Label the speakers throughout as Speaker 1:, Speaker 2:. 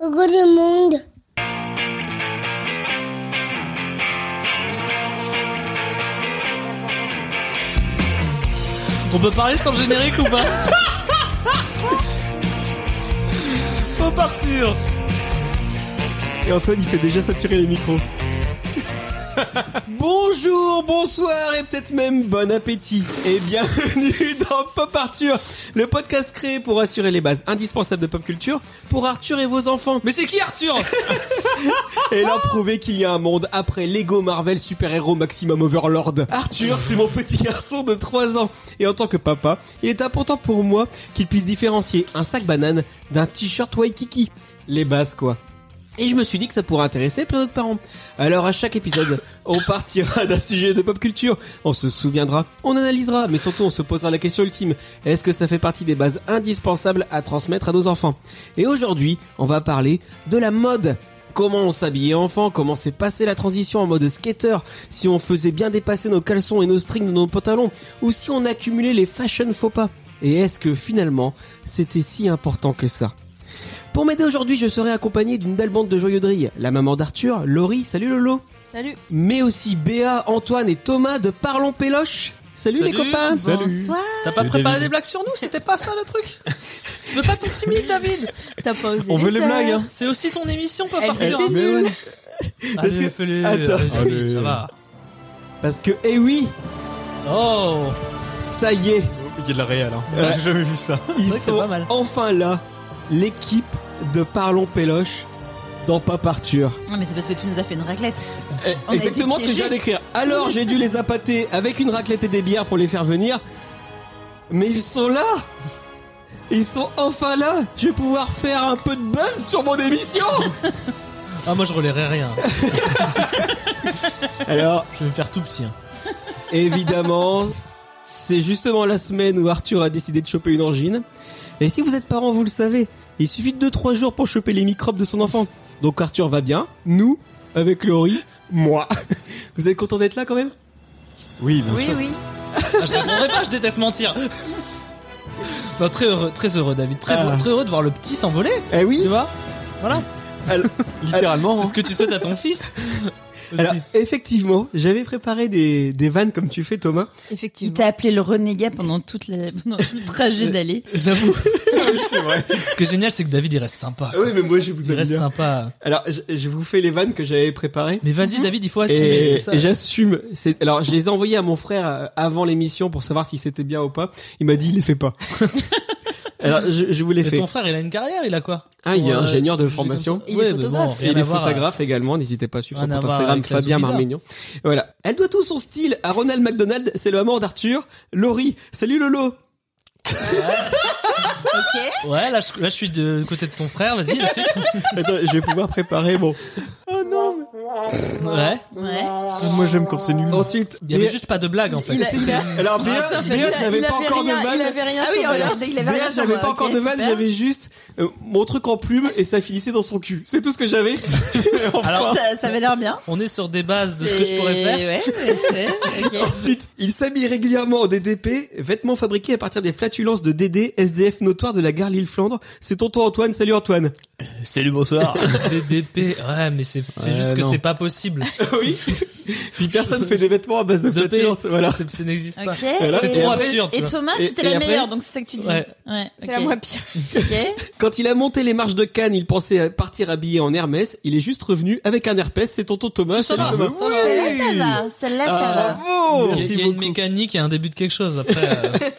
Speaker 1: Coucou le monde.
Speaker 2: On peut parler sans le générique ou pas Faut partir
Speaker 3: Et Antoine, il fait déjà saturer les micros. Bonjour, bonsoir et peut-être même bon appétit. Et bienvenue dans Pop Arthur, le podcast créé pour assurer les bases indispensables de pop culture pour Arthur et vos enfants.
Speaker 2: Mais c'est qui Arthur
Speaker 3: Et leur prouver qu'il y a un monde après Lego Marvel Super Héros Maximum Overlord. Arthur, c'est mon petit garçon de 3 ans. Et en tant que papa, il est important pour moi qu'il puisse différencier un sac banane d'un t-shirt Waikiki. Les bases quoi. Et je me suis dit que ça pourrait intéresser plein d'autres parents. Alors à chaque épisode, on partira d'un sujet de pop culture, on se souviendra, on analysera, mais surtout on se posera la question ultime, est-ce que ça fait partie des bases indispensables à transmettre à nos enfants Et aujourd'hui, on va parler de la mode. Comment on s'habillait enfant, comment s'est passée la transition en mode skater, si on faisait bien dépasser nos caleçons et nos strings de nos pantalons, ou si on accumulait les fashion faux pas. Et est-ce que finalement, c'était si important que ça pour m'aider aujourd'hui, je serai accompagné d'une belle bande de joyeux drilles. La maman d'Arthur, Laurie, salut Lolo.
Speaker 4: Salut.
Speaker 3: Mais aussi Béa, Antoine et Thomas de Parlons Péloche. Salut,
Speaker 2: Salut.
Speaker 3: les copains.
Speaker 4: Bonsoir.
Speaker 2: T'as pas préparé des blagues sur nous C'était pas ça le truc Tu veux pas ton timide David
Speaker 4: T'as pas osé.
Speaker 5: On veut les
Speaker 4: faire.
Speaker 5: blagues, hein.
Speaker 2: C'est aussi ton émission, pas
Speaker 4: Elles
Speaker 2: partir
Speaker 4: étaient nulles.
Speaker 3: Parce que-
Speaker 2: fais-les
Speaker 3: Attends.
Speaker 2: Allez,
Speaker 5: Allez.
Speaker 2: ça va.
Speaker 3: Parce que, eh oui,
Speaker 2: Oh
Speaker 3: ça y est,
Speaker 5: Il y a de la réelle, hein.
Speaker 3: Ouais.
Speaker 5: J'ai jamais vu ça.
Speaker 3: ils
Speaker 2: vrai que c'est
Speaker 3: sont
Speaker 2: pas mal.
Speaker 3: enfin là. L'équipe de Parlons Péloche dans Pop Arthur.
Speaker 6: Non mais c'est parce que tu nous as fait une raclette.
Speaker 3: Eh,
Speaker 6: On a été
Speaker 3: Exactement ce que je
Speaker 6: piégés.
Speaker 3: viens d'écrire. Alors, j'ai dû les appâter avec une raclette et des bières pour les faire venir. Mais ils sont là Ils sont enfin là Je vais pouvoir faire un peu de buzz sur mon émission
Speaker 2: Ah, moi je relairai rien.
Speaker 3: Alors,
Speaker 2: Je vais me faire tout petit. hein.
Speaker 3: Évidemment, c'est justement la semaine où Arthur a décidé de choper une angine. Et si vous êtes parent, vous le savez, il suffit de 2-3 jours pour choper les microbes de son enfant. Donc Arthur va bien, nous, avec Laurie, moi. Vous êtes content d'être là quand même
Speaker 5: Oui, bien
Speaker 6: Oui
Speaker 5: sûr.
Speaker 6: oui.
Speaker 2: Ah, je répondrai pas, je déteste mentir. Non, très heureux, très heureux David, très,
Speaker 3: Ah.
Speaker 2: très heureux de voir le petit s'envoler,
Speaker 3: Eh oui Euh,
Speaker 2: tu vois Voilà,
Speaker 3: hein.
Speaker 5: Littéralement.
Speaker 2: c'est ce que tu souhaites à ton fils. Aussi.
Speaker 3: Oh. Alors, effectivement, j'avais préparé des, des vannes comme tu fais Thomas.
Speaker 6: Il
Speaker 4: Effectivement.
Speaker 6: t'a appelé le renégat pendant, toute la- pendant tout le trajet d'aller.
Speaker 2: J'avoue.
Speaker 5: Ah c'est vrai.
Speaker 2: Ce qui est génial, c'est que David il reste sympa. quoi.
Speaker 3: Ah Oui, mais moi je vous
Speaker 2: Il
Speaker 3: aime
Speaker 2: reste
Speaker 3: bien.
Speaker 2: sympa.
Speaker 3: Alors, je, je vous fais les vannes que j'avais préparées.
Speaker 2: Mais vas-y, David, il faut assumer,
Speaker 3: Mhm. Et,
Speaker 2: Ah, c'est ça.
Speaker 3: et j'assume. C'est- Alors, je les ai envoyés à mon frère euh, avant l'émission pour savoir si c'était bien ou pas. Il m'a dit, il les fait pas. Alors, je, je vous les
Speaker 2: Mais
Speaker 3: fais.
Speaker 2: ton frère, il a une carrière, il a quoi
Speaker 3: Ah, il est
Speaker 2: Pour, euh,
Speaker 3: ingénieur de
Speaker 2: quelque chose
Speaker 3: formation.
Speaker 2: comme ça.
Speaker 4: Il est
Speaker 2: Ouais, mais
Speaker 4: photographe.
Speaker 2: bon,
Speaker 3: Et
Speaker 2: rien
Speaker 3: il est
Speaker 2: à voir, euh,
Speaker 3: photographe également, n'hésitez pas à suivre son
Speaker 2: rien à
Speaker 3: compte
Speaker 2: voir
Speaker 3: Instagram,
Speaker 2: avec la
Speaker 3: Fabien
Speaker 2: Zoubida.
Speaker 3: Marmignon. Voilà. Elle doit tout son style à Ronald McDonald, c'est le amant d'Arthur. Laurie, salut Lolo.
Speaker 2: euh, Ouais, là je, là, je suis de côté de ton frère, vas-y, la suite.
Speaker 3: Attends, je vais pouvoir préparer, bon.
Speaker 2: Ouais.
Speaker 6: Ouais. Ah
Speaker 5: Ah, Moi, j'aime quand c'est nul.
Speaker 3: Ensuite,
Speaker 2: Il y avait
Speaker 3: Béa-
Speaker 2: juste pas de blague en fait.
Speaker 4: Il a- il a-
Speaker 3: alors Béa,
Speaker 4: il a-
Speaker 3: Béa, j'avais
Speaker 4: il
Speaker 3: pas
Speaker 4: avait
Speaker 3: encore
Speaker 4: rien-
Speaker 3: de vanne.
Speaker 4: Il avait rien
Speaker 6: Ah oui,
Speaker 4: sur Bayard.
Speaker 6: regardez, il avait
Speaker 3: D'ailleurs,
Speaker 6: rien sur
Speaker 3: j'avais
Speaker 6: moi.
Speaker 3: pas
Speaker 6: Ok,
Speaker 3: encore de mal,
Speaker 6: super.
Speaker 3: j'avais juste euh, mon truc en plume et ça finissait dans son cul. C'est tout ce que j'avais.
Speaker 2: Alors,
Speaker 6: Ça, ça avait l'air bien.
Speaker 2: on est sur des bases de ce que je pourrais
Speaker 6: Et
Speaker 2: faire.
Speaker 6: Ouais, ouais, ouais, ok.
Speaker 3: Ensuite, il s'habille régulièrement en DDP, vêtements fabriqués à partir des flatulences de DD, SDF notoire de la gare Lille-Flandre. C'est tonton Antoine, salut Antoine.
Speaker 5: Salut, bonsoir.
Speaker 2: DDP, ouais, mais c'est c'est
Speaker 5: Ouais,
Speaker 2: juste que
Speaker 5: non.
Speaker 2: c'est pas possible.
Speaker 3: oui. Puis personne fait des vêtements à base de
Speaker 2: DDP,
Speaker 3: flatulences, voilà.
Speaker 2: c'est- ça n'existe pas.
Speaker 6: Ok.
Speaker 3: Voilà,
Speaker 2: c'est
Speaker 6: Et-
Speaker 2: trop absurde, tu
Speaker 6: Et
Speaker 2: vois.
Speaker 6: Thomas,
Speaker 3: Et-
Speaker 6: c'était
Speaker 3: et
Speaker 6: la
Speaker 3: après-
Speaker 6: meilleure, donc c'est ça que tu dis.
Speaker 2: Ouais.
Speaker 6: Ouais.
Speaker 4: C'est
Speaker 6: ok.
Speaker 4: la moins pire.
Speaker 6: Ok.
Speaker 3: Quand il a monté les marches de Cannes, il pensait à partir habillé en Hermès. Il est juste revenu avec un herpès. C'est tonton Thomas,
Speaker 2: Ça
Speaker 3: salut
Speaker 2: va.
Speaker 3: Thomas.
Speaker 2: Ça va.
Speaker 6: Celle-là, ça va.
Speaker 3: Ah,
Speaker 6: Celle-là, ça va.
Speaker 3: Bravo
Speaker 2: Il y a- il y a une mécanique et un début de quelque chose après. euh,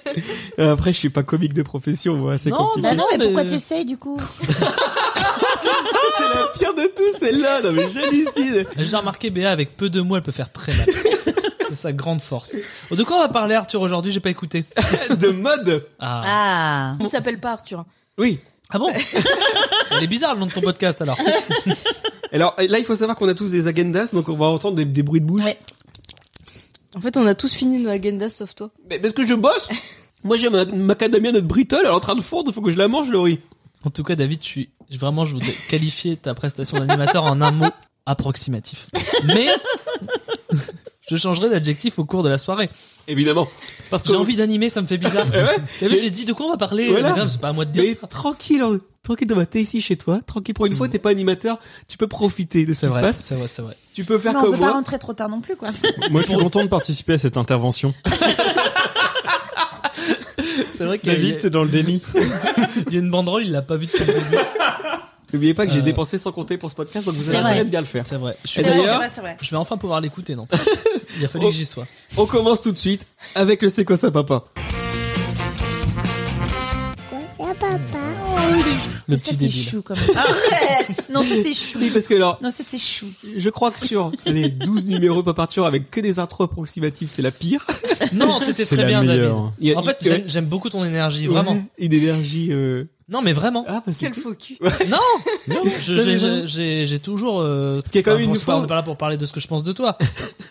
Speaker 3: Euh, Après, je suis pas comique de profession, moi, c'est
Speaker 2: Non,
Speaker 3: compliqué.
Speaker 4: Bah non, mais
Speaker 2: mais-
Speaker 4: pourquoi t'essayes du coup
Speaker 3: C'est la pire de tout, celle-là. Non, mais j'hallucine.
Speaker 2: J'ai remarqué Béa avec peu de mots elle peut faire très mal. C'est sa grande force. De quoi on va parler Arthur aujourd'hui J'ai pas écouté.
Speaker 3: De mode.
Speaker 2: Ah,
Speaker 6: Ah.
Speaker 4: Il s'appelle pas Arthur.
Speaker 3: Oui.
Speaker 2: Ah bon Elle est bizarre le nom de ton podcast alors.
Speaker 3: Alors là, il faut savoir qu'on a tous des agendas, donc on va entendre des, des bruits de bouche.
Speaker 6: Ouais.
Speaker 4: En fait, on a tous fini nos agendas sauf toi.
Speaker 3: Mais parce que je bosse Moi j'ai ma macadamia notre brittle, elle est en train de fondre, faut que je la mange Laurie.
Speaker 2: En tout cas, David, je suis je- vraiment, je voudrais qualifier ta prestation d'animateur en un mot approximatif. Mais je changerai d'adjectif au cours de la soirée.
Speaker 3: Évidemment. Parce que
Speaker 2: J'ai envie d'animer, ça me fait bizarre.
Speaker 3: Eh ouais.
Speaker 2: T'as vu,
Speaker 3: Mais-
Speaker 2: j'ai dit de quoi on va parler
Speaker 3: Voilà.
Speaker 2: Madame, C'est pas à moi de dire.
Speaker 3: Mais
Speaker 2: ça. Mm.
Speaker 3: tranquille, on- Tranquille Thomas, t'es ici chez toi, tranquille. Pour une fois, t'es pas animateur, tu peux profiter de ce
Speaker 2: C'est
Speaker 3: qui se
Speaker 2: vrai,
Speaker 3: passe.
Speaker 2: c'est vrai, c'est vrai.
Speaker 3: Tu peux faire
Speaker 6: Non, on
Speaker 3: comme
Speaker 6: veut pas
Speaker 3: moi.
Speaker 6: rentrer trop tard non plus, quoi.
Speaker 7: Moi, je suis content de participer à cette intervention.
Speaker 2: C'est vrai qu'il y,
Speaker 7: David, t'es dans le déni.
Speaker 2: a une banderole, il l'a pas vu depuis le début.
Speaker 3: N'oubliez pas que j'ai
Speaker 2: Euh,
Speaker 3: dépensé sans compter pour ce podcast, donc vous avez
Speaker 6: c'est
Speaker 3: intérêt
Speaker 6: vrai.
Speaker 3: de bien le faire.
Speaker 2: C'est vrai. Je, suis
Speaker 3: Et
Speaker 6: C'est vrai,
Speaker 2: content.
Speaker 3: d'ailleurs-
Speaker 6: c'est vrai, c'est vrai.
Speaker 2: Je vais enfin pouvoir l'écouter, non Il a fallu
Speaker 3: Oh.
Speaker 2: que j'y sois.
Speaker 3: On commence tout de suite avec le C'est quoi ça papa
Speaker 8: Quoi ça, papa
Speaker 2: Le
Speaker 6: ça,
Speaker 2: petit
Speaker 6: c'est
Speaker 2: débile.
Speaker 6: chou, quand même. Arrête Non, ça, c'est chou.
Speaker 3: Oui, parce que alors,
Speaker 6: Non, ça, c'est chou.
Speaker 3: je crois que sur les 12 numéros de Paparture avec que des intros approximatives, c'est la pire.
Speaker 2: Non, c'était
Speaker 7: C'est
Speaker 2: très
Speaker 7: la
Speaker 2: bien,
Speaker 7: meilleure.
Speaker 3: Il y
Speaker 2: David.
Speaker 3: a-
Speaker 2: En fait,
Speaker 3: il y a-
Speaker 2: j'aime- j'aime beaucoup ton énergie, vraiment.
Speaker 3: Ouais, Une énergie... euh,
Speaker 2: Non, mais vraiment.
Speaker 3: Ah, parce que...
Speaker 4: Quel faux cul.
Speaker 2: Non, Je-
Speaker 3: Non, mais
Speaker 2: j'ai-
Speaker 3: vraiment.
Speaker 2: j'ai- j'ai j'ai toujours. euh,
Speaker 3: Ce qui est quand
Speaker 2: enfin,
Speaker 3: même une
Speaker 2: on se parle
Speaker 3: fois-
Speaker 2: pas là pour parler de ce que je pense de toi.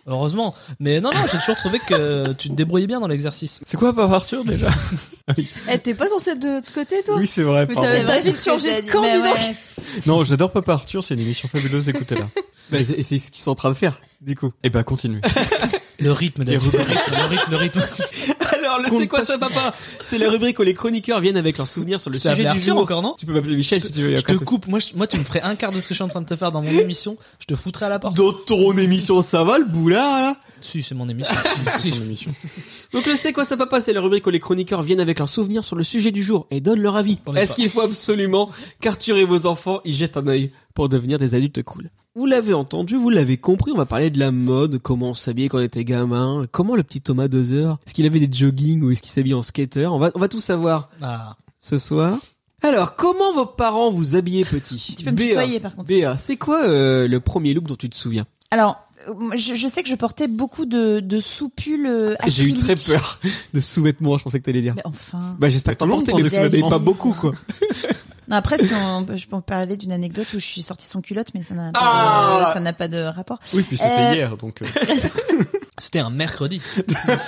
Speaker 2: Heureusement. Mais non, non, j'ai toujours trouvé que tu te débrouillais bien dans l'exercice.
Speaker 3: C'est quoi Paparture déjà
Speaker 4: Eh, t'es pas censé être de l'autre côté, toi
Speaker 7: Oui, c'est vrai.
Speaker 4: Mais
Speaker 7: pardon.
Speaker 4: t'avais-
Speaker 6: vrai,
Speaker 4: envie de
Speaker 6: c'est ce que
Speaker 4: changer
Speaker 6: j'ai
Speaker 4: de
Speaker 6: dit,
Speaker 4: camp,
Speaker 6: mais
Speaker 4: dis donc.
Speaker 6: ouais.
Speaker 7: Non, j'adore Papa Arthur, c'est une émission fabuleuse, écoutez-la.
Speaker 3: Bah, c'est c'est ce qu'ils sont en train de faire, du coup.
Speaker 7: Eh ben, continue.
Speaker 2: Le rythme, David. Le rythme, le rythme, le rythme.
Speaker 3: Alors, le C'est quoi ça, papa C'est la rubrique où les chroniqueurs viennent avec leurs souvenirs sur le
Speaker 2: Je t'ai appelé
Speaker 3: sujet du
Speaker 2: Arthur
Speaker 3: jour.
Speaker 2: encore, non
Speaker 3: Tu peux m'appeler Michel si tu veux.
Speaker 2: Je
Speaker 3: après,
Speaker 2: te
Speaker 3: ça-
Speaker 2: coupe. Moi, je- moi, tu me ferais un quart de ce que je suis en train de te faire dans mon émission. Je te foutrais à la porte.
Speaker 3: Dans ton émission, ça va le boulard là
Speaker 2: Si, c'est mon émission.
Speaker 7: C'est
Speaker 2: Si,
Speaker 7: son émission.
Speaker 3: Donc le C'est quoi ça papa, c'est la rubrique où les chroniqueurs viennent avec leurs souvenirs sur le sujet du jour et donnent leur avis.
Speaker 2: On est
Speaker 3: Est-ce
Speaker 2: pas.
Speaker 3: qu'il faut absolument qu'Arthur et vos enfants y jettent un œil pour devenir des adultes cool Vous l'avez entendu, vous l'avez compris, on va parler de la mode, comment on s'habillait quand on était gamin, comment le petit Thomas Dozer, est-ce qu'il avait des joggings ou est-ce qu'il s'habillait en skater on va, on va tout savoir
Speaker 2: Ah.
Speaker 3: ce soir. Alors, comment vos parents vous habillaient petit
Speaker 6: Tu peux me tutoyer, par contre.
Speaker 3: Béa, c'est quoi euh, le premier look dont tu te souviens
Speaker 6: Alors, euh, moi, je, je sais que je portais beaucoup de, de sous-pulls euh,
Speaker 3: Ah, J'ai eu très
Speaker 6: acryliques.
Speaker 3: peur de sous-vêtements, je pensais que t'allais dire.
Speaker 6: Mais enfin.
Speaker 3: Bah j'espère que t'en
Speaker 7: Tout le monde
Speaker 3: portais,
Speaker 7: porte
Speaker 3: mais
Speaker 7: des sous-vêtements.
Speaker 3: mais pas beaucoup quoi.
Speaker 6: Non, après, si on, je peux en parler d'une anecdote où je suis sortie sans culotte, mais ça n'a pas,
Speaker 3: Ah
Speaker 6: de- ça n'a pas de rapport.
Speaker 7: Oui, puis c'était hier, donc euh,
Speaker 2: C'était un mercredi.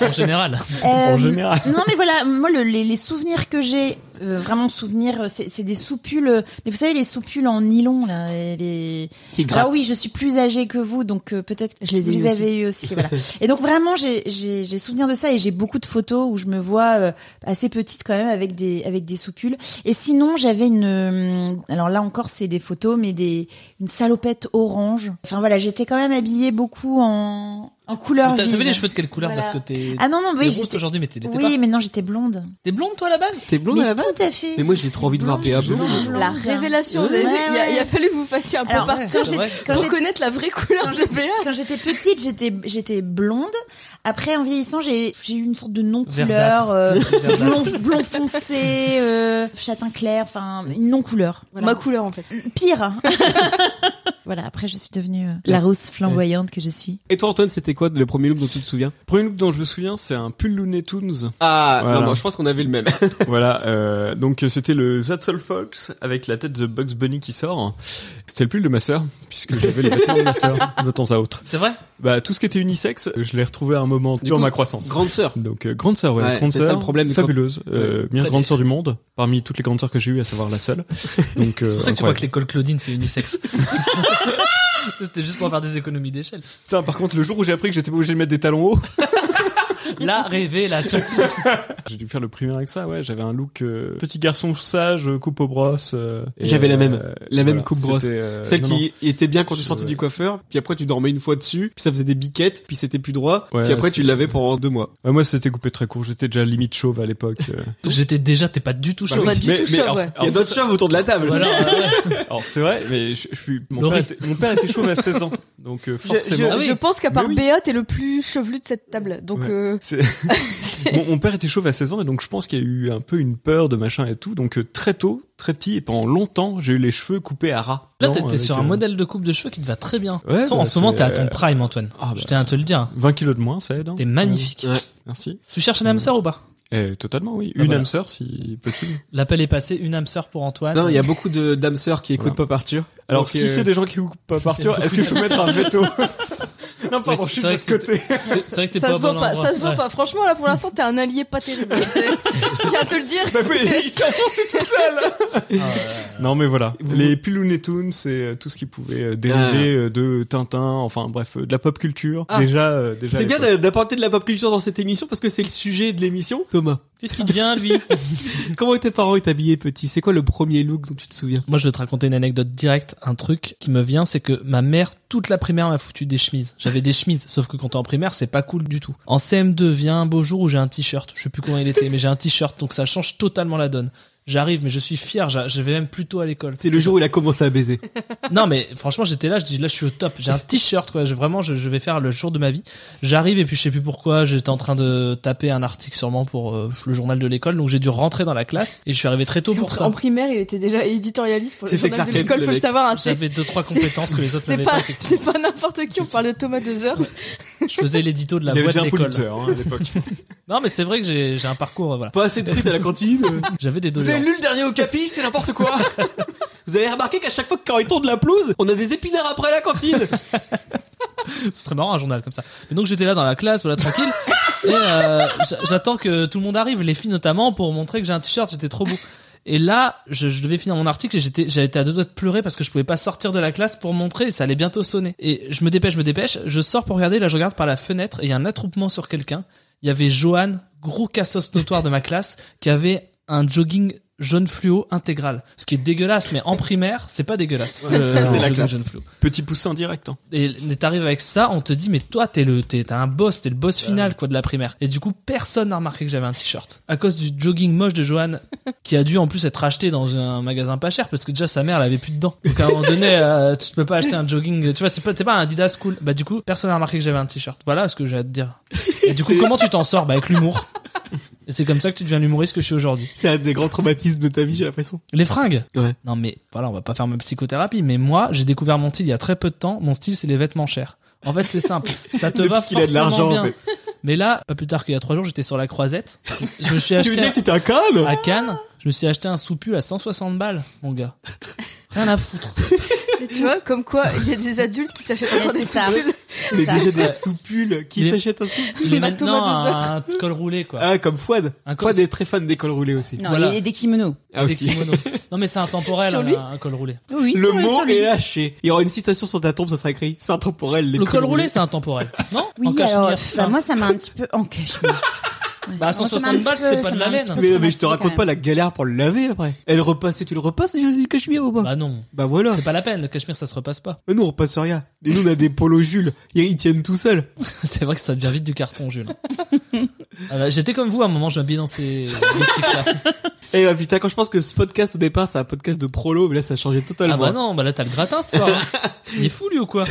Speaker 2: en général.
Speaker 7: en
Speaker 6: Euh,
Speaker 7: général.
Speaker 6: Non, mais voilà, moi, le- les, les souvenirs que j'ai, euh, vraiment souvenirs, euh, c'est c'est des soupulls. euh, Mais vous savez, les soupulls en nylon, là, et les.
Speaker 3: Qui
Speaker 6: Alors Ah oui, je suis plus âgée que vous, donc euh, peut-être que
Speaker 4: Je les ai
Speaker 6: vous
Speaker 4: eus aussi.
Speaker 6: avez eu aussi. Voilà. Et donc vraiment, j'ai- j'ai j'ai souvenir de ça et j'ai beaucoup de photos où je me vois euh, assez petite quand même avec des avec des soupules. Et sinon, j'avais une. euh, alors là encore, c'est des photos, mais des une salopette orange. Enfin voilà, j'étais quand même habillée beaucoup en en couleur
Speaker 2: T'as- T'avais
Speaker 6: vive.
Speaker 2: les cheveux de quelle couleur
Speaker 6: Voilà.
Speaker 2: Parce que t'es.
Speaker 6: Ah non non,
Speaker 2: t'es
Speaker 6: oui,
Speaker 2: rousse
Speaker 6: j'étais-
Speaker 2: aujourd'hui, mais t'es l'étais
Speaker 6: oui, mais non, j'étais blonde.
Speaker 2: pas. T'es blonde, toi, à la base
Speaker 3: T'es blonde
Speaker 6: mais
Speaker 3: à la base
Speaker 6: tout à fait.
Speaker 3: Mais moi, j'ai trop envie de voir
Speaker 6: Blonde,
Speaker 3: Béa
Speaker 6: blonde,
Speaker 3: blonde.
Speaker 6: blonde.
Speaker 4: La révélation, vous
Speaker 6: Ouais,
Speaker 4: avez vu, il, a,
Speaker 6: ouais.
Speaker 4: il a fallu que vous fassiez un peu
Speaker 6: Alors,
Speaker 4: partout
Speaker 2: c'est
Speaker 4: j'ai-
Speaker 2: vrai.
Speaker 6: Quand
Speaker 4: pour
Speaker 6: j'ai-
Speaker 4: connaître la vraie couleur de Béa.
Speaker 6: Quand j'étais petite, j'étais j'étais blonde. Après, en vieillissant, j'ai j'ai eu une sorte de non couleur. euh,
Speaker 2: Verdâtre. Verdâtre.
Speaker 6: blond, blond foncé, euh, châtain clair, enfin une non couleur.
Speaker 4: Ma couleur, en fait.
Speaker 6: Pire.
Speaker 2: hein.
Speaker 6: voilà. Après, je suis devenue euh, la rousse flamboyante que je suis.
Speaker 3: Et toi, Antoine, c'était quoi le premier look dont tu te souviens
Speaker 7: Premier look dont je me souviens, c'est un pull Looney Tunes.
Speaker 3: Ah,
Speaker 7: Voilà.
Speaker 3: non, non, je pense qu'on avait le même.
Speaker 7: voilà, euh, donc euh, c'était le That's All Fox avec la tête de Bugs Bunny qui sort. C'était le pull de ma sœur, puisque j'avais les vêtements de ma sœur de temps à autre.
Speaker 2: C'est vrai
Speaker 7: Bah tout ce qui était unisexe, je l'ai retrouvé à un moment
Speaker 3: Du
Speaker 7: durant
Speaker 3: coup,
Speaker 7: ma croissance.
Speaker 3: Grande sœur.
Speaker 7: Donc euh, grande sœur, ouais,
Speaker 3: Ouais,
Speaker 7: grande
Speaker 3: c'est ça
Speaker 7: sœur,
Speaker 3: le problème de quand-
Speaker 7: fabuleuse, euh, bien
Speaker 2: Très
Speaker 7: grande
Speaker 2: bien.
Speaker 7: sœur du monde, parmi toutes les grandes sœurs que j'ai eues, à savoir la seule. Donc euh,
Speaker 2: C'est pour ça que tu crois
Speaker 7: incroyable.
Speaker 2: que l'école Claudine c'est unisexe. C'était juste pour faire des économies d'échelle.
Speaker 7: Putain, par contre, le jour où j'ai appris que j'étais pas obligé de mettre des talons hauts,
Speaker 2: La révélation.
Speaker 7: j'ai dû faire le primaire avec ça. Ouais, j'avais un look euh, petit garçon sage, euh, coupe aux brosses. euh, et,
Speaker 3: J'avais la même, la même coupe
Speaker 7: c'était,
Speaker 3: brosse.
Speaker 7: euh,
Speaker 3: Celle
Speaker 7: non,
Speaker 3: qui était bien quand tu
Speaker 7: Je-
Speaker 3: sortais du coiffeur, puis après tu dormais une fois dessus, puis ça faisait des biquettes, puis c'était plus droit,
Speaker 7: Ouais,
Speaker 3: puis après tu
Speaker 7: c'est-
Speaker 3: l'avais pendant deux mois.
Speaker 7: Ouais, moi, c'était coupé très court. J'étais déjà limite chauve à l'époque. euh.
Speaker 2: J'étais déjà, t'es pas du tout chaud.
Speaker 4: Bah, du tout chauve, ouais.
Speaker 7: alors,
Speaker 3: Il y a d'autres chefs autour de la table.
Speaker 2: Voilà, ouais.
Speaker 7: alors, c'est vrai, mais je, je suis. Mon
Speaker 2: Laurie.
Speaker 7: père, était, mon père était chauve à 16 ans, donc euh,
Speaker 4: Je, je-
Speaker 7: forcément.
Speaker 2: Ah oui.
Speaker 4: je pense qu'à part
Speaker 7: Mais oui.
Speaker 4: Béa, t'es le plus chevelu de cette table. Donc,
Speaker 7: Ouais.
Speaker 4: euh,
Speaker 7: C'est- mon, mon père était chauve à 16 ans et donc je pense qu'il y a eu un peu une peur de machin et tout. Donc euh, très tôt, très petit et pendant longtemps, j'ai eu les cheveux coupés à ras.
Speaker 2: Là,
Speaker 7: Non,
Speaker 2: t'étais
Speaker 7: avec,
Speaker 2: sur un
Speaker 7: euh,
Speaker 2: modèle de coupe de cheveux qui te va très bien.
Speaker 7: Ouais,
Speaker 2: De toute façon,
Speaker 7: bah,
Speaker 2: en ce moment,
Speaker 7: c'est-
Speaker 2: t'es à ton prime, Antoine.
Speaker 7: Ah, bah.
Speaker 2: Je tiens à te le dire.
Speaker 7: 20 kilos de moins, ça aide. hein.
Speaker 2: T'es magnifique.
Speaker 3: Ouais.
Speaker 7: Merci.
Speaker 2: Tu cherches un âme sœur ou pas
Speaker 7: Eh, totalement, oui.
Speaker 2: Ah,
Speaker 7: une
Speaker 2: voilà.
Speaker 7: âme sœur, si possible.
Speaker 2: L'appel est passé, une âme sœur pour Antoine.
Speaker 3: Non, il y a beaucoup de dames sœurs qui écoutent Pop Arthur.
Speaker 7: Alors,
Speaker 3: Donc,
Speaker 7: si
Speaker 3: euh,
Speaker 7: c'est des gens qui coupent pas partir, est-ce que je peux mettre un veto
Speaker 3: Non, pardon,
Speaker 2: Oui,
Speaker 3: je suis de
Speaker 2: c'est
Speaker 3: l'autre
Speaker 2: vrai que
Speaker 3: côté.
Speaker 2: C'est vrai que t'es
Speaker 4: Ça
Speaker 2: pas
Speaker 4: se
Speaker 2: au
Speaker 4: voit
Speaker 2: bon
Speaker 4: pas,
Speaker 2: endroit.
Speaker 4: ça se voit
Speaker 2: Ouais.
Speaker 4: pas. Franchement, là, pour l'instant, t'es un allié pas terrible. tu sais. Je tiens à te le dire.
Speaker 3: Bah oui, il s'est enfoncé tout seul
Speaker 2: Ah, ouais.
Speaker 7: Non, mais voilà.
Speaker 3: Vous-
Speaker 7: Les Piloonetoons, c'est euh, tout ce qui pouvait euh, dériver euh, de Tintin, enfin bref, euh, de la pop culture.
Speaker 3: Ah.
Speaker 7: Déjà, euh, déjà. à
Speaker 3: C'est bien
Speaker 7: l'époque.
Speaker 3: d'a- d'apporter de la pop culture dans cette émission parce que c'est le sujet de l'émission. Thomas,
Speaker 2: Qu'est-ce qui devient, lui
Speaker 3: comment tes parents ils t'habillaient petit C'est quoi le premier look dont tu te souviens
Speaker 2: Moi, je vais te raconter une anecdote directe. Un truc qui me vient, c'est que ma mère, toute la primaire, m'a foutu des chemises. J'avais des chemises, sauf que quand t'es en primaire, c'est pas cool du tout. En CM2, vient un beau jour où j'ai un t-shirt. Je sais plus comment il était, mais j'ai un t-shirt, donc ça change totalement la donne. J'arrive, mais je suis fier. j'a- Je vais même plus tôt à l'école.
Speaker 3: C'est le jour où il a commencé à baiser.
Speaker 2: Non, mais franchement, j'étais là. Je dis là, je suis au top. J'ai un t-shirt, quoi. Je, vraiment, je, je vais faire le jour de ma vie. J'arrive et puis je sais plus pourquoi. J'étais en train de taper un article sûrement pour euh, le journal de l'école, donc j'ai dû rentrer dans la classe et je suis arrivé très tôt
Speaker 4: En
Speaker 2: pour
Speaker 4: pri-
Speaker 2: ça.
Speaker 4: En primaire, il était déjà éditorialiste pour le
Speaker 3: C'était
Speaker 4: journal de
Speaker 3: Clark
Speaker 4: l'école,
Speaker 3: Kent, le
Speaker 4: faut le
Speaker 3: mec.
Speaker 4: savoir. hein, c'est-
Speaker 2: J'avais deux trois
Speaker 4: c'est-
Speaker 2: compétences que les autres
Speaker 4: C'est
Speaker 2: n'avaient
Speaker 4: pas,
Speaker 2: pas. effectivement.
Speaker 4: c'est pas n'importe qui, on parle de Thomas Dezer.
Speaker 2: Je faisais l'édito de la
Speaker 7: Il y avait
Speaker 2: boîte
Speaker 7: déjà
Speaker 2: de
Speaker 7: un
Speaker 2: l'école.
Speaker 7: Pulitzer hein, à l'époque.
Speaker 2: Non, mais c'est vrai que j'ai j'ai un parcours, euh, voilà.
Speaker 3: Pas assez de frites à la cantine. euh.
Speaker 2: J'avais des
Speaker 3: Vous avez
Speaker 2: doléances.
Speaker 3: lu le dernier Okapi C'est n'importe quoi. Vous avez remarqué qu'à chaque fois que quand ils tournent de la pelouse, on a des épinards après la cantine.
Speaker 2: Ce serait marrant un journal comme ça. Mais donc j'étais là dans la classe, voilà, tranquille. Et euh, j'a- j'attends que tout le monde arrive, les filles notamment, pour montrer que j'ai un t-shirt, j'étais trop beau. Et là, je, je devais finir mon article et j'étais, j'avais été à deux doigts de pleurer parce que je pouvais pas sortir de la classe pour montrer et ça allait bientôt sonner. Et je me dépêche, je me dépêche, je sors pour regarder, là je regarde par la fenêtre et il y a un attroupement sur quelqu'un. Il y avait Johan, gros cassos notoire de ma classe, qui avait un jogging jaune fluo intégral. Ce qui est dégueulasse, mais en primaire, c'est pas dégueulasse. Euh,
Speaker 7: c'était
Speaker 2: un
Speaker 7: la
Speaker 2: jogging
Speaker 7: classe.
Speaker 2: jaune fluo.
Speaker 7: Petit poussin direct. hein.
Speaker 2: Et t'arrives avec ça, on te dit mais toi t'es le t'es t'es un boss, t'es le boss final quoi de la primaire. Et du coup personne n'a remarqué que j'avais un t-shirt à cause du jogging moche de Johan qui a dû en plus être acheté dans un magasin pas cher parce que déjà sa mère l'avait plus dedans. Donc à un moment donné euh, tu peux pas acheter un jogging, tu vois c'est pas t'es pas un Adidas cool. Bah du coup personne n'a remarqué que j'avais un t-shirt. Voilà ce que j'ai à te dire. Et du coup
Speaker 3: C'est-
Speaker 2: comment tu t'en sors Bah avec l'humour. Et c'est comme ça que tu deviens l'humoriste que je suis aujourd'hui.
Speaker 3: C'est un des grands traumatismes de ta vie, j'ai l'impression.
Speaker 2: Les fringues.
Speaker 3: Ouais.
Speaker 2: Non mais voilà, on va pas faire ma psychothérapie, mais moi j'ai découvert mon style il y a très peu de temps. Mon style c'est les vêtements chers. En fait c'est simple, ça te
Speaker 3: Depuis
Speaker 2: va
Speaker 3: qu'il a de l'argent,
Speaker 2: forcément bien.
Speaker 3: en fait.
Speaker 2: Mais là, pas plus tard qu'il y a trois jours, j'étais sur la Croisette. Je me suis
Speaker 3: Tu veux
Speaker 2: acheté
Speaker 3: dire que t'étais un calme
Speaker 2: à Cannes, je me suis acheté un soupul à 160 balles, mon gars. Rien à foutre.
Speaker 4: Et tu vois, comme quoi, il y a des adultes qui s'achètent
Speaker 6: Ouais,
Speaker 4: encore des
Speaker 6: c'est ça.
Speaker 4: soupules.
Speaker 3: Mais
Speaker 6: Ça.
Speaker 3: déjà des soupules. Qui
Speaker 2: Il est-
Speaker 3: s'achète un soupule
Speaker 2: Il est
Speaker 4: Bah,
Speaker 2: maintenant
Speaker 4: Thomas Dezor.
Speaker 2: un col roulé quoi.
Speaker 3: Ah, comme Fouad.
Speaker 2: Un col-
Speaker 3: Fouad est très fan des cols roulés aussi.
Speaker 6: Non,
Speaker 2: Voilà.
Speaker 6: et, et des kimonos.
Speaker 3: Ah,
Speaker 2: Des
Speaker 3: aussi.
Speaker 2: kimonos. Non mais c'est intemporel
Speaker 4: Sur
Speaker 2: un,
Speaker 4: lui
Speaker 2: un col roulé.
Speaker 6: Oui,
Speaker 3: Le
Speaker 6: sur lui,
Speaker 3: mot
Speaker 6: sur lui.
Speaker 3: est lâché. Il y aura une citation sur ta tombe, ça sera écrit. C'est intemporel, les
Speaker 2: Le
Speaker 3: cols
Speaker 2: col
Speaker 3: roulés.
Speaker 2: roulé c'est intemporel. Non En
Speaker 6: Oui,
Speaker 2: cachemire
Speaker 6: alors,
Speaker 2: fin.
Speaker 6: enfin, moi, ça m'a un petit peu en cachemire. Ouais.
Speaker 2: Bah,
Speaker 6: Ça m'a
Speaker 2: 160
Speaker 6: un petit
Speaker 2: balles,
Speaker 6: peu-
Speaker 2: c'était pas
Speaker 6: ça
Speaker 2: de la
Speaker 6: m'a un
Speaker 2: laine.
Speaker 6: petit peu
Speaker 3: Mais, mais je te
Speaker 6: traumatisée,
Speaker 3: raconte
Speaker 6: quand
Speaker 3: pas
Speaker 6: même.
Speaker 3: la galère pour le laver après. Elle repasse et tu le repasses, les choses du cachemire ou pas bah.
Speaker 2: Bah non,
Speaker 3: voilà.
Speaker 2: c'est pas la peine, le cachemire ça se repasse pas.
Speaker 3: Mais nous on repasse rien. Et nous on a des polos Jules. Ils ils tiennent tout seuls.
Speaker 2: C'est vrai que ça devient vite du carton, Jules. Ah bah, J'étais comme vous, à un moment, je m'habillais dans ces boutiques-là.
Speaker 3: Eh bah putain, quand je pense que ce podcast au départ c'est un podcast de prolo, mais là ça a changé totalement.
Speaker 2: Ah bah non, bah là t'as le gratin ce soir. hein. Il est fou lui ou quoi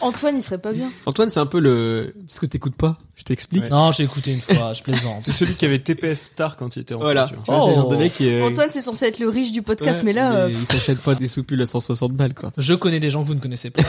Speaker 4: Antoine, il serait pas bien.
Speaker 3: Antoine c'est un peu le... Parce que t'écoutes pas, je t'explique.
Speaker 7: Ouais.
Speaker 2: Non, j'ai écouté une fois, je plaisante.
Speaker 7: C'est celui qui avait TPS Star quand il était en
Speaker 3: Voilà. Tu
Speaker 7: culture.
Speaker 3: vois, c'est le genre de mec qui... euh,
Speaker 4: Antoine, c'est censé être le riche du
Speaker 3: ouais,
Speaker 4: podcast, mais là, euh,
Speaker 3: Il s'achète pas des soupules à 160 balles quoi.
Speaker 2: Je connais des gens que vous ne connaissez pas.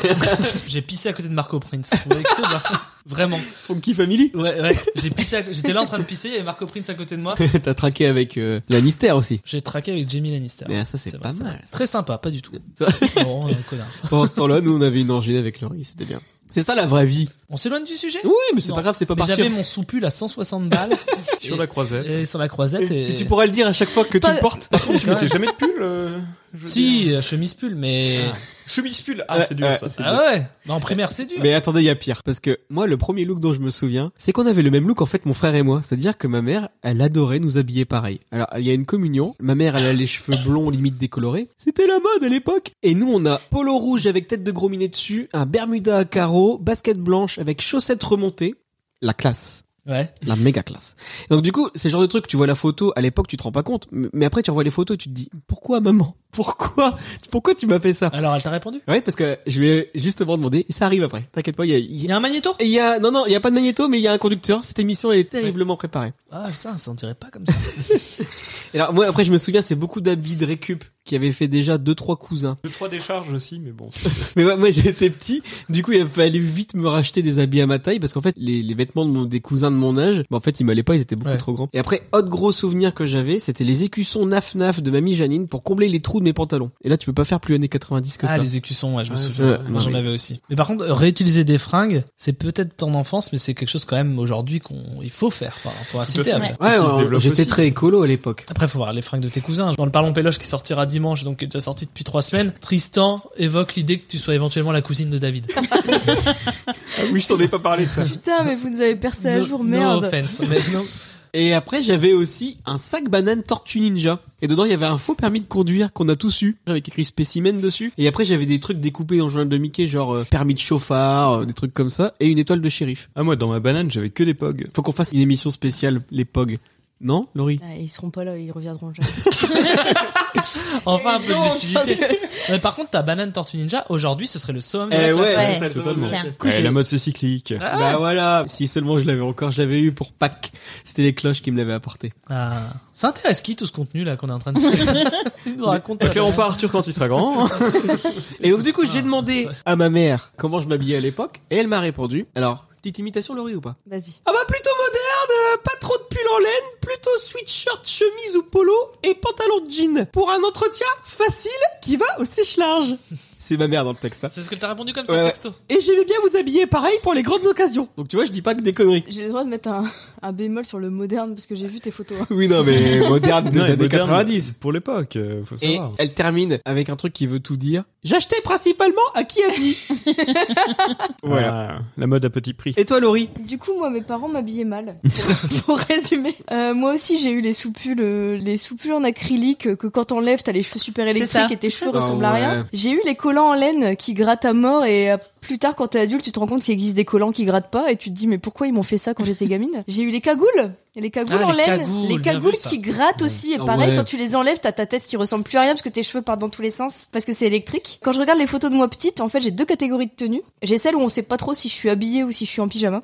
Speaker 2: j'ai pissé à côté de Marco Prince. Vous voyez que c'est ou pas Vraiment.
Speaker 3: Funky Family
Speaker 2: Ouais, ouais. J'ai pissé. à- J'étais là en train de pisser et Marco Prince à côté de moi.
Speaker 3: T'as traqué avec euh, Lannister aussi.
Speaker 2: J'ai traqué avec Jamie Lannister.
Speaker 3: Mais ça c'est
Speaker 2: C'est
Speaker 3: pas
Speaker 2: vrai, c'est
Speaker 3: mal.
Speaker 2: Très sympa, pas du tout.
Speaker 3: Ça-
Speaker 2: Non, euh, connard.
Speaker 3: Pendant ce temps-là, nous on avait une enginée avec Laurie, c'était bien. C'est ça la vraie vie.
Speaker 2: On s'éloigne du sujet
Speaker 3: Oui, mais c'est
Speaker 2: Non.
Speaker 3: pas grave, c'est pas
Speaker 2: Mais
Speaker 3: parti.
Speaker 2: J'avais mon soupul à 160 balles
Speaker 7: Sur la croisette.
Speaker 2: et sur la croisette et,
Speaker 3: Et tu pourras le dire à chaque fois que tu
Speaker 4: Pas-
Speaker 3: le portes.
Speaker 7: Par contre, tu
Speaker 2: Ouais.
Speaker 7: mettais jamais de pull euh, je veux
Speaker 2: Si,
Speaker 7: dire.
Speaker 2: euh, chemise pull, mais
Speaker 7: Chemise pull. Ah,
Speaker 3: Ouais,
Speaker 7: c'est dur
Speaker 3: ouais,
Speaker 7: ça.
Speaker 3: c'est
Speaker 2: ah ouais. Non, en primaire c'est dur.
Speaker 3: Mais attendez, il y a pire. Parce que moi, le premier look dont je me souviens, c'est qu'on avait le même look, en fait, mon frère et moi. C'est-à-dire que ma mère, elle adorait nous habiller pareil. Alors, il y a une communion. Ma mère, elle a les cheveux blonds, limite décolorés. C'était la mode à l'époque. Et nous, on a polo rouge avec tête de gros minet dessus, un bermuda à carreaux, basket blanche avec chaussettes remontées. La classe.
Speaker 2: Ouais.
Speaker 3: La méga classe. Donc du coup, c'est le genre de truc, tu vois la photo, à l'époque tu te rends pas compte, mais mais après tu revois les photos et tu te dis, pourquoi maman Pourquoi Pourquoi tu m'as fait ça
Speaker 2: Alors elle t'a répondu
Speaker 3: Ouais, parce que je lui ai justement demandé, ça arrive après, t'inquiète pas, il y a, il
Speaker 2: Il
Speaker 3: y
Speaker 2: y
Speaker 3: a-
Speaker 2: a un magnéto
Speaker 3: il y a- non, non, il y a pas de magnéto, mais il y a un conducteur, cette émission est terriblement préparée.
Speaker 2: Ah putain, ça en dirait pas comme ça.
Speaker 3: Et alors, moi, après, je me souviens, c'est beaucoup d'habits de récup qui avait fait déjà deux trois cousins.
Speaker 7: Deux, trois décharges aussi, mais bon.
Speaker 3: Mais moi, moi, j'étais petit, du coup il fallait vite me racheter des habits à ma taille parce qu'en fait les, les vêtements de mon- des cousins de mon âge, bah, en fait ils m'allaient pas, ils étaient beaucoup
Speaker 2: Ouais.
Speaker 3: trop grands. Et après, autre gros souvenir que j'avais, c'était les écussons naf naf de mamie Janine pour combler les trous de mes pantalons. Et là tu peux pas faire plus années 90 que
Speaker 2: Ah,
Speaker 3: ça.
Speaker 2: les écussons, ouais, je me
Speaker 3: Ouais,
Speaker 2: souviens.
Speaker 3: ça,
Speaker 2: Moi,
Speaker 3: ouais.
Speaker 2: j'en avais aussi. Mais par contre, réutiliser des fringues, c'est peut-être ton enfance, mais c'est quelque chose quand même aujourd'hui qu'on, il faut faire. Enfin, faut inciter à
Speaker 6: fait.
Speaker 2: faire.
Speaker 3: Ouais,
Speaker 7: Qui se
Speaker 3: ouais,
Speaker 7: développe
Speaker 3: j'étais
Speaker 7: aussi.
Speaker 3: très écolo à l'époque.
Speaker 2: Après, faut voir les fringues de tes cousins. Dans le Parlons Péloche qui sortira dimanche, donc qui est déjà sorti depuis trois semaines, Tristan évoque l'idée que tu sois éventuellement la cousine de David.
Speaker 7: Ah oui, je t'en ai pas parlé de ça.
Speaker 4: Putain, mais vous nous avez percé à
Speaker 2: No-
Speaker 4: jour,
Speaker 2: No
Speaker 4: merde.
Speaker 2: offense. Mais non.
Speaker 3: Et après, j'avais aussi un sac banane Tortue Ninja. Et dedans, il y avait un faux permis de conduire qu'on a tous eu, avec écrit spécimen dessus. Et après, j'avais des trucs découpés dans le journal de Mickey, genre euh, permis de chauffard, euh, des trucs comme ça, et une étoile de shérif.
Speaker 7: Ah, moi, dans ma banane, j'avais que des pogs.
Speaker 3: Faut qu'on fasse une émission spéciale, les POG. Non, Laurie
Speaker 4: Ah, ils seront pas là, ils reviendront jamais.
Speaker 2: Enfin, un peu de
Speaker 4: Non,
Speaker 2: lucidité.
Speaker 4: parce que-
Speaker 2: Mais par contre, ta banane tortue ninja, aujourd'hui, ce serait le sommet.
Speaker 3: Eh
Speaker 2: de la classe.
Speaker 6: ouais,
Speaker 3: ça, ça,
Speaker 7: totalement.
Speaker 3: ça, ça.
Speaker 6: Ouais,
Speaker 3: Couché.
Speaker 7: Eh, la mode, c'est cyclique.
Speaker 3: Bah voilà, si seulement je l'avais encore, je l'avais eu pour Pâques. C'était les cloches qui me l'avaient apporté.
Speaker 2: Ah. Ça intéresse qui tout ce contenu là qu'on est en train de faire Il nous raconte.
Speaker 7: T'as clairement pas Arthur quand il sera grand.
Speaker 3: Et donc du coup, j'ai demandé
Speaker 7: Ah,
Speaker 3: à ma mère comment je m'habillais à l'époque, et elle m'a répondu. Alors, petite imitation, Laurie ou pas
Speaker 4: Vas-y.
Speaker 3: Ah bah plutôt moderne, euh, pas trop de pull en laine, plutôt sweatshirt, chemise ou polo et pantalon de jean. Pour un entretien facile qui va au sèche-large. C'est ma mère dans le texte. hein.
Speaker 2: C'est ce que t'as répondu comme ça,
Speaker 3: Ouais, ouais.
Speaker 2: texto.
Speaker 3: Et j'aimais bien vous habiller pareil pour les grandes occasions. Donc tu vois, je dis pas que des conneries.
Speaker 4: J'ai le droit de mettre un, un bémol sur le moderne parce que j'ai vu tes photos. hein.
Speaker 3: Oui, non, mais moderne
Speaker 7: Non, et moderne Pour l'époque, euh, faut
Speaker 3: Et
Speaker 7: savoir.
Speaker 3: elle termine avec un truc qui veut tout dire. J'achetais principalement à qui habille. voilà.
Speaker 7: Voilà. Ah, la mode à petit prix.
Speaker 3: Et toi, Laurie
Speaker 4: Du coup, moi, mes parents m'habillaient mal. Pour, pour résumer, Euh, moi aussi, j'ai eu les soupules, euh, les soupules en acrylique euh, que quand t'enlèves, t'as les cheveux super
Speaker 6: ça.
Speaker 4: électriques et tes cheveux
Speaker 3: Ah
Speaker 4: ressemblent à
Speaker 3: ouais.
Speaker 4: rien. J'ai eu les collants en laine qui grattent à mort et euh, plus tard, quand t'es adulte, tu te rends compte qu'il existe des collants qui grattent pas et tu te dis mais pourquoi ils m'ont fait ça quand j'étais gamine J'ai eu les cagoules. Et les cagoules
Speaker 2: Ah,
Speaker 4: en
Speaker 2: les
Speaker 4: laine,
Speaker 2: cagoules,
Speaker 4: les
Speaker 2: bien
Speaker 4: cagoules
Speaker 2: vu, ça.
Speaker 4: qui grattent aussi. Et
Speaker 3: Ah
Speaker 4: pareil,
Speaker 3: ouais.
Speaker 4: quand tu les enlèves, t'as ta tête qui ressemble plus à rien parce que tes cheveux partent dans tous les sens parce que c'est électrique. Quand je regarde les photos de moi petite, en fait, j'ai deux catégories de tenues. J'ai celle où on sait pas trop si je suis habillée ou si je suis en pyjama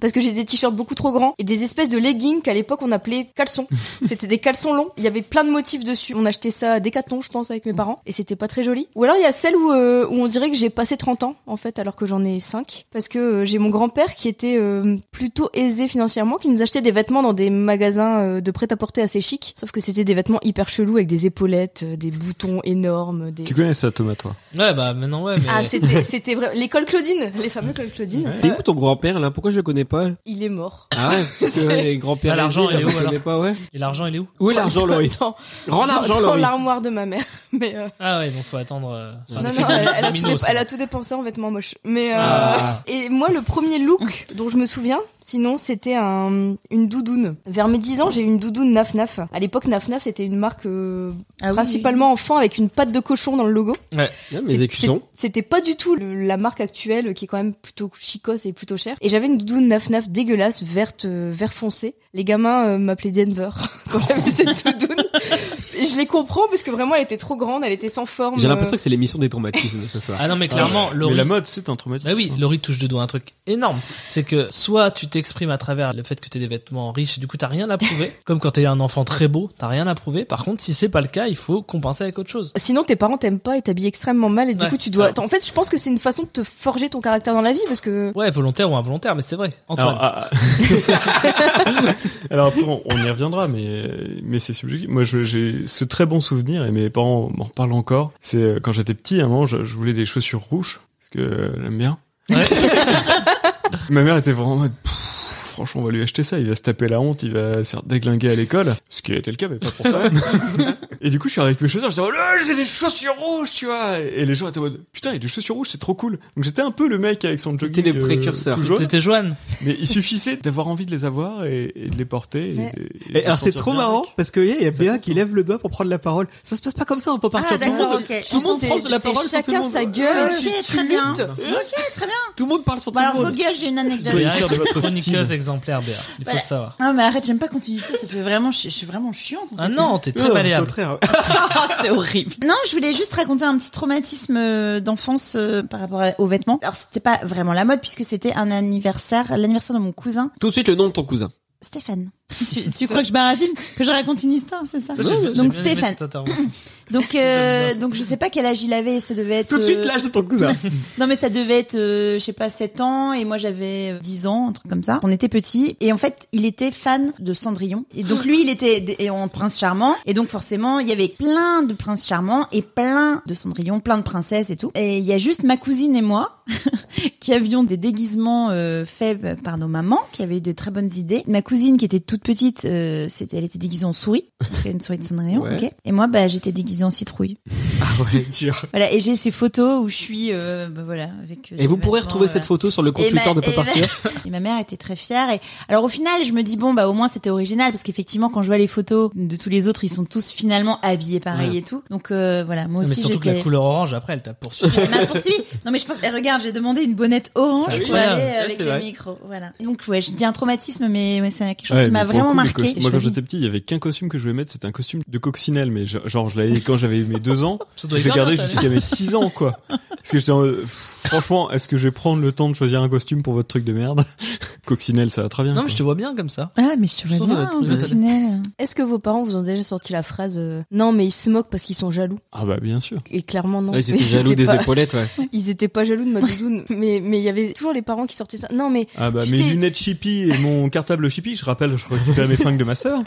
Speaker 4: parce que j'ai des t-shirts beaucoup trop grands et des espèces de leggings qu'à l'époque on appelait caleçons. C'était des caleçons longs, il y avait plein de motifs dessus. On achetait ça à Decathlon, je pense, avec mes parents et c'était pas très joli. Ou alors il y a celle où, euh, où on dirait que j'ai passé 30 ans en fait, alors que j'en ai 5 parce que euh, j'ai mon grand-père qui était euh, plutôt aisé financièrement, qui nous achetait des vêtements dans des magasins euh, de prêt-à-porter assez chic, sauf que c'était des vêtements hyper chelous avec des épaulettes, euh, des boutons énormes, des
Speaker 7: Tu connais ça, Thomas, toi
Speaker 2: Ouais, bah maintenant, ouais, mais.
Speaker 4: Ah, c'était c'était vrai, l'école Claudine, les fameux cols Claudine.
Speaker 7: Ouais.
Speaker 3: T'es
Speaker 4: Euh,
Speaker 3: où ton grand-père là Pourquoi je le connais pas
Speaker 4: il est mort.
Speaker 3: Ah ouais Parce que les grands-pères,
Speaker 2: Bah, l'argent,
Speaker 3: aisés,
Speaker 2: il est
Speaker 3: là,
Speaker 2: où,
Speaker 3: je le connais
Speaker 2: alors
Speaker 3: pas, ouais.
Speaker 2: Et l'argent, il est où
Speaker 3: Où est l'argent, Laurie
Speaker 4: Attends. Dans-
Speaker 3: Rends l'argent,
Speaker 4: dans
Speaker 3: Laurie.
Speaker 4: l'armoire de ma mère. Mais euh,
Speaker 2: Ah ouais, donc faut attendre. euh, c'est un
Speaker 4: non,
Speaker 2: effet
Speaker 4: non, elle, elle a tout
Speaker 2: domino,
Speaker 4: dé-
Speaker 2: ça.
Speaker 4: elle a tout dépensé en vêtements moches. Mais euh,
Speaker 2: Ah.
Speaker 4: et moi, le premier look dont je me souviens, sinon, c'était un, une doudoune. Vers mes 10 ans, j'ai eu une doudoune Naf Naf. À l'époque, Naf Naf, c'était une marque euh,
Speaker 6: Ah oui.
Speaker 4: principalement enfant avec une patte de cochon dans le logo.
Speaker 3: Ah,
Speaker 4: C'est-
Speaker 3: Mes écussons.
Speaker 4: c'est- C'était pas du tout le- la marque actuelle qui est quand même plutôt chicose et plutôt chère. Et j'avais une doudoune naf naf dégueulasse, verte, euh, vert foncé. Les gamins euh, m'appelaient Denver quand j'avais cette doudoune. Et je les comprends parce que vraiment elle était trop grande, elle était sans forme. euh,
Speaker 3: J'ai
Speaker 6: euh,
Speaker 3: l'impression que c'est l'émission des traumatismes ce soir.
Speaker 2: Ah non, mais clairement,
Speaker 7: Mais
Speaker 2: Laurie.
Speaker 7: la mode, c'est un traumatisme.
Speaker 2: Bah oui, Laurie touche du doigt un truc énorme. C'est que soit tu t'exprimes à travers le fait que t'es des vêtements riches et du coup t'as rien à prouver. comme quand t'es un enfant très beau, t'as rien à prouver. Par contre, si c'est pas le cas, il faut compenser avec autre chose.
Speaker 4: Sinon, tes parents t'aiment pas et t'habillent extrêmement mal et du
Speaker 2: Ouais.
Speaker 4: coup, tu dois.
Speaker 2: Ouais.
Speaker 4: En fait, je pense que c'est une façon de te forger ton caractère dans la vie parce que.
Speaker 2: Ouais, volontaire ou involontaire, mais c'est vrai. Antoine.
Speaker 7: Alors, ah, ah. Alors, après, on, on y reviendra, mais, mais c'est subjectif. Moi, je- j'ai ce très bon souvenir, et mes parents m'en reparlent encore. C'est euh, quand j'étais petit, à un moment, je, je voulais des chaussures rouges, parce que euh, elle aime bien.
Speaker 2: Ouais.
Speaker 7: Ma mère était vraiment en mode, Pff, franchement, on va lui acheter ça, il va se taper la honte, il va se faire déglinguer à l'école. Ce qui a été le cas, mais pas pour ça. et du coup, je suis arrivé avec mes chaussures, je dis, oh là, j'ai des chaussures rouges, tu vois. Et les gens étaient en mode, putain, il y a des chaussures rouges, c'est trop cool. Donc j'étais un peu le mec avec son jogging.
Speaker 3: T'étais le
Speaker 7: euh,
Speaker 3: précurseur.
Speaker 7: tout jaune.
Speaker 2: T'étais Joanne.
Speaker 7: Mais il suffisait d'avoir envie de les avoir et, et de les porter. et-
Speaker 4: Ouais.
Speaker 7: Et,
Speaker 3: Et alors c'est trop marrant parce que yeah, il y a Béa qui lève le doigt pour prendre la parole. Ça se passe pas comme ça, on peut
Speaker 6: Ah
Speaker 3: partir. tout, le
Speaker 6: d'accord,
Speaker 3: monde,
Speaker 6: ok. Ah,
Speaker 3: tout le monde
Speaker 4: C'est-
Speaker 3: prend la
Speaker 4: c'est
Speaker 3: parole sur tout le
Speaker 4: chacun
Speaker 3: monde.
Speaker 4: sa gueule
Speaker 6: Ok,
Speaker 4: et tu, tu
Speaker 6: très bien.
Speaker 4: luttes.
Speaker 6: Ok, très bien.
Speaker 3: Tout le monde parle sur
Speaker 6: Bon,
Speaker 3: tout
Speaker 6: Bah alors,
Speaker 3: le
Speaker 6: vos
Speaker 3: monde.
Speaker 6: gueules, j'ai une anecdote.
Speaker 7: Soyez fiers de votre
Speaker 2: Chroniqueuse
Speaker 7: style.
Speaker 2: exemplaire, Béa. Il faut
Speaker 6: Voilà.
Speaker 2: le savoir.
Speaker 6: Non, mais arrête, j'aime pas quand tu dis ça, ça fait vraiment, je, je suis vraiment chiante. en fait.
Speaker 2: Ah non,
Speaker 3: Non,
Speaker 2: t'es
Speaker 7: Oh.
Speaker 2: très
Speaker 3: au
Speaker 2: malléable.
Speaker 3: contraire.
Speaker 6: c'est horrible. Non, je voulais juste raconter un petit traumatisme euh, d'enfance euh, par rapport à- aux vêtements. Alors, c'était pas vraiment la mode puisque c'était un anniversaire, l'anniversaire de mon cousin,
Speaker 3: Tout de suite le nom de ton cousin.
Speaker 6: Stéphane. tu, tu crois que je baratine Que je raconte une histoire, c'est ça,
Speaker 2: Ça, j'ai- j'ai
Speaker 6: Donc
Speaker 2: bien aimé
Speaker 6: Stéphane.
Speaker 2: cette intervention.
Speaker 6: Donc, euh,
Speaker 2: J'aime bien.
Speaker 6: donc je sais pas quel âge il avait, ça devait être...
Speaker 3: Tout de suite
Speaker 6: euh,
Speaker 3: l'âge de ton cousin.
Speaker 6: Non mais ça devait être, euh, je sais pas, 7 ans et moi j'avais euh, 10 ans, un truc comme ça. On était petits et en fait il était fan de Cendrillon et donc lui il était d- et en prince charmant et donc forcément il y avait plein de princes charmants et plein de Cendrillon, plein de princesses et tout. Et il y a juste ma cousine et moi qui avions des déguisements euh, faits par nos mamans qui avaient eu de très bonnes idées. Ma cousine qui était toute petite, euh, c'était elle était déguisée en souris, donc une souris de Cendrillon,
Speaker 3: Ouais.
Speaker 6: ok. Et moi bah j'étais déguisée en citrouille.
Speaker 3: Ah ouais, dur.
Speaker 6: Voilà, et j'ai ces photos où je suis, euh, bah voilà, avec. euh,
Speaker 3: Et vous
Speaker 6: des
Speaker 3: pourrez
Speaker 6: vêtements,
Speaker 3: retrouver
Speaker 6: voilà.
Speaker 3: cette photo sur le compte
Speaker 6: Et ma-
Speaker 3: Twitter de Pop
Speaker 6: et ma-
Speaker 3: Arthur.
Speaker 6: Et ma mère était très fière. Et alors au final, je me dis bon bah au moins c'était original parce qu'effectivement quand je vois les photos de tous les autres, ils sont tous finalement habillés pareil
Speaker 3: Ouais.
Speaker 6: et tout. Donc euh, voilà, moi
Speaker 2: Non, mais
Speaker 6: aussi
Speaker 2: surtout que la
Speaker 6: j'étais.
Speaker 2: couleur orange, après, elle t'a poursuivi.
Speaker 6: Elle m'a poursuivi. Non mais je pense, eh, regarde, j'ai demandé une bonnette orange
Speaker 3: Ça, oui.
Speaker 6: pour aller
Speaker 2: Ouais,
Speaker 6: euh,
Speaker 3: ouais,
Speaker 6: avec
Speaker 3: c'est
Speaker 6: le
Speaker 3: vrai.
Speaker 6: micro. Voilà. Donc ouais, je dis un traumatisme, mais ouais, c'est quelque chose
Speaker 7: Ouais,
Speaker 6: qui
Speaker 7: mais
Speaker 6: m'a
Speaker 7: pour le
Speaker 6: vraiment
Speaker 7: coup, les
Speaker 6: marqué.
Speaker 7: cos- Moi, quand j'étais petit, il y avait qu'un costume que je voulais mettre, c'était un costume de coccinelle, mais je- genre, je l'avais quand j'avais mes deux ans.
Speaker 2: Ça doit
Speaker 7: Je l'ai
Speaker 2: être
Speaker 7: gardé
Speaker 2: bien,
Speaker 7: jusqu'à mes 6 ans, quoi. Parce que j'étais en mode, pff, franchement, est-ce que je vais prendre le temps de choisir un costume pour votre truc de merde Coccinelle, ça va très bien.
Speaker 2: Non, mais
Speaker 7: quoi.
Speaker 2: je te vois bien comme ça.
Speaker 6: Ah mais je te
Speaker 2: Je sens
Speaker 6: vois
Speaker 2: ça
Speaker 6: bien,
Speaker 2: doit être-
Speaker 6: hein, coccinelle.
Speaker 4: Est-ce que vos parents vous ont déjà sorti la phrase euh, Non, mais ils se moquent parce qu'ils sont jaloux
Speaker 7: Ah bah, bien sûr.
Speaker 4: Et clairement, non.
Speaker 3: Ah, ils étaient jaloux des
Speaker 4: pas-
Speaker 3: épaulettes, ouais.
Speaker 4: Ils étaient pas jaloux de ma doudoune, mais mais il y avait toujours les parents qui sortaient ça. Non, mais
Speaker 7: Ah bah,
Speaker 4: Tu
Speaker 7: mes
Speaker 4: sais-
Speaker 7: lunettes chippy et mon cartable chippy, je rappelle, je récupère mes fringues de ma sœur.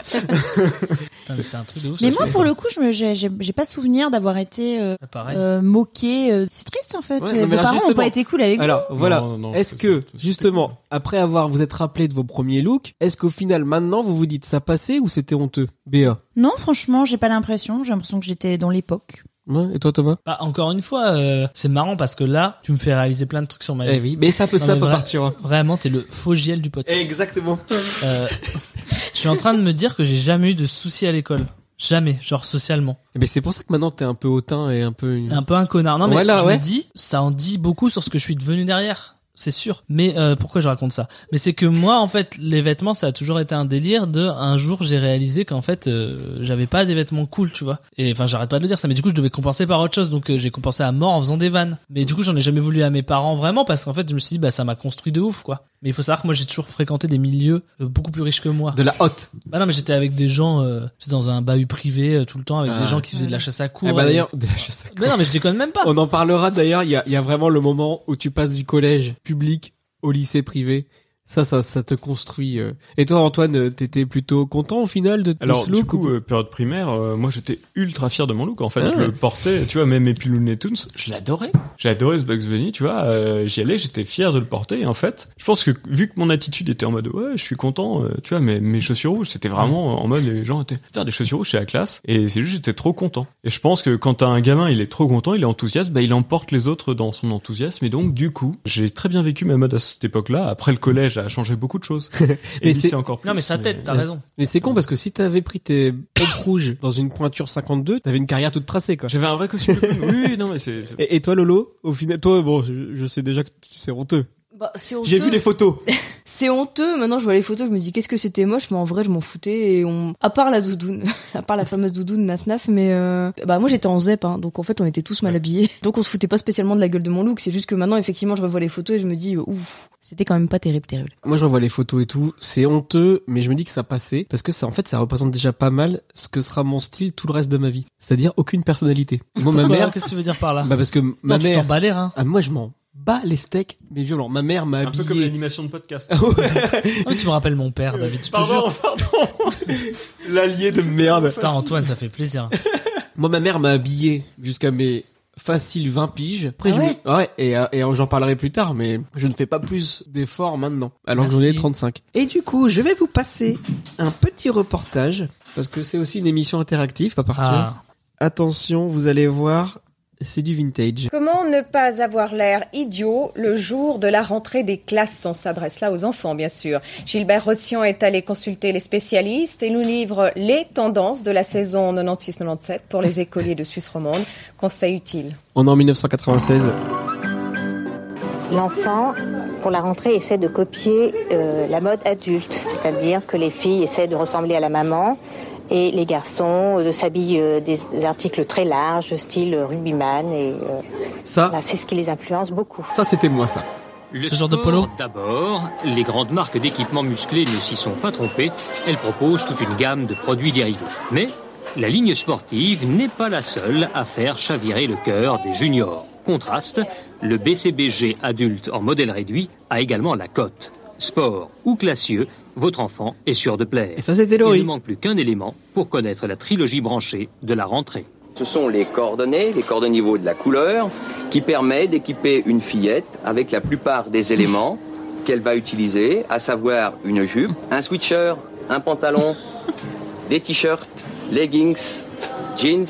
Speaker 2: Putain, mais c'est un truc de ouf.
Speaker 6: Mais
Speaker 2: ça, je
Speaker 6: moi
Speaker 2: te
Speaker 6: pour
Speaker 2: vois.
Speaker 6: le coup, je me, j'ai, j'ai- j'ai pas souvenir d'avoir été euh,
Speaker 2: Pareil.
Speaker 6: euh, moqué. euh, C'est triste en fait.
Speaker 3: Ouais,
Speaker 6: Euh,
Speaker 3: non, mais
Speaker 6: Vos
Speaker 3: alors,
Speaker 6: parents ont
Speaker 3: justement.
Speaker 6: pas été cool avec
Speaker 3: Alors voilà,
Speaker 7: Non, non,
Speaker 3: est-ce
Speaker 7: c'est-
Speaker 3: que
Speaker 7: c'est-
Speaker 3: justement après avoir vous êtes rappelé de vos premiers looks, est-ce qu'au final maintenant vous vous dites ça passait ou c'était honteux, Béa
Speaker 6: Non, franchement, j'ai pas l'impression. J'ai l'impression que j'étais dans l'époque.
Speaker 3: Ouais, Et toi Thomas
Speaker 2: Bah, encore une fois, euh, c'est marrant parce que là, tu me fais réaliser plein de trucs sur ma
Speaker 3: Eh
Speaker 2: vie.
Speaker 3: oui, mais ça peut
Speaker 2: Non,
Speaker 3: ça
Speaker 2: mais
Speaker 3: peut
Speaker 2: vrai-
Speaker 3: partir. hein.
Speaker 2: Vraiment, t'es le faux giel du
Speaker 7: Eh
Speaker 2: podcast.
Speaker 3: Exactement.
Speaker 2: Euh, je suis en train de me dire que j'ai jamais eu de soucis à l'école. Jamais, genre socialement.
Speaker 3: Mais Eh ben, c'est pour ça que maintenant t'es un peu hautain et un peu.
Speaker 2: Mmh. Un peu un connard. Non, mais
Speaker 3: Voilà,
Speaker 2: je
Speaker 3: ouais.
Speaker 2: me dis, ça en dit beaucoup sur ce que je suis devenu derrière. C'est sûr. Mais euh, pourquoi je raconte ça Mais c'est que moi, en fait, les vêtements, ça a toujours été un délire de un jour, j'ai réalisé qu'en fait, euh, j'avais pas des vêtements cool, tu vois. Et enfin, j'arrête pas de le dire ça, mais du coup, je devais compenser par autre chose. Donc, euh, j'ai compensé à mort en faisant des vannes. Mais du coup, j'en ai jamais voulu à mes parents vraiment parce qu'en fait, je me suis dit, bah, ça m'a construit de ouf, quoi. Mais il faut savoir que moi, j'ai toujours fréquenté des milieux euh, beaucoup plus riches que moi.
Speaker 3: De la haute.
Speaker 2: Bah non, mais j'étais avec des gens, euh, j'étais dans un bahut privé euh, tout le temps avec
Speaker 3: Ah.
Speaker 2: des gens qui faisaient de la chasse à cours.
Speaker 3: Eh ben,
Speaker 2: et-
Speaker 3: d'ailleurs, je sais
Speaker 2: Mais non, mais je déconne même pas.
Speaker 3: On en parlera d'ailleurs, il y a, il y a vraiment le moment où tu passes du collège public au lycée privé. Ça, ça, ça te construit. euh. Et toi, Antoine, euh, t'étais plutôt content au final de, de
Speaker 7: Alors
Speaker 3: ce
Speaker 7: du
Speaker 3: look ou
Speaker 7: coup,
Speaker 3: pas
Speaker 7: euh, période primaire, euh, moi j'étais ultra fier de mon look. En fait,
Speaker 3: Ah
Speaker 7: je
Speaker 3: ouais.
Speaker 7: le portais, tu vois, même mes pilules Looney Tunes, je l'adorais. J'ai adoré ce Bugs Bunny, tu vois. euh, J'y allais, j'étais fier de le porter. Et en fait, je pense que vu que mon attitude était en mode ouais, je suis content, euh, tu vois, mes, mes chaussures rouges, c'était vraiment en mode les gens étaient putain des chaussures rouges, c'est la classe. Et c'est juste j'étais trop content. Et je pense que quand t'as un gamin, il est trop content, il est enthousiaste, bah il emporte les autres dans son enthousiasme. Et donc du coup, j'ai très bien vécu ma mode à cette époque-là. Après le collège, a changé beaucoup de choses.
Speaker 3: Et
Speaker 7: Et
Speaker 3: c'est-
Speaker 7: c'est encore plus.
Speaker 2: Non, mais sa tête, t'as raison.
Speaker 3: Mais c'est con parce que si t'avais pris tes pompes rouges dans une pointure 52, t'avais une carrière toute tracée, quoi.
Speaker 7: J'avais un vrai costume. de clown. Oui, oui, non, mais c'est. c'est-
Speaker 3: Et, et toi, Lolo, au final, toi, bon, je, je sais déjà que tu- c'est honteux.
Speaker 4: bah, c'est honteux.
Speaker 3: J'ai vu les photos.
Speaker 4: C'est honteux. Maintenant, je vois les photos, je me dis qu'est-ce que c'était moche, mais en vrai, je m'en foutais. Et on, à part la doudoune, à part la fameuse doudoune naf naf, mais euh, bah moi j'étais en zep, hein, donc en fait, on était tous mal habillés. Donc on se foutait pas spécialement de la gueule de mon look. C'est juste que maintenant, effectivement, je revois les photos et je me dis euh, ouf, c'était quand même pas terrible, terrible.
Speaker 3: Moi, je revois les photos et tout. C'est honteux, mais je me dis que ça passait parce que ça, en fait, ça représente déjà pas mal ce que sera mon style tout le reste de ma vie. C'est-à-dire aucune personnalité. Moi, ma
Speaker 2: Pourquoi
Speaker 3: mère,
Speaker 2: Qu'est-ce que tu veux dire par là
Speaker 3: bah parce que ma
Speaker 2: Non, tu hein. t'en
Speaker 3: mère,
Speaker 2: bats les reins.
Speaker 3: ah, moi, je m'en bats les steaks, mais violent. Ma mère m'a
Speaker 7: Un peu comme
Speaker 3: habillé.
Speaker 7: l'animation de podcast.
Speaker 2: Ah, mais tu me rappelles mon père, David. Je te jure.
Speaker 3: L'allié de merde.
Speaker 2: Putain, Antoine, ça fait plaisir.
Speaker 3: Moi, ma mère m'a habillé jusqu'à mes faciles 20 piges. Après, je me-
Speaker 6: ouais
Speaker 3: Ah ouais, et, euh, et j'en parlerai plus tard, mais je ne fais pas plus d'efforts maintenant, alors que j'en ai
Speaker 2: Merci.
Speaker 3: 35. Et du coup, je vais vous passer un petit reportage, parce que c'est aussi une émission interactive, pas partir.
Speaker 2: Ah.
Speaker 3: Attention, vous allez voir, c'est du vintage.
Speaker 9: Comment ne pas avoir l'air idiot le jour de la rentrée des classes On s'adresse là aux enfants, bien sûr. Gilbert Rossian est allé consulter les spécialistes et nous livre les tendances de la saison 96-97 pour les écoliers de Suisse romande. Conseil utile.
Speaker 3: On est en 1996.
Speaker 10: L'enfant, pour la rentrée, essaie de copier euh, la mode adulte, c'est-à-dire que les filles essaient de ressembler à la maman et les garçons euh, de s'habillent euh, des des articles très larges, style euh, rugbyman, et euh,
Speaker 3: Ça,
Speaker 10: là, c'est ce qui les influence beaucoup.
Speaker 3: ça c'était moi, ça.
Speaker 9: Le
Speaker 2: Ce genre de
Speaker 9: sport,
Speaker 2: polo
Speaker 9: D'abord, les grandes marques d'équipements musclés ne s'y sont pas trompées. Elles proposent toute une gamme de produits dérivés. Mais la ligne sportive n'est pas la seule à faire chavirer le cœur des juniors. Contraste, le BCBG adulte en modèle réduit a également la cote. Sport ou classieux, votre enfant est sûr de plaire.
Speaker 3: Et ça, c'était
Speaker 9: Il
Speaker 3: Laurie.
Speaker 9: ne manque plus qu'un élément pour connaître la trilogie branchée de la rentrée.
Speaker 5: Ce sont les coordonnées, les coordonnées niveau de la couleur, qui permet d'équiper une fillette avec la plupart des éléments qu'elle va utiliser, à savoir une jupe, un switcher, un pantalon, des t-shirts, leggings, jeans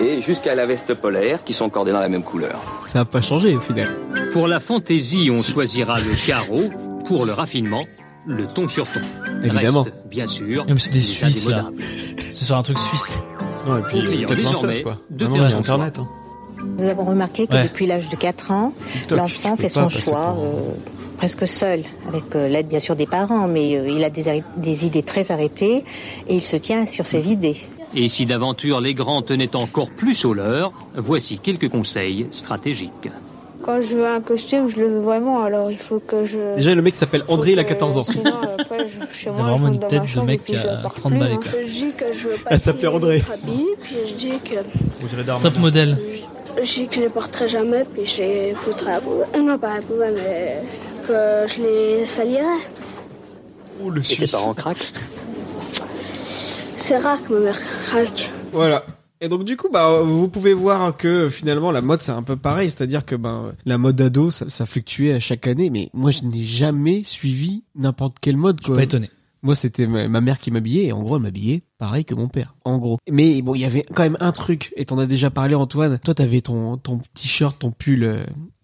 Speaker 5: et jusqu'à la veste polaire qui sont cordées dans la même couleur.
Speaker 3: Ça n'a pas changé au final.
Speaker 9: Pour la fantaisie, on choisira le carreau. Pour le raffinement, le ton sur ton.
Speaker 3: Évidemment.
Speaker 9: Reste, bien sûr.
Speaker 2: mais c'est des
Speaker 9: les
Speaker 2: Suisses, là.
Speaker 9: indémodables.
Speaker 2: C'est sur un truc suisse.
Speaker 3: Ah
Speaker 7: Non, et puis
Speaker 9: Pour
Speaker 7: euh,
Speaker 9: client,
Speaker 7: 96
Speaker 9: désormais,
Speaker 7: quoi.
Speaker 9: de
Speaker 7: Maintenant,
Speaker 9: faire
Speaker 7: il y a
Speaker 9: son
Speaker 7: internet. hein.
Speaker 10: Nous avons remarqué que
Speaker 2: Ouais.
Speaker 10: depuis l'âge de 4 ans,
Speaker 7: TikTok,
Speaker 10: l'enfant
Speaker 7: tu
Speaker 10: fait
Speaker 7: peux
Speaker 10: son
Speaker 7: pas passer
Speaker 10: choix
Speaker 7: pour-
Speaker 10: euh, presque seul, avec euh, l'aide bien sûr des parents, mais euh, il a des, arrêt- des idées très arrêtées et il se tient sur ses idées.
Speaker 9: Et si d'aventure les grands tenaient encore plus au leur, voici quelques conseils stratégiques.
Speaker 11: Quand je veux un costume, je le veux vraiment, alors il faut que je.
Speaker 3: Déjà, le mec s'appelle André, il a 14 ans.
Speaker 11: Sinon, euh, après, je, chez
Speaker 2: Il a
Speaker 11: moi, je
Speaker 2: vraiment
Speaker 11: rentre
Speaker 2: une
Speaker 11: dans
Speaker 2: tête
Speaker 11: ma
Speaker 2: de
Speaker 11: chambre
Speaker 2: mec
Speaker 11: et puis je
Speaker 2: qui a
Speaker 11: la porte
Speaker 2: 30
Speaker 11: plus,
Speaker 2: balais,
Speaker 11: hein.
Speaker 2: quoi.
Speaker 11: Je dis que je veux pas
Speaker 3: Elle s'appelait
Speaker 11: utiliser
Speaker 3: André.
Speaker 11: d'autres habits, puis je dis que
Speaker 2: Top modèle.
Speaker 11: je, que je les porterai jamais, puis je les foutrai à la poubelle. Euh, Non, pas à la poubelle, mais que je les salirai.
Speaker 7: Oh le
Speaker 9: Et tes
Speaker 7: Suisse.
Speaker 9: parents craquent
Speaker 11: C'est rare que ma mère craque.
Speaker 3: Voilà. Et donc du coup, bah, vous pouvez voir que finalement la mode c'est un peu pareil, c'est-à-dire que ben la mode ado ça, ça fluctuait à chaque année, mais moi je n'ai jamais suivi n'importe quelle mode. Quoi.
Speaker 2: Pas étonné.
Speaker 3: Moi c'était ma, ma mère qui m'habillait et en gros elle m'habillait pareil que mon père, en gros. Mais bon il y avait quand même un truc et t'en as déjà parlé Antoine. Toi t'avais ton ton t-shirt, ton pull euh,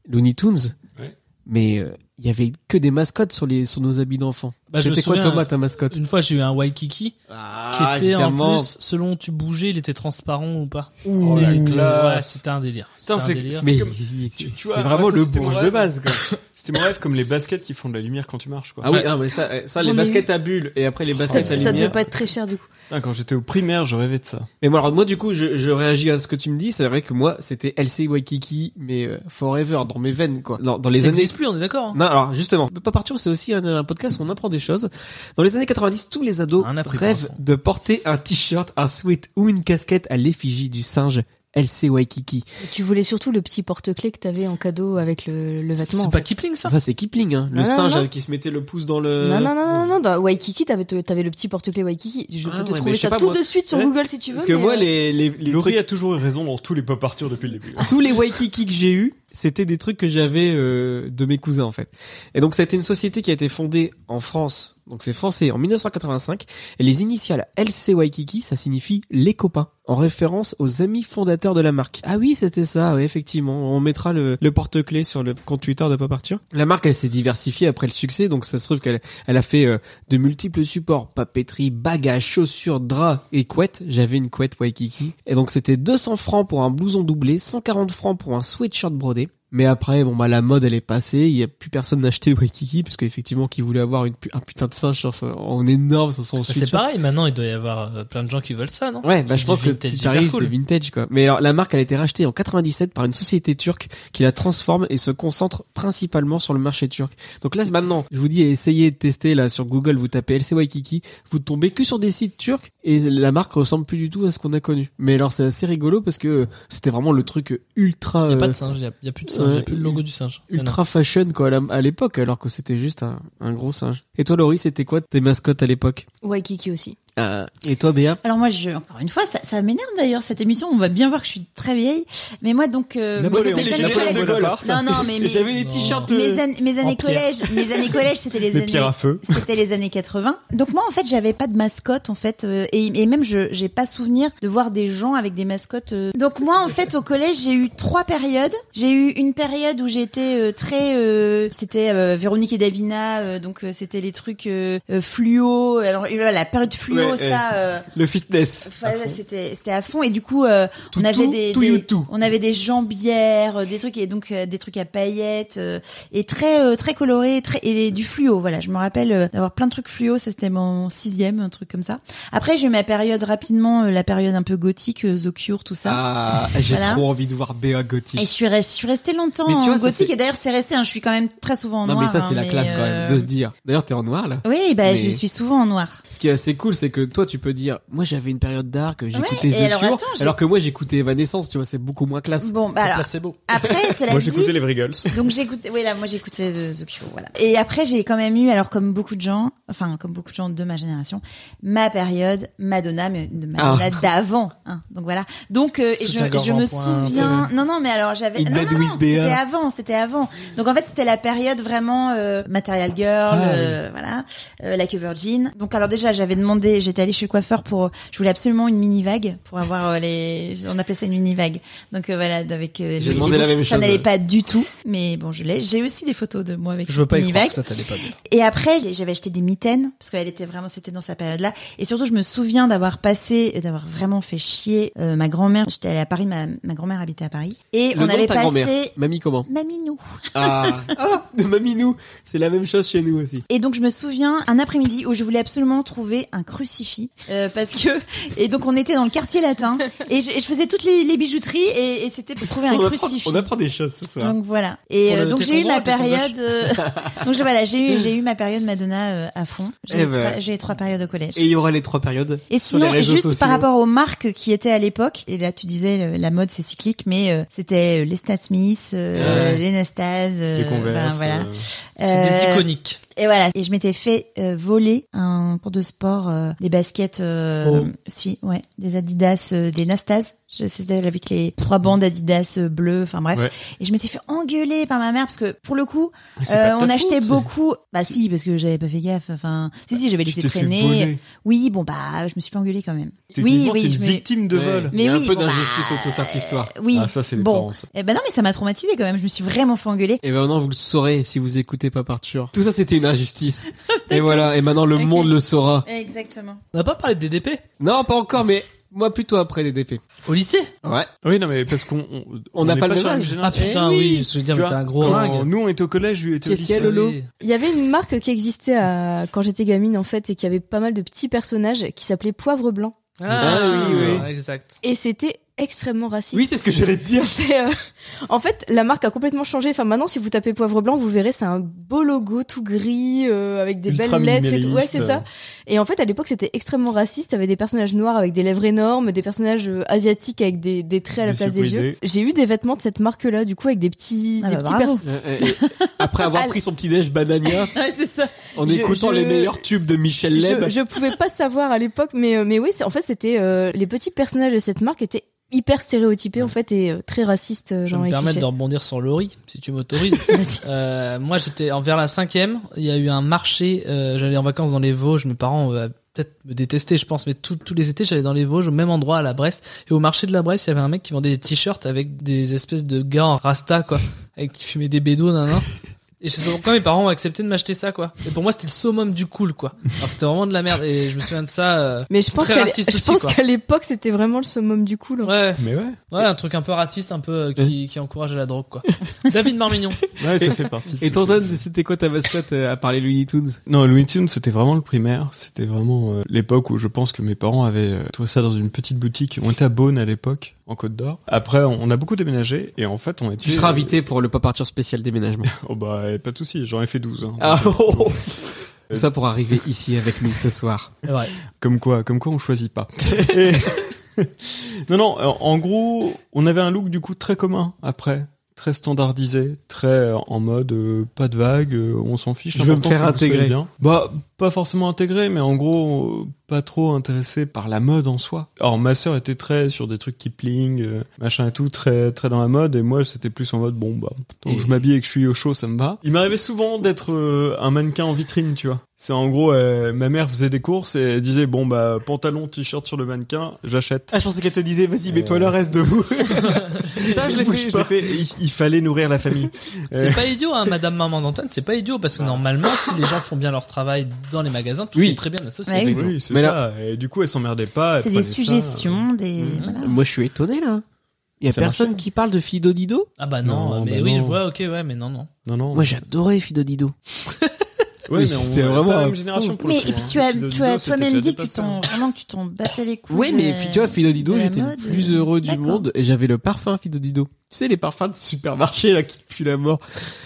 Speaker 3: Looney Tunes,
Speaker 7: Ouais.
Speaker 3: mais euh, il y avait que des mascottes sur les sur nos habits d'enfant.
Speaker 2: Bah, je me
Speaker 3: C'était quoi
Speaker 2: souviens,
Speaker 3: Thomas ta mascotte
Speaker 2: Une fois, j'ai eu un Waikiki qui
Speaker 3: Ah
Speaker 2: était en plus, selon tu bougeais, il était transparent ou pas.
Speaker 7: Oh, la
Speaker 2: Il était-
Speaker 7: classe.
Speaker 2: ouais, c'était un délire. C'était
Speaker 7: Putain,
Speaker 2: un
Speaker 7: c'est-
Speaker 2: délire.
Speaker 3: Mais
Speaker 7: comme-
Speaker 3: c'est
Speaker 7: tu- tu vois,
Speaker 3: vraiment
Speaker 7: moi, ça,
Speaker 3: le
Speaker 7: c'était mon
Speaker 3: bourge de
Speaker 7: rêve.
Speaker 3: base. Quoi.
Speaker 7: C'était mon rêve comme les baskets qui font de la lumière quand tu marches quoi.
Speaker 3: Ah oui,
Speaker 2: Ouais.
Speaker 3: non, mais ça, euh, ça
Speaker 4: J'en
Speaker 3: les
Speaker 4: ai
Speaker 3: baskets à bulles et après les baskets à
Speaker 4: Ça devait
Speaker 3: lumière.
Speaker 4: pas être très cher du coup.
Speaker 7: Putain, quand j'étais au primaire, je rêvais de ça.
Speaker 3: Mais moi, alors, moi, du coup, je, je réagis à ce que tu me dis. C'est vrai que moi, c'était LC Waikiki, mais euh, forever, dans mes veines, quoi. Dans, dans les
Speaker 2: Ça
Speaker 3: années...
Speaker 2: n'existe plus, on est d'accord. hein.
Speaker 3: Non, alors justement, pas partir, c'est aussi un, un podcast où on apprend des choses. Dans les années 90, tous les ados
Speaker 2: Rien appris pour
Speaker 3: rêvent
Speaker 2: l'instant.
Speaker 3: de porter un t-shirt, un sweat ou une casquette à l'effigie du singe LC Waikiki.
Speaker 4: Tu voulais surtout le petit porte-clés que t'avais en cadeau avec le, le
Speaker 2: C'est
Speaker 4: vêtement. en
Speaker 2: c'est pas
Speaker 4: fait.
Speaker 2: Kipling, ça
Speaker 3: Ça, c'est Kipling, hein, le
Speaker 4: Non, non,
Speaker 3: singe
Speaker 4: non.
Speaker 3: euh, qui se mettait le pouce dans le...
Speaker 4: Non, non, non, non, non, dans Waikiki, t'avais, te- t'avais le petit porte-clés Waikiki. Je
Speaker 3: Ah
Speaker 4: peux te
Speaker 3: ouais, mais
Speaker 4: trouver
Speaker 3: je sais
Speaker 4: ça
Speaker 3: pas,
Speaker 4: tout
Speaker 3: moi.
Speaker 4: de suite sur
Speaker 3: Ouais.
Speaker 4: Google si tu veux.
Speaker 3: Parce que
Speaker 4: mais,
Speaker 3: moi,
Speaker 4: euh,
Speaker 3: les, les, les
Speaker 7: Laurie
Speaker 3: trucs
Speaker 7: a toujours eu raison dans tous les pas partir depuis le début. hein.
Speaker 3: tous les waikiki que j'ai eu c'était des trucs que j'avais euh, de mes cousins en fait. Et donc c'était une société qui a été fondée en France, donc c'est français, en 1985. Et les initiales LC Waikiki, ça signifie les copains, en référence aux amis fondateurs de la marque. Ah oui, c'était ça, oui, effectivement. On mettra le, le porte-clés sur le compte Twitter de Pop Arthur. La marque, elle s'est diversifiée après le succès, donc ça se trouve qu'elle elle a fait euh, de multiples supports, papeterie, bagages, chaussures, draps et couettes. J'avais une couette Waikiki. Et donc c'était 200 francs pour un blouson doublé, 140 francs pour un sweatshirt brodé. Mais après, bon bah la mode elle est passée, il y a plus personne d'acheter Waikiki parce qu'effectivement qui voulait avoir une pu- un putain de singe sur son- en énorme sur son
Speaker 2: Bah, C'est
Speaker 3: sweatshirt.
Speaker 2: pareil, maintenant, il doit y avoir euh, plein de gens qui veulent ça, non
Speaker 3: Ouais, bah
Speaker 2: C'est
Speaker 3: je pense
Speaker 2: du
Speaker 3: que
Speaker 2: vintage
Speaker 3: si
Speaker 2: hyper
Speaker 3: t'arrives,
Speaker 2: cool.
Speaker 3: c'est vintage quoi. Mais alors la marque elle a été rachetée en 97 par une société turque qui la transforme et se concentre principalement sur le marché turc. Donc là maintenant, je vous dis essayez de tester là sur Google, vous tapez LC Waikiki, vous tombez que sur des sites turcs et la marque ressemble plus du tout à ce qu'on a connu. Mais alors c'est assez rigolo parce que c'était vraiment le truc ultra
Speaker 2: Il n'y a
Speaker 3: euh,
Speaker 2: pas de singe, il n'y a, il y a plus de singe, il n'y a plus le logo du singe. Il y en a.
Speaker 3: ultra fashion quoi à la- à l'époque alors que c'était juste un, un gros singe. Et toi Laurie, c'était quoi tes mascottes à l'époque
Speaker 4: Waikiki aussi.
Speaker 3: Euh, Et toi Béa
Speaker 6: Alors moi, je, encore une fois, ça, ça m'énerve d'ailleurs cette émission. On va bien voir que je suis très vieille. Mais moi, donc, euh,
Speaker 7: Napoléon,
Speaker 6: mes années
Speaker 7: les
Speaker 6: collège-
Speaker 7: Napoléon de Gaulle.
Speaker 6: Non, non, mais mes,
Speaker 3: J'avais des
Speaker 2: Non.
Speaker 3: t-shirts euh,
Speaker 6: mes, an- mes
Speaker 2: en
Speaker 6: années
Speaker 2: pierre.
Speaker 6: collège, mes années collège, c'était les,
Speaker 7: Les
Speaker 6: années,
Speaker 7: pierres à feu.
Speaker 6: c'était les années 80. Donc moi, en fait, j'avais pas de mascotte, en fait, euh, et, et même je, j'ai pas souvenir de voir des gens avec des mascottes. euh. Donc moi, en fait, au collège, j'ai eu trois périodes. J'ai eu une période où j'étais euh, très, euh, c'était euh, Véronique et Davina, euh, donc euh, c'était les trucs euh, euh, fluo. Alors euh, la période fluo, vélo,
Speaker 12: ouais,
Speaker 6: ça. euh,
Speaker 12: Le fitness.
Speaker 6: Enfin, c'était c'était à fond et du coup euh,
Speaker 12: Tout,
Speaker 6: on avait
Speaker 12: tout,
Speaker 6: des,
Speaker 12: tout,
Speaker 6: des-
Speaker 12: you, tout.
Speaker 6: on avait des jambières euh, des trucs et donc euh, des trucs à paillettes euh, et très euh, très coloré très et du fluo voilà je me rappelle euh, d'avoir plein de trucs fluo ça c'était mon sixième un truc comme ça après j'ai eu ma période rapidement euh, la période un peu gothique euh, The Cure tout ça
Speaker 12: Ah, j'ai
Speaker 6: Voilà.
Speaker 12: trop envie de voir Béa
Speaker 6: et
Speaker 12: Gothic.
Speaker 6: je suis restée, je suis restée longtemps
Speaker 12: Mais tu vois,
Speaker 6: en
Speaker 12: ça,
Speaker 6: gothique
Speaker 12: c'est-
Speaker 6: et d'ailleurs c'est resté hein, je suis quand même très souvent en
Speaker 12: Non,
Speaker 6: noir
Speaker 12: mais ça,
Speaker 6: hein,
Speaker 12: c'est la classe quand même,
Speaker 6: euh,
Speaker 12: de se dire. D'ailleurs, t'es en noir, là.
Speaker 6: oui bah
Speaker 12: Mais-
Speaker 6: je suis souvent en noir
Speaker 12: Ce qui est assez cool, c'est que toi, tu peux dire, moi, j'avais une période dark, j'écoutais
Speaker 6: et
Speaker 12: The
Speaker 6: alors,
Speaker 12: Cure,
Speaker 6: attends, j'ai-
Speaker 12: alors que moi, j'écoutais Evanescence, tu vois, c'est beaucoup moins classe.
Speaker 6: bon bah alors
Speaker 2: c'est beau.
Speaker 6: après cela
Speaker 7: Moi
Speaker 6: dit Euh,
Speaker 7: j'écoutais les Vrigals.
Speaker 6: Donc j'écoutais, oui là, moi j'écoutais The, The Cure, voilà. Et après j'ai quand même eu, alors comme beaucoup de gens, enfin comme beaucoup de gens de ma génération, ma période Madonna, mais de Madonna
Speaker 12: Ah.
Speaker 6: d'avant. Hein. Donc voilà. Donc euh, et je,
Speaker 2: Soutien-gorge
Speaker 6: je
Speaker 2: en
Speaker 6: me
Speaker 2: pointe,
Speaker 6: souviens, non non mais alors j'avais,
Speaker 12: In
Speaker 6: non
Speaker 12: Bed
Speaker 6: non, non
Speaker 12: with
Speaker 6: c'était
Speaker 12: Bea.
Speaker 6: avant, c'était avant. Donc en fait c'était la période vraiment euh, Material Girl,
Speaker 12: Ah, oui.
Speaker 6: euh, voilà, euh, Like a Virgin. Donc alors déjà j'avais demandé, j'étais allée chez le coiffeur pour, je voulais absolument une mini vague pour avoir euh, les, on appelait ça une mini vague. Donc euh, voilà avec euh,
Speaker 12: J'ai
Speaker 6: les-
Speaker 12: demandé
Speaker 6: les
Speaker 12: la
Speaker 6: boucles.
Speaker 12: même
Speaker 6: ça
Speaker 12: chose.
Speaker 6: n'allait pas du tout, mais bon, je l'ai. J'ai aussi des photos de moi avec
Speaker 2: Je veux pas y
Speaker 6: Mini
Speaker 2: croire
Speaker 6: Vague.
Speaker 2: que ça t'allait pas bien.
Speaker 6: Et après, j'ai- j'avais acheté des mitaines parce qu'elle était vraiment, c'était dans sa période-là. Et surtout, je me souviens d'avoir passé, et d'avoir vraiment fait chier euh, ma grand-mère. J'étais allée à Paris, ma, ma grand-mère habitait à Paris, et
Speaker 12: Le
Speaker 6: on
Speaker 12: nom
Speaker 6: avait
Speaker 12: de ta grand-mère.
Speaker 6: passé
Speaker 12: Mamie comment?
Speaker 6: Maminou.
Speaker 12: Ah. ah, Mamie nous. C'est la même chose chez nous aussi.
Speaker 6: Et donc je me souviens un après-midi où je voulais absolument trouver un crucifix euh, parce que et donc on était dans le quartier latin et je, et je faisais toutes les, les bijouteries et, et c'était pour trouver un
Speaker 12: on, apprend,
Speaker 6: crucifix.
Speaker 12: on apprend des choses ce soir.
Speaker 6: Donc voilà. Et
Speaker 2: Pour
Speaker 6: euh,
Speaker 2: le
Speaker 6: donc
Speaker 2: téton
Speaker 6: j'ai eu
Speaker 2: droit,
Speaker 6: ma
Speaker 2: le téton
Speaker 6: période. euh, donc je- voilà, j'ai eu j'ai eu ma période Madonna euh, à fond. J'ai
Speaker 12: Eh
Speaker 6: eu
Speaker 12: ben.
Speaker 6: trois- j'ai eu trois périodes au collège.
Speaker 12: Et il y aura les trois périodes.
Speaker 6: Et
Speaker 12: sur les
Speaker 6: sinon,
Speaker 12: réseaux
Speaker 6: juste
Speaker 12: sociaux.
Speaker 6: par rapport aux marques qui étaient à l'époque, et là tu disais le- la mode c'est cyclique, mais euh, c'était euh, les Stan Smith, euh,
Speaker 12: Ouais.
Speaker 6: les Nastas, euh,
Speaker 7: les Converse.
Speaker 6: ben, voilà.
Speaker 7: euh,
Speaker 2: C'est des
Speaker 6: Euh,
Speaker 2: iconiques.
Speaker 6: Et voilà, et je m'étais fait euh, voler un cours de sport, euh, des baskets, euh,
Speaker 2: Oh.
Speaker 6: si, ouais, des Adidas, euh, des Nastas, Je- c'était avec les trois bandes Adidas euh, bleues, enfin bref.
Speaker 7: Ouais.
Speaker 6: Et je m'étais fait engueuler par ma mère parce que pour le coup,
Speaker 7: mais c'est
Speaker 6: euh,
Speaker 7: pas de
Speaker 6: on
Speaker 7: ta
Speaker 6: achetait
Speaker 7: faute.
Speaker 6: beaucoup. Bah si, parce que j'avais pas fait gaffe. Enfin, si si, j'avais
Speaker 7: Tu
Speaker 6: laissé
Speaker 7: t'es fait
Speaker 6: traîner.
Speaker 7: voler.
Speaker 6: Oui, bon bah, je me suis fait engueuler quand même. Oui,
Speaker 7: Techniquement,
Speaker 6: oui,
Speaker 7: t'es
Speaker 6: je
Speaker 7: une
Speaker 6: me.
Speaker 7: victime de
Speaker 12: Ouais.
Speaker 7: vol.
Speaker 6: Mais
Speaker 12: Il y a
Speaker 6: oui,
Speaker 12: un peu
Speaker 6: bon, bah,
Speaker 12: d'injustice autour de cette histoire.
Speaker 6: Oui.
Speaker 7: Ah, ça, c'est les
Speaker 6: bon.
Speaker 7: parents, ça.
Speaker 6: Eh ben non, mais ça m'a traumatisé quand même. Je me suis vraiment fait engueuler.
Speaker 12: Et ben maintenant vous le saurez si vous écoutez pas Parture. Tout ça c'était une injustice. et voilà, et maintenant le
Speaker 6: Ok.
Speaker 12: monde le saura.
Speaker 6: Exactement.
Speaker 2: On n'a pas parlé de DDP
Speaker 12: Non, pas encore, mais moi plutôt après les DP.
Speaker 2: au lycée.
Speaker 12: Ouais.
Speaker 7: Oui, non, mais parce qu'on on,
Speaker 12: On n'a
Speaker 7: est
Speaker 12: pas le
Speaker 7: sur
Speaker 12: même
Speaker 7: la
Speaker 12: âge.
Speaker 2: Ah
Speaker 7: génération.
Speaker 2: putain,
Speaker 12: Eh
Speaker 2: oui,
Speaker 12: oui.
Speaker 2: je veux dire,
Speaker 7: Tu
Speaker 2: mais
Speaker 7: vois,
Speaker 2: t'es un gros
Speaker 7: quand
Speaker 2: ringue.
Speaker 7: Nous, on
Speaker 3: Ah,
Speaker 7: était au collège, lui était au
Speaker 12: Qu'est-ce
Speaker 7: lycée.
Speaker 12: qu'il y a, Lolo
Speaker 2: Oui.
Speaker 4: Il y avait une marque qui existait à- quand j'étais gamine en fait et qui avait pas mal de petits personnages qui s'appelait Poivre Blanc.
Speaker 2: Ah,
Speaker 12: Ah, oui, oui.
Speaker 2: oui, exact.
Speaker 4: Et c'était extrêmement raciste.
Speaker 12: Oui, c'est ce que j'allais te dire.
Speaker 4: C'est, euh, En fait, la marque a complètement changé. Enfin, maintenant, si vous tapez Poivre Blanc, vous verrez, c'est un beau logo tout gris euh, avec des
Speaker 7: Ultra
Speaker 4: belles lettres. Et tout. Ouais,
Speaker 7: minimaliste.
Speaker 4: c'est ça. Et en fait, à l'époque, c'était extrêmement raciste. Il y avait des personnages noirs avec des lèvres énormes, des personnages euh, asiatiques avec des, des traits à la
Speaker 7: Des
Speaker 4: place des
Speaker 7: subridés.
Speaker 4: yeux. J'ai eu des vêtements de cette marque-là, du coup, avec des petits,
Speaker 6: Ah
Speaker 4: des
Speaker 6: bah,
Speaker 4: petits
Speaker 6: bravo.
Speaker 4: persos.
Speaker 12: Euh, euh, euh, après avoir
Speaker 4: Al-
Speaker 12: pris son petit déj banania
Speaker 6: Ouais, c'est ça.
Speaker 12: en
Speaker 4: Je-
Speaker 12: écoutant
Speaker 4: je-
Speaker 12: les meilleurs tubes de Michel Leb.
Speaker 4: Je, je pouvais pas savoir à l'époque, mais euh, mais oui, c'est- en fait c'était euh, les petits personnages de cette marque étaient hyper stéréotypés en fait et euh, très racistes euh,
Speaker 2: Je
Speaker 4: dans
Speaker 2: vais me
Speaker 4: les
Speaker 2: permettre
Speaker 4: clichés.
Speaker 2: de rebondir sur Laurie, si tu m'autorises. Euh, moi, j'étais en- vers la cinquième. Il y a eu un marché. euh, j'allais en vacances dans les Vosges. Mes parents euh, peut-être me détestaient, je pense, mais tout- tous les étés, j'allais dans les Vosges, au même endroit à la Bresse. Et au marché de la Bresse, il y avait un mec qui vendait des t-shirts avec des espèces de gars en rasta, quoi, avec qui fumait des bédos, nan, nan. Et je sais pas pourquoi mes parents ont accepté de m'acheter ça, quoi. Et pour moi, c'était le summum du cool, quoi. Alors c'était vraiment de la merde. Et je me souviens de ça. euh,
Speaker 4: Mais je pense
Speaker 2: très
Speaker 4: qu'à
Speaker 2: raciste
Speaker 4: je
Speaker 2: aussi,
Speaker 4: pense
Speaker 2: quoi.
Speaker 4: qu'à l'époque c'était vraiment le summum du cool.
Speaker 2: Ouais,
Speaker 7: euh. Mais ouais.
Speaker 2: ouais, un truc un peu raciste, un peu euh, qui, qui encourage à la drogue, quoi. David Marmignon.
Speaker 7: Ouais, ça fait partie.
Speaker 12: Et Tonton, c'était quoi ta mascotte euh, à parler Looney Tunes
Speaker 7: Non, Looney Tunes, c'était vraiment le primaire. C'était vraiment euh, l'époque où je pense que mes parents avaient euh, trouvé ça dans une petite boutique. On était à Beaune à l'époque, en Côte d'Or. Après, on, on a beaucoup déménagé et en fait, on était.
Speaker 12: Tu seras
Speaker 7: euh,
Speaker 12: invité pour le pas partir spécial déménagement.
Speaker 7: Oh bah, euh, pas de soucis, j'en ai fait 12. hein.
Speaker 12: Ah, oh, oh. Tout ça pour arriver ici avec nous ce soir.
Speaker 2: C'est vrai.
Speaker 7: Comme quoi, comme quoi on choisit pas. Et- non, non, en- en gros, on avait un look du coup très commun après. Très standardisé, très euh, en mode euh, pas de vague, euh, on s'en fiche.
Speaker 12: Je veux me
Speaker 7: l'important,
Speaker 12: faire
Speaker 7: c'est que vous soyez
Speaker 12: intégrer.
Speaker 7: bien. Bah, pas forcément intégré, mais en gros, euh, pas trop intéressé par la mode en soi. Alors, ma sœur était très sur des trucs Kipling, euh, machin et tout, très, très dans la mode, et moi, c'était plus en mode, bon, bah, tant que
Speaker 12: Et-
Speaker 7: je m'habille et que je suis au chaud, ça me va. Il m'arrivait souvent d'être euh, un mannequin en vitrine, tu vois. C'est en gros, euh, ma mère faisait des courses et elle disait, bon, bah, pantalon, t-shirt sur le mannequin, j'achète.
Speaker 12: Ah, je pensais qu'elle te disait, vas-y,
Speaker 7: mets-toi le
Speaker 12: reste debout. ça, je l'ai
Speaker 7: Bouge
Speaker 12: fait, je
Speaker 7: pas.
Speaker 12: l'ai fait.
Speaker 7: euh, Il, il fallait nourrir la famille.
Speaker 3: Euh.
Speaker 2: C'est pas idiot, hein, Madame Maman d'Antoine, c'est pas idiot parce que normalement, si les gens font bien leur travail dans les magasins, tout
Speaker 12: Oui.
Speaker 2: est très bien associé.
Speaker 6: Ouais, oui.
Speaker 7: Oui, c'est
Speaker 12: Mais
Speaker 7: ça. Et du coup, elle s'emmerdait pas. Mmh. elle
Speaker 6: C'est des
Speaker 7: prenait ça.
Speaker 6: suggestions, des.
Speaker 12: Euh,
Speaker 6: voilà.
Speaker 3: Moi, je suis étonné là. Il y a
Speaker 7: Ça
Speaker 3: personne
Speaker 7: marchait.
Speaker 3: qui parle de Fido Dido.
Speaker 2: Ah bah non,
Speaker 7: Non,
Speaker 2: mais
Speaker 7: bah
Speaker 2: oui,
Speaker 7: non.
Speaker 2: je vois, ok, ouais, mais non, non.
Speaker 7: Non, non.
Speaker 3: Moi, j'adorais Fido Dido.
Speaker 7: Ouais,
Speaker 12: Oui,
Speaker 7: mais on-
Speaker 12: c'était
Speaker 7: on est
Speaker 12: vraiment
Speaker 7: pas la
Speaker 12: un
Speaker 7: même génération
Speaker 12: fou.
Speaker 7: pour
Speaker 6: Mais
Speaker 7: le coup,
Speaker 6: et puis
Speaker 7: hein.
Speaker 6: tu as,
Speaker 7: Fido
Speaker 6: tu as
Speaker 7: Dido,
Speaker 6: toi-même
Speaker 7: c'était
Speaker 6: dit que tu
Speaker 7: déjà
Speaker 6: t'en vraiment que tu t'en battais les couilles.
Speaker 3: Oui, mais
Speaker 6: de-
Speaker 3: tu vois, Fido Dido,
Speaker 6: de la
Speaker 3: j'étais le
Speaker 6: mode,
Speaker 3: plus
Speaker 6: euh,
Speaker 3: heureux du
Speaker 6: d'accord.
Speaker 3: monde et j'avais le parfum Fido Dido. Tu sais, les parfums de supermarché là qui puent la mort.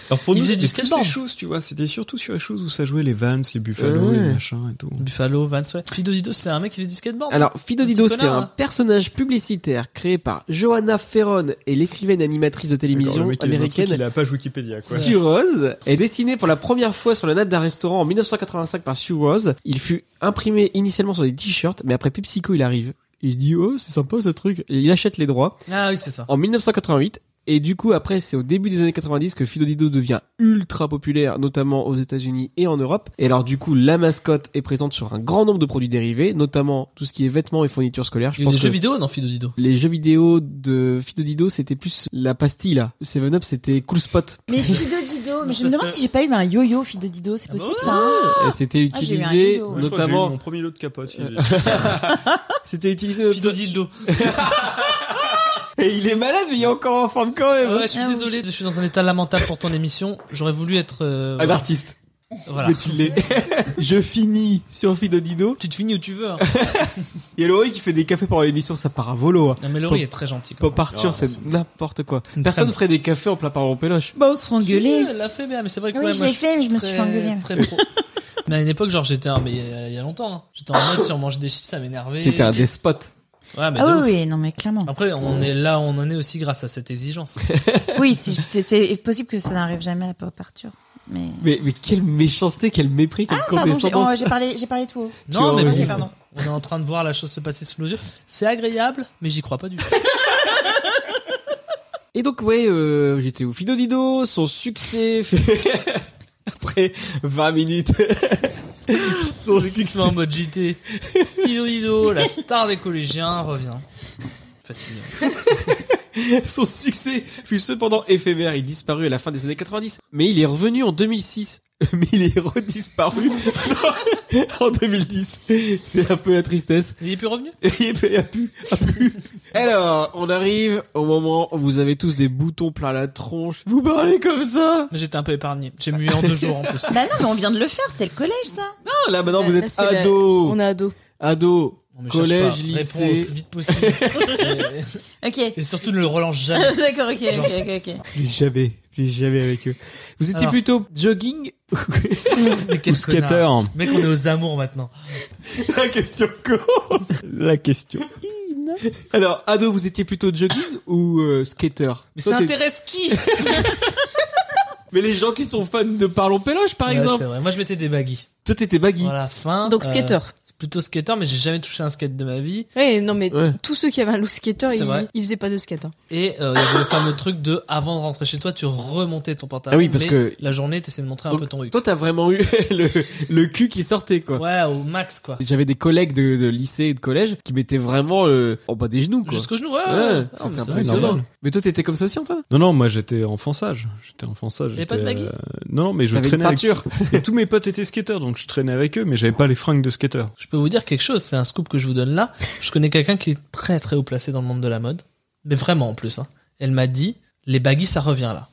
Speaker 7: Alors pour
Speaker 3: Il
Speaker 7: nous,
Speaker 3: faisait
Speaker 7: c'était
Speaker 3: du
Speaker 7: plus
Speaker 3: skateboard.
Speaker 7: les choses, tu vois. C'était surtout sur les choses où ça jouait les Vans, les Buffalo,
Speaker 3: Ouais.
Speaker 7: les machins et tout.
Speaker 2: Buffalo, Vance, ouais. Fido Dido, c'est un mec qui fait du skateboard.
Speaker 3: Alors, Fido
Speaker 2: Un petit
Speaker 3: Dido, c'est
Speaker 2: connard,
Speaker 3: un
Speaker 2: hein.
Speaker 3: personnage publicitaire créé par Johanna Ferron et l'écrivaine animatrice de
Speaker 7: D'accord,
Speaker 3: télévision
Speaker 7: le mec, il a un truc,
Speaker 3: américaine
Speaker 7: Il a page Wikipédia, quoi.
Speaker 3: Sue Rose est dessiné pour la première fois sur la nappe d'un restaurant en 1985 par Sue Rose. Il fut imprimé initialement sur des t-shirts, mais après PepsiCo il arrive. Il se dit oh c'est sympa ce truc. Et il achète les droits
Speaker 2: Ah oui, c'est ça.
Speaker 3: en 1988. Et du coup, après, c'est au début des années 90 que Fido Dido devient ultra populaire, notamment aux États-Unis et en Europe. Et alors, du coup, la mascotte est présente sur un grand nombre de produits dérivés, notamment tout ce qui est vêtements et fournitures scolaires.
Speaker 2: Il y a des
Speaker 3: que
Speaker 2: jeux vidéo dans Fido Dido.
Speaker 3: les jeux vidéo de Fido Dido, c'était plus la pastille là. Seven Up, c'était Cool Spot.
Speaker 6: Mais Fido Dido, mais je me
Speaker 2: Parce
Speaker 6: demande
Speaker 2: que-
Speaker 6: si j'ai pas eu un yo-yo Fido Dido, c'est
Speaker 2: Ah bah
Speaker 6: possible
Speaker 2: ouais.
Speaker 6: ça hein
Speaker 3: Et c'était
Speaker 6: Ah, j'ai eu un
Speaker 3: utilisé
Speaker 6: yo-yo.
Speaker 7: Moi, je crois que j'ai eu
Speaker 3: notamment
Speaker 7: mon premier lot de capote. il est-
Speaker 3: c'était utilisé
Speaker 2: Fido Dildo.
Speaker 3: et il est malade mais il est encore en forme quand même hein.
Speaker 2: Ouais, je suis
Speaker 6: Ah oui.
Speaker 2: désolé, je suis dans un état lamentable pour ton émission. J'aurais voulu être. euh,
Speaker 3: un artiste
Speaker 2: voilà.
Speaker 3: Ah, mais tu l'es je finis sur Fido Dido
Speaker 2: Tu te finis où tu veux. Hein.
Speaker 3: il y a Laurie qui fait des cafés pendant l'émission ça part à volo hein.
Speaker 2: Non, mais Laurie est très gentille. quand
Speaker 3: Pop
Speaker 2: même.
Speaker 3: Arthur
Speaker 7: Ah,
Speaker 3: c'est n'importe quoi
Speaker 2: Une
Speaker 3: personne
Speaker 2: crème.
Speaker 3: ferait des cafés en plein par en péloche
Speaker 6: Bah, on se
Speaker 2: Oui,
Speaker 6: engueulé.
Speaker 2: elle l'a fait bien, mais c'est vrai que
Speaker 6: Oui,
Speaker 2: ouais,
Speaker 6: je
Speaker 2: moi,
Speaker 6: l'ai fait, mais je me suis
Speaker 2: très-
Speaker 6: fait engueuler.
Speaker 2: Très pro. mais à une époque, genre, j'étais un, mais euh, il y a longtemps, hein. j'étais en mode si on mangeait des chips, ça m'énervait.
Speaker 3: t'étais un despote
Speaker 2: Ouais, mais
Speaker 6: Ah
Speaker 2: de
Speaker 6: oui,
Speaker 2: ouf.
Speaker 6: oui, non, mais clairement.
Speaker 2: Après, on est là, où on en est aussi grâce à cette exigence. Ah.
Speaker 6: Oui, si- c'est c'est possible que ça n'arrive jamais à Pop Arthur. Mais.
Speaker 3: mais, mais quelle méchanceté quel mépris quelle
Speaker 6: Pardon, j'ai
Speaker 3: condescendance
Speaker 6: oh, j'ai parlé, j'ai parlé tout haut.
Speaker 2: non, mais
Speaker 3: vois,
Speaker 2: bon,
Speaker 3: ok,
Speaker 6: pardon.
Speaker 2: on est en train de voir la chose se passer sous nos yeux. C'est agréable, mais j'y crois pas du tout.
Speaker 3: Et donc, ouais, euh, j'étais au Fido Dido, son succès fait... Après 20 minutes, son
Speaker 2: Le mec qui se
Speaker 3: succès...
Speaker 2: met en mode JT. Fido Dido, la star des collégiens, revient. Fatigué.
Speaker 3: son succès fut cependant éphémère, il disparut à la fin des années 90. Mais il est revenu en 2006, mais il est redisparu en 2010. C'est un peu la tristesse.
Speaker 2: Il est plus revenu
Speaker 3: Et il a pu, a pu. Alors, on arrive au moment où vous avez tous des boutons plein la tronche. Vous parlez comme ça
Speaker 2: Mais J'étais un peu épargné. J'ai mué en deux jours en plus.
Speaker 6: Bah non, mais on vient de le faire, c'était le collège ça.
Speaker 3: Non, Ah, là maintenant vous
Speaker 4: Là,
Speaker 3: êtes
Speaker 4: Euh, c'est la-
Speaker 3: ado.
Speaker 4: On est ado.
Speaker 3: Ado,
Speaker 2: Non, mais cherche
Speaker 3: collège,
Speaker 2: pas.
Speaker 3: lycée.
Speaker 2: Réponds le plus vite possible. et,
Speaker 6: Ok.
Speaker 2: et surtout, ne le relance jamais.
Speaker 6: D'accord, ok, ok, ok. ok.
Speaker 3: Plus jamais, plus jamais avec eux. Vous étiez
Speaker 2: Alors.
Speaker 3: plutôt jogging
Speaker 2: Mais quel
Speaker 7: Skater.
Speaker 2: connard. Mec, on est aux amours maintenant.
Speaker 3: La question con La question. Alors, ado, vous étiez plutôt jogging ou euh, skater
Speaker 2: Mais
Speaker 3: Toi,
Speaker 2: ça
Speaker 3: t'es-
Speaker 2: intéresse qui
Speaker 3: Mais les gens qui sont fans de Parlons Péloche, par exemple.
Speaker 2: Moi, je mettais des baggy.
Speaker 3: Toi, t'étais baggy.
Speaker 2: Voilà, fin.
Speaker 6: Hein
Speaker 4: Donc
Speaker 2: Euh,
Speaker 4: skater.
Speaker 2: c'est plutôt skater, mais j'ai jamais touché un skate de ma vie.
Speaker 4: Ouais, non mais
Speaker 3: Ouais.
Speaker 4: tous ceux qui avaient un look skater,
Speaker 2: C'est vrai.
Speaker 4: ils, ils faisaient pas de skate. hein.
Speaker 2: Et euh, il y avait le fameux truc de avant de rentrer chez toi, tu remontais ton pantalon.
Speaker 3: Ah oui, parce
Speaker 2: mais
Speaker 3: que-
Speaker 2: la journée, t'essayais de montrer un
Speaker 3: Donc,
Speaker 2: peu ton huc.
Speaker 3: Toi, t'as vraiment eu le, le cul qui sortait, quoi.
Speaker 2: Ouais, au max quoi.
Speaker 3: J'avais des collègues de, de lycée et de collège qui mettaient vraiment euh, en bas des genoux, quoi.
Speaker 2: Jusqu'au genou, ouais. ouais,
Speaker 3: Ouais,
Speaker 2: ouais. Ah, Non,
Speaker 3: c'était
Speaker 2: mais c'est
Speaker 3: impressionnant.
Speaker 2: normal.
Speaker 3: Mais toi, t'étais comme ça aussi, Antoine
Speaker 7: Non, non, moi j'étais enfant sage. J'étais enfant sage.
Speaker 2: T'avais pas de
Speaker 7: j'étais,
Speaker 2: baggy
Speaker 7: euh, Non, non, mais je
Speaker 3: T'avais une
Speaker 7: traînais avec...
Speaker 3: ceinture.
Speaker 7: Et tous mes potes étaient skateurs, donc je traînais avec eux, mais j'avais pas les fringues de skater.
Speaker 2: Je peux vous dire quelque chose, c'est un scoop que je vous donne là. Je connais quelqu'un qui est très très haut placé dans le monde de la mode. Mais vraiment en plus. Hein. Elle m'a dit, les baggy ça revient là.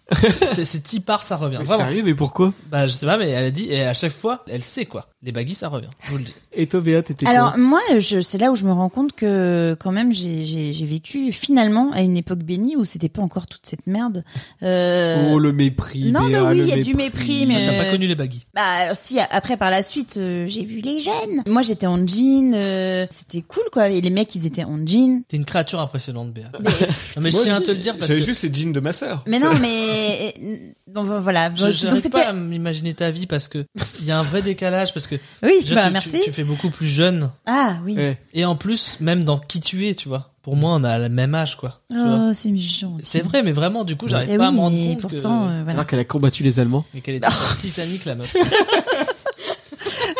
Speaker 2: c'est c'est Tipar ça revient.
Speaker 3: Mais
Speaker 2: Vraiment.
Speaker 3: Sérieux, mais pourquoi
Speaker 2: Bah je sais pas, mais elle a dit, et à chaque fois, elle sait quoi. Les baggy ça revient, je vous le dis.
Speaker 3: Et toi, Béa, t'étais quoi
Speaker 6: Alors moi, je, c'est là où je me rends compte que quand même j'ai, j'ai, j'ai vécu finalement à une époque bénie où c'était pas encore toute cette merde. Euh,
Speaker 3: Oh le mépris.
Speaker 6: non, mais
Speaker 3: Béa,
Speaker 6: oui,
Speaker 3: le
Speaker 6: il y a du mépris, mais-
Speaker 2: T'as
Speaker 6: Euh,
Speaker 2: pas connu les baggy.
Speaker 6: Bah alors si a- après par la suite euh, j'ai vu les jeunes. Moi j'étais en jean, euh, c'était cool quoi. Et les mecs ils étaient en jean.
Speaker 2: T'es une créature impressionnante, Béa. Mais, non, mais je
Speaker 7: Moi
Speaker 2: tiens à
Speaker 7: aussi,
Speaker 2: te le dire parce
Speaker 7: J'avais
Speaker 2: que
Speaker 7: juste les jeans de ma sœur.
Speaker 6: Mais non mais euh, donc voilà.
Speaker 2: je
Speaker 6: donc
Speaker 2: j'arrive
Speaker 6: c'était
Speaker 2: pas à m'imaginer ta vie parce que il y a un vrai décalage parce que
Speaker 6: oui
Speaker 2: déjà,
Speaker 6: bah
Speaker 2: tu, tu-
Speaker 6: merci.
Speaker 2: tu fais beaucoup plus jeune
Speaker 6: Ah oui.
Speaker 3: Ouais.
Speaker 2: et en plus même dans qui tu es, tu vois. Pour moi, on a le même âge, quoi. tu vois.
Speaker 6: Oh c'est mignon.
Speaker 2: C'est vrai, mais vraiment, du coup, j'arrive
Speaker 6: Eh
Speaker 2: pas à
Speaker 6: oui,
Speaker 2: me rendre
Speaker 6: mais
Speaker 2: compte
Speaker 6: pourtant
Speaker 2: que...
Speaker 6: euh, voilà.
Speaker 3: Alors qu'elle a combattu les Allemands.
Speaker 2: mais qu'elle était sur Titanic, la meuf.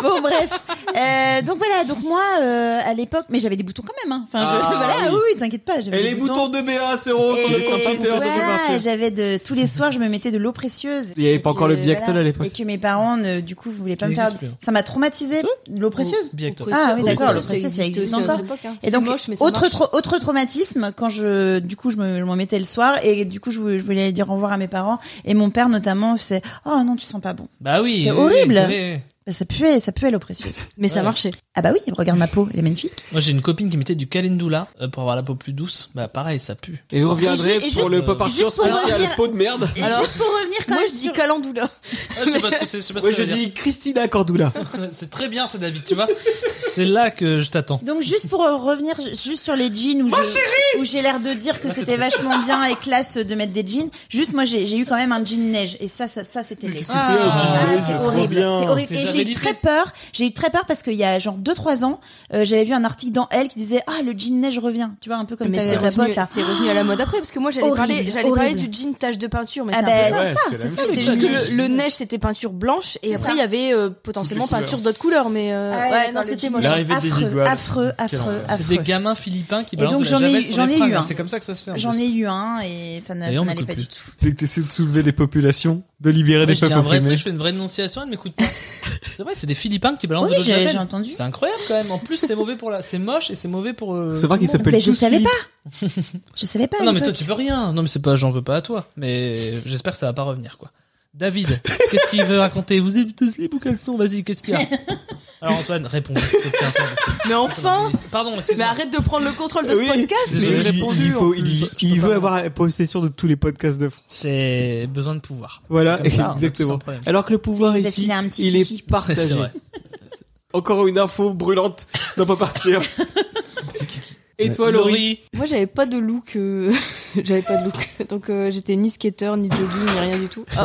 Speaker 6: Bon, bref. Euh, donc voilà, donc moi, euh, à l'époque, mais j'avais des boutons quand même. hein. Enfin, je-
Speaker 12: Ah,
Speaker 6: voilà,
Speaker 12: oui.
Speaker 6: oui, oui, t'inquiète pas. j'avais
Speaker 12: Et
Speaker 6: des
Speaker 12: les boutons de BA, c'est rond sur
Speaker 6: Et
Speaker 12: le computer, ça fait
Speaker 6: voilà,
Speaker 12: partir.
Speaker 6: j'avais de tous les soirs, je me mettais de l'eau précieuse.
Speaker 3: Il y avait
Speaker 6: Et
Speaker 3: pas encore
Speaker 6: que,
Speaker 3: le Biactol à l'époque.
Speaker 6: Et que mes parents, ne- du coup, voulaient pas
Speaker 2: Qui
Speaker 6: me faire.
Speaker 2: n'existe plus, hein.
Speaker 6: Ça m'a traumatisé.
Speaker 3: Hein
Speaker 6: L'eau précieuse.
Speaker 2: Biactol.
Speaker 6: Ah oui, d'accord,
Speaker 4: le
Speaker 6: l'eau précieuse, ça existe encore.
Speaker 4: Et
Speaker 6: Et
Speaker 4: donc,
Speaker 6: donc,
Speaker 4: Oh. hein. moche, mais ça
Speaker 6: autre,
Speaker 4: marche.
Speaker 6: tra- autre traumatisme, quand je, du coup, je me- je m'en mettais le soir, et du coup, je, vou- je voulais aller dire au revoir à mes parents, et mon père, notamment, c'est, oh non, tu sens pas bon.
Speaker 2: Bah oui.
Speaker 6: C'était
Speaker 2: oui,
Speaker 6: horrible.
Speaker 2: oui, oui.
Speaker 6: Bah, ça puait, ça puait l'eau précieuse.
Speaker 4: Mais ça
Speaker 2: Ouais.
Speaker 4: marchait.
Speaker 6: Ah bah oui, regarde ma peau, elle est magnifique.
Speaker 2: Moi, j'ai une copine qui mettait du calendula euh, pour avoir la peau plus douce. Bah, pareil, ça pue.
Speaker 3: Et vous reviendrez
Speaker 6: Et juste-
Speaker 3: pour le pop art.
Speaker 6: Juste pour revenir,
Speaker 12: Pot de merde.
Speaker 6: et juste pour revenir quand
Speaker 4: Moi,
Speaker 6: même
Speaker 4: je dis
Speaker 6: sur-
Speaker 4: calendoula.
Speaker 2: je sais pas ce que c'est. Je sais pas
Speaker 12: Moi,
Speaker 2: ce que
Speaker 12: je
Speaker 2: ça veut
Speaker 12: dis Christina Cordula.
Speaker 2: dire. C'est très bien, c'est David, tu vois. c'est là que je t'attends.
Speaker 6: Donc juste pour euh, revenir ju- juste sur les jeans où je- où j'ai l'air de dire que c'était vachement bien et classe de mettre des jeans. Juste moi j'ai j'ai eu quand même un jean neige et ça ça, ça c'était laid.
Speaker 7: Qu'est-ce que
Speaker 2: Ah,
Speaker 7: c'est un
Speaker 2: ah,
Speaker 7: jean
Speaker 2: c'est
Speaker 7: beige,
Speaker 6: c'est
Speaker 7: trop
Speaker 6: horrible,
Speaker 7: bien.
Speaker 6: c'est horrible.
Speaker 2: C'est
Speaker 6: Et j'ai eu
Speaker 2: javelisé.
Speaker 6: très peur. J'ai eu très peur parce qu'il y a genre 2-3 ans, euh, j'avais vu un article dans Elle qui disait ah le jean neige revient. Tu vois un peu comme
Speaker 4: Mais
Speaker 6: ta,
Speaker 4: c'est
Speaker 6: ta
Speaker 4: revenu,
Speaker 6: pote là.
Speaker 4: c'est revenu à la mode après, parce que moi j'allais
Speaker 6: hein. Horrible,
Speaker 4: parler, j'allais parler
Speaker 6: horrible.
Speaker 4: du jean tache de peinture, mais
Speaker 6: Ah
Speaker 4: c'est un peu
Speaker 6: bah
Speaker 4: ça.
Speaker 6: c'est
Speaker 7: Ouais,
Speaker 6: ça,
Speaker 7: c'est la
Speaker 6: c'est
Speaker 7: même
Speaker 6: ça
Speaker 7: chose.
Speaker 4: C'est juste
Speaker 6: le jean
Speaker 4: que
Speaker 6: neige.
Speaker 4: le, le neige c'était peinture blanche et
Speaker 6: C'est
Speaker 4: après
Speaker 6: ça.
Speaker 4: il y avait euh, potentiellement peinture d'autres couleurs mais euh,
Speaker 6: Ah,
Speaker 4: ouais
Speaker 6: non,
Speaker 4: non
Speaker 6: le
Speaker 4: c'était
Speaker 6: jean
Speaker 4: moche.
Speaker 7: L'arrivée des
Speaker 6: affreux,
Speaker 7: iguanes.
Speaker 6: affreux, affreux,
Speaker 2: C'est des
Speaker 6: affreux.
Speaker 2: gamins philippins qui
Speaker 6: Et
Speaker 2: balancent
Speaker 6: donc,
Speaker 2: de
Speaker 6: j'en
Speaker 2: la
Speaker 6: ai
Speaker 2: javel
Speaker 6: eu-
Speaker 2: sur
Speaker 6: j'en
Speaker 2: les
Speaker 6: ai eu
Speaker 2: fringues,
Speaker 6: un.
Speaker 2: hein. C'est comme ça que ça se fait. en
Speaker 6: J'en
Speaker 2: plus.
Speaker 6: ai eu un et ça n'a-
Speaker 2: D'ailleurs,
Speaker 6: ça
Speaker 2: on
Speaker 6: n'allait
Speaker 2: coupe
Speaker 6: pas
Speaker 2: plus.
Speaker 6: du tout.
Speaker 7: Dès que t'essaies de soulever les populations, de libérer
Speaker 2: Moi,
Speaker 7: les
Speaker 2: je dis
Speaker 7: peuples
Speaker 2: un vrai
Speaker 7: opprimés.
Speaker 2: truc, je fais une vraie dénonciation, elle m'écoute pas. C'est vrai, c'est des Philippins qui balancent
Speaker 6: Oui,
Speaker 2: de l'eau de
Speaker 6: j'ai j'ai
Speaker 2: javel.
Speaker 6: entendu.
Speaker 2: C'est incroyable quand même. En plus, c'est mauvais pour la, c'est moche et c'est mauvais pour. euh,
Speaker 7: C'est vrai
Speaker 2: tout le
Speaker 7: qu'ils
Speaker 2: monde.
Speaker 7: s'appellent
Speaker 6: Mais je
Speaker 7: tous
Speaker 6: savais
Speaker 7: Philippe.
Speaker 6: Je savais pas. à
Speaker 2: Non mais toi
Speaker 6: l'époque.
Speaker 2: tu peux rien. Non mais c'est pas, j'en veux pas à toi. Mais j'espère que ça va pas revenir quoi. David, qu'est-ce qu'il veut raconter Vous êtes tous libres ou caleçon Vas-y, qu'est-ce qu'il y a Alors Antoine, réponds. s'il te plaît, Antoine, parce que-
Speaker 4: Mais enfin,
Speaker 2: Pardon,
Speaker 4: mais
Speaker 2: excuse-moi.
Speaker 4: arrête de prendre le contrôle de ce
Speaker 12: Oui.
Speaker 4: podcast.
Speaker 12: Mais
Speaker 2: Désolé.
Speaker 12: il-
Speaker 2: répondu,
Speaker 12: il, faut-
Speaker 2: en plus,
Speaker 12: il-
Speaker 2: je peux
Speaker 12: il
Speaker 2: pas.
Speaker 12: veut avoir la possession de tous les podcasts de France.
Speaker 2: C'est besoin de pouvoir.
Speaker 12: Voilà,
Speaker 2: Comme ça,
Speaker 3: hein,
Speaker 2: on a tous un
Speaker 12: exactement.
Speaker 2: problème.
Speaker 12: Alors que le pouvoir
Speaker 6: Parce
Speaker 12: ici,
Speaker 6: qu'il a un petit
Speaker 12: il
Speaker 6: kiki.
Speaker 12: est
Speaker 2: C'est
Speaker 12: partagé.
Speaker 2: vrai.
Speaker 12: Encore une info brûlante d'en pas partir. Et toi, Laurie
Speaker 4: Moi j'avais pas de look, euh, j'avais pas de look, donc euh, j'étais ni skater ni jogging ni rien du tout. Ah,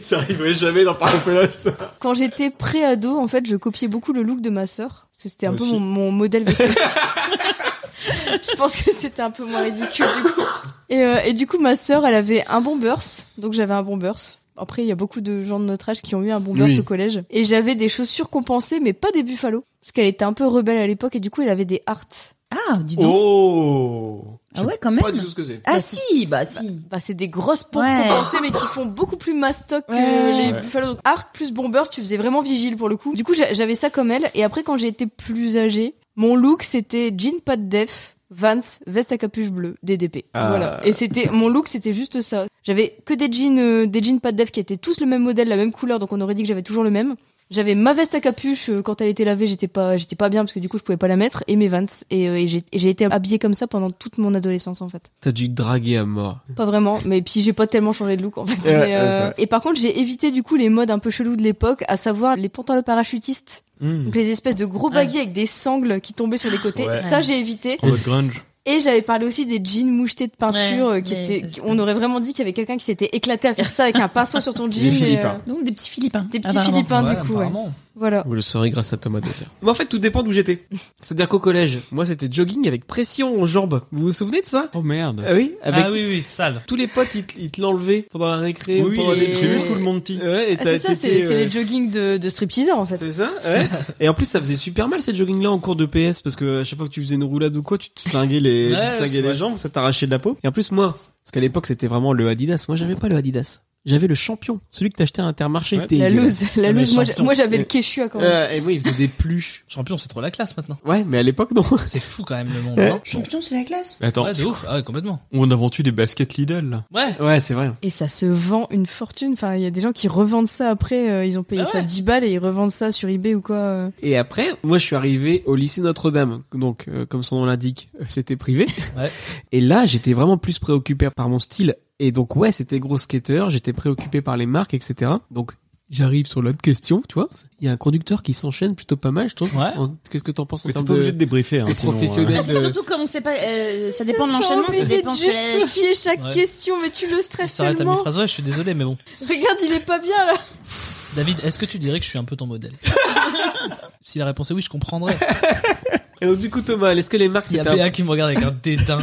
Speaker 12: Ça arriverait jamais dans Parapelage, ça.
Speaker 4: Quand j'étais pré-ado, en fait, je copiais beaucoup le look de ma sœur, parce que c'était un
Speaker 7: Moi
Speaker 4: peu
Speaker 7: aussi.
Speaker 4: mon, mon modèle vestimentaire. je pense que c'était un peu moins ridicule du coup. Et, euh, et du coup, ma sœur, elle avait un bon burst, donc j'avais un bon burst. Après, il y a beaucoup de gens de notre âge qui ont eu un bon burst
Speaker 7: Oui.
Speaker 4: au collège. Et j'avais des chaussures compensées, mais pas des buffalo, parce qu'elle était un peu rebelle à l'époque et du coup, elle avait des hearts.
Speaker 6: Ah, dis donc.
Speaker 12: Oh
Speaker 6: ah ouais, quand même.
Speaker 3: ce que c'est.
Speaker 6: Ah
Speaker 4: Bah,
Speaker 6: si, bah si.
Speaker 4: Bah, c'est des grosses pompes
Speaker 6: Ouais.
Speaker 4: compensées, mais qui font beaucoup plus mastoc que
Speaker 6: Ouais.
Speaker 4: les
Speaker 7: Ouais.
Speaker 4: Buffalo. Donc, Art plus Bombers, tu faisais vraiment vigile pour le coup. Du coup, j'a- j'avais ça comme elle. Et après, quand j'ai été plus âgée, mon look, c'était jean pas de def, Vans, veste à capuche bleue, DDP.
Speaker 3: Ah.
Speaker 4: Voilà. Et c'était, mon look, c'était juste ça. J'avais que des jeans, euh, des jeans pas de def qui étaient tous le même modèle, la même couleur, donc on aurait dit que j'avais toujours le même. J'avais ma veste à capuche euh, quand elle était lavée, j'étais pas, j'étais pas bien parce que du coup je pouvais pas la mettre et mes Vans et, euh, et j'ai et j'ai été habillée comme ça pendant toute mon adolescence en fait.
Speaker 3: T'as dû draguer à mort.
Speaker 4: Pas vraiment, mais puis j'ai pas tellement changé de look en fait.
Speaker 3: Ouais,
Speaker 4: Mais,
Speaker 3: ouais,
Speaker 4: euh,
Speaker 3: c'est vrai.
Speaker 4: Et par contre, j'ai évité du coup les modes un peu chelous de l'époque, à savoir les pantalons parachutistes,
Speaker 3: Hmm.
Speaker 4: donc les espèces de gros baguilles avec des sangles qui tombaient sur les côtés.
Speaker 7: Ouais.
Speaker 4: Ça, j'ai évité.
Speaker 7: En mode grunge.
Speaker 4: Et j'avais parlé aussi des jeans mouchetés de peinture,
Speaker 6: Ouais,
Speaker 4: euh, qui
Speaker 6: mais
Speaker 4: étaient,
Speaker 6: ça, c'est-
Speaker 4: on aurait vraiment dit qu'il y avait quelqu'un qui s'était éclaté à faire ça avec un pinceau sur ton jean. et,
Speaker 7: Philippins.
Speaker 6: Donc des petits Philippins.
Speaker 4: Des petits
Speaker 6: Apparemment.
Speaker 4: Philippins. Enfin, du
Speaker 2: Ouais,
Speaker 4: coup, ouais.
Speaker 2: apparemment.
Speaker 4: voilà.
Speaker 3: Vous le saurez grâce à Thomas Dossier. Mais en fait, tout dépend d'où j'étais. C'est-à-dire qu'au collège, moi c'était jogging avec pression aux jambes. Vous vous souvenez de ça
Speaker 7: Oh merde.
Speaker 3: Ah oui Avec
Speaker 2: Ah oui oui, sale.
Speaker 3: tous les potes, ils te- ils te l'enlevaient pendant la récré.
Speaker 7: Oui,
Speaker 3: pendant
Speaker 4: les-
Speaker 7: j'ai vu Full Monty.
Speaker 3: Ouais, et
Speaker 4: Ah,
Speaker 3: t'as-
Speaker 4: c'est ça, c'est
Speaker 3: t'étais,
Speaker 4: c'est
Speaker 3: euh,
Speaker 4: les joggings de, de stripteaseurs en fait.
Speaker 3: C'est ça, ouais. Et en plus, ça faisait super mal ces jogging-là en cours de PS parce que à chaque fois que tu faisais une roulade ou quoi, tu te flinguais les,
Speaker 2: Ouais,
Speaker 3: tu te flinguais
Speaker 2: c'est
Speaker 3: les
Speaker 2: vrai.
Speaker 3: jambes, ça t'arrachait de la peau. Et en plus, moi, parce qu'à l'époque, c'était vraiment le Adidas. Moi, j'avais pas le Adidas. J'avais le champion, celui que t'achetais à Intermarché.
Speaker 7: Ouais.
Speaker 3: t'es
Speaker 4: La loose, la
Speaker 2: Ah, mais
Speaker 4: loose. Moi,
Speaker 2: champion.
Speaker 4: j'a- moi, j'avais le quechua quand même.
Speaker 3: Euh, et moi, il faisait des pluches.
Speaker 2: Champion, c'est trop la classe maintenant.
Speaker 3: Ouais, mais à l'époque, non.
Speaker 2: C'est fou quand même le monde. hein.
Speaker 6: Champion, c'est la classe.
Speaker 7: Mais Attends,
Speaker 2: Ouais, de ouf. Ah ouais, complètement.
Speaker 7: on invente eu des baskets Lidl là.
Speaker 2: Ouais.
Speaker 3: Ouais, c'est vrai.
Speaker 4: Et ça se vend une fortune. Enfin, il y a des gens qui revendent ça après. euh, ils ont payé
Speaker 2: Ah
Speaker 4: ça
Speaker 2: ouais.
Speaker 4: 10 balles et ils revendent ça sur eBay ou quoi. euh.
Speaker 3: Et après, moi, je suis arrivé au lycée Notre-Dame. Donc, euh, comme son nom l'indique, euh, c'était privé.
Speaker 2: Ouais.
Speaker 3: Et là, j'étais vraiment plus préoccupé par mon style. Et donc, ouais, c'était gros skater. J'étais préoccupé par les marques, etc. Donc, j'arrive sur l'autre question, tu vois. Il y a un conducteur qui s'enchaîne plutôt pas mal, je trouve.
Speaker 2: Ouais.
Speaker 3: En- Qu'est-ce que t'en penses en
Speaker 7: Mais t'es
Speaker 3: termes
Speaker 7: pas obligé
Speaker 3: de...
Speaker 7: de débriefer. Hein,
Speaker 3: des
Speaker 7: sinon, euh,
Speaker 3: professionnels.
Speaker 6: C'est surtout comme on sait pas, euh, ça dépend de
Speaker 4: Ils sont
Speaker 6: l'enchaînement, ça
Speaker 4: obligés
Speaker 6: dépend
Speaker 4: de
Speaker 6: de la-
Speaker 4: justifier chaque
Speaker 2: Ouais.
Speaker 4: question, mais tu le
Speaker 2: Il
Speaker 4: stresses
Speaker 2: s'arrête à mes
Speaker 4: tellement.
Speaker 2: phrases. Ouais, je suis désolé, mais bon.
Speaker 4: Regarde, il est pas bien là.
Speaker 2: David, est-ce que tu dirais que je suis un peu ton modèle Si la réponse est oui, je comprendrais.
Speaker 3: Et donc, du coup, Thomas, est-ce que les marques,
Speaker 2: Il y a
Speaker 3: c'était un-
Speaker 2: PA qui me regarde avec un dédain.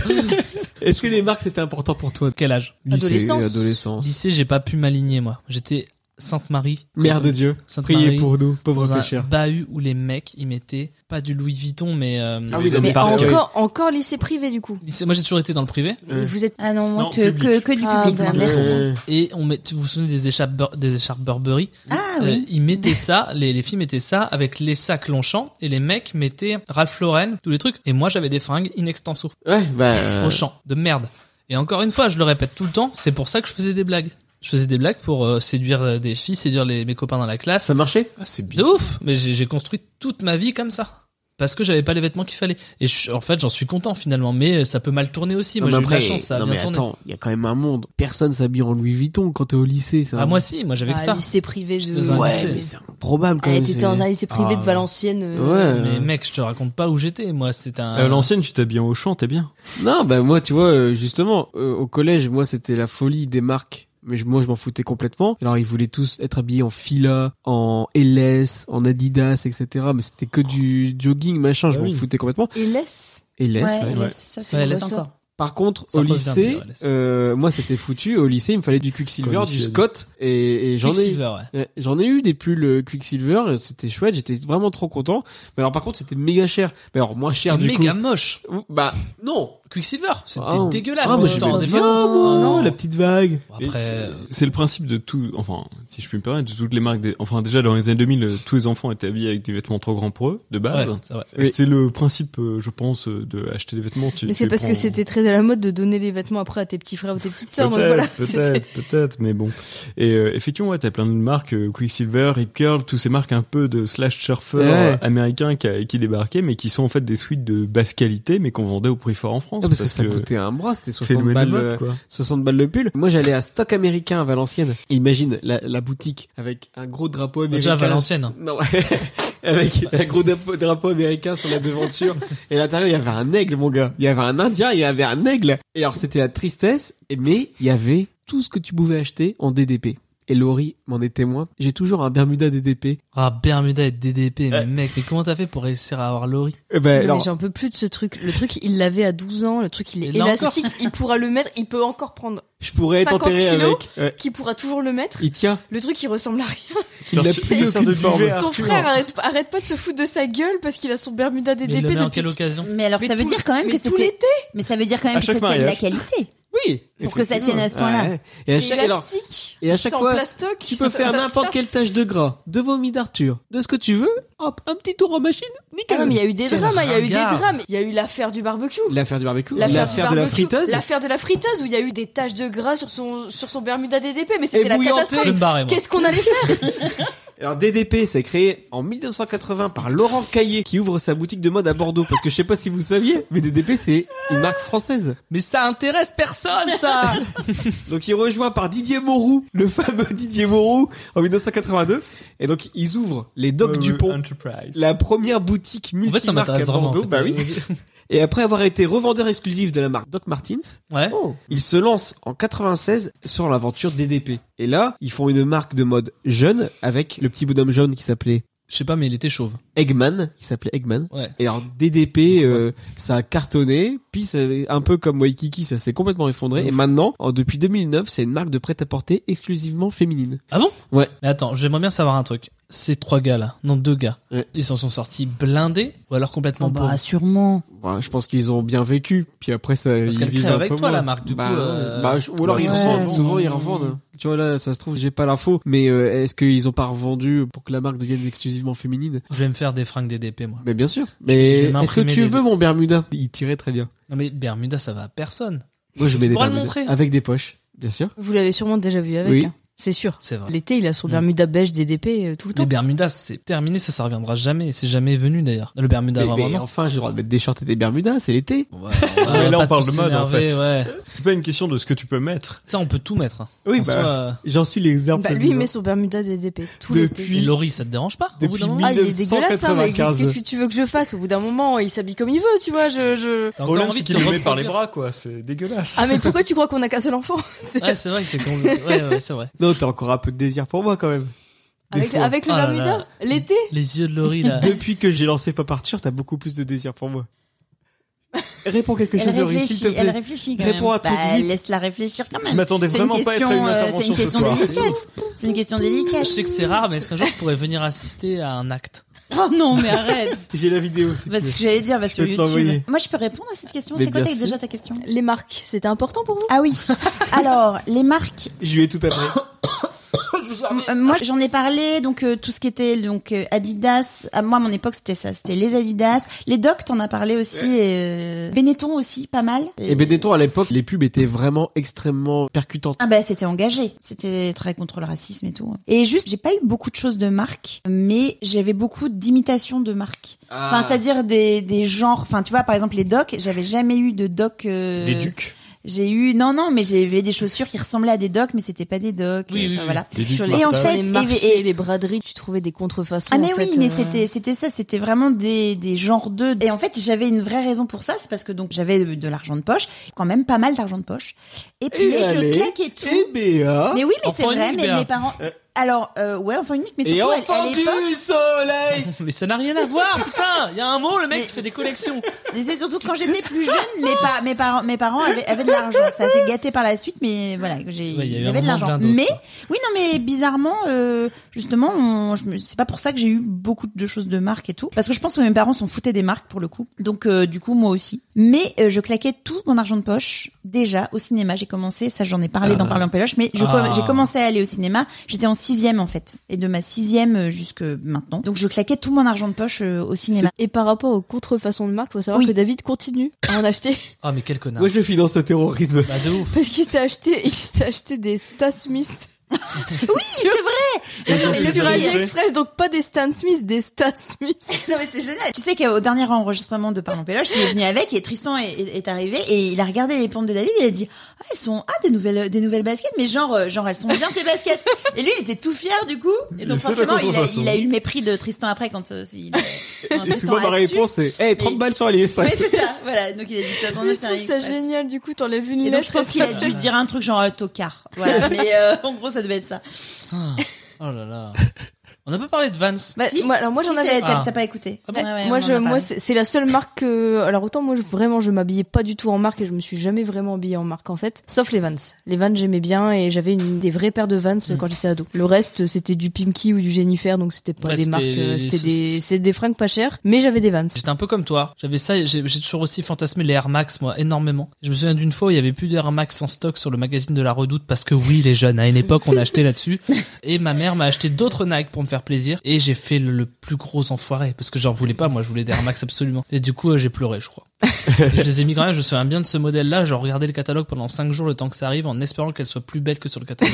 Speaker 3: est-ce que les marques, c'était important pour toi?
Speaker 2: Quel âge
Speaker 4: Lycée, Adolescence.
Speaker 3: adolescence.
Speaker 2: Lycée, j'ai pas pu m'aligner moi. J'étais Sainte Marie.
Speaker 3: Mère de Dieu,
Speaker 2: Sainte
Speaker 3: priez
Speaker 2: Marie,
Speaker 3: pour nous, pauvres
Speaker 2: Dans un
Speaker 3: pécheurs.
Speaker 2: bahut où les mecs, ils mettaient pas du Louis Vuitton, mais. euh,
Speaker 7: Ah oui,
Speaker 4: Mais
Speaker 7: Mais par-
Speaker 4: encore, encore lycée privé du coup.
Speaker 2: lycée- Moi, j'ai toujours été dans le privé.
Speaker 7: Euh,
Speaker 4: Vous êtes.
Speaker 6: Ah non, moi,
Speaker 7: Non,
Speaker 6: que,
Speaker 7: public.
Speaker 6: que, que du public.
Speaker 4: Ah,
Speaker 6: bah,
Speaker 4: bah,
Speaker 6: merci.
Speaker 3: Euh,
Speaker 2: Et on met, vous vous souvenez des écharpes, Bur- des écharpes Burberry
Speaker 6: Ah
Speaker 2: Euh,
Speaker 6: oui.
Speaker 2: ils mettaient ça, les, les filles mettaient ça avec les sacs Longchamp et les mecs mettaient Ralph Lauren, tous les trucs. Et moi, j'avais des fringues in extenso
Speaker 3: Ouais, bah. euh,
Speaker 2: au champ de merde. Et encore une fois, je le répète tout le temps, c'est pour ça que je faisais des blagues. Je faisais des blagues pour euh, séduire euh, des filles, séduire les, mes copains dans la classe.
Speaker 3: Ça marchait
Speaker 7: Ah, c'est
Speaker 2: De
Speaker 7: bizarre.
Speaker 2: ouf, mais j'ai j'ai construit toute ma vie comme ça. Parce que j'avais pas les vêtements qu'il fallait. Et je- en fait, j'en suis content finalement, mais euh, ça peut mal tourner aussi. Moi,
Speaker 3: Non,
Speaker 2: j'ai
Speaker 3: Ah, mais
Speaker 2: eu de la
Speaker 3: après,
Speaker 2: chance, ça a
Speaker 3: non,
Speaker 2: bien
Speaker 3: mais
Speaker 2: tourné.
Speaker 3: attends, il y a quand même un monde. Personne s'habille en Louis Vuitton quand t'es au lycée. c'est
Speaker 2: Ah,
Speaker 3: un-
Speaker 2: moi si, moi j'avais que
Speaker 4: Ah,
Speaker 2: ça.
Speaker 4: lycée privé, je.
Speaker 2: Dans un
Speaker 3: Ouais,
Speaker 2: lycée.
Speaker 3: mais c'est improbable quand
Speaker 4: Eh,
Speaker 3: même.
Speaker 4: T'étais
Speaker 3: c'est-
Speaker 4: dans un lycée privé
Speaker 3: Ah,
Speaker 4: de Valenciennes. euh,
Speaker 3: Ouais.
Speaker 2: Mais mec, je te raconte pas où j'étais. Moi, c'est un.
Speaker 7: Euh, L'ancienne, tu t'habilles en Auchan, t'es bien.
Speaker 3: Non, bah moi, tu vois, euh, justement, euh, au collège, moi, c'était la folie des marques. Mais je- moi, je m'en foutais complètement. Alors, ils voulaient tous être habillés en fila, en LS, en Adidas, etc. Mais c'était que du jogging, machin. Je
Speaker 7: Ah
Speaker 3: m'en
Speaker 7: oui.
Speaker 3: foutais complètement.
Speaker 4: Et laisse.
Speaker 3: LS,
Speaker 6: Ouais,
Speaker 3: ouais.
Speaker 6: LS, ça, c'est
Speaker 2: Bah Ouais,
Speaker 6: juste
Speaker 2: LS.
Speaker 6: encore.
Speaker 3: Par contre,
Speaker 2: Ça
Speaker 3: au
Speaker 2: revient
Speaker 3: lycée,
Speaker 2: bien, LS.
Speaker 3: euh, moi, c'était foutu. Au lycée, il me fallait du Quicksilver,
Speaker 7: Comme
Speaker 3: du
Speaker 7: ici,
Speaker 3: Scott. Et, et j'en ai...
Speaker 2: Quicksilver, ouais.
Speaker 3: Ouais, Euh, J'en ai eu des pulls euh, Quicksilver, euh, c'était chouette, j'étais vraiment trop content. Mais alors par contre, c'était méga cher. Mais alors moins cher
Speaker 2: Et
Speaker 3: du
Speaker 2: méga moche.
Speaker 3: coup. Ouh, Bah non.
Speaker 2: Quicksilver, c'était
Speaker 3: Ah,
Speaker 2: dégueulasse.
Speaker 3: Ah,
Speaker 2: mais
Speaker 3: moi,
Speaker 2: je
Speaker 3: j'aimais
Speaker 2: t'en
Speaker 3: bien,
Speaker 2: défends.
Speaker 3: moi,
Speaker 2: Ah, non.
Speaker 3: la petite vague.
Speaker 7: Et
Speaker 2: Après, euh,
Speaker 7: c'est- C'est le principe de tout, enfin, si je puis me permettre, de toutes les marques. des- enfin, déjà dans les années 2000, euh, tous les enfants étaient habillés avec des vêtements trop grands pour eux, de
Speaker 2: ouais,
Speaker 7: base.
Speaker 2: c'est vrai.
Speaker 7: Et C'est le principe, euh, je pense, euh, de acheter des vêtements. Tu,
Speaker 4: Mais
Speaker 7: tu
Speaker 4: c'est
Speaker 7: les
Speaker 4: parce que
Speaker 7: prends-
Speaker 4: c'était très à la mode de donner les vêtements après à tes petits frères ou tes petites sœurs. donc
Speaker 7: Peut-être,
Speaker 4: voilà. c'était-
Speaker 7: peut-être, peut-être, mais bon. Et euh, effectivement, ouais, t'as plein de marques, euh, Quicksilver, Rip Curl, tous ces marques un peu de slash surfer
Speaker 3: Ouais.
Speaker 7: euh, américain qui, a- qui débarquaient, mais qui sont en fait des suites de basse qualité, mais qu'on vendait au prix fort en France.
Speaker 3: Ah, parce que ça coûtait un bras, c'était 60
Speaker 7: phénomène de
Speaker 3: balles,
Speaker 7: mode,
Speaker 3: euh,
Speaker 7: quoi.
Speaker 3: 60 balles le pull. Moi j'allais à Stock Américain à Valenciennes. Et imagine la, la boutique avec un gros drapeau américain.
Speaker 2: Déjà, Valenciennes. hein.
Speaker 3: Non, avec un gros drapeau, drapeau américain sur la devanture. Et à l'intérieur, il y avait un aigle, mon gars. Il y avait un indien, il y avait un aigle. Et alors, c'était la tristesse, et- mais il y avait tout ce que tu pouvais acheter en DDP. Et Laurie m'en est témoin. J'ai toujours un Bermuda DDP.
Speaker 2: Ah, Bermuda et DDP, mais mec, mais comment t'as fait pour réussir à avoir Laurie
Speaker 3: Eh ben,
Speaker 4: Non, mais
Speaker 3: alors,
Speaker 4: j'en peux plus de ce truc. Le truc, il l'avait à 12 ans. Le truc, il est
Speaker 2: Et là
Speaker 4: élastique. Il pourra le mettre. Il peut encore prendre.
Speaker 3: je pourrais être
Speaker 4: 50
Speaker 3: enterré
Speaker 4: kilos.
Speaker 3: avec. Ouais.
Speaker 4: Qui pourra toujours le mettre.
Speaker 3: Il tient.
Speaker 4: Le truc, il ressemble à rien.
Speaker 3: Il n'a plus
Speaker 7: sert de
Speaker 3: aucune
Speaker 7: duvet
Speaker 3: forme.
Speaker 7: à
Speaker 4: Son frère arrête, arrête pas de se foutre de sa gueule parce qu'il a son Bermuda
Speaker 2: Mais il le
Speaker 4: DDP
Speaker 2: met en
Speaker 4: depuis.
Speaker 2: quelle occasion
Speaker 6: Mais alors,
Speaker 4: Mais
Speaker 6: ça veut
Speaker 4: tout-
Speaker 6: dire quand même que
Speaker 4: Mais tout
Speaker 6: c'était.
Speaker 4: l'été,
Speaker 6: Mais ça veut dire quand
Speaker 7: À
Speaker 6: même que
Speaker 7: chaque
Speaker 6: c'était de la
Speaker 7: mariage.
Speaker 6: qualité.
Speaker 3: Oui.
Speaker 6: Pour que ça tienne à ce point-là.
Speaker 3: Ouais. Et à
Speaker 4: c'est
Speaker 3: chaque, alors,
Speaker 4: élastique.
Speaker 3: et à
Speaker 4: C'est
Speaker 3: chaque
Speaker 4: en
Speaker 3: fois,
Speaker 4: plastoc.
Speaker 3: Tu peux
Speaker 4: ça-
Speaker 3: faire
Speaker 4: ça Ah
Speaker 3: n'importe
Speaker 4: tient.
Speaker 3: quelle tâche de gras, de vomi d'Arthur, de ce que tu veux, hop, un petit tour en machine,
Speaker 4: Ah
Speaker 3: nickel.
Speaker 4: non, mais il y a eu des
Speaker 2: Quel
Speaker 4: drames, hein, il y a eu des
Speaker 2: ringard.
Speaker 4: drames. Il y a eu l'affaire du barbecue.
Speaker 3: L'affaire du barbecue,
Speaker 4: du
Speaker 3: l'affaire de la
Speaker 4: barbecue,
Speaker 3: friteuse,
Speaker 4: L'affaire de la friteuse où il y a eu des taches de gras sur son, sur son Bermuda DDP, mais c'était la
Speaker 3: Ébouillanté.
Speaker 2: Je vais
Speaker 4: catastrophe.
Speaker 2: me barrer, moi.
Speaker 4: Qu'est-ce qu'on allait faire
Speaker 3: Alors DDP, c'est créé en 1980 par Laurent Caillé qui ouvre sa boutique de mode à Bordeaux parce que je sais pas si vous saviez, mais DDP c'est une marque française.
Speaker 2: Mais ça intéresse personne, ça
Speaker 3: Donc il est rejoint par Didier Moroux, le fameux Didier Moroux en 1982 et donc ils ouvrent les docks du pont.
Speaker 7: Enterprise.
Speaker 3: La première boutique
Speaker 2: En fait, ça
Speaker 3: multimarque à
Speaker 2: m'intéresse vraiment. en
Speaker 3: Bordeaux,
Speaker 2: fait.
Speaker 3: bah oui. Et après avoir été revendeur exclusif de la marque Doc Martens,
Speaker 2: Ouais.
Speaker 3: Ils se lancent en 96 sur l'aventure DDP. Et là, ils font une marque de mode jeune avec le petit bonhomme jaune qui s'appelait
Speaker 2: Je sais pas, mais il était chauve.
Speaker 3: Eggman. Il s'appelait Eggman.
Speaker 2: Ouais.
Speaker 3: Et alors DDP, euh, ça a cartonné, puis ça- un peu comme Waikiki, ça s'est complètement effondré. Et maintenant, en- depuis 2009, c'est une marque de prêt-à-porter exclusivement féminine.
Speaker 2: Ah bon
Speaker 3: Ouais.
Speaker 2: Mais attends, j'aimerais bien savoir un truc. Ces trois gars là, non deux gars,
Speaker 3: Ouais.
Speaker 2: ils s'en sont sortis blindés ou alors complètement
Speaker 6: Bon,
Speaker 2: pauvres
Speaker 6: bah, sûrement.
Speaker 3: Bah, je pense qu'ils ont bien vécu. Puis après, ça.
Speaker 2: Parce
Speaker 3: ils
Speaker 2: qu'elle
Speaker 3: vivent
Speaker 2: crève
Speaker 3: un
Speaker 2: avec
Speaker 3: peu
Speaker 2: toi,
Speaker 3: moins.
Speaker 2: la marque, du
Speaker 3: Bah,
Speaker 2: coup, euh,
Speaker 3: bah, je- ou alors ils
Speaker 6: ouais.
Speaker 3: revendent. Souvent, ils
Speaker 6: Bon.
Speaker 3: revendent. hein. Tu vois là, ça se trouve, j'ai pas l'info. Mais euh, est-ce qu'ils ont pas revendu pour que la marque devienne exclusivement féminine
Speaker 2: Je vais me faire des fringues DDP moi.
Speaker 3: Mais bien sûr.
Speaker 2: vais
Speaker 3: Mais est-ce que
Speaker 2: m'imprimer
Speaker 3: tu
Speaker 2: des-
Speaker 3: veux mon Bermuda Il tirait très bien.
Speaker 2: Non mais Bermuda ça va à personne.
Speaker 3: Moi, je
Speaker 2: Tu
Speaker 3: mets des
Speaker 2: pourras le
Speaker 3: Bermudas
Speaker 2: montrer.
Speaker 3: avec des poches, bien sûr.
Speaker 4: Vous l'avez sûrement déjà vu avec,
Speaker 3: Oui.
Speaker 4: hein. c'est sûr.
Speaker 2: C'est vrai.
Speaker 4: L'été, il a son
Speaker 2: Mm.
Speaker 4: Bermuda beige DDP euh, tout le
Speaker 2: Les
Speaker 4: temps.
Speaker 2: Bermudas c'est terminé, ça ça reviendra jamais, c'est jamais venu d'ailleurs. Le Bermuda
Speaker 3: Mais,
Speaker 2: vraiment.
Speaker 3: mais
Speaker 2: non.
Speaker 3: enfin, j'ai le droit de mettre des shorts et des Bermudas, c'est l'été.
Speaker 2: Ouais, on va
Speaker 7: Mais là, on
Speaker 2: pas
Speaker 7: parle
Speaker 2: tous
Speaker 7: de mode, en
Speaker 2: s'énerver,
Speaker 7: fait.
Speaker 2: Ouais.
Speaker 7: C'est pas une question de ce que tu peux mettre.
Speaker 2: Ça on peut tout mettre. hein.
Speaker 3: Oui, bah,
Speaker 2: En soi, euh,
Speaker 3: j'en suis l'exemple.
Speaker 4: Bah, lui, il met son Bermuda DDP tout
Speaker 2: et
Speaker 3: Depuis-
Speaker 4: l'été.
Speaker 3: puis-
Speaker 2: Laurie ça te dérange pas au bout
Speaker 3: depuis
Speaker 2: d'un moment
Speaker 4: Ah, il est dégueulasse, hein, mais qu'est-ce
Speaker 3: 1995.
Speaker 4: que tu veux que je fasse Au bout d'un moment, il s'habille comme il veut, tu vois. Je, je...
Speaker 2: T'as encore
Speaker 7: Problème,
Speaker 2: envie
Speaker 7: c'est
Speaker 2: de
Speaker 7: qu'il
Speaker 2: te
Speaker 7: le met par les
Speaker 2: reproduire.
Speaker 7: bras, quoi. C'est dégueulasse.
Speaker 4: Ah, mais pourquoi tu crois qu'on a qu'un seul enfant C'est-
Speaker 2: Ouais, c'est vrai que c'est con. Ouais, ouais, c'est vrai.
Speaker 3: Non, t'as encore un peu de désir pour moi quand même. Des
Speaker 4: Avec,
Speaker 3: fois.
Speaker 4: avec le
Speaker 2: Oh là
Speaker 4: Bermuda
Speaker 2: là.
Speaker 4: L'été
Speaker 2: Les yeux de Laurie là.
Speaker 3: Depuis que j'ai lancé Pop Arthur, t'as beaucoup plus de désir pour moi. Réponds quelque
Speaker 6: Elle
Speaker 3: chose, Aurélie, s'il te
Speaker 6: réfléchit, elle
Speaker 3: plaît.
Speaker 6: réfléchit quand
Speaker 3: Réponds
Speaker 6: même.
Speaker 3: à tout de
Speaker 6: Bah,
Speaker 3: suite.
Speaker 6: Laisse-la réfléchir quand même.
Speaker 7: Je m'attendais
Speaker 6: C'est une
Speaker 7: vraiment pas à être à une
Speaker 6: question, euh,
Speaker 7: intervention
Speaker 6: C'est une
Speaker 7: ce
Speaker 6: question
Speaker 7: soir.
Speaker 6: délicate. C'est une question
Speaker 2: Je
Speaker 6: délicate.
Speaker 2: sais que c'est rare, mais est-ce qu'un jour je pourrais venir assister à un acte
Speaker 6: Oh non, mais arrête.
Speaker 3: J'ai la vidéo, c'est
Speaker 6: Bah, ce que j'allais dire, va sur
Speaker 3: peux te l'envoyer.
Speaker 6: YouTube. Moi, je peux répondre à cette question.
Speaker 3: Mais
Speaker 6: C'est quoi
Speaker 3: bien
Speaker 6: t'as-
Speaker 3: sûr.
Speaker 6: déjà ta question
Speaker 4: Les marques, c'était important pour vous
Speaker 6: Ah oui. Alors, les marques
Speaker 3: Je lui ai tout appris.
Speaker 6: Euh, moi j'en ai parlé donc euh, tout ce qui était donc euh, Adidas à moi à mon époque c'était ça c'était les Adidas les Doc t'en as parlé aussi et, euh, Benetton aussi pas mal
Speaker 3: Et Benetton, Eh ben, à l'époque, les pubs étaient vraiment extrêmement percutantes.
Speaker 6: ah bah c'était engagé, c'était très contre le racisme et tout. Et juste, j'ai pas eu beaucoup de choses de marque, mais j'avais beaucoup d'imitations de marque. Enfin, c'est-à-dire des, des genres. Enfin, tu vois, par exemple les docs, j'avais jamais eu de doc. euh,
Speaker 7: Des ducs.
Speaker 6: J'ai eu non non, mais j'avais des chaussures qui ressemblaient à des docs, mais c'était pas des docs. euh,
Speaker 2: Oui,
Speaker 6: Enfin,
Speaker 2: oui, oui.
Speaker 6: voilà.
Speaker 7: Des ducs
Speaker 4: Sur
Speaker 6: Et en
Speaker 7: Martha.
Speaker 6: fait,
Speaker 4: les
Speaker 6: et-
Speaker 4: marchés,
Speaker 6: et-
Speaker 4: les braderies, tu trouvais des contrefaçons.
Speaker 6: Ah mais
Speaker 4: en
Speaker 6: oui,
Speaker 4: fait,
Speaker 6: mais
Speaker 4: euh,
Speaker 6: c'était c'était ça, c'était vraiment des des genres de et en fait j'avais une vraie raison pour ça, c'est parce que donc j'avais de, de l'argent de poche, quand même pas mal d'argent de poche, et puis
Speaker 3: Et allez,
Speaker 6: je claquais tout.
Speaker 3: Et Béa.
Speaker 6: Mais oui, mais c'est
Speaker 2: Enfant
Speaker 6: vrai,
Speaker 2: unique,
Speaker 6: mais
Speaker 2: Béa.
Speaker 6: mes parents. Alors euh, ouais, enfin unique, mais
Speaker 3: Et
Speaker 6: surtout à- à
Speaker 3: enfant du
Speaker 6: l'époque,
Speaker 3: soleil
Speaker 2: Mais ça n'a rien à voir, putain Il y a un mot, le mec
Speaker 6: Mais-
Speaker 2: qui fait des collections
Speaker 6: mais c'est surtout quand j'étais plus jeune, mes pas mes parents mes parents avaient, avaient de l'argent, ça s'est gâté par la suite, mais voilà, j'ai
Speaker 2: Ouais, il y a eu
Speaker 6: ils
Speaker 2: un
Speaker 6: avaient de
Speaker 2: moment de
Speaker 6: l'argent.
Speaker 2: blindos,
Speaker 6: Mais
Speaker 2: quoi.
Speaker 6: oui, non, mais bizarrement, euh, justement, on- je me- c'est pas pour ça que j'ai eu beaucoup de choses de marques et tout, parce que je pense que mes parents s'en foutaient des marques pour le coup. Donc euh, du coup, moi aussi. Mais euh, je claquais tout mon argent de poche déjà au cinéma. J'ai commencé, ça j'en ai parlé dans Parler en Péloche, mais je-
Speaker 2: Ah.
Speaker 6: j'ai commencé à aller au cinéma. J'étais en sixième en fait, et de ma sixième euh, jusque maintenant. Donc je claquais tout mon argent de poche euh, au cinéma.
Speaker 4: Et par rapport aux contrefaçons de marques, faut savoir
Speaker 6: Oui.
Speaker 4: que David continue à en acheter
Speaker 2: Ah, mais quel connard
Speaker 3: Moi, je finance le terrorisme.
Speaker 2: Bah, de ouf
Speaker 4: parce qu'il s'est acheté, il s'est acheté des Stan Smith. oui, c'est vrai. sur AliExpress, donc pas des Stan Smith, des Stan Smith.
Speaker 6: Non mais c'est génial. Tu sais qu'au dernier enregistrement de Parlons Péloche, il est venu avec et Tristan est, est- est arrivé et il a regardé les pompes de David et il a dit ah elles sont ah des nouvelles des nouvelles baskets mais genre euh, genre elles sont bien tes baskets. Et lui il était tout fier du coup et donc
Speaker 7: Et c'est la
Speaker 6: forcément il a,
Speaker 7: contrefaçon.
Speaker 6: il a eu le mépris de Tristan après quand euh, il, quand
Speaker 3: Et
Speaker 6: Tristan
Speaker 3: souvent, ma
Speaker 6: a su.
Speaker 3: réponse est Eh, 30
Speaker 6: Et-
Speaker 3: balles sur
Speaker 6: Ouais,
Speaker 3: AliExpress.
Speaker 6: c'est ça voilà donc il a dit ça dans
Speaker 4: Mais
Speaker 6: le
Speaker 4: je trouve ça
Speaker 6: Express.
Speaker 4: génial. Du coup, t'enlèves une
Speaker 6: Et donc je
Speaker 4: lettre.
Speaker 6: pense qu'il a dû dire un truc genre euh, tocard. Voilà mais euh, en gros ça devait être ça.
Speaker 2: Ah, Oh là là On n'a pas parlé de Vans
Speaker 4: Bah,
Speaker 6: Si.
Speaker 4: moi, alors moi
Speaker 6: Si,
Speaker 4: j'en avais Bah,
Speaker 6: c'est-
Speaker 2: Ah.
Speaker 6: T'as t'as pas écouté. Ouais, ouais, on
Speaker 4: moi,
Speaker 6: en
Speaker 4: je,
Speaker 6: a
Speaker 4: moi,
Speaker 6: parlé.
Speaker 4: c'est c'est la seule marque. que- alors autant moi, je, vraiment, je m'habillais pas du tout en marque et je me suis jamais vraiment habillée en marque en fait, sauf les Vans. Les Vans, j'aimais bien et j'avais une des vraies paires de Vans
Speaker 2: Mm.
Speaker 4: euh, quand j'étais ado. Le reste, c'était du Pimki ou du Jennifer, donc c'était pas
Speaker 2: Ouais,
Speaker 4: des
Speaker 2: c'était
Speaker 4: marques,
Speaker 2: les-
Speaker 4: euh, c'était
Speaker 2: ce-
Speaker 4: des, c'est des fringues pas chères, mais j'avais des Vans.
Speaker 2: J'étais un peu comme toi. J'avais ça, et j'ai j'ai toujours aussi fantasmé les Air Max, moi, énormément. Je me souviens d'une fois où il y avait plus d'Air Max en stock sur le magazine de la Redoute parce que oui, les jeunes, à une époque, on achetait là-dessus. Et ma mère m'a acheté d'autres Nike pour me faire plaisir. Et j'ai fait le, le plus gros enfoiré parce que j'en voulais pas. Moi, je voulais des Air Max absolument. Et du coup, euh, j'ai pleuré, je crois. je les ai mis quand même. Je me souviens bien de ce modèle-là. J'ai regardé le catalogue pendant 5 jours le temps que ça arrive en espérant qu'elle soit plus belle que sur le catalogue.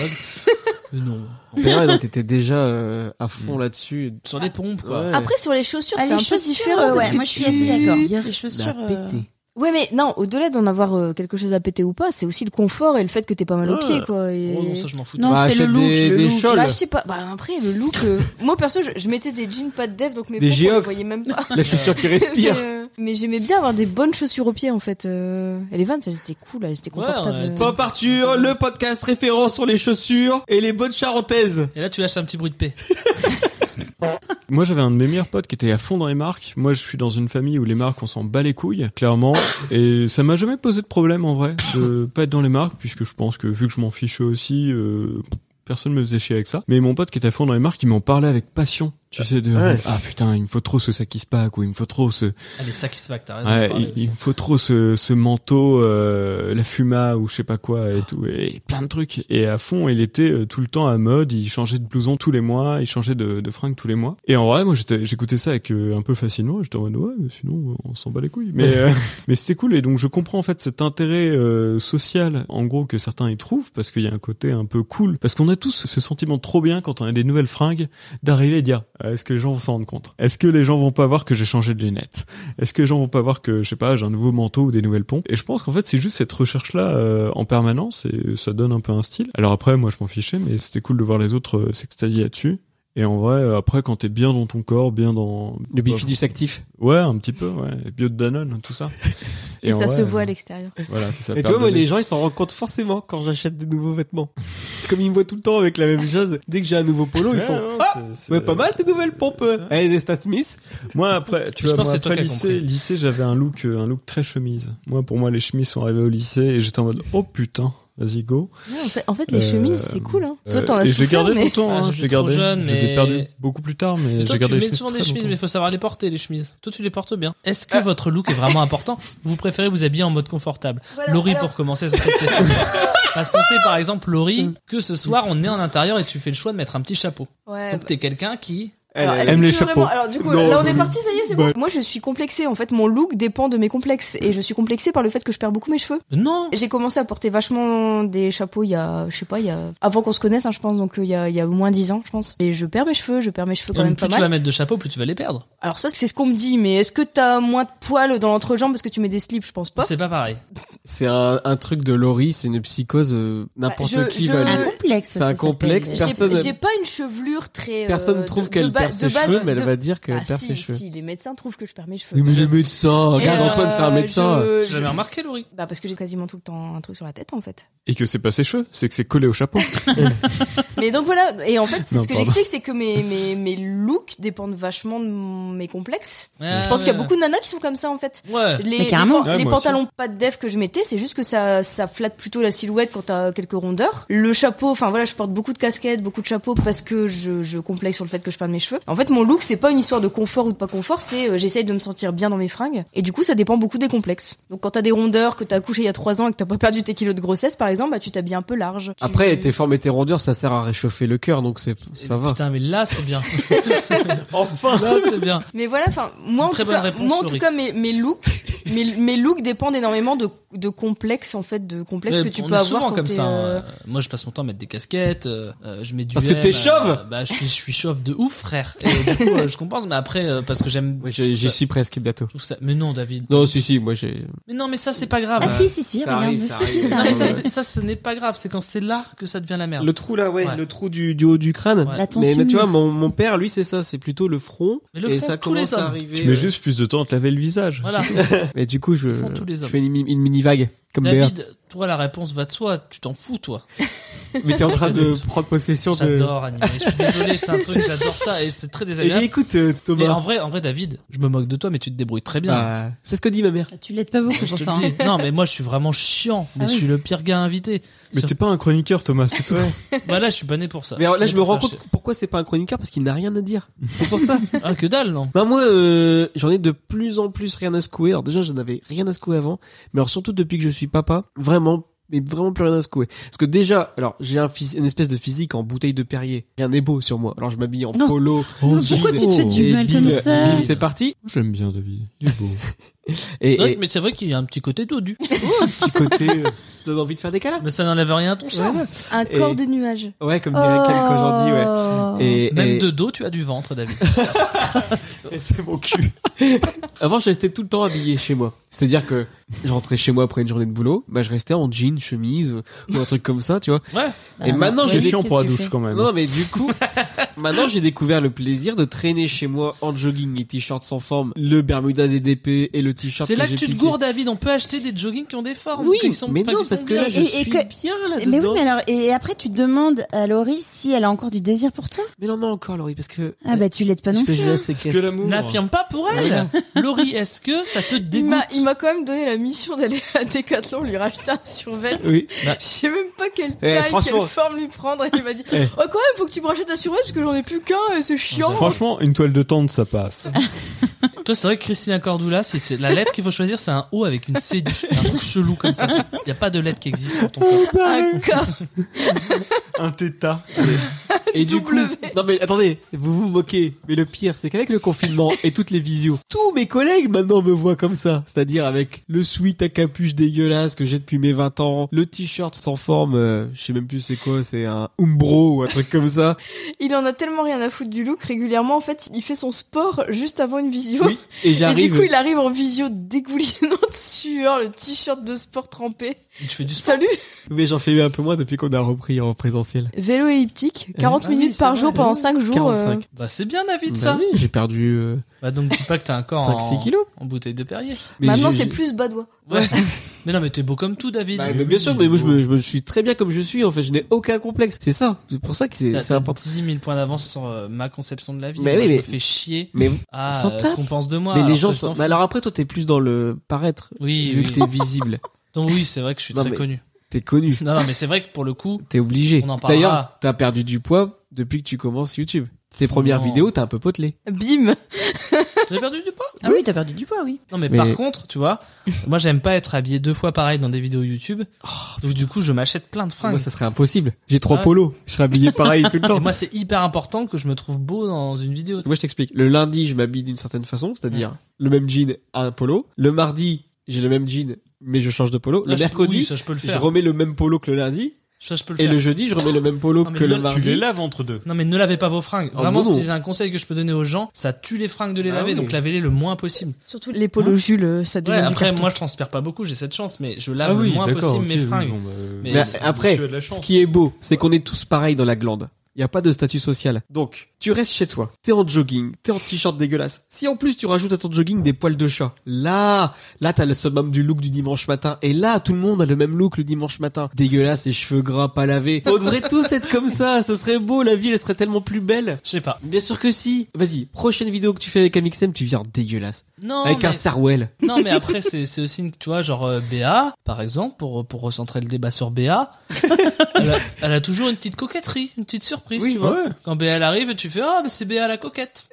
Speaker 2: Mais non.
Speaker 3: Béa, donc, t'étais déjà euh, à fond là-dessus.
Speaker 2: Sur les pompes, quoi.
Speaker 3: Ouais.
Speaker 4: Après sur les chaussures,
Speaker 6: Ah,
Speaker 4: c'est
Speaker 6: les
Speaker 4: un peu
Speaker 6: chaussures,
Speaker 4: différent.
Speaker 6: euh,
Speaker 4: parce
Speaker 6: ouais,
Speaker 4: que
Speaker 6: moi je suis
Speaker 4: tu-
Speaker 6: assez d'accord. Les chaussures.
Speaker 3: L'a
Speaker 6: euh,
Speaker 3: pété.
Speaker 4: Ouais, mais non, au-delà d'en avoir euh, quelque chose à péter ou pas, c'est aussi le confort et le fait que t'es pas mal aux
Speaker 3: Ouais.
Speaker 4: pieds, quoi. Et...
Speaker 2: Oh non, ça, je m'en fous.
Speaker 6: Non,
Speaker 3: Bah,
Speaker 6: c'était le
Speaker 3: achète
Speaker 6: look,
Speaker 3: des,
Speaker 6: le
Speaker 3: des
Speaker 6: look.
Speaker 3: shols.
Speaker 4: Bah, je sais pas. Bah, après, le look. euh, Moi, perso, je, je mettais des jeans pas de dev, donc mes
Speaker 3: Des
Speaker 4: pompes, on les
Speaker 3: Geox.
Speaker 4: voyait même pas.
Speaker 3: La chaussure qui respire.
Speaker 4: mais euh, mais j'aimais bien avoir des bonnes chaussures aux pieds, en fait. euh. Et les Vans, elles étaient cool, elles étaient
Speaker 2: Ouais,
Speaker 4: confortables.
Speaker 2: ouais,
Speaker 4: euh.
Speaker 2: top.
Speaker 3: Pop Arthur, le podcast référent sur les chaussures et les bonnes charentaises.
Speaker 2: Et là, tu lâches un petit bruit de paix.
Speaker 7: Moi, j'avais un de mes meilleurs potes qui était à fond dans les marques. Moi, je suis dans une famille où les marques, on s'en bat les couilles, clairement. Et ça m'a jamais posé de problème, en vrai, de pas être dans les marques, puisque je pense que, vu que je m'en fichais aussi, euh, personne me faisait chier avec ça. Mais mon pote qui était à fond dans les marques, il m'en parlait avec passion. Tu sais, de,
Speaker 3: Ouais.
Speaker 7: ah putain, il me faut trop ce sac qui se pack, ou il me faut trop ce,
Speaker 2: Ah, les satisfacts, t'as raison.
Speaker 7: ouais,
Speaker 2: de parler
Speaker 7: il,
Speaker 2: aussi.
Speaker 7: il me faut trop ce, ce manteau, euh, la fuma, ou je sais pas quoi, et tout, et plein de trucs. Et à fond, il était euh, tout le temps à mode, il changeait de blouson tous les mois, il changeait de, de fringue tous les mois. Et en vrai, moi, j'étais- j'écoutais ça avec euh, un peu fascinement, j'étais en mode, ouais, mais sinon, on s'en bat les couilles. Mais, euh, mais c'était cool, et donc je comprends en fait cet intérêt euh, social, en gros, que certains y trouvent, parce qu'il y a un côté un peu cool. Parce qu'on a tous ce sentiment trop bien quand on a des nouvelles fringues, d'arriver et dire, euh, est-ce que les gens vont s'en rendre compte? Est-ce que les gens vont pas voir que j'ai changé de lunettes? Est-ce que les gens vont pas voir que, je sais pas, j'ai un nouveau manteau ou des nouvelles pompes Et je pense qu'en fait, c'est juste cette recherche-là euh, en permanence et ça donne un peu un style. Alors après, moi, je m'en fichais, mais c'était cool de voir les autres euh, s'extasier là-dessus. Et en vrai, euh, après, quand t'es bien dans ton corps, bien dans...
Speaker 3: Le bifidus actif.
Speaker 7: Ouais, un petit peu, ouais. Et bio de Danone, tout ça.
Speaker 4: Et, ça
Speaker 7: en
Speaker 4: se
Speaker 7: vrai,
Speaker 4: voit à
Speaker 7: euh,
Speaker 4: l'extérieur.
Speaker 7: Voilà, c'est ça.
Speaker 3: Et tu vois, moi, les gens, ils s'en rendent compte forcément quand j'achète des nouveaux vêtements. Comme ils me voient tout le temps avec la même chose, dès que j'ai un nouveau polo, ils font Ah Ouais, pas mal tes nouvelles pompes euh. Eh, des Stan Smith
Speaker 7: Moi après, tu
Speaker 2: Je
Speaker 7: vois,
Speaker 2: pense
Speaker 7: moi,
Speaker 2: que c'est toi
Speaker 7: après
Speaker 2: qui as
Speaker 7: lycée,
Speaker 2: compris.
Speaker 7: lycée, j'avais un look, euh, un look très chemise. Moi, pour moi, les chemises sont arrivées au lycée et j'étais en mode, oh putain, vas-y go.
Speaker 4: Ouais, en, fait, en fait, les
Speaker 7: Euh,
Speaker 4: chemises, c'est cool. Hein. Toi, t'en
Speaker 7: Euh,
Speaker 4: as
Speaker 7: et je les
Speaker 4: souffert,
Speaker 7: gardais
Speaker 4: mais...
Speaker 7: longtemps,
Speaker 2: Ah,
Speaker 7: hein,
Speaker 2: j'étais
Speaker 7: je les gardais.
Speaker 2: trop jeune,
Speaker 7: Je les
Speaker 2: mais-
Speaker 7: ai perdues beaucoup plus tard, mais
Speaker 2: Toi,
Speaker 7: j'ai
Speaker 2: tu
Speaker 7: gardé les
Speaker 2: mets
Speaker 7: chemises
Speaker 2: souvent
Speaker 7: très
Speaker 2: des chemises, mais il
Speaker 7: longtemps.
Speaker 2: faut savoir les porter, les chemises. Toi, tu les portes bien. Est-ce
Speaker 4: Ah.
Speaker 2: que votre look est vraiment important Vous préférez vous habiller en mode confortable
Speaker 4: Voilà,
Speaker 2: Laurie,
Speaker 4: alors-
Speaker 2: pour commencer sur cette question. Parce qu'on sait, par exemple,
Speaker 4: Mm.
Speaker 2: Laurie, que ce soir, on est en intérieur et tu fais le choix de mettre un petit chapeau.
Speaker 4: Ouais, bah.
Speaker 2: Donc, t'es quelqu'un qui...
Speaker 4: Alors,
Speaker 3: Elle-
Speaker 4: est-ce
Speaker 7: aime
Speaker 4: que
Speaker 7: les
Speaker 4: tu veux
Speaker 7: chapeaux.
Speaker 4: vraiment- Alors, du coup,
Speaker 7: Non, Bah.
Speaker 4: là, on
Speaker 7: je-
Speaker 4: est parti, ça y est, c'est bon. Moi, je suis complexée. En fait, mon look dépend de mes complexes. Et je suis complexée par le fait que je perds beaucoup mes cheveux.
Speaker 2: Non
Speaker 4: J'ai commencé à porter vachement des chapeaux il y a, je sais pas, il y a, avant qu'on se connaisse, hein, je pense, donc euh, il y a, il y a au moins 10 ans, je pense. Et je perds mes cheveux, je perds mes cheveux quand
Speaker 2: Et
Speaker 4: même pas
Speaker 2: plus tu vas
Speaker 4: mal.
Speaker 2: mettre de chapeaux, plus tu vas les perdre.
Speaker 4: Alors ça, c'est ce qu'on me dit, mais est-ce que t'as moins de poils dans l'entrejambe parce que tu mets des slips Je pense pas.
Speaker 2: C'est pas pareil.
Speaker 3: C'est un, un truc de Laurie, c'est une psychose, euh, n'importe
Speaker 4: Bah, je-
Speaker 3: qui
Speaker 4: je-
Speaker 3: va
Speaker 4: Euh,
Speaker 6: Un
Speaker 3: aller.
Speaker 6: complexe.
Speaker 3: c'est
Speaker 6: ça
Speaker 3: un
Speaker 6: s'appelle.
Speaker 3: complexe,
Speaker 4: J'ai-
Speaker 3: personne-
Speaker 4: J'ai pas une chevelure très. euh,
Speaker 3: Personne
Speaker 4: de-
Speaker 3: trouve
Speaker 4: de
Speaker 3: qu'elle
Speaker 4: ba-
Speaker 3: perd
Speaker 4: de
Speaker 3: ses
Speaker 4: base-
Speaker 3: cheveux, mais elle
Speaker 4: de-
Speaker 3: va dire qu'elle
Speaker 4: Ah,
Speaker 3: perd
Speaker 4: si,
Speaker 3: ses cheveux.
Speaker 4: si, les médecins trouvent que je perds mes cheveux.
Speaker 3: Oui, mais les médecins, regarde
Speaker 4: Et,
Speaker 3: Antoine, c'est un
Speaker 4: euh,
Speaker 3: médecin.
Speaker 4: je-
Speaker 2: J'ai jamais remarqué, Laurie.
Speaker 4: Bah parce que j'ai quasiment tout le temps un truc sur la tête en fait.
Speaker 7: Et que c'est pas ses cheveux, c'est que c'est collé au chapeau.
Speaker 4: Mais donc voilà, et en fait c'est
Speaker 7: Non,
Speaker 4: ce que
Speaker 7: pardon.
Speaker 4: j'explique c'est que mes, mes, mes looks dépendent vachement de mon- mes complexes.
Speaker 2: Ah,
Speaker 4: je pense qu'il y a
Speaker 2: ouais. Euh,
Speaker 4: beaucoup de nanas qui sont comme ça en fait.
Speaker 2: Ouais.
Speaker 4: Les, les
Speaker 6: carrément.
Speaker 4: pan-
Speaker 7: Ouais,
Speaker 4: les
Speaker 7: moi aussi.
Speaker 4: pantalons pas de def que je mettais, c'est juste que ça, ça flatte plutôt la silhouette quand t'as quelques rondeurs. Le chapeau, enfin voilà, je porte beaucoup de casquettes, beaucoup de chapeaux parce que je, je complexe sur le fait que je perds mes cheveux. En fait, mon look, c'est pas une histoire de confort ou de pas confort, c'est euh, j'essaye de me sentir bien dans mes fringues. Et du coup, ça dépend beaucoup des complexes. Donc quand t'as des rondeurs, que t'as accouché il y a trois ans et que t'as pas perdu tes kilos de grossesse, par exemple, bah tu t'habilles un peu large. Tu-
Speaker 3: Après, tes formes et tes rondeurs, ça sert à réchauffer le cœur, donc c'est, ça va.
Speaker 2: Putain, mais là, c'est bien. enfin Là, c'est bien.
Speaker 4: Mais voilà, enfin, moi, en
Speaker 2: Très
Speaker 4: tout,
Speaker 2: bonne
Speaker 4: cas,
Speaker 2: réponse,
Speaker 4: moi en tout
Speaker 2: Laurie.
Speaker 4: cas, mes, mes looks, mes, mes looks dépendent énormément de, de complexes en fait, de complexes
Speaker 2: Ouais,
Speaker 4: que tu
Speaker 2: on
Speaker 4: peux
Speaker 2: est
Speaker 4: avoir
Speaker 2: souvent
Speaker 4: quand
Speaker 2: comme
Speaker 4: t'es,
Speaker 2: ça. hein.
Speaker 4: euh,
Speaker 2: Moi, je passe mon temps à mettre des casquettes. euh, euh, je mets du.
Speaker 3: Parce que
Speaker 2: M,
Speaker 3: t'es
Speaker 2: euh,
Speaker 3: chauve
Speaker 2: Bah, je suis, je suis chauve de ouf, frère. Et du coup, euh, je compense. Mais après, euh, parce que j'aime.
Speaker 3: Moi,
Speaker 2: je trouve
Speaker 3: j'y j'y
Speaker 2: ça-
Speaker 3: suis presque bientôt.
Speaker 2: je trouve ça- Mais non, David.
Speaker 3: Non, si, si, moi j'ai.
Speaker 2: Mais non, mais ça, c'est pas grave.
Speaker 6: Ah si, si, si,
Speaker 3: Ça
Speaker 6: regarde.
Speaker 3: arrive,
Speaker 6: si,
Speaker 3: ça
Speaker 6: si,
Speaker 3: arrive.
Speaker 6: ça
Speaker 2: Non, mais
Speaker 6: arrive.
Speaker 2: ça, c'est- ça, ce n'est pas grave. C'est quand c'est là que ça devient la merde.
Speaker 3: Le trou là, ouais,
Speaker 2: Ouais.
Speaker 3: le trou du, du haut du crâne.
Speaker 2: Ouais.
Speaker 6: La
Speaker 3: Mais, mais tu vois,
Speaker 6: tonsure.
Speaker 3: mon, mon père, lui, c'est ça, c'est plutôt le front.
Speaker 2: Mais le
Speaker 3: et
Speaker 2: front,
Speaker 3: ça
Speaker 2: tous les
Speaker 3: commence à
Speaker 2: hommes.
Speaker 3: arriver.
Speaker 7: tu mets
Speaker 3: euh,
Speaker 7: juste plus de temps à te laver le visage.
Speaker 2: Voilà.
Speaker 3: Mais du coup, je,
Speaker 2: Le front, tous les
Speaker 3: je
Speaker 2: hommes.
Speaker 3: fais une, mi- une mini vague. Comme Béa.
Speaker 2: David, toi, la réponse va de soi. Tu t'en fous, toi.
Speaker 3: Mais t'es en train de prendre possession de.
Speaker 2: J'adore animer. Je suis désolé, c'est un truc, j'adore ça. Et c'est
Speaker 3: Eh
Speaker 2: très
Speaker 3: bien,
Speaker 2: désagréable.
Speaker 3: écoute, euh,
Speaker 2: Mais
Speaker 3: Thomas.
Speaker 2: en vrai, en vrai, David, je me moque de toi, mais tu te débrouilles très bien.
Speaker 3: Bah, c'est ce que dit ma mère.
Speaker 6: Tu l'aides pas beaucoup
Speaker 2: Je
Speaker 6: pour
Speaker 2: te
Speaker 6: ça.
Speaker 2: le
Speaker 6: hein.
Speaker 2: dis. Non, mais moi, je suis vraiment chiant. Mais
Speaker 6: Ah
Speaker 2: je
Speaker 6: oui.
Speaker 2: suis le pire gars invité.
Speaker 7: Mais t'es pas un chroniqueur, Thomas, c'est toi.
Speaker 2: Bah là, je suis pas né pour ça.
Speaker 3: Mais alors, là,
Speaker 2: suis
Speaker 3: je
Speaker 2: né
Speaker 3: me
Speaker 2: pour
Speaker 3: rends
Speaker 2: faire
Speaker 3: compte pourquoi c'est pas un chroniqueur parce qu'il n'a rien à dire. C'est pour ça.
Speaker 2: chier. Ah, que dalle, non
Speaker 3: Non, moi, euh, j'en ai de plus en plus rien à secouer. Alors déjà, je n'avais rien à secouer avant, mais alors surtout depuis que je suis papa, vraiment, mais vraiment plus rien à secouer. Parce que déjà, alors j'ai un phys- une espèce de physique en bouteille de Perrier. Rien n'est beau sur moi. Alors je m'habille en
Speaker 6: Non.
Speaker 3: polo.
Speaker 6: Non,
Speaker 3: jean
Speaker 6: pourquoi tu te fais du
Speaker 3: et
Speaker 6: mal
Speaker 3: bim,
Speaker 6: comme ça
Speaker 3: bim, c'est parti.
Speaker 7: J'aime bien David, il est beau.
Speaker 3: Et,
Speaker 2: C'est vrai
Speaker 3: et
Speaker 2: que- Mais c'est vrai qu'il y a un petit côté dodu.
Speaker 3: petit côté, euh, je donne envie de faire des câlins.
Speaker 2: Mais ça n'enlève rien à ton charme.
Speaker 4: Un
Speaker 3: Et-
Speaker 4: corps de nuage.
Speaker 3: Ouais, comme dirait
Speaker 6: Oh.
Speaker 3: quelqu'un aujourd'hui, ouais. Et,
Speaker 2: Même
Speaker 3: et-
Speaker 2: de dos, tu as du ventre, David.
Speaker 3: Et c'est mon cul. Avant, je restais tout le temps habillé chez moi. C'est-à-dire que je rentrais chez moi après une journée de boulot, bah je restais en jean, chemise euh, ou un truc comme ça, tu vois.
Speaker 2: Ouais.
Speaker 3: Et maintenant, j'ai
Speaker 7: C'est
Speaker 3: des
Speaker 7: chiant pour la
Speaker 6: Ah, Oh, qu'est-ce que tu fais Oh,
Speaker 7: douche quand même.
Speaker 3: Non, mais du coup, maintenant j'ai découvert le plaisir de traîner chez moi en jogging et t-shirt sans forme, le Bermuda DDP et le t-shirt.
Speaker 2: C'est là que
Speaker 3: j'ai
Speaker 2: tu te
Speaker 3: piqué.
Speaker 2: gourdes, David. On peut acheter des joggings qui ont des formes.
Speaker 3: Oui,
Speaker 2: qui sont-
Speaker 3: mais
Speaker 2: enfin,
Speaker 3: non,
Speaker 2: qui sont
Speaker 3: parce que
Speaker 2: bien.
Speaker 3: là
Speaker 6: bien.
Speaker 3: je
Speaker 6: Et- et
Speaker 3: suis
Speaker 6: que-
Speaker 3: bien là-dedans.
Speaker 6: Mais oui, mais alors, et après, tu demandes à Laurie si elle a encore du désir pour toi.
Speaker 3: Mais non, non encore, Laurie, parce que.
Speaker 6: Ah bah, tu l'aides pas non
Speaker 3: parce que
Speaker 6: plus.
Speaker 3: je laisse ces
Speaker 7: Que
Speaker 3: caisses.
Speaker 7: l'amour.
Speaker 2: N'affirme pas pour elle. Laurie, est-ce que ça te
Speaker 4: Il m'a,
Speaker 2: dégoûte
Speaker 4: il m'a quand même donné la mission d'aller à Decathlon lui racheter un survêt.
Speaker 3: Oui.
Speaker 4: Je sais même pas quelle
Speaker 3: Eh,
Speaker 4: taille,
Speaker 3: franchement.
Speaker 4: quelle forme lui prendre. Et il m'a dit,
Speaker 3: Eh.
Speaker 4: oh quand même, faut que tu me rachètes un survêt parce que j'en ai plus qu'un et c'est
Speaker 2: Ah,
Speaker 4: chiant.
Speaker 7: Franchement, une toile de tente, ça passe.
Speaker 2: Toi, c'est vrai que Christina Cordula, si c'est la lettre qu'il faut choisir, c'est un O avec une CD. Un truc chelou comme ça. Il n'y a pas de lettre qui existe pour ton corps.
Speaker 3: Ah,
Speaker 4: Un corps.
Speaker 7: un tétat.
Speaker 3: Et du coup,
Speaker 4: W.
Speaker 3: non mais attendez, vous vous moquez. Mais le pire, c'est qu'avec le confinement et toutes les visios, tous mes collègues maintenant me voient comme ça. C'est-à-dire avec le sweat à capuche dégueulasse que j'ai depuis mes 20 ans, le t-shirt sans forme, euh, je sais même plus c'est quoi, c'est un Umbro ou un truc comme ça.
Speaker 4: Il en a tellement rien à foutre du look régulièrement. En fait, il fait son sport juste avant une visio.
Speaker 3: Oui. Et
Speaker 4: Et du
Speaker 3: j'arrive.
Speaker 4: coup, il arrive en visio dégoulinante sueur, le t-shirt de sport trempé.
Speaker 2: Tu fais du sport.
Speaker 4: Salut
Speaker 3: Mais j'en fais un peu moins depuis qu'on a repris en présentiel.
Speaker 4: Vélo elliptique, 40 40
Speaker 2: Ah oui,
Speaker 4: minutes
Speaker 2: c'est
Speaker 4: par
Speaker 2: vrai,
Speaker 4: jour
Speaker 2: mais
Speaker 4: pendant
Speaker 2: oui.
Speaker 4: 5 jours. euh,
Speaker 3: 45.
Speaker 2: Bah c'est bien David
Speaker 3: Bah
Speaker 2: ça.
Speaker 3: oui, j'ai perdu euh,
Speaker 2: Bah donc dis pas que t'es un
Speaker 3: 5-6
Speaker 2: corps en,
Speaker 3: kilos.
Speaker 2: en bouteille de Perrier.
Speaker 3: Mais
Speaker 4: Maintenant,
Speaker 3: j'ai-
Speaker 4: c'est plus badois.
Speaker 2: Ouais. mais non mais t'es beau comme tout David.
Speaker 3: Bah, mais bien sûr, mais moi je me, je me suis très bien comme je suis en fait, je n'ai aucun complexe. C'est ça, c'est pour ça que c'est
Speaker 2: T'as-
Speaker 3: c'est
Speaker 2: T'as
Speaker 3: important.
Speaker 2: 10 000 points d'avance sur euh, ma conception de la vie.
Speaker 3: Mais
Speaker 2: Moi,
Speaker 3: oui,
Speaker 2: je me
Speaker 3: mais-
Speaker 2: fais chier
Speaker 3: Mais,
Speaker 2: à
Speaker 3: s'en
Speaker 2: euh, ce
Speaker 3: tape.
Speaker 2: qu'on pense de moi.
Speaker 3: mais les
Speaker 2: alors
Speaker 3: gens
Speaker 2: que je t'en
Speaker 3: sont.
Speaker 2: fous.
Speaker 3: Mais alors après, toi t'es plus dans le paraître,
Speaker 2: Oui,
Speaker 3: vu
Speaker 2: oui.
Speaker 3: que t'es visible,
Speaker 2: Donc oui, c'est vrai que je suis
Speaker 3: Non,
Speaker 2: très
Speaker 3: mais-
Speaker 2: connu.
Speaker 3: t'es connu,
Speaker 2: Non, non, mais c'est vrai que pour le coup,
Speaker 3: t'es obligé.
Speaker 2: On en parlera.
Speaker 3: D'ailleurs, t'as perdu du poids depuis que tu commences YouTube. Tes premières
Speaker 2: Non.
Speaker 3: vidéos, t'as un peu potelé.
Speaker 4: Bim
Speaker 2: j'ai perdu du poids.
Speaker 6: Ah oui, t'as perdu du poids, oui.
Speaker 2: Non, mais,
Speaker 3: Mais-
Speaker 2: par contre, tu vois, moi j'aime pas être habillé deux fois pareil dans des vidéos YouTube.
Speaker 3: Oh,
Speaker 2: donc du coup, je m'achète plein de fringues.
Speaker 3: Moi, ça serait impossible. J'ai trois
Speaker 2: Ah ouais.
Speaker 3: polos, je serais habillé pareil tout le temps.
Speaker 2: Et moi, c'est hyper important que je me trouve beau dans une vidéo.
Speaker 3: Moi, je t'explique. Le lundi, je m'habille d'une certaine façon, c'est-à-dire le même jean à un polo. Le mardi, j'ai le même jean, mais je change de polo.
Speaker 2: Là,
Speaker 3: le
Speaker 2: je-
Speaker 3: mercredi,
Speaker 2: oui, ça je peux le
Speaker 3: je
Speaker 2: faire.
Speaker 3: remets le même polo que le lundi.
Speaker 2: Ça, je peux le
Speaker 3: Et
Speaker 2: faire.
Speaker 3: le jeudi, je remets le même polo
Speaker 2: Ah, mais
Speaker 3: que le
Speaker 2: là,
Speaker 7: Tu les
Speaker 3: mardi.
Speaker 7: laves entre deux.
Speaker 2: Non mais ne lavez pas vos fringues. Vraiment,
Speaker 3: non, non.
Speaker 2: si c'est un conseil que je peux donner aux gens, ça tue les fringues de les
Speaker 3: Ah
Speaker 2: laver,
Speaker 3: oui.
Speaker 2: donc lavez-les le moins possible.
Speaker 4: Surtout les polos Jules, euh, ça
Speaker 2: Ouais,
Speaker 4: devient du
Speaker 2: après,
Speaker 4: carton.
Speaker 2: moi je transpire pas beaucoup, j'ai cette chance, mais je lave le moins possible mes
Speaker 7: ok, Ah oui,
Speaker 2: fringues.
Speaker 7: bon, bah, euh,
Speaker 2: Mais
Speaker 3: Mais
Speaker 2: c'est-
Speaker 3: après,
Speaker 7: tu as de la
Speaker 3: ce
Speaker 7: chance.
Speaker 3: qui est beau, c'est qu'on est tous pareils dans la glande. Il n'y a pas de statut social. Donc, tu restes chez toi, t'es en jogging, t'es en t-shirt dégueulasse. Si en plus tu rajoutes à ton jogging des poils de chat, là, là t'as le summum du look du dimanche matin. Et là, tout le monde a le même look le dimanche matin. Dégueulasse, les cheveux gras, pas lavés. On devrait tous être comme ça, ce serait beau, la ville elle serait tellement plus belle.
Speaker 2: Je sais pas.
Speaker 3: Bien sûr que si. Vas-y, prochaine vidéo que tu fais avec Amixem, tu viens dégueulasse.
Speaker 2: Non,
Speaker 3: avec
Speaker 2: Oh, mais...
Speaker 3: un sarouel.
Speaker 2: non mais après c'est c'est aussi une- tu vois genre euh, Béa par exemple pour pour recentrer le débat sur Béa, elle, a, elle a toujours une petite coquetterie, une petite surprise, tu vois. Quand Béa elle arrive, tu fais ah mais c'est Béa la coquette.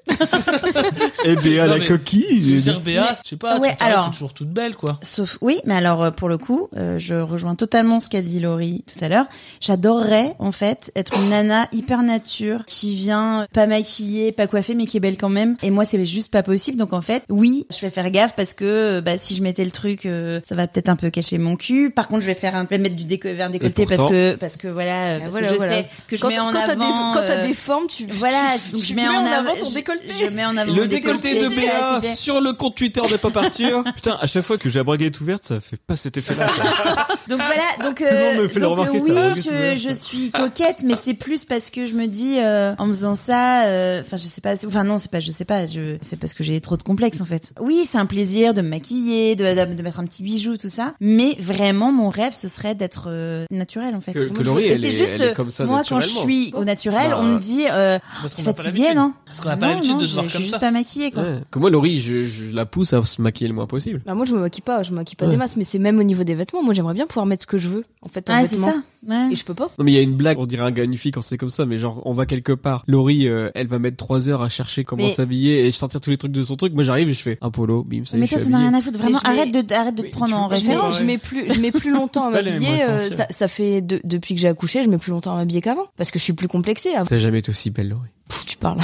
Speaker 7: Eh bien, à
Speaker 2: Non,
Speaker 7: la
Speaker 2: mais- Je veux
Speaker 7: coquille.
Speaker 2: dire Béa, je sais pas,
Speaker 6: Ah Ouais,
Speaker 2: tu t'arrêtes,
Speaker 6: alors.
Speaker 2: t'es toujours toute belle quoi.
Speaker 6: Sauf, oui, mais alors euh, pour le coup, euh, je rejoins totalement ce qu'a dit Laurie tout à l'heure. J'adorerais en fait être une nana hyper nature qui vient euh, pas maquillée, pas coiffée, mais qui est belle quand même. Et moi, c'est juste pas possible. Donc en fait, oui, je vais faire gaffe parce que euh, bah, si je mettais le truc, euh, ça va peut-être un peu cacher mon cul. Par contre, je vais faire un, je vais mettre du déco, vers un décolleté
Speaker 3: pourtant-
Speaker 6: parce que parce que voilà, euh, parce
Speaker 4: voilà,
Speaker 6: que je
Speaker 4: voilà.
Speaker 6: sais que je
Speaker 4: Quand,
Speaker 6: mets en
Speaker 4: quand t'as des,
Speaker 6: avant.
Speaker 4: quand t'as
Speaker 6: euh,
Speaker 4: des formes, tu,
Speaker 6: voilà,
Speaker 4: tu-
Speaker 6: donc
Speaker 4: tu
Speaker 6: je mets, en,
Speaker 4: avant
Speaker 6: av-
Speaker 4: ton
Speaker 6: je-
Speaker 4: décolleté.
Speaker 6: Je, mets en avant
Speaker 3: Le
Speaker 6: mon
Speaker 3: décolleté, de
Speaker 6: voilà,
Speaker 3: Béa
Speaker 6: c'était-
Speaker 3: sur le compte Twitter de Pop Arthur.
Speaker 7: Putain, à chaque fois que j'ai la braguette ouverte, ça fait pas cet effet-là. quoi.
Speaker 6: Donc voilà, donc,
Speaker 7: le
Speaker 6: euh,
Speaker 7: monde me fait le
Speaker 6: donc,
Speaker 7: remarquer,
Speaker 6: euh,
Speaker 7: t'as
Speaker 6: oui,
Speaker 7: raison, tu
Speaker 6: je,
Speaker 7: veux,
Speaker 6: je
Speaker 7: ça.
Speaker 6: suis coquette, mais c'est plus parce que je me dis euh, en faisant ça, euh, enfin je sais pas, c'est- enfin non c'est pas, je sais pas, je c'est parce que j'ai trop de complexes en fait. Oui, c'est un plaisir de me maquiller, de, de, de mettre un petit bijou, tout ça, mais vraiment mon rêve ce serait d'être euh, naturelle en fait.
Speaker 3: Que- que Laurie,
Speaker 6: Et
Speaker 3: elle
Speaker 6: c'est
Speaker 3: est-
Speaker 6: juste
Speaker 3: elle est comme ça,
Speaker 6: moi quand je
Speaker 3: naturellement.
Speaker 6: suis au naturel,
Speaker 3: Bah,
Speaker 6: on me dit euh,
Speaker 2: C'est parce
Speaker 6: t'es
Speaker 2: qu'on n'a pas
Speaker 6: fatiguée
Speaker 2: l'habitude.
Speaker 6: non
Speaker 2: Parce qu'on n'a pas
Speaker 6: Non,
Speaker 2: l'habitude
Speaker 6: non,
Speaker 2: de se
Speaker 6: je-
Speaker 2: voir
Speaker 6: je
Speaker 2: comme
Speaker 6: suis juste
Speaker 2: ça.
Speaker 6: pas maquillée quoi.
Speaker 3: Ouais. Comme Hein. moi, Laurie, je, je la pousse à se maquiller le moins possible.
Speaker 4: Bah, moi, je me maquille pas, je me maquille pas
Speaker 3: Ouais.
Speaker 4: des masses, mais c'est même au niveau des vêtements. Moi, j'aimerais bien pouvoir mettre ce que je veux, en fait, en
Speaker 6: Ah c'est
Speaker 4: vêtements.
Speaker 6: ça. Ouais.
Speaker 4: Et je peux pas.
Speaker 3: Non mais il y a une blague, on dirait un gars une fille quand c'est comme ça, mais genre on va quelque part. Laurie, euh, elle va mettre 3 heures à chercher comment
Speaker 4: Mais-
Speaker 3: s'habiller et sortir tous les trucs de son truc. Moi j'arrive et je fais un polo, bim, ça y est,
Speaker 6: Mais
Speaker 3: je
Speaker 6: toi,
Speaker 3: suis
Speaker 6: t'en as
Speaker 3: habillée.
Speaker 6: rien à foutre. Vraiment,
Speaker 4: Mais je
Speaker 6: arrête
Speaker 4: mets-
Speaker 6: de, arrête de te
Speaker 3: Mais
Speaker 6: prendre
Speaker 3: tu-
Speaker 6: en
Speaker 3: je mets-
Speaker 4: Mais non,
Speaker 6: référence.
Speaker 4: je mets plus, je mets plus longtemps à
Speaker 7: C'est pas les mêmes
Speaker 4: m'habiller. euh,
Speaker 7: référentiels.
Speaker 4: ça, ça fait de- depuis que j'ai accouché, je mets plus longtemps à m'habiller qu'avant, parce que je suis plus complexée. Avant.
Speaker 3: T'as jamais été aussi belle, Laurie.
Speaker 4: Pff, tu parles.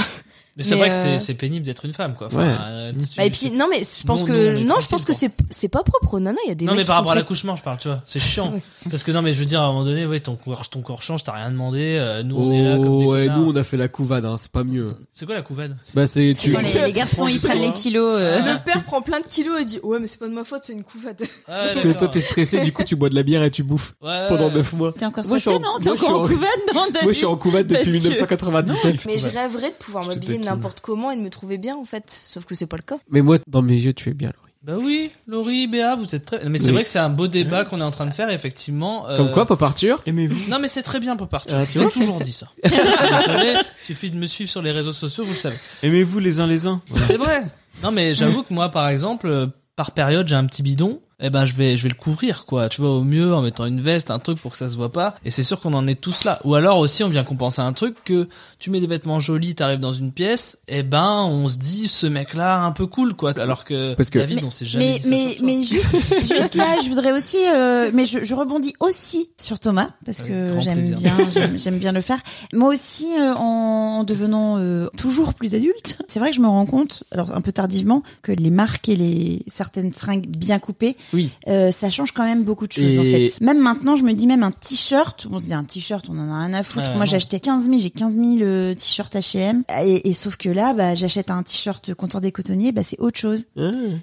Speaker 2: Mais c'est
Speaker 4: Mais,
Speaker 2: vrai que c'est-
Speaker 4: euh,
Speaker 2: c'est pénible d'être une femme quoi.
Speaker 3: Ouais.
Speaker 2: euh, tu-
Speaker 4: Bah, et puis, non, mais je pense
Speaker 2: Bon, nous, on
Speaker 4: que
Speaker 2: est
Speaker 4: non, je pense
Speaker 2: tranquille,
Speaker 4: que
Speaker 2: quoi.
Speaker 4: c'est c'est pas propre, aux nanas. Il y a des
Speaker 2: non
Speaker 4: mecs
Speaker 2: mais
Speaker 4: qui
Speaker 2: par
Speaker 4: sont
Speaker 2: rapport à
Speaker 4: très-
Speaker 2: l'accouchement je parle tu vois c'est chiant
Speaker 4: Ouais.
Speaker 2: parce que non mais je veux dire à un moment donné ouais ton corps ton corps change t'as rien demandé euh, nous
Speaker 3: oh
Speaker 2: on est là comme des
Speaker 3: ouais,
Speaker 2: connards.
Speaker 3: nous on a fait la couvade, hein, c'est pas mieux.
Speaker 2: c'est quoi la couvade C'est-
Speaker 3: Bah c'est tu.
Speaker 6: Quand les, les garçons ils prennent les kilos. euh,
Speaker 2: Ah.
Speaker 4: Le père prend plein de kilos et dit ouais mais c'est pas de ma faute c'est une couvade.
Speaker 2: Ah,
Speaker 3: Parce que
Speaker 2: d'accord.
Speaker 3: toi t'es stressé, du coup tu bois de la bière et tu bouffes
Speaker 2: Ouais, ouais,
Speaker 3: pendant
Speaker 6: Euh,
Speaker 2: ouais.
Speaker 3: 9 mois.
Speaker 6: T'es encore
Speaker 3: Moi, je
Speaker 6: stressé,
Speaker 3: suis en-
Speaker 6: non T'es
Speaker 3: moi, je
Speaker 6: encore en
Speaker 3: suis en-
Speaker 6: couvade dans ta
Speaker 3: Moi je suis en couvade depuis
Speaker 6: Parce que-
Speaker 3: 1997.
Speaker 4: Mais je
Speaker 2: Ouais.
Speaker 4: rêverais de pouvoir
Speaker 3: Je te Ah,
Speaker 4: m'habiller
Speaker 3: taquine.
Speaker 4: n'importe comment et de me trouver bien en fait. Sauf que c'est pas le cas.
Speaker 3: Mais moi dans mes yeux tu es bien, Laurie.
Speaker 2: bah oui Laurie Béa vous êtes très mais c'est
Speaker 3: Oui.
Speaker 2: vrai que c'est un beau
Speaker 4: Mmh.
Speaker 2: débat qu'on est en train de faire effectivement euh,
Speaker 3: Comme quoi, Pop Arthur
Speaker 7: Aimez-vous
Speaker 2: non mais c'est très bien pas partout
Speaker 3: Ah,
Speaker 2: j'ai
Speaker 3: tu vois
Speaker 2: toujours dit ça Je le connais, suffit de me suivre sur les réseaux sociaux vous le savez
Speaker 7: Aimez-vous les uns les uns
Speaker 2: C'est vrai. Non, mais j'avoue que moi, par exemple, euh, par période, j'ai un petit bidon. Eh ben, je vais, je vais le couvrir, quoi. Tu vois, au mieux, en mettant une veste, un truc pour que ça se voit pas. Et c'est sûr qu'on en est tous là. Ou alors aussi, on vient compenser un truc que tu mets des vêtements jolis, t'arrives dans une pièce. Eh ben, on se dit, ce mec-là, un peu cool, quoi. Alors que,
Speaker 3: Parce que-
Speaker 2: David, on s'est jamais
Speaker 6: mais,
Speaker 2: dit ça
Speaker 6: mais,
Speaker 2: sur toi.
Speaker 6: mais juste, juste là, je voudrais aussi, euh, mais je, je rebondis aussi sur Thomas parce
Speaker 2: Avec
Speaker 6: que
Speaker 2: grand
Speaker 6: j'aime
Speaker 2: plaisir.
Speaker 6: bien, j'aime- j'aime bien le faire. Moi aussi, euh, en devenant euh, toujours plus adulte, c'est vrai que je me rends compte, alors un peu tardivement, que les marques et les certaines fringues bien coupées
Speaker 3: Oui.
Speaker 6: Euh, ça change quand même beaucoup de choses
Speaker 3: Et-
Speaker 6: en fait. Même maintenant, je me dis même un t-shirt. On se dit un t-shirt, on en a rien à foutre.
Speaker 2: Ah, non.
Speaker 6: Moi, j'achetais 15 000, j'ai 15 000 euh, t-shirts H&M. Et, et sauf que là, bah, j'achète un t-shirt contour des cotonniers, bah c'est autre chose.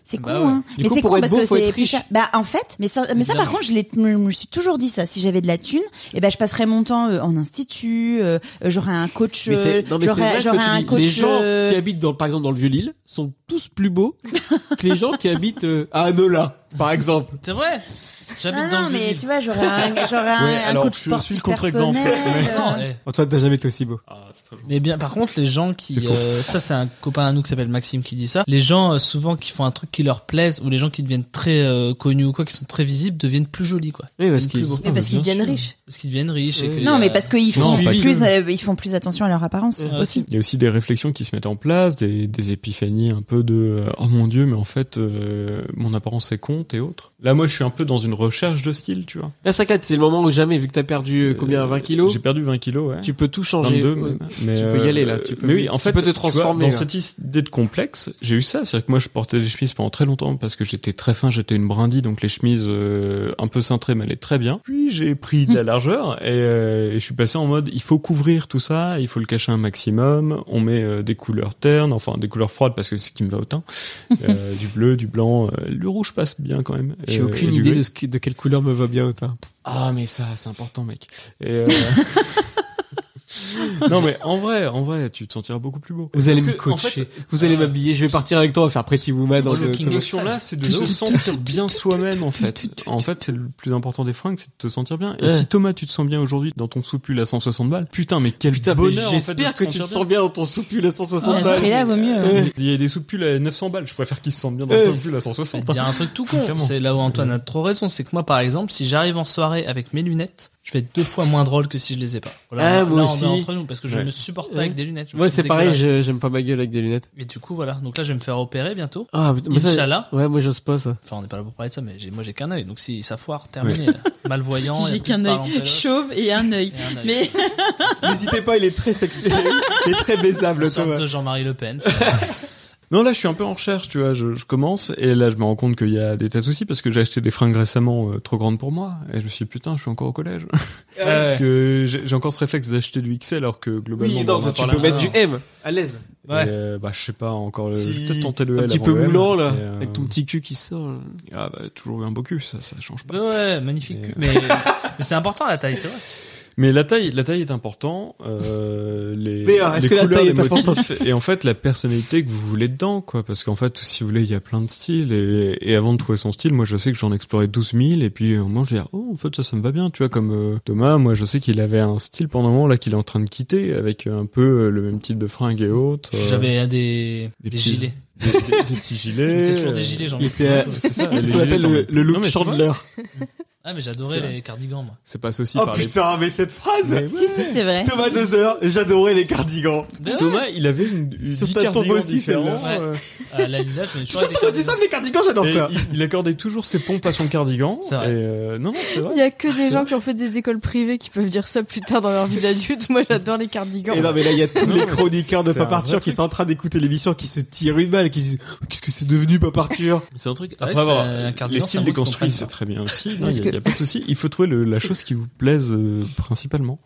Speaker 6: C'est con,
Speaker 2: Bah ouais.
Speaker 6: hein.
Speaker 3: Du
Speaker 6: mais
Speaker 3: coup,
Speaker 6: c'est
Speaker 3: pour
Speaker 6: con
Speaker 3: être
Speaker 6: parce
Speaker 3: beau,
Speaker 6: que
Speaker 3: faut
Speaker 6: c'est
Speaker 3: être
Speaker 6: plus
Speaker 3: riche.
Speaker 6: cher. Bah en fait, mais ça, mais ça par
Speaker 2: Évidemment.
Speaker 6: contre, je, l'ai- je me suis toujours dit ça. Si j'avais de la thune, eh ben je passerais mon temps euh, en institut. euh, euh, j'aurais un coach.
Speaker 3: Mais c'est
Speaker 6: euh,
Speaker 3: non, mais c'est
Speaker 6: j'aurais
Speaker 3: vrai ce que
Speaker 6: j'aurais
Speaker 3: tu
Speaker 6: un
Speaker 3: dis.
Speaker 6: coach.
Speaker 3: Les gens
Speaker 6: euh,
Speaker 3: qui habitent, dans, par exemple, dans le Vieux-Lille sont tous plus beaux que les gens qui habitent euh, à Anola, par exemple.
Speaker 2: C'est vrai. J'habite
Speaker 6: Non,
Speaker 2: dans
Speaker 6: non,
Speaker 2: le
Speaker 6: mais
Speaker 2: Vieux-Ville.
Speaker 6: tu vois, j'aurais un, j'aurais un,
Speaker 7: Ouais,
Speaker 6: un
Speaker 7: alors,
Speaker 6: coach
Speaker 7: je suis le
Speaker 6: sportif
Speaker 7: contre-exemple.
Speaker 6: personnel, euh,
Speaker 2: Non, eh.
Speaker 3: Antoine n'a jamais été aussi beau.
Speaker 7: Ah, c'est très joli.
Speaker 2: Mais bien, par contre, les gens
Speaker 7: C'est
Speaker 2: qui,
Speaker 7: faux.
Speaker 2: euh, ça, c'est un copain à nous qui s'appelle Maxime qui dit ça. Les gens, euh, souvent, qui font un truc qui leur plaise, ou les gens qui deviennent très euh, connus ou quoi, qui sont très visibles, deviennent plus jolis, quoi.
Speaker 3: Oui, parce
Speaker 2: Deviennent
Speaker 3: qu'ils
Speaker 2: plus beaux.
Speaker 4: Mais parce qu'ils
Speaker 2: Bien
Speaker 4: deviennent
Speaker 2: sûr.
Speaker 4: riches.
Speaker 2: Parce qu'ils deviennent riches. et
Speaker 3: Ouais.
Speaker 2: que,
Speaker 6: Non,
Speaker 2: euh,
Speaker 6: mais parce qu'ils
Speaker 7: Non,
Speaker 6: font
Speaker 7: pas du
Speaker 6: plus,
Speaker 7: tout.
Speaker 6: euh, ils font plus attention à leur apparence
Speaker 3: Euh,
Speaker 2: Ouais,
Speaker 6: aussi.
Speaker 7: Il y a aussi des réflexions qui se mettent en place, des, des épiphanies un peu de euh, oh mon dieu, mais en fait euh, mon apparence est compte et autres. Là, moi, je suis un peu dans une recherche de style, tu vois.
Speaker 3: Là, ça claque, c'est le moment où jamais, vu que t'as perdu euh,
Speaker 7: Euh,
Speaker 3: combien, 20 kilos,
Speaker 7: J'ai perdu 20 kilos, ouais.
Speaker 3: tu peux tout changer.
Speaker 7: 22
Speaker 3: Ouais.
Speaker 7: même. Mais, euh,
Speaker 3: Tu peux y aller, là, tu peux-
Speaker 7: mais oui, en
Speaker 3: tu
Speaker 7: fait,
Speaker 3: peux te
Speaker 7: tu vois,
Speaker 3: transformer, hein. là.
Speaker 7: dans cette idée de complexe, j'ai eu ça. C'est-à-dire que moi, je portais des chemises pendant très longtemps parce que j'étais très fin, j'étais une brindille, donc les chemises euh, un peu cintrées m'allaient très bien. Puis j'ai pris de la largeur et, euh, et je suis passé en mode il faut couvrir tout ça, il faut le cacher un maximum. On met euh, des couleurs ternes, enfin des couleurs froides parce que c'est ce qui me va au teint. Euh, du bleu, du blanc, euh, le rouge passe bien quand même.
Speaker 3: J'ai
Speaker 7: Euh,
Speaker 3: aucune
Speaker 7: et du
Speaker 3: idée
Speaker 7: gris.
Speaker 3: de, ce qui- de quelle couleur me va bien au teint.
Speaker 7: Ah mais ça c'est important mec. Et, euh, non mais en vrai, en vrai, tu te sentiras beaucoup plus beau.
Speaker 3: Vous allez
Speaker 7: Parce
Speaker 3: me
Speaker 7: que, en
Speaker 3: coacher,
Speaker 7: fait,
Speaker 3: vous allez m'habiller, je vais partir avec toi, on va faire Pretty Woman dans
Speaker 2: Tout
Speaker 3: le...
Speaker 2: looking.
Speaker 7: cette notion là, c'est de se sentir bien soi-même en fait. En fait, c'est le plus important des fringues, c'est de te sentir bien. Et
Speaker 3: Ouais.
Speaker 7: si Thomas, tu te sens bien aujourd'hui dans ton soupul à 160 balles, putain mais quel
Speaker 3: Putain, mais
Speaker 7: bonheur en fait, de
Speaker 3: j'espère que tu te
Speaker 7: sentir
Speaker 3: sens bien dans ton soupule à 160
Speaker 6: À ce
Speaker 3: balles.
Speaker 6: prix-là, vaut mieux. euh,
Speaker 7: bien. Il y a des soupuls à 900 balles, je préfère qu'ils se sentent bien dans
Speaker 3: Euh.
Speaker 7: un soupul
Speaker 2: Je
Speaker 7: à
Speaker 2: vais
Speaker 7: 160.
Speaker 2: te dire un truc tout con.
Speaker 7: Clairement.
Speaker 2: C'est là où Antoine a trop raison. C'est que moi, par exemple, si j'arrive en soirée avec mes lunettes, je vais être deux fois moins drôle que si je les ai pas.
Speaker 3: Ah,
Speaker 2: Voilà,
Speaker 3: moi
Speaker 2: là,
Speaker 3: aussi.
Speaker 2: on est entre nous parce que je
Speaker 7: Ouais.
Speaker 2: ne supporte pas
Speaker 3: Ouais.
Speaker 2: avec des lunettes. Je me
Speaker 3: Moi,
Speaker 2: trouve
Speaker 3: c'est pareil,
Speaker 2: dégueulasse.
Speaker 3: je- j'aime pas ma gueule avec des lunettes.
Speaker 2: Et du coup, voilà. Donc là, je vais me faire opérer bientôt.
Speaker 3: Ah, putain, mais ça-
Speaker 2: Inch'Allah.
Speaker 3: Ouais, moi, j'ose pas, ça.
Speaker 2: Enfin, on n'est pas là pour parler de ça, mais j'ai- moi, j'ai qu'un œil. Donc si ça foire, terminé. Malvoyant.
Speaker 6: J'ai
Speaker 2: et
Speaker 6: qu'un
Speaker 2: parlant
Speaker 6: œil
Speaker 2: pélos,
Speaker 6: chauve et un œil.
Speaker 2: et un œil.
Speaker 6: Mais
Speaker 3: N'hésitez pas, il est très sexy. Il est très baisable,
Speaker 2: Sorte
Speaker 3: Thomas.
Speaker 2: de Jean-Marie Le
Speaker 7: Ah,
Speaker 2: Pen.
Speaker 7: Non, là, je suis un peu en recherche, tu vois. Je, je commence et là, je me rends compte qu'il y a des tas de soucis parce que j'ai acheté des fringues récemment euh, trop grandes pour moi et je me suis dit, putain, je suis encore au collège. parce que j'ai j'ai encore ce réflexe d'acheter du XL alors que globalement,
Speaker 3: Oui,
Speaker 7: bah,
Speaker 3: non,
Speaker 7: on en
Speaker 3: tu
Speaker 7: parle
Speaker 3: peux
Speaker 7: à-
Speaker 3: mettre du M, à l'aise.
Speaker 7: Et,
Speaker 2: Ouais.
Speaker 7: euh, bah, je sais pas encore. le-
Speaker 3: Si,
Speaker 7: Peut-être tenter le
Speaker 3: un
Speaker 7: L
Speaker 3: petit
Speaker 7: avant
Speaker 3: peu
Speaker 7: le M,
Speaker 3: moulant, là,
Speaker 7: et, euh,
Speaker 3: avec ton petit cul qui sort.
Speaker 7: Ah, bah, toujours eu un beau cul, ça, ça change pas.
Speaker 2: Ouais, magnifique.
Speaker 7: Et-
Speaker 2: Mais, mais c'est important la taille, c'est vrai.
Speaker 7: Mais la taille, la taille est important. Euh, les,
Speaker 3: Mais, alors, est-ce
Speaker 7: les
Speaker 3: que la
Speaker 7: couleurs,
Speaker 3: taille
Speaker 7: les
Speaker 3: est importante
Speaker 7: motifs, Et en fait, la personnalité que vous voulez dedans, quoi. Parce qu'en fait, si vous voulez, il y a plein de styles. Et, et avant de trouver son style, moi, je sais que j'en explorais 12 000. Et puis, au moment, j'ai dit, oh, en fait, ça, ça me va bien. Tu vois, comme euh, Thomas, moi, je sais qu'il avait un style pendant un moment là qu'il est en train de quitter, avec euh, un peu euh, le même type de fringues et autres. euh,
Speaker 2: J'avais des, des,
Speaker 7: des petits-
Speaker 2: gilets.
Speaker 7: des, des- des petits gilets.
Speaker 2: C'est toujours des
Speaker 7: euh,
Speaker 2: gilets, j'en
Speaker 3: Il
Speaker 2: ai.
Speaker 3: était à-
Speaker 7: C'est ça.
Speaker 3: C'est ce
Speaker 7: les
Speaker 3: qu'on
Speaker 7: gilets,
Speaker 3: appelle
Speaker 7: t'en
Speaker 3: le,
Speaker 7: mets-
Speaker 3: le
Speaker 7: Non,
Speaker 3: look
Speaker 7: mais c'est vrai,
Speaker 3: Chandler.
Speaker 2: Ah, mais
Speaker 7: C'est
Speaker 2: j'adorais
Speaker 7: vrai.
Speaker 2: les cardigans, moi.
Speaker 7: C'est pas aussi
Speaker 3: Oh
Speaker 7: par les
Speaker 3: putain, mais cette phrase
Speaker 7: Mais
Speaker 6: si, si, c'est vrai.
Speaker 3: Thomas Dozer, j'adorais les cardigans.
Speaker 2: Mais Ben ouais,
Speaker 7: Thomas, il avait une, une
Speaker 3: Sur
Speaker 7: dix
Speaker 3: ta tombe
Speaker 7: cardigans
Speaker 3: aussi,
Speaker 7: différents,
Speaker 3: celle-là.
Speaker 7: euh,
Speaker 2: à Ah, la lila, je me suis
Speaker 3: Putain, ça me- c'est ça, les cardigans, j'adore
Speaker 7: Et
Speaker 3: ça.
Speaker 7: il, il accordait toujours ses pompes à son cardigan.
Speaker 2: C'est vrai.
Speaker 7: Et euh, non, non, c'est vrai.
Speaker 4: Il y a que des gens qui ont fait des écoles privées qui peuvent dire ça plus tard dans leur vie d'adulte. Moi, j'adore les cardigans.
Speaker 3: Et bah, non, mais là, il y a tous
Speaker 7: Non,
Speaker 3: les
Speaker 7: mais
Speaker 3: chroniqueurs de
Speaker 7: c'est- c'est un
Speaker 3: Paparture
Speaker 7: vrai
Speaker 3: qui sont en train d'écouter l'émission, qui se tirent une balle, qui se disent Oh, Qu'est-ce que c'est devenu Paparture
Speaker 7: C'est un truc.
Speaker 2: Ah ouais,
Speaker 7: Après avoir
Speaker 2: c'est un cardigan,
Speaker 7: les
Speaker 2: ça
Speaker 7: styles
Speaker 2: vaut qu'ils
Speaker 7: déconstruits,
Speaker 2: comprennent
Speaker 7: c'est
Speaker 2: pas.
Speaker 7: très bien aussi. Non,
Speaker 4: Parce
Speaker 7: Il n'y a,
Speaker 4: que-
Speaker 7: il y a pas de souci. Il faut trouver le- la chose qui vous plaise euh, principalement.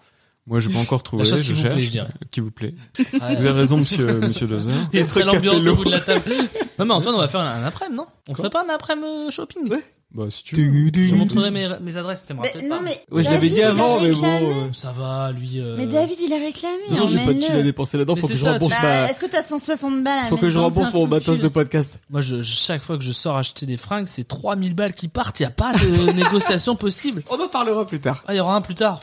Speaker 7: Moi, j'ai pas encore trouvé.
Speaker 2: La chose
Speaker 7: je
Speaker 2: qui vous
Speaker 7: cherche,
Speaker 2: plaît, je dirais.
Speaker 7: Qui vous plaît.
Speaker 2: Ouais.
Speaker 7: Vous avez raison, monsieur, euh, monsieur Dozer.
Speaker 2: Et c'est l'ambiance
Speaker 3: Capello.
Speaker 2: au bout de la table. Non, mais Antoine, on va faire un, un après-midi, non On ferait pas un après-midi euh, shopping
Speaker 7: Bah, si tu veux.
Speaker 2: Je te
Speaker 3: Je
Speaker 2: montrerai mes, mes adresses, t'aimeras
Speaker 6: Mais,
Speaker 2: peut-être pas.
Speaker 6: non, mais.
Speaker 3: Ouais, je l'avais
Speaker 6: David,
Speaker 3: dit
Speaker 6: il a
Speaker 3: avant, mais
Speaker 6: réclamé.
Speaker 3: bon. euh,
Speaker 2: Ça va, lui. euh,
Speaker 6: Mais David, il a réclamé.
Speaker 3: De toute façon, j'ai pas de
Speaker 6: emmène-le. Ah,
Speaker 3: thunes à dépenser là-dedans,
Speaker 2: Mais
Speaker 3: faut que
Speaker 2: c'est
Speaker 3: je
Speaker 2: ça,
Speaker 3: rembourse
Speaker 2: tu-
Speaker 3: ma.
Speaker 6: Bah, est-ce que t'as 160 balles à
Speaker 3: Faut que
Speaker 6: mettre
Speaker 3: je
Speaker 6: dans
Speaker 3: rembourse
Speaker 6: un
Speaker 3: mon matos de
Speaker 6: soupil
Speaker 3: podcast.
Speaker 2: Moi, je, je- chaque fois que je sors acheter des fringues, c'est 3000 balles qui partent. Il n'y a pas de négociation possible.
Speaker 3: On en parlera plus tard.
Speaker 2: Ah, il y aura un plus tard.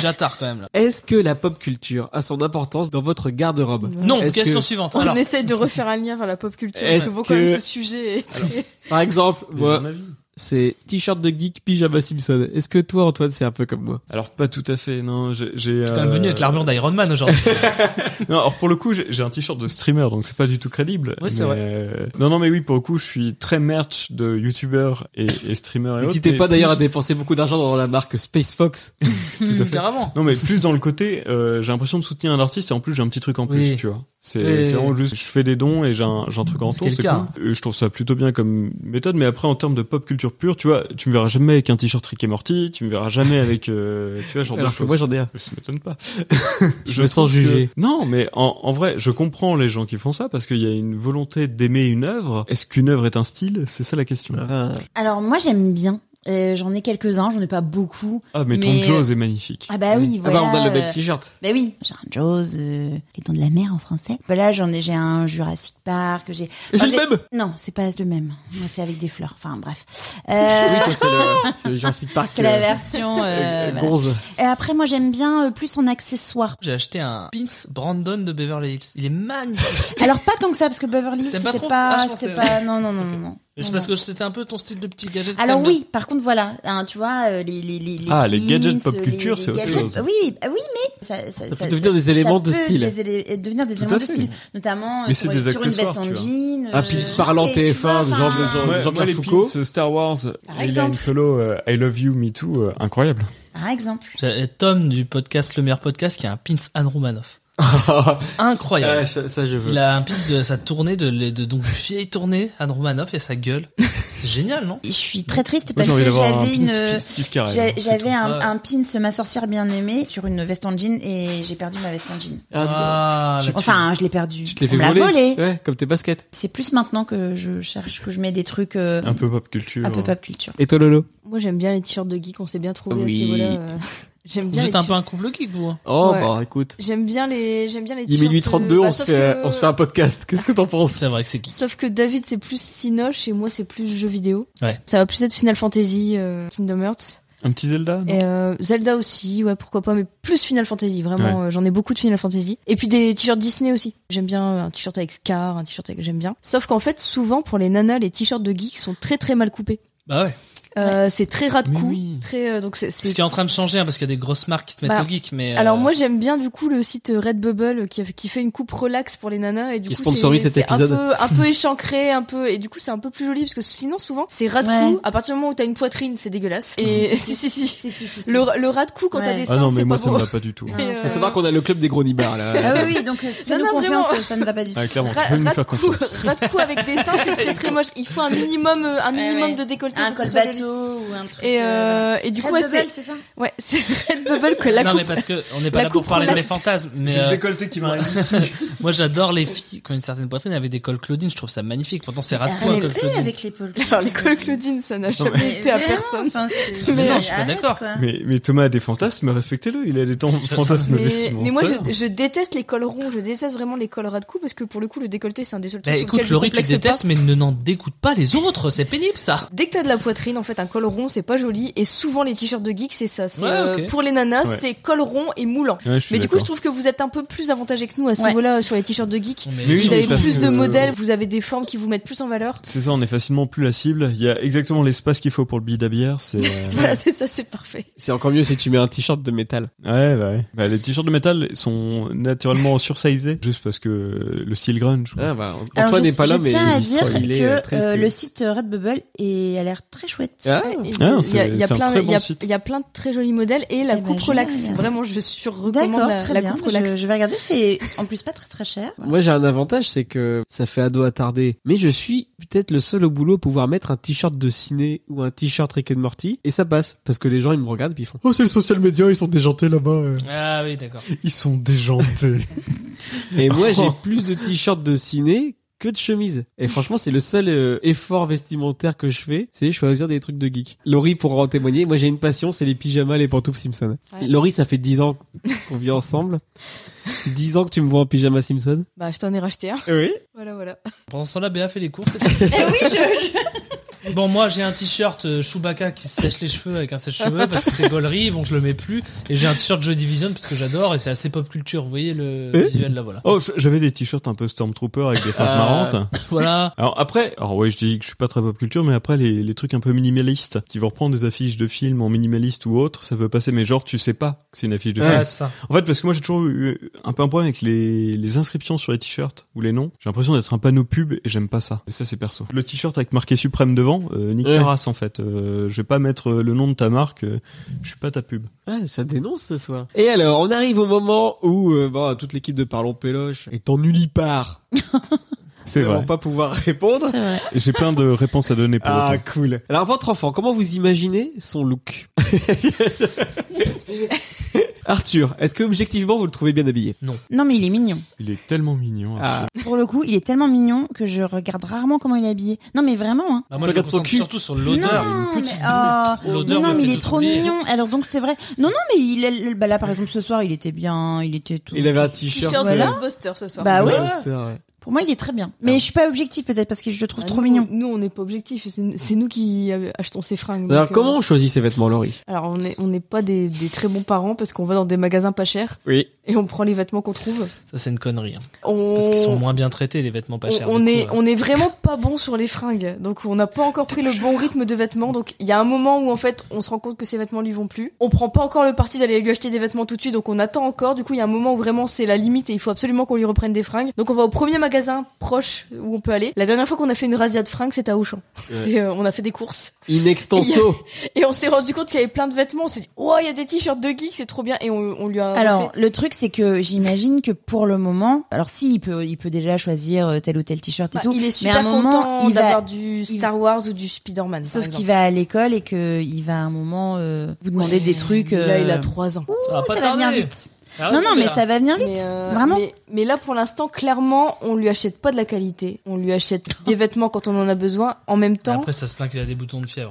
Speaker 2: J'attarde quand même, là.
Speaker 3: Est-ce que la pop culture a son importance dans votre garde-robe
Speaker 2: Non,
Speaker 3: Est-ce
Speaker 2: question
Speaker 3: que-
Speaker 2: suivante.
Speaker 4: On
Speaker 2: Alors,
Speaker 4: essaye de refaire un lien vers la pop culture. parce
Speaker 3: Est-ce
Speaker 4: que bon, quand même,
Speaker 3: que-
Speaker 4: ce sujet est-
Speaker 3: Par exemple, moi,
Speaker 7: Déjà, ma vie.
Speaker 3: c'est t-shirt de geek, pyjama Simpson. Est-ce que toi, Antoine, c'est un peu comme moi
Speaker 7: Alors pas tout à fait. Non, j'ai. j'ai,
Speaker 2: t'es quand même venu
Speaker 7: euh,
Speaker 2: avec l'armure d'Iron Man aujourd'hui.
Speaker 7: Non, alors pour le coup, j'ai j'ai un t-shirt de streamer, donc c'est pas du tout crédible.
Speaker 2: Oui, c'est
Speaker 7: mais,
Speaker 2: vrai.
Speaker 7: euh, Non, non, mais oui, pour le coup, je suis très merch de youtubeur et, et streamer. et autres,
Speaker 3: N'hésitez
Speaker 7: mais
Speaker 3: pas d'ailleurs à
Speaker 7: plus-
Speaker 3: dépenser beaucoup d'argent dans la marque Space Fox.
Speaker 7: Tout à fait.
Speaker 2: Carrément.
Speaker 7: Non mais plus dans le côté, euh, j'ai l'impression de soutenir un artiste et en plus j'ai un petit truc en plus,
Speaker 2: Oui.
Speaker 7: tu vois. C'est
Speaker 2: Et-
Speaker 7: c'est vraiment juste, je fais des dons et j'ai un, j'ai un truc en
Speaker 2: C'est
Speaker 7: retour, c'est
Speaker 2: quelqu'un.
Speaker 7: cool. Et je trouve ça plutôt bien comme méthode, mais après en termes de pop culture pure, tu vois, tu me verras jamais avec un t-shirt Rick et Morty, tu me verras jamais avec, euh, tu vois, genre de
Speaker 3: Alors que
Speaker 7: choses.
Speaker 3: moi j'en ai un.
Speaker 7: Ça m'étonne pas.
Speaker 3: Je me sens
Speaker 7: trouve que-
Speaker 3: jugé.
Speaker 7: Non, mais en, en vrai, je comprends les gens qui font ça parce qu'il y a une volonté d'aimer une œuvre. Est-ce qu'une œuvre est un style C'est ça la question.
Speaker 6: Ah Alors moi j'aime bien. Euh, j'en ai quelques-uns, j'en ai pas beaucoup.
Speaker 7: Ah, mais, ton
Speaker 6: Mais-
Speaker 7: Jaws est magnifique.
Speaker 6: Ah bah oui, voilà.
Speaker 3: Ah bah on a le
Speaker 6: euh,
Speaker 3: même t-shirt.
Speaker 6: Bah oui, j'ai un Jaws, euh, les dents de la mer en français. Bah là, j'en ai, j'ai un Jurassic Park, j'ai.
Speaker 3: C'est
Speaker 6: Enfin,
Speaker 3: le
Speaker 6: j'ai-
Speaker 3: même
Speaker 6: Non, c'est pas le même. Moi, c'est avec des fleurs. Enfin, bref. Euh,
Speaker 3: Oui, toi, c'est le, c'est le Jurassic Park.
Speaker 6: c'est la
Speaker 3: euh,
Speaker 6: version. euh,
Speaker 3: euh,
Speaker 6: voilà.
Speaker 3: Gonze.
Speaker 6: Et après, moi, j'aime bien euh, plus en accessoires.
Speaker 2: J'ai acheté un Pins Brandon de Beverly Hills. Il est magnifique.
Speaker 6: Alors pas tant que ça, parce que Beverly,
Speaker 2: T'aimes pas
Speaker 6: c'était
Speaker 2: trop
Speaker 6: pas,
Speaker 2: Ah, je
Speaker 6: c'était
Speaker 2: pensais,
Speaker 6: pas. Non, non, non, non, non.
Speaker 2: C'est
Speaker 6: Non,
Speaker 2: parce
Speaker 6: non.
Speaker 2: que c'était un peu ton style de petit gadget. que
Speaker 6: Alors
Speaker 2: t'aimes bien.
Speaker 6: oui, par contre voilà, hein, tu vois euh, les les les, les
Speaker 7: Ah, les
Speaker 6: pins,
Speaker 7: gadgets pop
Speaker 6: euh,
Speaker 7: culture,
Speaker 6: les-
Speaker 7: c'est
Speaker 6: les
Speaker 7: autre
Speaker 6: gadgets-
Speaker 7: chose.
Speaker 6: Oui, oui, ah oui, mais ça, ça,
Speaker 3: Ça
Speaker 6: ça-
Speaker 3: peut devenir
Speaker 6: ça-
Speaker 3: des éléments de
Speaker 6: ça peut
Speaker 3: style.
Speaker 6: des élé- devenir des
Speaker 7: Tout à
Speaker 6: éléments de
Speaker 7: fait.
Speaker 6: style, notamment euh,
Speaker 7: Mais
Speaker 6: sur,
Speaker 7: c'est des
Speaker 6: sur une
Speaker 7: accessoires,
Speaker 6: veste en
Speaker 7: tu vois.
Speaker 6: jean.
Speaker 3: Un
Speaker 6: euh,
Speaker 3: pins
Speaker 6: et
Speaker 3: parlant
Speaker 6: tu vois,
Speaker 3: TF1 de
Speaker 6: enfin,
Speaker 3: genre de genre.
Speaker 7: Ouais,
Speaker 3: Jean-Pierre
Speaker 7: moi, les
Speaker 3: Foucault.
Speaker 7: pins, euh, Star Wars,
Speaker 6: Par
Speaker 7: il y a une
Speaker 6: exemple.
Speaker 7: solo euh, I Love You, Me Too, euh, incroyable.
Speaker 6: Par exemple.
Speaker 2: J'ai Tom du podcast Le meilleur podcast qui a un Pins Anne Romanoff. Incroyable.
Speaker 3: Ah, ça, ça, je veux.
Speaker 2: Il a un pins de sa tournée, de, de, donc vieille tournée, Anne Romanoff et sa gueule. C'est génial, non
Speaker 6: Je suis très triste
Speaker 7: Moi,
Speaker 6: parce
Speaker 7: j'ai envie
Speaker 6: que
Speaker 7: d'avoir un
Speaker 6: j'avais une
Speaker 7: pins Steve- Steve Carell,
Speaker 6: j'ai-
Speaker 7: hein, c'est
Speaker 6: j'avais
Speaker 7: tout.
Speaker 6: un,
Speaker 2: Ouais.
Speaker 6: un pins ma sorcière bien aimée sur une veste en jean et j'ai perdu ma veste en jean.
Speaker 3: Ah,
Speaker 2: Ah, là, tu-
Speaker 6: Enfin, je l'ai perdue.
Speaker 3: tu te l'es
Speaker 6: On
Speaker 3: fait
Speaker 6: me l'a
Speaker 3: voler.
Speaker 6: volée.
Speaker 3: Ouais, comme tes baskets.
Speaker 6: C'est plus maintenant que je cherche que je mets des trucs euh,
Speaker 7: Un peu pop culture.
Speaker 6: un peu pop culture.
Speaker 3: Et toi, Lolo
Speaker 4: Moi, j'aime bien les t-shirts de geek, on s'est bien trouvé
Speaker 3: Oui.
Speaker 4: à ce niveau-là. euh. J'aime
Speaker 2: vous
Speaker 4: bien. les
Speaker 2: êtes un
Speaker 4: t-
Speaker 2: peu un couple geek, vous. hein.
Speaker 3: Oh,
Speaker 4: Ouais.
Speaker 3: bah écoute.
Speaker 4: J'aime bien les. J'aime bien les.
Speaker 3: Il est
Speaker 4: t-shirts,
Speaker 3: minuit 32,
Speaker 4: euh,
Speaker 3: on,
Speaker 4: bah,
Speaker 3: se
Speaker 4: sauf
Speaker 3: fait,
Speaker 4: que-
Speaker 3: on se fait un podcast. Qu'est-ce que t'en penses
Speaker 2: C'est vrai que c'est geek.
Speaker 4: Sauf que David c'est plus Cinoche et moi c'est plus jeux vidéo.
Speaker 2: Ouais.
Speaker 4: Ça va plus être Final Fantasy, euh, Kingdom Hearts.
Speaker 7: Un petit Zelda non
Speaker 4: Et euh, Zelda aussi, ouais, pourquoi pas, mais plus Final Fantasy, vraiment, euh, j'en ai beaucoup de Final Fantasy. Et puis des t-shirts Disney aussi. J'aime bien euh, un t-shirt avec Scar, un t-shirt avec. J'aime bien. Sauf qu'en fait, souvent pour les nanas, les t-shirts de geeks sont très très mal coupés.
Speaker 2: Bah ouais.
Speaker 4: Euh, C'est très ras de
Speaker 7: Mais
Speaker 4: cou.
Speaker 7: oui.
Speaker 4: Très, euh, donc c'est-
Speaker 2: Ce
Speaker 4: c'est
Speaker 2: qui est en train de changer, hein, parce qu'il y a des grosses marques qui te mettent
Speaker 4: Bah,
Speaker 2: au geek, mais. euh,
Speaker 4: Alors moi j'aime bien du coup le site Redbubble qui, qui fait une coupe relax pour les nanas et du
Speaker 3: Qui
Speaker 4: coup
Speaker 3: sponsorise
Speaker 4: c'est
Speaker 3: cet
Speaker 4: c'est
Speaker 3: épisode.
Speaker 4: un peu un peu échancré un peu et du coup c'est un peu plus joli parce que sinon souvent c'est ras de cou
Speaker 6: Ouais.
Speaker 4: à partir du moment où t'as une poitrine c'est dégueulasse et si si si
Speaker 6: Si, si, si, si.
Speaker 4: le, le ras de cou quand t'as
Speaker 6: Ouais.
Speaker 4: des
Speaker 7: Ah
Speaker 4: seins
Speaker 7: non, mais
Speaker 4: c'est
Speaker 7: moi
Speaker 4: pas
Speaker 7: ça
Speaker 4: beau
Speaker 7: me va pas du tout.
Speaker 4: Et, euh,
Speaker 3: Faut savoir qu'on a le club des gros nibards là.
Speaker 6: Ah oui, oui, donc euh, fais-nous
Speaker 4: non,
Speaker 6: confiance,
Speaker 4: vraiment.
Speaker 6: ça ne va pas du tout.
Speaker 7: Ah, clairement, tu
Speaker 4: Ra-
Speaker 7: peux nous
Speaker 4: ras de
Speaker 7: faire
Speaker 4: cou,
Speaker 7: confiance.
Speaker 4: ras de cou avec des seins, c'est très très moche. Il faut un minimum, euh, un
Speaker 6: Ouais,
Speaker 4: minimum
Speaker 6: ouais.
Speaker 4: de décolleté.
Speaker 6: Un
Speaker 4: pour que
Speaker 6: col
Speaker 4: ce soit joli.
Speaker 6: bateau ou un truc.
Speaker 4: Et,
Speaker 6: euh,
Speaker 4: euh, et du coup,
Speaker 6: Red
Speaker 4: ouais, c'est
Speaker 6: Bubble, c'est ça
Speaker 4: ouais, c'est Redbubble que la
Speaker 2: non
Speaker 4: coupe.
Speaker 2: mais parce que on n'est pas
Speaker 4: la
Speaker 2: là pour
Speaker 4: coupe
Speaker 2: parler de mes
Speaker 4: relaxe.
Speaker 2: fantasmes mais euh,
Speaker 7: décolleté qui m'arrive
Speaker 2: moi j'adore les filles qui ont une certaine poitrine avec des cols Claudine je trouve ça magnifique pourtant c'est ras de cou un
Speaker 6: Arrêtez
Speaker 2: col Claudine
Speaker 6: Ah, avec l'épaule.
Speaker 4: Alors l'école Claudine, ça n'a jamais été à personne.
Speaker 2: Mais non, je suis pas d'accord.
Speaker 7: Mais, mais Thomas a des fantasmes, respectez-le, il a des temps fantasmes
Speaker 4: Mais,
Speaker 7: vestimentaires.
Speaker 4: mais moi, je, je déteste les cols ronds, je déteste vraiment les cols ras de cou parce que pour le coup, le décolleté, c'est un des seuls trucs
Speaker 2: Bah
Speaker 4: sur
Speaker 2: écoute
Speaker 4: lequel je
Speaker 2: Laurie tu
Speaker 4: complexe pas.
Speaker 2: détestes mais ne n'en dégoûte pas les autres c'est pénible ça
Speaker 4: Dès que t'as de la poitrine, en fait, un col rond, c'est pas joli. Et souvent, les t-shirts de geek, c'est ça. C'est
Speaker 2: Ouais,
Speaker 4: euh,
Speaker 2: ok.
Speaker 4: pour les nanas,
Speaker 7: Ouais.
Speaker 4: c'est col rond et moulant.
Speaker 7: Ouais, je suis
Speaker 4: Mais du coup, je
Speaker 7: d'accord.
Speaker 4: trouve que vous êtes un peu plus avantagés que nous à ce
Speaker 6: Ouais.
Speaker 4: niveau-là euh, sur les t-shirts de geek.
Speaker 2: Mais
Speaker 7: oui,
Speaker 4: vous
Speaker 7: mais
Speaker 4: avez
Speaker 7: parce
Speaker 4: plus
Speaker 7: que-
Speaker 4: de modèles, vous avez des formes qui vous mettent plus en valeur.
Speaker 7: C'est ça, on est facilement plus la cible. Il y a exactement l'espace qu'il faut pour le billet d'habière. C'est. euh,
Speaker 4: Voilà, c'est ça, c'est parfait.
Speaker 3: C'est encore mieux si tu mets un t-shirt de métal.
Speaker 7: Ouais, bah ouais. Bah, les t-shirts de métal sont naturellement sursizés, juste parce que le style grunge. quoi.
Speaker 3: Ah, bah, Antoine n'est pas là, mais
Speaker 6: Je tiens à
Speaker 3: il-
Speaker 6: dire
Speaker 3: il est euh,
Speaker 6: que
Speaker 3: très
Speaker 6: euh,
Speaker 3: stylé.
Speaker 6: le site euh, Redbubble est- a l'air très chouette.
Speaker 3: Ah,
Speaker 4: Et il y
Speaker 7: Ah,
Speaker 4: a-
Speaker 7: c'est-
Speaker 4: il y a
Speaker 7: c'est un
Speaker 4: plein-
Speaker 7: très
Speaker 4: il y a-
Speaker 7: bon site.
Speaker 4: il y a plein de très jolis modèles et la
Speaker 6: Eh ben,
Speaker 4: coupe relax.
Speaker 6: génial.
Speaker 4: Vraiment, je suis recommande
Speaker 6: D'accord,
Speaker 4: la,
Speaker 6: très
Speaker 4: la
Speaker 6: bien.
Speaker 4: coupe relax.
Speaker 6: Je, je vais regarder, c'est en plus pas très très cher.
Speaker 3: Moi, j'ai un avantage, c'est que ça fait ado attardé. Mais je suis peut-être le seul au boulot à pouvoir mettre un t-shirt de ciné ou un t-shirt Rick and Morty. Et ça passe. Parce que les gens, ils me regardent puis ils font.
Speaker 7: Oh, c'est le social media, ils sont déjantés là-bas. euh.
Speaker 2: ah oui d'accord
Speaker 7: Ils sont déjantés.
Speaker 3: Et moi, j'ai
Speaker 7: Oh.
Speaker 3: plus de t-shirts de ciné que de chemises. Et franchement, c'est le seul euh, effort vestimentaire que je fais, c'est choisir des trucs de geek. Laurie pourra en témoigner. Moi, j'ai une passion, c'est les pyjamas, les pantoufles Simpson.
Speaker 4: Ouais.
Speaker 3: Laurie, ça fait 10 ans qu'on vit ensemble. 10 ans que tu me vois en pyjama Simpson.
Speaker 4: Bah, je t'en ai racheté un.
Speaker 3: Oui.
Speaker 4: Voilà, voilà.
Speaker 2: pendant ce temps-là Béa fait les courses
Speaker 6: Eh
Speaker 2: bon moi j'ai un t-shirt euh, Chewbacca qui se sèche les cheveux avec un sèche-cheveux parce que c'est gaulerie bon je le mets plus et j'ai un t-shirt Joy Division parce que j'adore et c'est assez pop culture vous voyez le
Speaker 7: Eh
Speaker 2: visuel là voilà
Speaker 7: Oh, j- j'avais des t-shirts un peu Stormtrooper avec des phrases
Speaker 3: Ah.
Speaker 7: marrantes.
Speaker 2: voilà
Speaker 7: Alors après, alors ouais, je dis que je suis pas très pop culture, mais après les, les trucs un peu minimalistes, qui vont reprendre des affiches de films en minimaliste ou autre, ça peut passer. Mais genre, tu sais pas que c'est une affiche de film.
Speaker 2: Ouais, c'est ça.
Speaker 7: En fait, parce que moi j'ai toujours eu un peu un problème avec les, les inscriptions sur les t-shirts ou les noms. J'ai l'impression d'être un panneau pub et j'aime pas ça. Et ça c'est perso. Le t-shirt avec marqué Suprême devant, non, euh, nique
Speaker 3: Ouais.
Speaker 7: ta race en fait. Euh, je vais pas mettre euh, le nom de ta marque, euh, je suis pas ta pub.
Speaker 3: Ouais, ça dénonce ce soir. Et alors, on arrive au moment où euh, bon, toute l'équipe de Parlons Péloche est en nullipare.
Speaker 7: C'est
Speaker 3: Ils
Speaker 7: vrai.
Speaker 3: vont pas pouvoir répondre.
Speaker 6: C'est vrai.
Speaker 7: J'ai plein de réponses à donner pour
Speaker 3: Ah,
Speaker 7: autant.
Speaker 3: cool. Alors, votre enfant, comment vous imaginez son look Arthur, est-ce que objectivement vous le trouvez bien habillé
Speaker 6: Non, mais il est mignon.
Speaker 7: Il est tellement mignon.
Speaker 3: Ah,
Speaker 6: Pour le coup, il est tellement mignon que je regarde rarement comment il est habillé. Non, mais vraiment. Hein.
Speaker 2: Bah, moi,
Speaker 3: Tu
Speaker 2: je me
Speaker 3: regardes son
Speaker 2: concentre
Speaker 3: cul.
Speaker 2: surtout sur l'odeur.
Speaker 6: non,
Speaker 7: une petite
Speaker 6: mais,
Speaker 7: boule
Speaker 6: oh,
Speaker 2: trop- L'odeur
Speaker 6: non,
Speaker 2: me
Speaker 6: non, mais
Speaker 2: fait
Speaker 6: il
Speaker 2: tout
Speaker 6: est trop
Speaker 2: oublier.
Speaker 6: mignon. Alors donc c'est vrai. Non, non, mais il, est- bah là par exemple ce soir, il était bien, il était tout.
Speaker 3: il avait un
Speaker 4: T-shirt
Speaker 3: t-shirt.
Speaker 4: de
Speaker 6: voilà.
Speaker 4: Ghostbuster ce soir.
Speaker 6: Bah
Speaker 3: Ah
Speaker 6: oui.
Speaker 3: ouais, c'était vrai.
Speaker 6: Pour moi, il est très bien. Mais
Speaker 2: Ah.
Speaker 6: je suis pas objective peut-être parce que je le trouve
Speaker 4: Bah,
Speaker 6: trop
Speaker 4: nous,
Speaker 6: mignon.
Speaker 4: Nous, on n'est pas objectifs. C'est c'est nous qui euh, achetons ces fringues.
Speaker 3: Alors,
Speaker 4: donc, euh,
Speaker 3: comment on choisit ses vêtements, Laurie
Speaker 4: Alors, on n'est on n'est pas des, des très bons parents parce qu'on va dans des magasins pas chers
Speaker 3: Oui.
Speaker 4: et on prend les vêtements qu'on trouve.
Speaker 2: Ça, c'est une connerie. hein.
Speaker 4: On...
Speaker 2: Parce qu'ils
Speaker 6: Oh.
Speaker 2: sont moins bien traités, les vêtements
Speaker 4: on-
Speaker 2: pas chers.
Speaker 4: on,
Speaker 2: du coup,
Speaker 4: est,
Speaker 2: euh.
Speaker 4: on est vraiment pas bon sur les fringues, donc on n'a pas encore pris le bon rythme de vêtements. Donc il y a un moment où en fait on se rend compte que ces vêtements lui vont plus. On prend pas encore le parti d'aller lui acheter des vêtements tout de suite, donc on attend encore. Du coup il y a un moment où vraiment c'est la limite et il faut absolument qu'on lui reprenne des fringues. Donc on va au premier magasin proche où on peut aller. La dernière fois qu'on a fait une razzia de fringues c'était à Auchan. C'est, euh, on a fait des courses
Speaker 3: In extenso.
Speaker 4: et on s'est rendu compte qu'il y avait plein de vêtements. On s'est dit ouais il y a des t-shirts de geek c'est trop bien et on, Bah, on lui a
Speaker 6: Alors,
Speaker 4: refait.
Speaker 6: le truc, c'est que j'imagine que pour le moment, alors si il peut, il peut déjà choisir euh, tel ou tel t-shirt et
Speaker 4: Bah,
Speaker 6: tout.
Speaker 4: il est
Speaker 6: mais
Speaker 4: super
Speaker 6: à un moment,
Speaker 4: content
Speaker 6: il va-
Speaker 4: d'avoir du
Speaker 6: il-
Speaker 4: Star Wars ou du Spider-Man. par
Speaker 6: Sauf
Speaker 4: exemple.
Speaker 6: qu'il va à l'école et que il va à un moment euh, vous demander
Speaker 4: Ouais,
Speaker 6: des trucs.
Speaker 4: mais Là,
Speaker 6: euh,
Speaker 4: il a 3 ans.
Speaker 2: Ça va pas
Speaker 6: ça va
Speaker 2: tarder.
Speaker 6: venir vite.
Speaker 2: Ah,
Speaker 6: Non, non, mais
Speaker 2: Vera.
Speaker 6: ça va venir vite.
Speaker 4: Mais, euh,
Speaker 6: Vraiment.
Speaker 4: mais, mais là, pour l'instant, clairement, on lui achète pas de la qualité. On lui achète des vêtements quand on en a besoin. En même
Speaker 2: Mais
Speaker 6: hein.
Speaker 4: temps,
Speaker 2: Après, ça se plaint qu'il a des boutons de fièvre.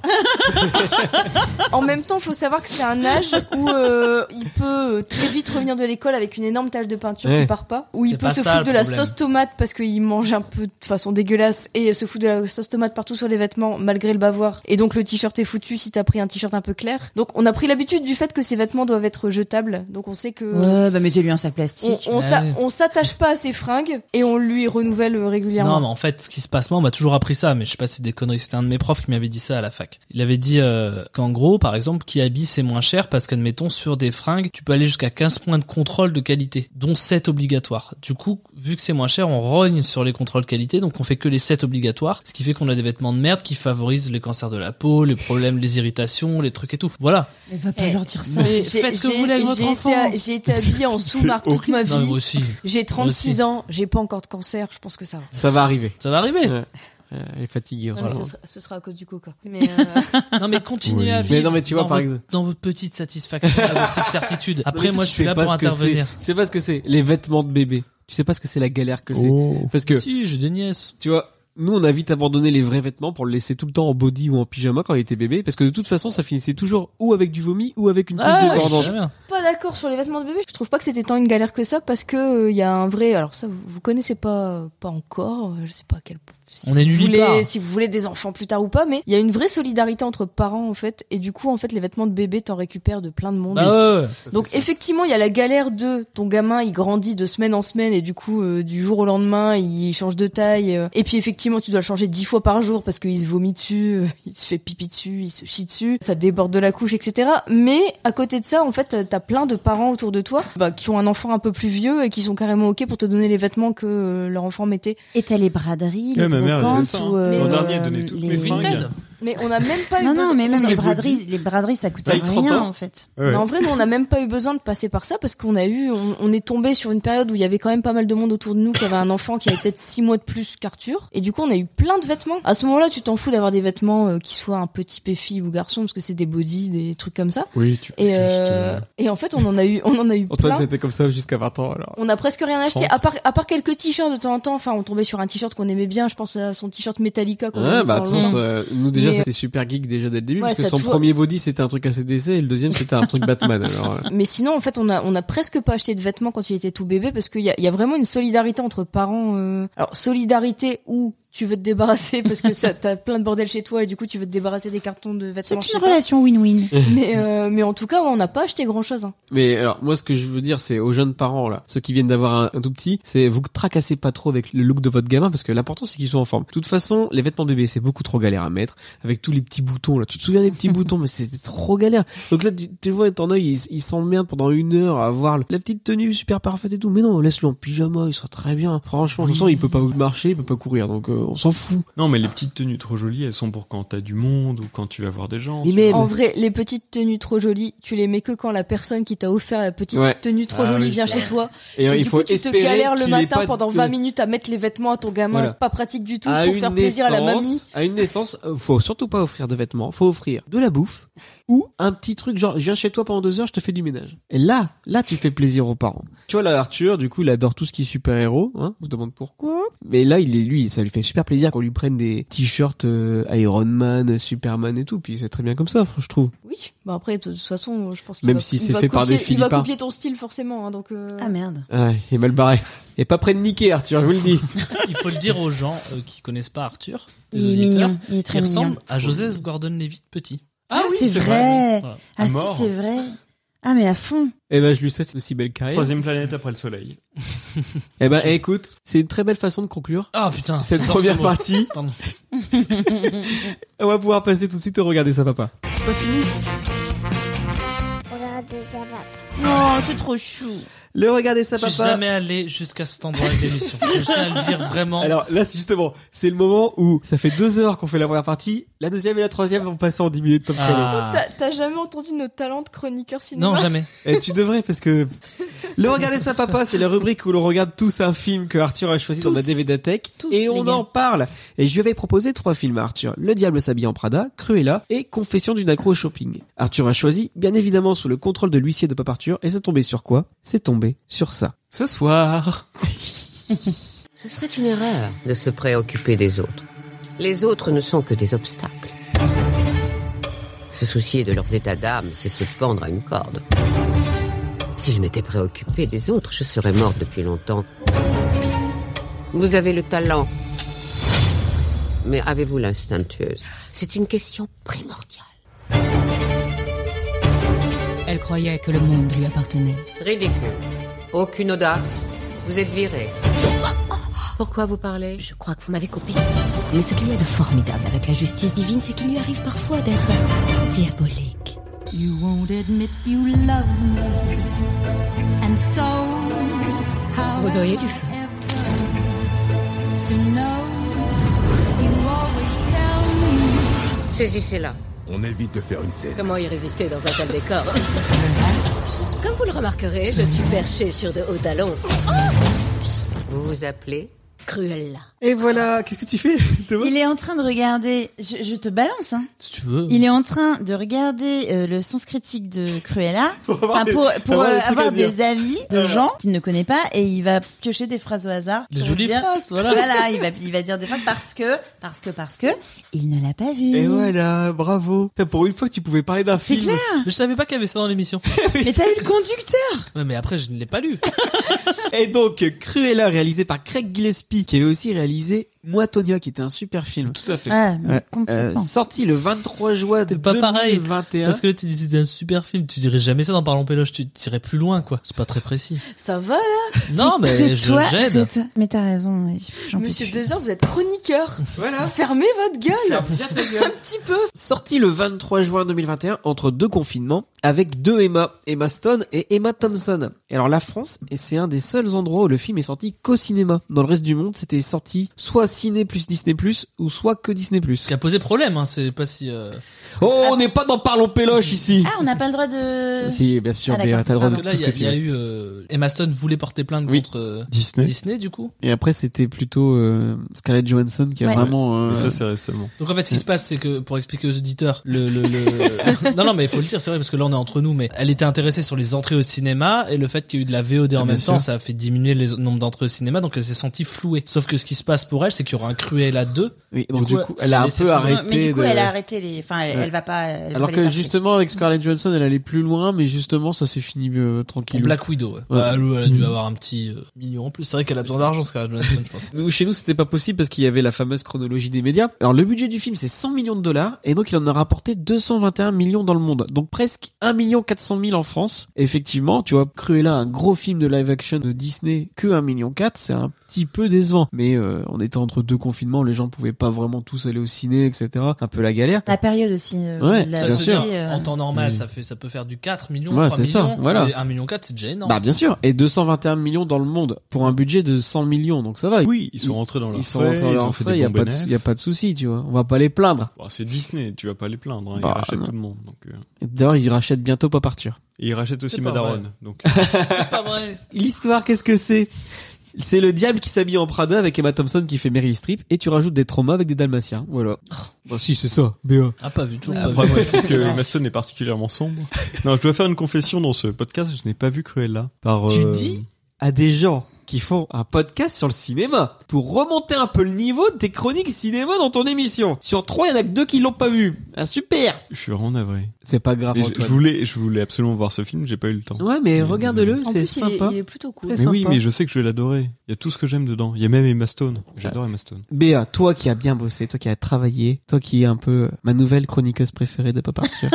Speaker 4: en même temps, faut savoir que c'est un âge où euh, il peut euh, très vite revenir de l'école avec une énorme tache de peinture
Speaker 3: Ouais.
Speaker 4: qui part pas, où
Speaker 2: C'est
Speaker 4: il peut
Speaker 2: pas
Speaker 4: se
Speaker 2: ça,
Speaker 4: foutre
Speaker 2: le
Speaker 4: de la
Speaker 2: problème.
Speaker 4: sauce tomate parce qu'il mange un peu de façon dégueulasse et se fout de la sauce tomate partout sur les vêtements malgré le bavoir. Et donc le t-shirt est foutu si t'as pris un t-shirt un peu clair. Donc on a pris l'habitude du fait que ces vêtements doivent être jetables. Donc on sait que
Speaker 6: Ouais, bah mettez-lui un sac
Speaker 4: on,
Speaker 6: plastique.
Speaker 4: on s'a-
Speaker 2: Ouais.
Speaker 4: on s'attache pas à ses fringues et on lui renouvelle euh, régulièrement.
Speaker 2: Non, mais en fait, ce qui se passe, moi, on m'a toujours appris ça, mais je sais pas si c'est des conneries. C'était un de mes profs qui m'avait dit ça à la fac. Il avait dit euh, qu'en gros, par exemple, qui habille, c'est moins cher parce qu'admettons, sur des fringues, tu peux aller jusqu'à 15 points de contrôle de qualité, dont 7 obligatoires. Du coup, vu que c'est moins cher, on rogne sur les contrôles qualité, donc on fait que les 7 obligatoires, ce qui fait qu'on a des vêtements de merde qui favorisent les cancers de la peau, les problèmes, les irritations, les trucs et tout. Voilà.
Speaker 6: Elle va pas
Speaker 4: Eh.
Speaker 6: leur dire ça.
Speaker 2: Mais
Speaker 4: J'ai-
Speaker 2: faites ce que
Speaker 4: j'ai-
Speaker 2: vous voulez avec votre
Speaker 4: j'ai été-
Speaker 2: enfant.
Speaker 4: J'ai été habillée en sous-marque toute ma
Speaker 2: Non, mais moi
Speaker 4: vie.
Speaker 2: aussi.
Speaker 4: J'ai 36
Speaker 2: aussi.
Speaker 4: ans, j'ai pas encore de cancer, je pense que ça va.
Speaker 3: Ça va arriver.
Speaker 2: Ça va arriver.
Speaker 3: Ouais. Euh, Elle est fatiguée.
Speaker 4: Non, mais
Speaker 3: heureusement.
Speaker 4: ce, sera, ce sera à cause du coca. Mais euh,
Speaker 2: Non mais continuez
Speaker 7: Oui.
Speaker 2: à
Speaker 7: Mais
Speaker 2: vivre.
Speaker 3: non, mais tu vois,
Speaker 2: dans
Speaker 3: par
Speaker 2: votre-
Speaker 3: exemple-
Speaker 2: dans votre petite satisfaction, là, votre petite certitude. Après
Speaker 3: Mais tu
Speaker 2: moi je
Speaker 3: sais
Speaker 2: suis là
Speaker 3: pas
Speaker 2: pour
Speaker 3: ce que c'est.
Speaker 2: intervenir.
Speaker 3: Tu sais pas ce que c'est. Les vêtements de bébé. Tu sais pas ce que c'est la galère que c'est.
Speaker 7: Oh.
Speaker 3: Parce que,
Speaker 2: Si, j'ai des nièces.
Speaker 3: tu vois, nous, on a vite abandonné les vrais vêtements pour le laisser tout le temps en body ou en pyjama quand il était bébé. Parce que de toute façon, ça finissait toujours ou avec du vomi ou avec une couche
Speaker 2: Ah,
Speaker 3: de
Speaker 2: je
Speaker 3: cordon.
Speaker 2: sais bien.
Speaker 4: pas d'accord sur les vêtements de bébé. Je trouve pas que c'était tant une galère que ça parce que il y a un vrai. Alors ça, vous, vous connaissez pas pas encore. euh, Je sais pas à quel. si
Speaker 2: On est
Speaker 4: vous
Speaker 2: nulle
Speaker 4: voulez-
Speaker 2: part.
Speaker 4: Si vous voulez des enfants plus tard ou pas, mais il y a une vraie solidarité entre parents en fait. Et du coup, en fait, les vêtements de bébé t'en récupères de plein de monde.
Speaker 2: Bah ouais, ouais.
Speaker 4: Donc effectivement, il y a la galère de ton gamin, il grandit de semaine en semaine et du coup, euh, du jour au lendemain, il change de taille. euh. et puis effectivement, tu dois le changer dix fois par jour parce qu'il se vomit dessus, euh, il se fait pipi dessus, il se chie dessus, ça déborde de la couche, etc. Mais à côté de ça, en fait, euh, t'as plein de parents autour de toi bah, qui ont un enfant un peu plus vieux et qui sont carrément ok pour te donner les vêtements que euh, leur enfant mettait.
Speaker 6: Et t'as les braderies, les
Speaker 7: Ouais, ma mère, elle
Speaker 6: brocantes
Speaker 7: faisait ça, hein.
Speaker 6: ou, euh,
Speaker 4: Mon
Speaker 7: dernier donnait toutes
Speaker 6: les-
Speaker 7: mes fringues.
Speaker 2: Vinted.
Speaker 4: Mais on n'a même pas eu
Speaker 6: Non,
Speaker 4: besoin.
Speaker 6: non, mais même
Speaker 7: Toutes
Speaker 6: les
Speaker 7: les bodies.
Speaker 6: braderies, les braderies, ça coûte
Speaker 7: Taille 30
Speaker 6: rien
Speaker 7: ans.
Speaker 6: en fait.
Speaker 7: Ouais.
Speaker 4: Mais en vrai, nous, on n'a même pas eu besoin de passer par ça parce qu'on a eu, on, on est tombé sur une période où il y avait quand même pas mal de monde autour de nous qui avait un enfant qui avait peut-être six mois de plus qu'Arthur. Et du coup, on a eu plein de vêtements. À ce moment-là, tu t'en fous d'avoir des vêtements euh, qui soient un petit peu fille ou garçon parce que c'est des bodys, des trucs comme ça.
Speaker 7: Oui, tu peux
Speaker 4: Et,
Speaker 7: juste,
Speaker 4: euh,
Speaker 7: euh,
Speaker 4: et en fait, on en a eu, on en a eu
Speaker 3: Antoine,
Speaker 4: plein.
Speaker 3: c'était comme ça jusqu'à 20 ans, alors.
Speaker 4: On a presque rien acheté,
Speaker 3: Trente.
Speaker 4: à part, à part quelques t-shirts de temps en temps. Enfin, on tombait sur un t-shirt qu'on aimait bien. Je pense à son t-shirt Metallica. qu'on
Speaker 3: Ouais,
Speaker 4: aimait
Speaker 3: bah, de
Speaker 4: quand
Speaker 3: toute
Speaker 4: on-
Speaker 3: façon, euh, nous, déjà,
Speaker 4: Mais-
Speaker 3: c'était super geek déjà dès le début.
Speaker 4: Ouais,
Speaker 3: parce que
Speaker 4: ça
Speaker 3: son
Speaker 4: toujours-
Speaker 3: premier body, c'était un truc ACDC et le deuxième, c'était un truc Batman. Alors, euh,
Speaker 4: Mais sinon, en fait, on a, on a presque pas acheté de vêtements quand il était tout bébé parce qu'il y a, il y a vraiment une solidarité entre parents. euh. Alors, solidarité où tu veux te débarrasser parce que ça- t'as plein de bordel chez toi et du coup, tu veux te débarrasser des cartons de
Speaker 6: C'est
Speaker 4: vêtements. je sais
Speaker 6: une
Speaker 4: pas.
Speaker 6: relation win-win.
Speaker 4: Mais, euh, mais en tout cas, ouais, on n'a pas acheté grand chose. Hein.
Speaker 3: Mais alors, moi, ce que je veux dire, c'est aux jeunes parents, là, ceux qui viennent d'avoir un, un tout petit, c'est vous tracassez pas trop avec le look de votre gamin, parce que l'important, c'est qu'il soit en forme. De toute façon, les vêtements bébés, c'est beaucoup trop galère à mettre, avec tous les petits boutons, là. Tu te souviens des petits boutons, mais c'était trop galère. Donc là, tu, tu vois, ton œil, il, s- il s'emmerde pendant une heure à avoir la petite tenue super parfaite et tout. Mais non, laisse-le en pyjama, il sera très bien. Franchement, de toute façon, il peut pas marcher, il peut pas courir, donc euh, on s'en fout.
Speaker 7: Non, mais les petites tenues trop jolies, elles sont pour quand t'as du monde ou quand tu vas voir des gens.
Speaker 3: Et
Speaker 7: tu
Speaker 6: Eh
Speaker 3: même-
Speaker 6: ben.
Speaker 7: vois.
Speaker 4: En vrai, les petites tenues trop jolies, tu les mets que quand la personne qui t'a offert la petite
Speaker 3: Ouais.
Speaker 4: tenue trop
Speaker 7: Ah
Speaker 4: jolie
Speaker 7: oui,
Speaker 4: vient
Speaker 7: ça.
Speaker 4: chez toi.
Speaker 3: Et, euh,
Speaker 4: Et
Speaker 3: il
Speaker 4: du
Speaker 3: faut
Speaker 4: coup, tu te
Speaker 3: espérer
Speaker 4: galères le
Speaker 3: qu'il ait
Speaker 4: matin
Speaker 3: pas
Speaker 4: pendant
Speaker 3: de-
Speaker 4: 20 minutes à mettre les vêtements à ton gamin,
Speaker 3: Voilà.
Speaker 4: pas pratique du tout
Speaker 3: à
Speaker 4: pour
Speaker 3: une
Speaker 4: faire plaisir à la mamie.
Speaker 3: naissance- à une naissance, euh, faut surtout pas offrir de vêtements, faut offrir de la bouffe ou un petit truc genre je viens chez toi pendant deux heures, je te fais du ménage. Et là, là tu fais plaisir aux parents. Tu vois là Arthur, du coup il adore tout ce qui est super héros, hein, on se demande pourquoi. Mais là il est lui, ça lui fait super plaisir qu'on lui prenne des t-shirts euh, Iron Man, Superman et tout, puis c'est très bien comme ça, je trouve.
Speaker 4: Oui, bah après, de toute façon, je pense qu'il
Speaker 3: Même
Speaker 4: va-
Speaker 3: si
Speaker 4: il
Speaker 3: c'est
Speaker 4: va
Speaker 3: fait par
Speaker 4: copier-
Speaker 3: des
Speaker 4: Il va
Speaker 3: Philippins.
Speaker 4: copier ton style forcément, hein, donc. euh,
Speaker 6: Ah merde.
Speaker 3: Ouais, il est mal barré. Et pas près de niquer Arthur, je vous le dis.
Speaker 2: Il faut le dire aux gens euh, qui connaissent pas Arthur, des
Speaker 6: Il est
Speaker 2: auditeurs,
Speaker 6: mignon, il est très
Speaker 2: il
Speaker 6: mignon.
Speaker 2: ressemble à Joseph Gordon-Levitt petit.
Speaker 6: Ah oui, c'est vrai.
Speaker 2: Voilà.
Speaker 6: Ah
Speaker 7: À
Speaker 6: si,
Speaker 7: mort.
Speaker 6: c'est vrai. Ah mais à fond.
Speaker 3: Et ben je lui souhaite une aussi belle carrière.
Speaker 7: Troisième planète après le soleil.
Speaker 3: Eh ben écoute, c'est une très belle façon de conclure.
Speaker 2: Ah putain,
Speaker 3: Cette
Speaker 2: j'adore ce
Speaker 3: première
Speaker 2: mot.
Speaker 3: partie,
Speaker 2: Pardon.
Speaker 3: on va pouvoir passer tout de suite au regarder ça papa.
Speaker 6: C'est pas fini. Non, c'est trop chou.
Speaker 3: Le regarder ça
Speaker 2: Je
Speaker 3: papa.
Speaker 2: suis jamais allé jusqu'à cet endroit de l'émission. Je tiens à le dire vraiment.
Speaker 3: Alors là, c'est justement, c'est le moment où ça fait deux heures qu'on fait la première partie, la deuxième et la troisième vont passer en dix minutes top chrono.
Speaker 2: Ah.
Speaker 4: T'as t'as jamais entendu nos talents de chroniqueur cinéma
Speaker 2: Non, jamais.
Speaker 3: Et tu devrais parce que le regarder ça papa, c'est la rubrique où l'on regarde tous un film que Arthur a choisi dans la
Speaker 6: Tous.
Speaker 3: DVD Tech
Speaker 6: Tous,
Speaker 3: et
Speaker 6: les
Speaker 3: on
Speaker 6: gars.
Speaker 3: en parle. Et je lui avais proposé trois films à Arthur Le Diable s'habille en Prada, Cruella et Confession d'une accro au shopping. Arthur a choisi, bien évidemment, sous le contrôle de l'huissier de Papa Arthur. Et c'est tombé sur quoi C'est tombé sur ça.
Speaker 7: Ce soir.
Speaker 13: Ce serait une erreur de se préoccuper des autres. Les autres ne sont que des obstacles. Se soucier de leurs états d'âme, c'est se pendre à une corde. Si je m'étais préoccupée des autres, je serais morte depuis longtemps. Vous avez le talent. Mais avez-vous l'instinctueuse C'est une question primordiale.
Speaker 14: Elle croyait que le monde lui appartenait.
Speaker 13: Ridicule. Aucune audace. Vous êtes viré. Pourquoi vous parlez
Speaker 14: Je crois que vous m'avez coupé. Mais ce qu'il y a de formidable avec la justice divine, c'est qu'il lui arrive parfois d'être diabolique. You won't admit you love me. And so, how
Speaker 13: Vous auriez dû faire.
Speaker 14: to know you always tell me.
Speaker 13: Saisissez-la.
Speaker 15: On évite de faire une scène.
Speaker 14: Comment y résister dans un tel décor Comme vous le remarquerez, je suis perchée sur de hauts talons.
Speaker 13: Vous vous appelez
Speaker 14: Cruella.
Speaker 3: Et voilà, qu'est-ce que tu fais Thomas
Speaker 6: Il est en train de regarder. Je, je te balance. Hein.
Speaker 2: Si tu veux.
Speaker 6: Il est en train de regarder euh, le sens critique de Cruella.
Speaker 3: Pour avoir
Speaker 6: Enfin,
Speaker 3: des-
Speaker 6: pour, pour,
Speaker 3: avoir
Speaker 6: euh,
Speaker 3: des trucs à
Speaker 6: avoir
Speaker 3: dire.
Speaker 6: des avis de gens qu'il ne connaît pas et il va piocher des phrases au hasard.
Speaker 2: Les
Speaker 6: pour
Speaker 2: jolies
Speaker 6: dire-
Speaker 2: phrases, voilà.
Speaker 6: Voilà, il va, il va dire des phrases parce que, parce que, parce que, il ne l'a pas vu.
Speaker 3: Et voilà, bravo. Putain, pour une fois que tu pouvais parler d'un
Speaker 6: C'est
Speaker 3: film.
Speaker 6: clair.
Speaker 2: Je savais pas qu'il y avait ça dans l'émission.
Speaker 6: Mais t'as vu le conducteur
Speaker 2: Ouais, mais après, je ne l'ai pas lu.
Speaker 3: Et donc, Cruella, réalisé par Craig Gillespie, qui avait aussi réalisé Moi Tonya, qui était un super film.
Speaker 7: Tout à fait.
Speaker 6: Ah, mais
Speaker 3: Ouais, Euh,
Speaker 6: complètement.
Speaker 3: sorti le 23 juin
Speaker 2: C'est pas pareil.
Speaker 3: 2021.
Speaker 2: Parce que là, tu dis c'était un super film. Tu dirais jamais ça dans Parlons Péloche. Tu dirais plus loin, quoi. C'est pas très précis.
Speaker 4: Ça va là,
Speaker 2: Non, mais je
Speaker 6: Tais-toi,
Speaker 2: j'aide.
Speaker 6: tais-toi. Mais t'as raison. oui, j'en peux
Speaker 4: Monsieur
Speaker 6: plus.
Speaker 4: Dezer, vous êtes chroniqueur. Ah,
Speaker 3: Voilà.
Speaker 4: Fermez votre gueule un petit peu.
Speaker 3: Sorti le 23 juin 2021 entre deux confinements avec deux Emma, Emma Stone et Emma Thompson. Et alors la France, et c'est un des seuls endroits où le film est sorti qu'au cinéma. Dans le reste du monde, c'était sorti soit ciné plus Disney plus ou soit que Disney plus.
Speaker 2: Ce qui a posé problème, hein. C'est pas si. euh,
Speaker 3: Oh, on n'est pas dans Parlons Péloche ici.
Speaker 6: Ah, on n'a pas le droit de.
Speaker 3: Si, bien sûr,
Speaker 6: Ah,
Speaker 3: mais
Speaker 6: d'accord.
Speaker 3: t'as le droit
Speaker 2: euh, Parce
Speaker 3: de
Speaker 2: que là,
Speaker 3: tout
Speaker 2: il
Speaker 3: ce
Speaker 2: y,
Speaker 3: que
Speaker 2: a-
Speaker 3: tu
Speaker 2: il y a
Speaker 3: veux.
Speaker 2: eu. euh, Emma Stone voulait porter plainte
Speaker 3: Oui.
Speaker 2: contre euh,
Speaker 7: Disney.
Speaker 2: Disney, du coup.
Speaker 3: Et après, c'était plutôt euh, Scarlett Johansson qui a
Speaker 6: Ouais.
Speaker 3: vraiment. euh,
Speaker 7: Mais ça, c'est récemment.
Speaker 2: Donc en fait, ce qui se passe, c'est que pour expliquer aux auditeurs, le, le, le... non non, mais il faut le dire, c'est vrai parce que là on est entre nous, mais elle était intéressée sur les entrées au cinéma et le fait qu'il y ait eu de la VOD en
Speaker 3: Ah, bien
Speaker 2: même temps,
Speaker 3: sûr.
Speaker 2: ça a fait diminuer le nombre d'entrées au cinéma, donc elle s'est sentie flouée. Sauf que ce qui se passe pour elle, c'est qu'il y aura un Cruella 2.
Speaker 3: oui, donc du coup, elle
Speaker 2: elle
Speaker 3: a un
Speaker 2: laissait
Speaker 3: peu
Speaker 2: tout le monde.
Speaker 3: arrêté.
Speaker 6: Mais du coup,
Speaker 3: de-
Speaker 6: elle a arrêté les. Enfin, elle,
Speaker 3: Ouais.
Speaker 6: elle va pas. elle va
Speaker 3: Alors
Speaker 6: pas
Speaker 3: que
Speaker 6: les faire chier.
Speaker 3: justement avec Scarlett Johansson, elle allait plus loin, mais justement ça s'est fini euh,
Speaker 2: Pour
Speaker 3: tranquille.
Speaker 2: Black Widow, ouais. Bah, elle, elle a dû
Speaker 3: Mm.
Speaker 2: avoir un petit euh, million en plus. C'est vrai qu'elle a besoin d'argent, Scarlett Johansson, je pense.
Speaker 3: Nous, chez nous, c'était pas possible parce qu'il y avait la fameuse chronologie des médias. Alors, le budget du film, c'est 100 millions de dollars et donc il en a rapporté 221 millions dans le monde. Donc presque 1 million 400 000 en France. Effectivement, tu vois, Cruella, un gros film de live action de Disney, que 1 million 4, c'est un petit peu décevant. Mais euh, on était entre entre deux confinements, les gens pouvaient pas vraiment tous aller au ciné, etc. Un peu la galère.
Speaker 6: La période aussi. euh,
Speaker 3: Ouais,
Speaker 6: de la
Speaker 3: ça, bien
Speaker 6: sortie,
Speaker 3: sûr.
Speaker 6: euh,
Speaker 2: En temps normal,
Speaker 3: Mm.
Speaker 2: ça, fait, ça peut faire du 4 millions,
Speaker 3: Ouais,
Speaker 2: 3
Speaker 3: c'est ça,
Speaker 2: millions.
Speaker 3: voilà.
Speaker 2: Et 1 million 4, c'est déjà énorme.
Speaker 3: Bah bien sûr, et 221 millions dans le monde pour un budget de 100 millions, donc ça va.
Speaker 7: Oui, ils sont rentrés dans leurs
Speaker 3: ils sont
Speaker 7: frais,
Speaker 3: rentrés dans
Speaker 7: ils
Speaker 3: leurs
Speaker 7: ont fait
Speaker 3: frais,
Speaker 7: des
Speaker 3: y a
Speaker 7: bons
Speaker 3: pas de-
Speaker 7: bénéfices.
Speaker 3: y a pas de souci, tu vois. On va pas les plaindre.
Speaker 7: Bon, c'est Disney, tu vas pas les plaindre, hein,
Speaker 3: Bah,
Speaker 7: ils rachètent
Speaker 3: non.
Speaker 7: tout le monde. Donc, euh,
Speaker 3: D'ailleurs, ils rachètent bientôt pas partir.
Speaker 7: Et ils rachètent aussi
Speaker 2: C'est pas
Speaker 7: Madaron.
Speaker 2: vrai.
Speaker 7: Donc, euh,
Speaker 2: C'est pas vrai.
Speaker 3: L'histoire, qu'est-ce que c'est C'est le diable qui s'habille en Prada avec Emma Thompson qui fait Meryl Streep et tu rajoutes des traumas avec des dalmatiens. Voilà. Bah si, c'est ça. BA.
Speaker 2: Ah, pas vu,
Speaker 6: Bah,
Speaker 2: toujours pas
Speaker 7: Après,
Speaker 2: vu.
Speaker 7: moi, je trouve que Maston est particulièrement sombre. Non, je dois faire une confession dans ce podcast, je n'ai pas vu Cruella. Par,
Speaker 3: Tu
Speaker 7: euh,
Speaker 3: dis à des gens qui font un podcast sur le cinéma pour remonter un peu le niveau de tes chroniques cinéma dans ton émission. Sur trois, il y en a que deux qui l'ont pas vu. Ah super.
Speaker 7: Je suis vraiment navré.
Speaker 3: C'est pas grave.
Speaker 7: Et je,
Speaker 3: Antoine.
Speaker 7: je voulais, je voulais absolument voir ce film, j'ai pas eu le temps.
Speaker 3: Ouais, mais
Speaker 7: Mais
Speaker 3: regarde-le,
Speaker 4: En plus,
Speaker 3: c'est
Speaker 4: il est,
Speaker 3: sympa.
Speaker 4: il est plutôt cool.
Speaker 3: Très
Speaker 7: Mais oui,
Speaker 3: sympa.
Speaker 7: mais je sais que je vais l'adorer. Il y a tout ce que j'aime dedans. Il y a même Emma Stone. J'adore Emma Stone.
Speaker 3: Béa, toi qui as bien bossé, toi qui as travaillé, toi qui es un peu ma nouvelle chroniqueuse préférée de Pop Arthur,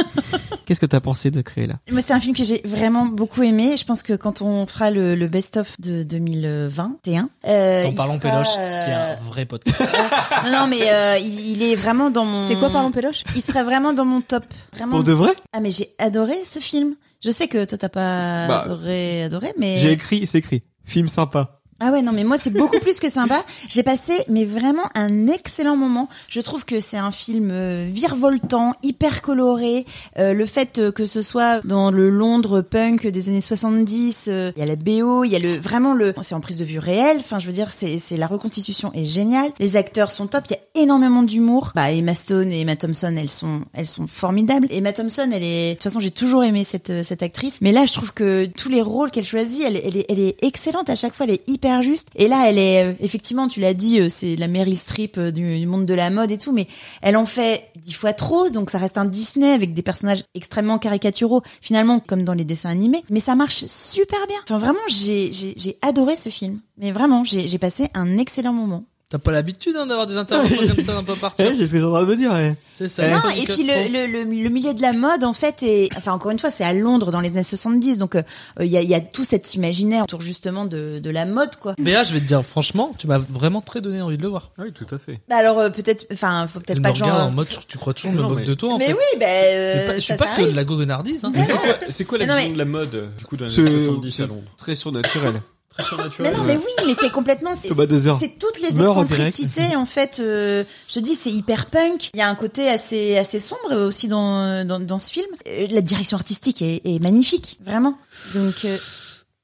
Speaker 3: qu'est-ce que t'as pensé de créer là
Speaker 6: Moi, c'est un film que j'ai vraiment beaucoup aimé. Je pense que quand on fera le, le best-of de 2021, euh,
Speaker 2: En
Speaker 6: il
Speaker 2: parlant
Speaker 6: sera,
Speaker 2: Péloche, ce qui est un vrai podcast.
Speaker 6: euh, non, mais euh, il, il est vraiment dans mon.
Speaker 4: C'est quoi, parlons péloche
Speaker 6: Il serait vraiment dans mon top. Vraiment.
Speaker 3: Pour de vrai
Speaker 6: Ah, mais j'ai adoré ce film. Je sais que toi t'as pas
Speaker 3: Bah,
Speaker 6: adoré, adoré, mais
Speaker 3: J'ai écrit, c'est écrit. Film sympa.
Speaker 6: ah ouais non mais moi c'est beaucoup plus que sympa. J'ai passé mais vraiment un excellent moment. Je trouve que c'est un film euh, virevoltant, hyper coloré. Euh, le fait euh, que ce soit dans le Londres punk des années 70, euh, il y a la BO, il y a le vraiment le c'est en prise de vue réelle. Enfin je veux dire c'est c'est la reconstitution est géniale. Les acteurs sont top, il y a énormément d'humour. Bah Emma Stone et Emma Thompson, elles sont elles sont formidables. Emma Thompson, elle est de toute façon j'ai toujours aimé cette euh, cette actrice, mais là je trouve que tous les rôles qu'elle choisit, elle, elle est elle est excellente à chaque fois, elle est hyper juste. Et là elle est euh, effectivement tu l'as dit, euh, c'est la Mary Streep euh, du, du monde de la mode et tout, mais elle en fait dix fois trop, donc ça reste un Disney avec des personnages extrêmement caricaturaux, finalement comme dans les dessins animés, mais ça marche super bien. Enfin vraiment j'ai j'ai j'ai adoré ce film, mais vraiment j'ai j'ai passé un excellent moment.
Speaker 2: T'as pas l'habitude hein, d'avoir des interventions comme ça un peu partout.
Speaker 3: c'est ce que j'ai en train de me dire. eh.
Speaker 2: C'est ça.
Speaker 6: Non,
Speaker 2: le
Speaker 6: et
Speaker 2: podcast
Speaker 6: puis
Speaker 2: pro.
Speaker 6: le, le, le, le milieu de la mode, en fait, est, enfin, encore une fois, c'est à Londres dans les années 70, donc euh, il y, a, il y a tout cet imaginaire autour justement de, de la mode, quoi.
Speaker 2: Béa, je vais te dire, franchement, tu m'as vraiment très donné envie de le voir.
Speaker 7: Ah Oui, tout à fait.
Speaker 6: Bah alors, euh, peut-être, enfin, faut
Speaker 2: Elle
Speaker 6: peut-être
Speaker 2: me
Speaker 6: pas que
Speaker 2: regarde en
Speaker 6: j'en...
Speaker 2: mode, tu- tu crois toujours que je me
Speaker 7: Non,
Speaker 2: moque
Speaker 7: mais-
Speaker 2: de toi en
Speaker 6: Mais
Speaker 2: fait.
Speaker 6: oui, bah,
Speaker 2: Mais
Speaker 6: euh,
Speaker 2: pas- je suis
Speaker 6: ça
Speaker 2: pas que de
Speaker 6: t'arrive.
Speaker 2: la gogonardise. Hein.
Speaker 7: C'est quoi, Euh, c'est quoi la
Speaker 3: Eh
Speaker 6: Mais non,
Speaker 7: vision
Speaker 6: mais-
Speaker 7: de la mode, euh, du coup, dans les
Speaker 3: C'est-
Speaker 7: années 70
Speaker 3: c'est-
Speaker 7: à Londres
Speaker 3: Très surnaturel.
Speaker 7: Très
Speaker 6: Mais
Speaker 7: surnaturel.
Speaker 6: non, mais oui, mais c'est complètement. C'est
Speaker 3: Thomas Dezer
Speaker 6: c'est toutes les
Speaker 3: meurt en direct.
Speaker 6: excentricités, en fait. euh, je te dis, c'est hyper punk. Il y a un côté assez assez sombre euh, aussi dans euh, dans, dans ce film. Euh, La direction artistique est, est magnifique, vraiment. Donc. euh,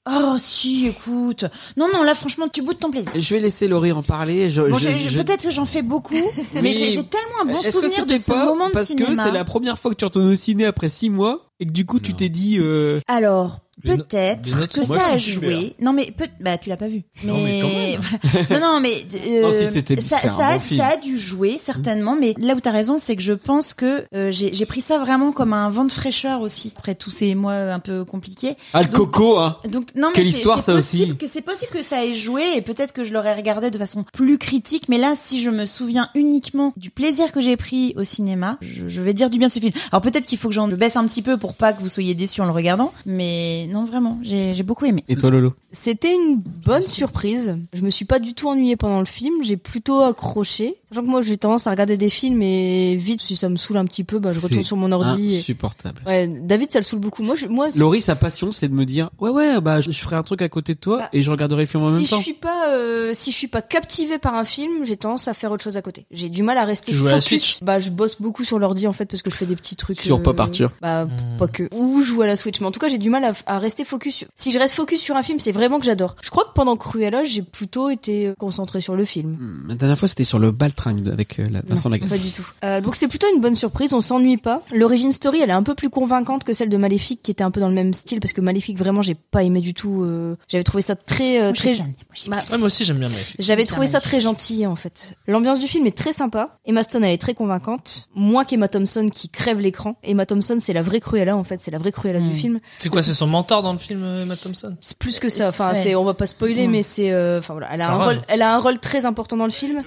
Speaker 6: Oh si, écoute. Non, non, là franchement, tu boutes ton plaisir.
Speaker 3: Je vais laisser Laurie en parler. Je,
Speaker 6: Bon,
Speaker 3: je-
Speaker 6: je- je-
Speaker 3: je-
Speaker 6: Peut-être que j'en fais beaucoup, mais j'ai j'ai tellement un bon
Speaker 3: Est-ce que
Speaker 6: souvenir de
Speaker 3: c'était
Speaker 6: ce
Speaker 3: pas
Speaker 6: moment de
Speaker 3: parce que
Speaker 6: cinéma.
Speaker 3: c'est la première fois que tu retournes au ciné après six mois et que du coup tu
Speaker 2: Non.
Speaker 3: t'es dit euh,
Speaker 6: Alors,
Speaker 2: Les no- les
Speaker 6: peut-être
Speaker 2: notes
Speaker 6: que
Speaker 2: sont
Speaker 6: ça a
Speaker 7: moches,
Speaker 6: joué. Non, mais peut bah, tu l'as pas vu. Mais,
Speaker 7: Non, mais quand même.
Speaker 6: voilà. non, non, mais euh,
Speaker 3: Non, si, c'était-
Speaker 6: ça,
Speaker 3: c'est un
Speaker 6: ça, a-
Speaker 3: bon film.
Speaker 6: ça a dû jouer certainement. Mais là où t'as raison, c'est que je pense que euh, j'ai j'ai pris ça vraiment comme un vent de fraîcheur aussi après tous ces mois euh, un peu compliqués.
Speaker 3: ah le
Speaker 6: Donc-
Speaker 3: coco hein.
Speaker 6: Donc non, mais
Speaker 3: Quelle
Speaker 6: c'est-
Speaker 3: histoire,
Speaker 6: c'est
Speaker 3: ça aussi.
Speaker 6: possible Que c'est possible que ça ait joué et peut-être que je l'aurais regardé de façon plus critique. Mais là, si je me souviens uniquement du plaisir que j'ai pris au cinéma, je, je vais dire du bien de ce film. Alors peut-être qu'il faut que j'en baisse un petit peu pour pas que vous soyez déçus en le regardant. Mais non, vraiment, j'ai j'ai beaucoup aimé.
Speaker 3: Et toi Lolo
Speaker 4: C'était une bonne surprise. Je me suis pas du tout ennuyée pendant le film. J'ai plutôt accroché. Sachant que moi, j'ai tendance à regarder des films et vite, si ça me saoule un petit peu, bah, je
Speaker 3: C'est
Speaker 4: retourne sur mon ordi. et-
Speaker 3: Insupportable.
Speaker 4: Ouais, David, ça le saoule beaucoup. Moi, je, moi, si-
Speaker 3: Laurie, sa passion, c'est de me dire ouais ouais bah je, je ferai un truc à côté de toi
Speaker 4: Bah,
Speaker 3: et je regarderai le film en
Speaker 4: si
Speaker 3: même
Speaker 4: je
Speaker 3: temps.
Speaker 4: suis pas, euh, si je suis pas captivée par un film, j'ai tendance à faire autre chose à côté. J'ai du mal à rester
Speaker 2: Tu joues à la Switch
Speaker 4: focus. Bah, je bosse beaucoup sur l'ordi en fait parce que je fais des petits trucs.
Speaker 3: Sur Pop Arthur.
Speaker 4: Bah, pas que. Ou jouer à la Switch. Mais en tout cas, j'ai du mal à, à rester focus. sur- Si je reste focus sur un film, c'est vraiment que j'adore. Je crois que pendant Cruella, j'ai plutôt été euh, concentrée sur le film.
Speaker 3: Hmm, La dernière fois c'était sur le baltringue avec euh, la- Vincent Lagaffe.
Speaker 4: Pas du tout. Euh, donc c'est plutôt une bonne surprise, on s'ennuie pas. L'origin story, elle est un peu plus convaincante que celle de Maléfique, qui était un peu dans le même style, parce que Maléfique, vraiment, j'ai pas aimé du tout. euh, J'avais trouvé ça très, euh,
Speaker 6: Moi, j'ai
Speaker 4: très,
Speaker 6: bien aimé. Moi, j'ai-
Speaker 4: Bah,
Speaker 2: Ouais, moi aussi, j'aime bien mes filles.
Speaker 4: j'avais
Speaker 6: Putain,
Speaker 4: trouvé ça
Speaker 6: magnifique.
Speaker 4: très gentil en fait. L'ambiance du film est très sympa. Emma Stone elle est très convaincante. Moins qu'Emma Thompson qui crève l'écran. Emma Thompson c'est la vraie Cruella en fait, c'est la vraie Cruella
Speaker 6: Mm.
Speaker 4: du film.
Speaker 2: C'est quoi, c'est son mentor dans le film, euh, Emma Thompson
Speaker 4: C'est plus que ça. Enfin
Speaker 6: Euh, C'est-
Speaker 4: c'est, on va pas spoiler
Speaker 6: Mm.
Speaker 4: mais c'est, euh, enfin voilà, elle a
Speaker 2: Ça
Speaker 4: un
Speaker 2: va. hein.
Speaker 4: rôle, elle a un rôle très important dans le film.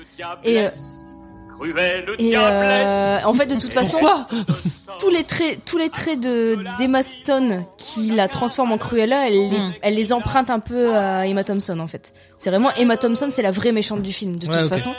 Speaker 4: Et, euh,
Speaker 9: Cruel, le
Speaker 4: Et euh, en fait de toute façon
Speaker 2: Pourquoi
Speaker 4: tous les traits, tous les traits de d'Emma Stone qui la transforme en Cruella, elle, les-
Speaker 6: Mm.
Speaker 4: elle les emprunte un peu à Emma Thompson en fait. C'est vraiment Emma Thompson, c'est la vraie méchante du film de
Speaker 2: Ouais,
Speaker 4: toute
Speaker 2: ok.
Speaker 4: façon.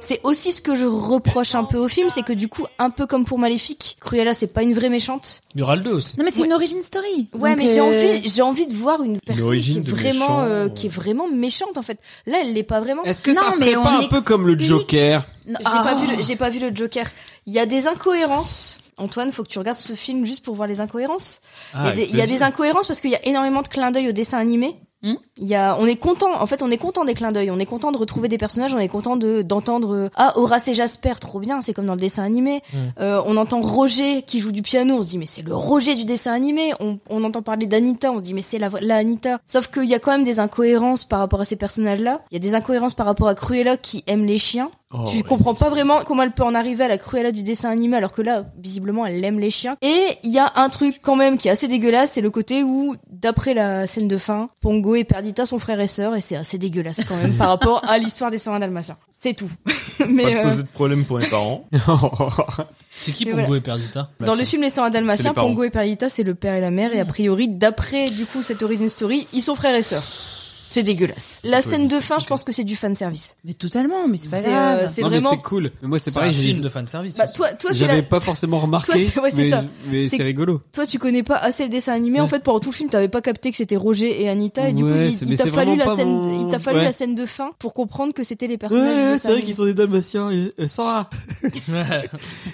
Speaker 4: C'est aussi ce que je reproche un peu au film, c'est que du coup, un peu comme pour Maléfique, Cruella, c'est pas une vraie méchante.
Speaker 2: Il y aura le 2 aussi.
Speaker 6: Non mais c'est une origin story.
Speaker 4: Ouais,
Speaker 6: Donc,
Speaker 4: mais j'ai
Speaker 6: euh,
Speaker 4: envie, j'ai envie de voir une personne qui
Speaker 6: origine
Speaker 4: est
Speaker 6: de
Speaker 4: vraiment,
Speaker 6: méchant,
Speaker 4: euh, qui est vraiment méchante en fait. Là, elle l'est pas
Speaker 6: Euh,
Speaker 4: vraiment.
Speaker 3: Est-ce que ça serait pas un peu comme le Joker
Speaker 4: Non, J'ai
Speaker 6: ah,
Speaker 4: pas vu, le- j'ai pas vu le Joker. Il y a des incohérences. Antoine, faut que tu regardes ce film juste pour voir les incohérences.
Speaker 14: Ah,
Speaker 4: il, y a des,
Speaker 14: avec
Speaker 4: il y a
Speaker 14: plaisir.
Speaker 4: des incohérences parce qu'il y a énormément de clins d'œil au dessin animé. Il y a, on est content. En fait, on est content des clins d'œil. On est content de retrouver des personnages. On est content de d'entendre euh, ah Horace et Jasper, trop bien. C'est comme dans le dessin animé.
Speaker 14: Mm.
Speaker 4: Euh, on entend Roger qui joue du piano. On se dit mais c'est le Roger du dessin animé. On, on entend parler d'Anita. On se dit mais c'est la, la Anita. Sauf qu'il y a quand même des incohérences par rapport à ces personnages-là. Il y a des incohérences par rapport à Cruella qui aime les chiens.
Speaker 14: Oh,
Speaker 4: tu
Speaker 14: oui.
Speaker 4: comprends pas vraiment comment elle peut en arriver à la Cruella du dessin animé alors que là, visiblement, elle aime les chiens. Et il y a un truc quand même qui est assez dégueulasse, c'est le côté où, d'après la scène de fin, Pongo et Perdita sont frères et sœurs et c'est assez dégueulasse quand même par rapport à l'histoire des 101 Dalmatiens. C'est tout.
Speaker 7: Pas
Speaker 4: Mais
Speaker 7: de
Speaker 4: euh,
Speaker 7: poser de problème pour les parents.
Speaker 2: c'est
Speaker 4: Mais Pongo voilà. et
Speaker 2: Perdita
Speaker 4: dans le film Les 101
Speaker 7: C'est
Speaker 4: Dalmatiens,
Speaker 7: les parents.
Speaker 4: Pongo et Perdita, c'est le père et la mère et a priori, d'après du coup cette origin story, ils sont frères et sœurs. C'est dégueulasse. La
Speaker 3: Antoine.
Speaker 4: scène de fin, je pense que c'est du fan service.
Speaker 6: Mais totalement, mais c'est
Speaker 4: pas grave. C'est euh,
Speaker 3: Non, mais
Speaker 4: vraiment
Speaker 3: c'est cool. Mais moi, c'est
Speaker 2: C'est
Speaker 3: pareil.
Speaker 2: un
Speaker 3: j'ai-
Speaker 2: film de fanservice,
Speaker 4: Bah, toi, toi, c'est
Speaker 3: J'avais
Speaker 4: la-
Speaker 3: pas forcément remarqué.
Speaker 4: Toi, c'est- ouais, c'est
Speaker 3: mais
Speaker 4: ça.
Speaker 3: mais c'est
Speaker 4: C'est-
Speaker 3: rigolo.
Speaker 4: Toi, tu connais pas assez le dessin animé. En fait, pendant tout le film, t'avais pas capté que c'était Roger et Anita. Et du
Speaker 3: Ouais,
Speaker 4: coup,
Speaker 3: c'est-
Speaker 4: il- il,
Speaker 3: mais
Speaker 4: t'a
Speaker 3: c'est
Speaker 4: fallu,
Speaker 3: vraiment
Speaker 4: la
Speaker 3: pas
Speaker 4: scène,
Speaker 3: mon-
Speaker 4: il t'a fallu
Speaker 3: Ouais.
Speaker 4: la scène de fin pour comprendre que c'était les
Speaker 3: Ouais,
Speaker 4: personnages. du
Speaker 3: ouais,
Speaker 4: dessin
Speaker 3: c'est vrai
Speaker 4: animé.
Speaker 3: qu'ils sont des Dalmatiens. ils- euh, Sora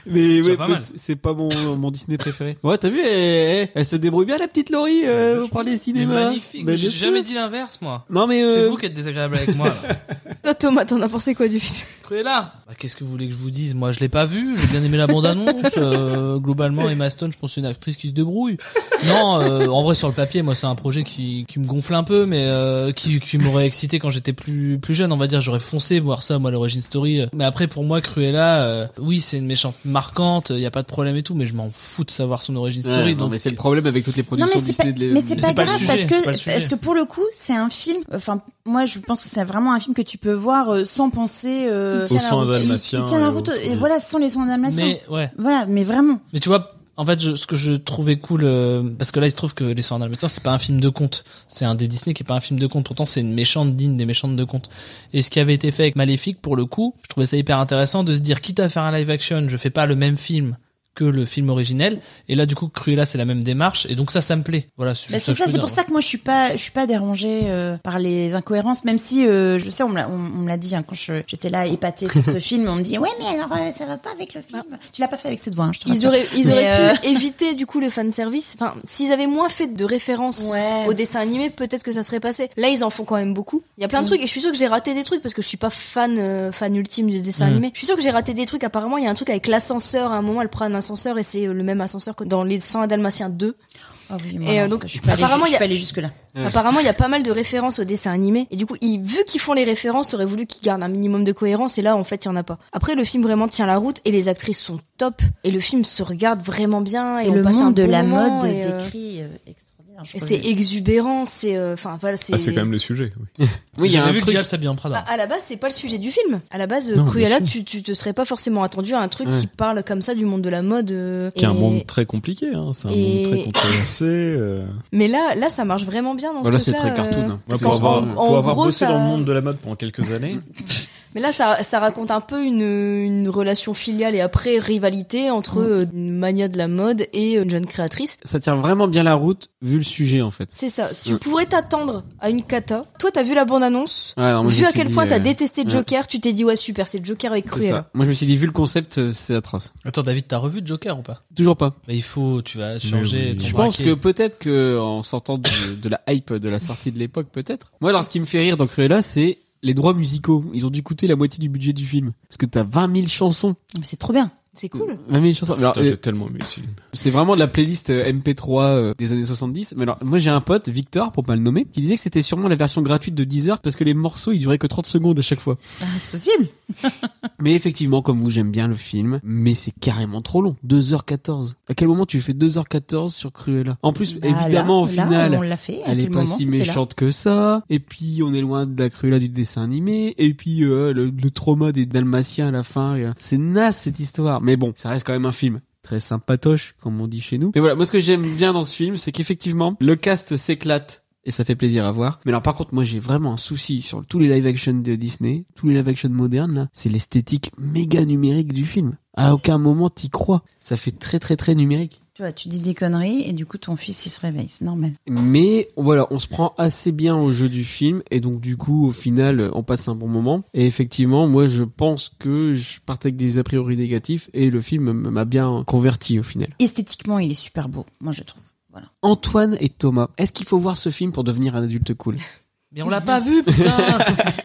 Speaker 3: Mais, ouais,
Speaker 2: pas
Speaker 3: mais
Speaker 2: mal.
Speaker 3: c'est c'est pas mon, mon Disney préféré. Ouais, t'as vu, elle, elle- elle se débrouille bien, la petite Laurie, euh, pour parler cinéma.
Speaker 2: Magnifique.
Speaker 3: Bah,
Speaker 2: J'ai
Speaker 3: bien sûr.
Speaker 2: jamais dit l'inverse, moi.
Speaker 3: Non, mais,
Speaker 2: C'est
Speaker 3: euh,
Speaker 2: vous qui êtes désagréable avec moi. là.
Speaker 4: Toi, Thomas, t'en as pensé quoi du film
Speaker 2: Cruella Bah, Qu'est-ce que vous voulez que je vous dise Moi, je l'ai pas vu. J'ai bien aimé la bande-annonce. Euh, globalement, Emma Stone, je pense, que c'est une actrice qui se débrouille. Non, euh, en vrai, sur le papier, moi, c'est un projet qui, qui me gonfle un peu, mais euh, qui, qui m'aurait excité quand j'étais plus plus jeune. On va dire, j'aurais foncé voir ça, moi, l'origin story. Mais après, pour moi, Cruella, euh, oui, c'est une méchante marquante. Il y a pas de problème et tout, mais je m'en fous de savoir son origin
Speaker 3: Ouais,
Speaker 2: story.
Speaker 3: non,
Speaker 2: donc, euh,
Speaker 3: mais c'est le problème avec toutes les
Speaker 6: Non
Speaker 3: productions
Speaker 6: mais c'est pas,
Speaker 3: Disney. de les-
Speaker 6: mais c'est pas
Speaker 2: le
Speaker 6: grave parce
Speaker 2: sujet,
Speaker 6: que
Speaker 2: c'est pas le sujet.
Speaker 6: parce que pour le coup c'est un film. Enfin moi je pense que c'est vraiment un film que tu peux voir euh, sans penser.
Speaker 2: Il
Speaker 6: euh,
Speaker 2: tient Au la sang route. dalmatien
Speaker 6: Il tient la
Speaker 2: et
Speaker 6: route
Speaker 2: autres.
Speaker 6: et voilà sans les sangs dalmatiens.
Speaker 2: Mais, ouais.
Speaker 6: Voilà mais vraiment.
Speaker 2: Mais tu vois, en fait, je- ce que je trouvais cool, euh, parce que là, il se trouve que Les Sœurs d'Almatin, c'est pas un film de conte. C'est un des Disney qui est pas un film de conte. Pourtant, c'est une méchante digne des méchantes de conte. Et ce qui avait été fait avec Maléfique, pour le coup, je trouvais ça hyper intéressant de se dire, quitte à faire un live action, je fais pas le même film que le film originel. Et là, du coup, Cruella, c'est la même démarche. Et donc, ça, ça me plaît. Voilà.
Speaker 6: Bah, c'est ça, c'est pour ça que moi je suis pas, je suis pas dérangée euh, par les incohérences, même si euh, je sais, on me l'a, on, on me l'a dit hein, quand je- j'étais là épatée sur ce film, on me dit ouais mais alors euh, ça va pas avec le film. Tu l'as pas fait avec cette voix, hein, je te
Speaker 4: Ils
Speaker 3: Ah,
Speaker 6: rassure.
Speaker 4: auraient, ils
Speaker 6: Mais,
Speaker 4: auraient
Speaker 6: euh,
Speaker 4: pu éviter du coup le fanservice. Enfin, s'ils avaient moins fait de références au dessin animé, peut-être que ça serait passé. Là, ils en font quand même beaucoup. Il y a plein de
Speaker 14: Mm.
Speaker 4: trucs et je suis sûre que j'ai raté des trucs parce que je suis pas fan euh, fan ultime du dessin
Speaker 14: Mm.
Speaker 4: animé. Je suis sûre que j'ai raté des trucs. Apparemment, il y a un truc avec l'ascenseur. À un moment, elle prend un ascenseur et c'est euh, le même ascenseur que dans les 100 Dalmatiens 2.
Speaker 6: moi,
Speaker 4: et
Speaker 6: non,
Speaker 4: donc
Speaker 6: Ah ça, je suis pas allée-
Speaker 4: apparemment
Speaker 6: je
Speaker 4: il y
Speaker 6: suis
Speaker 4: a
Speaker 6: pas allée jusque-là. Ouais.
Speaker 4: apparemment il y a pas mal de références au dessin animé et du coup ils- vu qu'ils font les références t'aurais voulu qu'ils gardent un minimum de cohérence et là en fait il y en a pas après le film vraiment tient la route et les actrices sont top et le film se regarde vraiment bien et,
Speaker 6: Et
Speaker 4: on
Speaker 6: le
Speaker 4: passe un
Speaker 6: monde de
Speaker 4: bon
Speaker 6: la
Speaker 4: moment,
Speaker 6: mode
Speaker 4: et, euh,
Speaker 6: décrit euh, extraordinaire. je
Speaker 4: et
Speaker 6: crois
Speaker 4: c'est
Speaker 6: que-
Speaker 4: exubérant c'est euh, enfin voilà c'est
Speaker 7: Ah, c'est quand même le sujet. Oui,
Speaker 3: Oui, il y a J'avais un vu que truc-
Speaker 2: Diable s'habille en Prada.
Speaker 4: Bah,
Speaker 6: Ah.
Speaker 4: à la base, c'est pas le sujet du film. À la base, euh,
Speaker 7: Non, bien
Speaker 4: Cruella,
Speaker 7: sûr.
Speaker 4: tu, tu te serais pas forcément attendu à un truc
Speaker 7: Ouais.
Speaker 4: qui parle comme ça du monde de la mode. euh,
Speaker 7: Qui est un
Speaker 4: et-
Speaker 7: monde très compliqué. Hein. C'est un
Speaker 4: et-
Speaker 7: monde très controversé. euh.
Speaker 4: Mais là, là, ça marche vraiment bien dans
Speaker 7: Voilà,
Speaker 4: ce
Speaker 7: c'est
Speaker 4: truc-là.
Speaker 7: très cartoon.
Speaker 4: euh,
Speaker 7: hein.
Speaker 4: parce
Speaker 7: pour
Speaker 4: qu'en-
Speaker 7: avoir,
Speaker 4: en-
Speaker 7: pour
Speaker 4: en
Speaker 7: avoir
Speaker 4: gros,
Speaker 7: bossé
Speaker 4: ça-
Speaker 7: dans le monde de la mode pendant quelques années,
Speaker 4: Mais là, ça, ça raconte un peu une, une relation filiale et après rivalité
Speaker 6: Mm.
Speaker 4: entre euh, une mania de la mode et une jeune créatrice.
Speaker 3: Ça tient vraiment bien la route, vu le sujet, en fait.
Speaker 4: C'est ça. Tu
Speaker 3: Ouais.
Speaker 4: pourrais t'attendre à une cata. Toi, t'as vu la bande-annonce.
Speaker 3: Ouais, non, moi, je
Speaker 4: vu
Speaker 3: me
Speaker 4: à
Speaker 3: suis
Speaker 4: quel
Speaker 3: dit,
Speaker 4: point
Speaker 3: euh,
Speaker 4: t'as détesté
Speaker 3: ouais.
Speaker 4: Joker, tu t'es dit ouais super, c'est Joker avec
Speaker 3: C'est
Speaker 4: Cruella.
Speaker 3: ça. Moi, je me suis dit, vu le concept, euh, c'est atroce.
Speaker 2: Attends, David, t'as revu Joker ou pas
Speaker 3: Toujours pas.
Speaker 2: Bah, il faut, tu vas changer ton
Speaker 3: Je pense
Speaker 2: braquet.
Speaker 3: que peut-être que en sortant de, de la hype de la sortie de l'époque, peut-être. Moi, alors, ce qui me fait rire dans Cruella, c'est les droits musicaux. Ils ont dû coûter la moitié du budget du film. Parce que t'as 20 000 chansons.
Speaker 6: Mais c'est trop bien.
Speaker 4: C'est cool.
Speaker 3: 20 000 chansons. Mais alors,
Speaker 7: Putain, j'ai
Speaker 3: euh,
Speaker 7: tellement aimé ce film.
Speaker 3: c'est vraiment de la playlist euh, MP3 euh, des années 70. Mais alors, moi, j'ai un pote, Victor, pour pas le nommer, qui disait que c'était sûrement la version gratuite de Deezer parce que les morceaux, ils duraient que 30 secondes à chaque fois.
Speaker 6: c'est possible.
Speaker 3: Mais effectivement, comme vous, j'aime bien le film, mais c'est carrément trop long. 2h14. À quel moment tu fais 2h14 sur Cruella En plus,
Speaker 6: Bah,
Speaker 3: évidemment,
Speaker 6: là-
Speaker 3: au
Speaker 6: là,
Speaker 3: final,
Speaker 6: on l'a fait. À
Speaker 3: elle est
Speaker 6: quel
Speaker 3: pas
Speaker 6: moment
Speaker 3: si
Speaker 6: c'était là
Speaker 3: méchante que ça. Et puis, on est loin de la Cruella du dessin animé. Et puis, euh, le, le trauma des Dalmatiens à la fin. et, euh, C'est naze, cette histoire. Mais bon, ça reste quand même un film. Très sympatoche, comme on dit chez nous. Mais voilà, moi, ce que j'aime bien dans ce film, c'est qu'effectivement, le cast s'éclate. Et et ça fait plaisir à voir. Mais alors par contre, moi j'ai vraiment un souci sur tous les live action de Disney, tous les live action modernes là, c'est l'esthétique méga numérique du film. À aucun moment t'y crois. Ça fait très très très numérique.
Speaker 6: Tu vois, tu dis des conneries et du coup ton fils il se réveille, c'est normal.
Speaker 3: Mais voilà, on se prend assez bien au jeu du film et donc du coup au final on passe un bon moment. Et effectivement, moi je pense que je partais avec des a priori négatifs et le film m- m'a bien converti au final.
Speaker 6: Esthétiquement, il est super beau, moi je trouve. Voilà.
Speaker 3: Antoine et Thomas, est-ce qu'il faut voir ce film pour devenir un adulte cool
Speaker 2: Mais on l'a pas vu, putain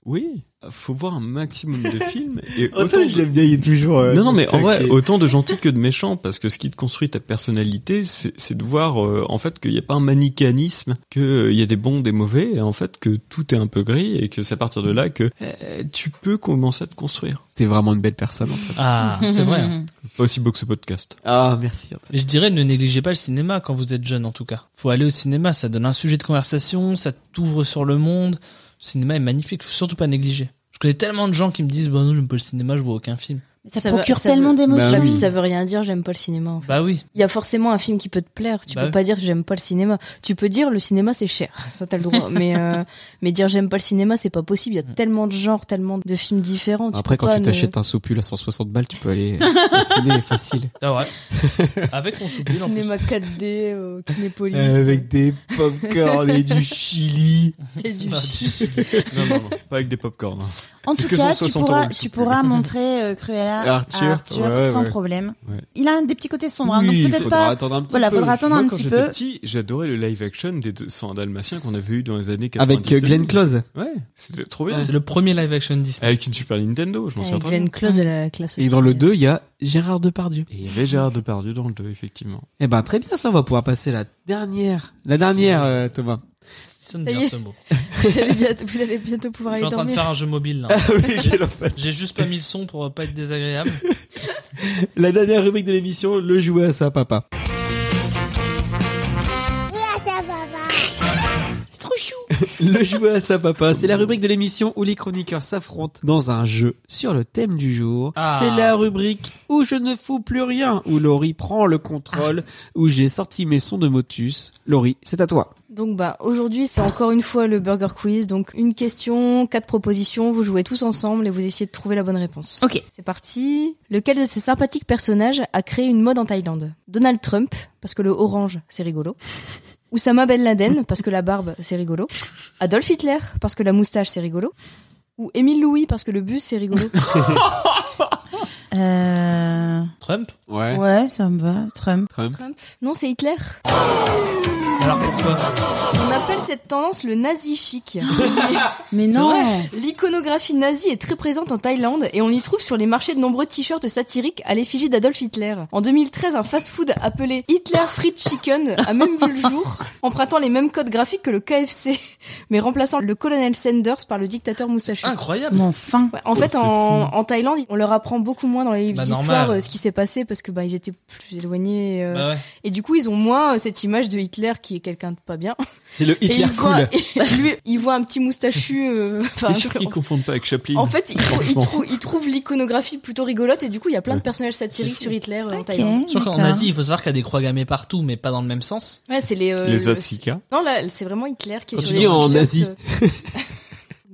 Speaker 7: Oui, faut voir un maximum de films. Et
Speaker 12: Antoine, je l'aime bien, il est toujours, euh,
Speaker 7: non, non, mais en vrai,
Speaker 12: taquet.
Speaker 7: autant de gentils que de méchants, parce que ce qui te construit ta personnalité, c'est c'est de voir euh, en fait qu'il n'y a pas un manichéisme, qu'il y a des bons, des mauvais, et en fait que tout est un peu gris, et que c'est à partir de là que euh, tu peux commencer à te construire.
Speaker 3: T'es vraiment une belle personne. hein. En fait.
Speaker 2: Ah, c'est vrai.
Speaker 6: Mmh.
Speaker 7: Pas aussi beau que ce podcast.
Speaker 3: Ah, merci. Antoine.
Speaker 2: Mais je dirais, ne négligez pas le cinéma quand vous êtes jeune, en tout cas. Faut aller au cinéma, ça donne un sujet de conversation, ça t'ouvre sur le monde. Le cinéma est magnifique, faut surtout pas négliger. Je connais tellement de gens qui me disent, bah non, j'aime pas le cinéma, je vois aucun film.
Speaker 6: Ça, procure tellement d'émotions.
Speaker 3: Bah
Speaker 4: Bah, puis
Speaker 3: oui.
Speaker 4: ça veut rien dire, j'aime pas le cinéma. en fait.
Speaker 2: Bah oui.
Speaker 4: Il y a forcément un film qui peut te plaire. Tu
Speaker 2: Bah
Speaker 4: peux
Speaker 2: oui.
Speaker 4: pas dire j'aime pas le cinéma. Tu peux dire le cinéma c'est cher, ça t'as le droit. mais euh, mais dire j'aime pas le cinéma c'est pas possible. Il y a tellement de genres, tellement de films différents. Tu
Speaker 3: Mm. Après,
Speaker 4: peux
Speaker 3: quand
Speaker 4: pas
Speaker 6: euh,
Speaker 3: tu
Speaker 4: ne-
Speaker 3: t'achètes un soupule à 160 balles, tu peux aller euh, au ciné, facile.
Speaker 2: C'est vrai. Avec mon soupil, en plus.
Speaker 4: cinéma 4D au Kinépolis
Speaker 3: Euh,
Speaker 12: Euh, Avec des popcorn et du chili.
Speaker 4: et du
Speaker 2: Non,
Speaker 4: shit.
Speaker 7: Non, non, non, pas avec des hein. popcorn.
Speaker 6: En
Speaker 7: C'est
Speaker 6: tout
Speaker 7: que
Speaker 6: cas,
Speaker 7: 160
Speaker 6: tu
Speaker 7: euros,
Speaker 6: pourras,
Speaker 7: le
Speaker 6: tu
Speaker 7: soupçon.
Speaker 6: pourras montrer euh, Cruella à
Speaker 3: Arthur,
Speaker 6: Arthur,
Speaker 7: ouais,
Speaker 6: sans
Speaker 7: ouais.
Speaker 6: problème.
Speaker 7: Ouais.
Speaker 6: Il a un des petits côtés sombres, hein,
Speaker 3: Oui,
Speaker 6: donc peut-être
Speaker 3: faudra
Speaker 6: pas.
Speaker 3: attendre un petit
Speaker 6: Voilà,
Speaker 3: peu.
Speaker 6: faudra attendre un
Speaker 7: quand
Speaker 6: petit
Speaker 7: j'étais
Speaker 6: peu.
Speaker 7: petit, j'adorais le live action des 101 Dalmatiens qu'on avait eu dans les années 90.
Speaker 3: Avec euh, Glenn Close.
Speaker 7: Ouais, c'était trop bien.
Speaker 2: C'est le premier live action Disney.
Speaker 7: Avec une Super Nintendo, je m'en souviens
Speaker 4: Avec
Speaker 7: très bien.
Speaker 4: Glenn Close de la classe aussi.
Speaker 3: Et dans le 2, il y a Gérard Depardieu.
Speaker 7: Et il y avait Gérard Depardieu dans le 2, effectivement.
Speaker 3: Eh ben, très bien, ça, on va pouvoir passer la dernière. La dernière, euh, Thomas.
Speaker 2: Ça me
Speaker 4: Ça y
Speaker 2: vient
Speaker 4: est.
Speaker 2: ce mot.
Speaker 4: vous, allez bientôt, vous allez bientôt pouvoir
Speaker 2: Je suis
Speaker 4: aller
Speaker 2: en train de
Speaker 4: dormir.
Speaker 2: faire un jeu mobile, là. J'ai juste pas mis le son pour euh, pas être désagréable.
Speaker 3: La dernière rubrique de l'émission, le jouet à sa papa.
Speaker 6: C'est trop chou.
Speaker 3: Le jouet à sa papa, c'est la rubrique de l'émission où les chroniqueurs s'affrontent dans un jeu sur le thème du jour.
Speaker 2: Ah.
Speaker 3: C'est la rubrique où je ne fous plus rien, où Laurie prend le contrôle, où j'ai sorti mes sons de motus. Laurie, c'est à toi.
Speaker 4: Donc bah aujourd'hui c'est encore une fois le burger quiz. Donc une question, quatre propositions. Vous jouez tous ensemble et vous essayez de trouver la bonne réponse.
Speaker 6: Ok.
Speaker 4: C'est parti. Lequel de ces sympathiques personnages a créé une mode en Thaïlande Donald Trump parce que le orange c'est rigolo. Oussama Ben Laden parce que la barbe c'est rigolo. Adolf Hitler parce que la moustache c'est rigolo. Ou Émile Louis parce que le bus c'est rigolo.
Speaker 6: Euh,
Speaker 2: Trump
Speaker 3: Ouais.
Speaker 6: ouais, ça me va. Trump.
Speaker 3: Trump.
Speaker 4: non c'est Hitler.
Speaker 2: Alors pourquoi
Speaker 4: On appelle cette tendance le nazi chic.
Speaker 6: Mais non.
Speaker 4: L'iconographie nazie est très présente en Thaïlande et on y trouve sur les marchés de nombreux t-shirts satiriques à l'effigie d'Adolf Hitler. En 2013, un fast-food appelé Hitler Fried Chicken a même vu le jour, empruntant les mêmes codes graphiques que le KFC, mais remplaçant le colonel Sanders par le dictateur moustachu.
Speaker 2: Incroyable Oh,
Speaker 6: Mais enfin.
Speaker 4: Ouais, en fait, en, en Thaïlande, on leur apprend beaucoup moins dans les livres
Speaker 2: Bah,
Speaker 4: d'histoire
Speaker 2: normal.
Speaker 4: euh, ce qui s'est passé parce que bah ils étaient plus éloignés euh,
Speaker 2: Bah ouais.
Speaker 4: et du coup ils ont moins euh, cette image de Hitler qui est quelqu'un de pas bien.
Speaker 3: C'est le
Speaker 4: et
Speaker 3: Hitler
Speaker 4: ils voient,
Speaker 3: cool.
Speaker 4: et lui, il voit un petit moustachu. euh, enfin,
Speaker 7: T'es sûr qu'ils confondent pas avec Chaplin
Speaker 4: en fait, il, trou- il
Speaker 7: Franchement.
Speaker 4: trou- il trouve l'iconographie plutôt rigolote et du coup, il y a plein de
Speaker 7: Ouais.
Speaker 4: personnages satiriques
Speaker 2: C'est fou.
Speaker 4: sur Hitler euh, en
Speaker 6: Ok,
Speaker 4: Thaïlande.
Speaker 2: Sûr qu'en
Speaker 6: d'accord.
Speaker 2: Asie, il faut savoir qu'il y a des croix gammées partout, mais pas dans le même sens.
Speaker 4: Ouais, c'est les. euh,
Speaker 7: Les
Speaker 4: le-
Speaker 7: Azicas.
Speaker 4: Non, là, c'est vraiment Hitler qui est
Speaker 3: Quand
Speaker 4: sur les
Speaker 3: tu dis en
Speaker 4: t-shirts,
Speaker 3: Asie.
Speaker 4: euh,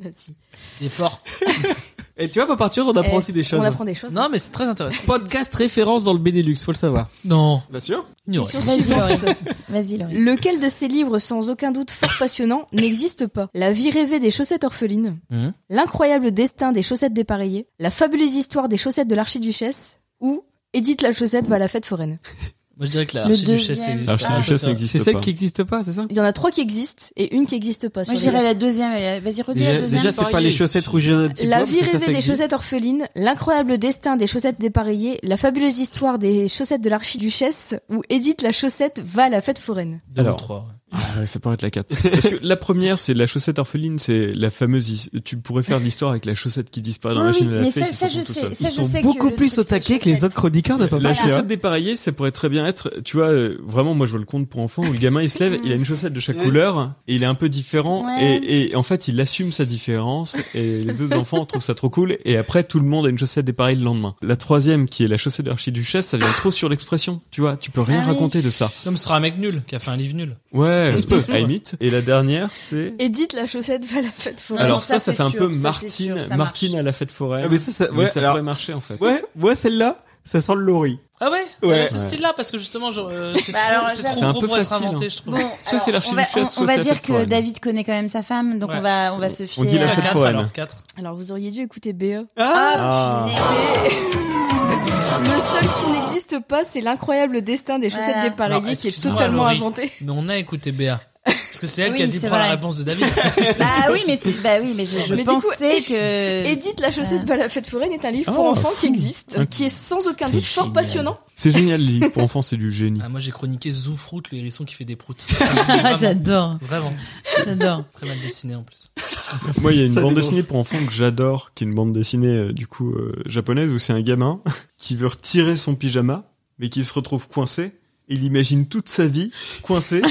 Speaker 4: Nazi.
Speaker 2: Il est fort.
Speaker 3: Et tu vois, pas partir, on apprend
Speaker 4: Eh,
Speaker 3: aussi des choses. hein.
Speaker 4: On apprend des choses.
Speaker 2: Non, mais c'est très intéressant.
Speaker 3: Podcast référence dans le Benelux, faut le savoir.
Speaker 2: Non.
Speaker 7: Bien sûr.
Speaker 2: Ignorez.
Speaker 4: Question
Speaker 6: Vas-y,
Speaker 4: suivante.
Speaker 6: Laurie. Vas-y, Laurie.
Speaker 4: Lequel de ces livres, sans aucun doute fort passionnant, n'existe pas La vie rêvée des chaussettes orphelines,
Speaker 3: Hmm.
Speaker 2: Mhm.
Speaker 4: L'incroyable destin des chaussettes dépareillées, La fabuleuse histoire des chaussettes de l'archiduchesse ou Edith la chaussette va à la fête foraine.
Speaker 2: Moi, je dirais que la
Speaker 6: Le
Speaker 2: archiduchesse
Speaker 6: deuxième.
Speaker 2: existe.
Speaker 7: L'archiduchesse
Speaker 2: Ah,
Speaker 7: n'existe
Speaker 3: C'est
Speaker 7: pas.
Speaker 3: celle qui n'existe pas, c'est ça
Speaker 4: Il y en a trois qui existent et une qui n'existe pas. sur
Speaker 6: Moi,
Speaker 4: les
Speaker 6: j'irais la deuxième. elle est- Vas-y, redis la
Speaker 3: Déjà,
Speaker 6: deuxième.
Speaker 3: déjà, c'est pas les chaussettes rouges et un petit
Speaker 4: La
Speaker 3: pois,
Speaker 4: vie
Speaker 3: parce que ça,
Speaker 4: rêvée
Speaker 3: ça
Speaker 4: des
Speaker 3: existe.
Speaker 4: chaussettes orphelines, l'incroyable destin des chaussettes dépareillées, la fabuleuse histoire des chaussettes de l'archiduchesse, où Edith la chaussette va à la fête foraine.
Speaker 2: Deux ou
Speaker 7: Alors.
Speaker 2: trois. ouais.
Speaker 7: Ah ouais, ça pourrait être la 4. Parce que la première, c'est la chaussette orpheline, c'est la fameuse. his- Tu pourrais faire l'histoire avec la chaussette qui disparaît dans
Speaker 6: Oui,
Speaker 7: la chaîne
Speaker 6: oui,
Speaker 7: de la
Speaker 6: mais
Speaker 7: fée.
Speaker 6: ça-
Speaker 7: qui
Speaker 6: ça,
Speaker 7: se
Speaker 6: je
Speaker 7: retrouve
Speaker 6: sais,
Speaker 7: toute
Speaker 6: ça,
Speaker 7: seule.
Speaker 3: Ils
Speaker 6: je
Speaker 3: sont
Speaker 6: sais que
Speaker 3: beaucoup
Speaker 6: le
Speaker 3: plus
Speaker 6: truc
Speaker 3: au
Speaker 6: des
Speaker 3: taquet que les
Speaker 6: chaussettes-
Speaker 3: autres chroniqueurs ne peuvent
Speaker 7: La
Speaker 3: pas.
Speaker 6: Voilà.
Speaker 7: chaussette dépareillée, ça pourrait très bien être. Tu vois, euh, vraiment, moi je vois le compte pour enfants où le gamin il se lève, il a une chaussette de chaque couleur et il est un peu différent
Speaker 6: Ouais.
Speaker 7: et, et en fait il assume sa différence et les autres enfants trouvent ça trop cool et après tout le monde a une chaussette dépareillée le lendemain. La troisième qui est la chaussette de l'archiduchesse, ça vient trop sur l'expression. Tu vois, tu peux rien
Speaker 6: Ah oui.
Speaker 7: raconter de ça.
Speaker 2: Comme ce sera un mec nul qui a fait un livre nul.
Speaker 7: Ouais, Ouais, à la limite. Et la dernière, c'est.
Speaker 4: Edith, la chaussette va à la fête foraine.
Speaker 7: Alors ça, ça, fait un peu Martine, Martine à la fête foraine.
Speaker 3: Ah, mais ça, ça- ouais, alors-
Speaker 7: pourrait marcher en fait.
Speaker 3: Ouais, moi celle-là, ça sent le lorry.
Speaker 2: Ah ouais,
Speaker 3: Ouais.
Speaker 2: ouais. ce style-là, parce que justement, genre, euh, c'est
Speaker 6: Bah
Speaker 2: trop-
Speaker 6: alors,
Speaker 2: c'est
Speaker 6: j'avoue.
Speaker 2: trop
Speaker 6: C'est un
Speaker 2: gros
Speaker 6: peu
Speaker 2: pour être
Speaker 6: facile,
Speaker 2: inventé,
Speaker 6: hein.
Speaker 2: je trouve.
Speaker 6: Bon, on
Speaker 7: Soit c'est
Speaker 6: va,
Speaker 7: l'archiduchesse,
Speaker 6: on- on
Speaker 7: soit
Speaker 6: va
Speaker 7: c'est la
Speaker 6: dire
Speaker 7: fête
Speaker 6: que
Speaker 7: foraine.
Speaker 6: David connaît quand même sa femme, donc
Speaker 7: Ouais.
Speaker 6: on va on va se fier.
Speaker 7: dit la
Speaker 6: à-
Speaker 7: fête
Speaker 2: Euh, Quatre,
Speaker 7: foraine.
Speaker 2: alors, quatre.
Speaker 4: Alors vous auriez dû écouter E. BE.
Speaker 7: Ah.
Speaker 4: Le seul qui n'existe pas, c'est l'incroyable destin des chaussettes
Speaker 6: Voilà.
Speaker 2: Alors,
Speaker 4: dépareillées qui est
Speaker 2: excuse-moi,
Speaker 4: totalement
Speaker 2: Laurie,
Speaker 4: inventé.
Speaker 2: Mais on a écouté Béa. Parce que c'est elle
Speaker 6: Oui,
Speaker 2: qui a dit
Speaker 6: c'est
Speaker 2: prendre la
Speaker 6: vrai.
Speaker 2: réponse de David.
Speaker 6: Bah oui, mais c'est- bah oui, mais je, je
Speaker 4: Mais du coup,
Speaker 6: pensais que
Speaker 4: Edith, la
Speaker 6: euh.
Speaker 4: chaussette va à la fête foraine est un livre pour
Speaker 7: Oh,
Speaker 4: enfants qui
Speaker 7: fou.
Speaker 4: existe,
Speaker 7: Un-
Speaker 4: qui est sans aucun
Speaker 7: C'est
Speaker 4: doute fort
Speaker 7: génial.
Speaker 4: passionnant.
Speaker 7: C'est génial, les livres pour enfants, c'est du génie.
Speaker 2: Ah, moi, j'ai chroniqué Zoufrout, le hérisson qui fait des proutes.
Speaker 6: Ah,
Speaker 2: Vraiment,
Speaker 6: j'adore,
Speaker 2: Vraiment.
Speaker 6: j'adore.
Speaker 2: Très mal dessiné en plus.
Speaker 7: Moi, il y a une
Speaker 3: Ça
Speaker 7: bande
Speaker 3: dénonce.
Speaker 7: dessinée pour enfants que j'adore, qui est une bande dessinée euh, du coup euh, japonaise où c'est un gamin qui veut retirer son pyjama, mais qui se retrouve coincé. Il imagine toute sa vie coincé.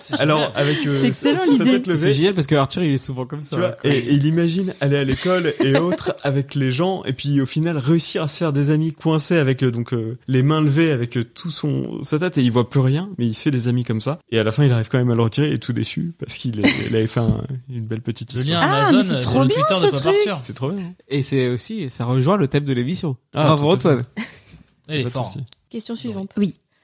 Speaker 2: C'est génial.
Speaker 7: Alors avec euh,
Speaker 6: C'est
Speaker 7: sa,
Speaker 6: excellent,
Speaker 7: sa
Speaker 6: l'idée.
Speaker 7: tête
Speaker 3: C'est
Speaker 7: levée,
Speaker 3: génial parce que Arthur, il est souvent comme ça.
Speaker 7: tu vois, et, et il imagine aller à l'école et autres avec les gens, et puis au final réussir à se faire des amis coincés avec euh, donc euh, les mains levées avec euh, tout son sa tête et il voit plus rien, mais il se fait des amis comme ça. Et à la fin, il arrive quand même à le retirer, et est tout déçu parce qu'il est- il avait fait un- une belle petite
Speaker 2: Le
Speaker 7: histoire.
Speaker 2: lien
Speaker 6: Ah, mais
Speaker 2: Amazon,
Speaker 6: c'est
Speaker 2: euh,
Speaker 6: trop
Speaker 2: sur le
Speaker 6: bien,
Speaker 2: Twitter
Speaker 6: ce
Speaker 2: de Pop
Speaker 6: truc.
Speaker 2: Arthur.
Speaker 7: C'est trop bien. hein.
Speaker 3: Et c'est aussi, ça rejoint le thème de l'émission.
Speaker 7: Ah,
Speaker 3: Bravo
Speaker 7: tout à fait.
Speaker 3: Antoine.
Speaker 2: Elle est
Speaker 7: Pas de
Speaker 2: forte.
Speaker 7: souci.
Speaker 4: Question suivante.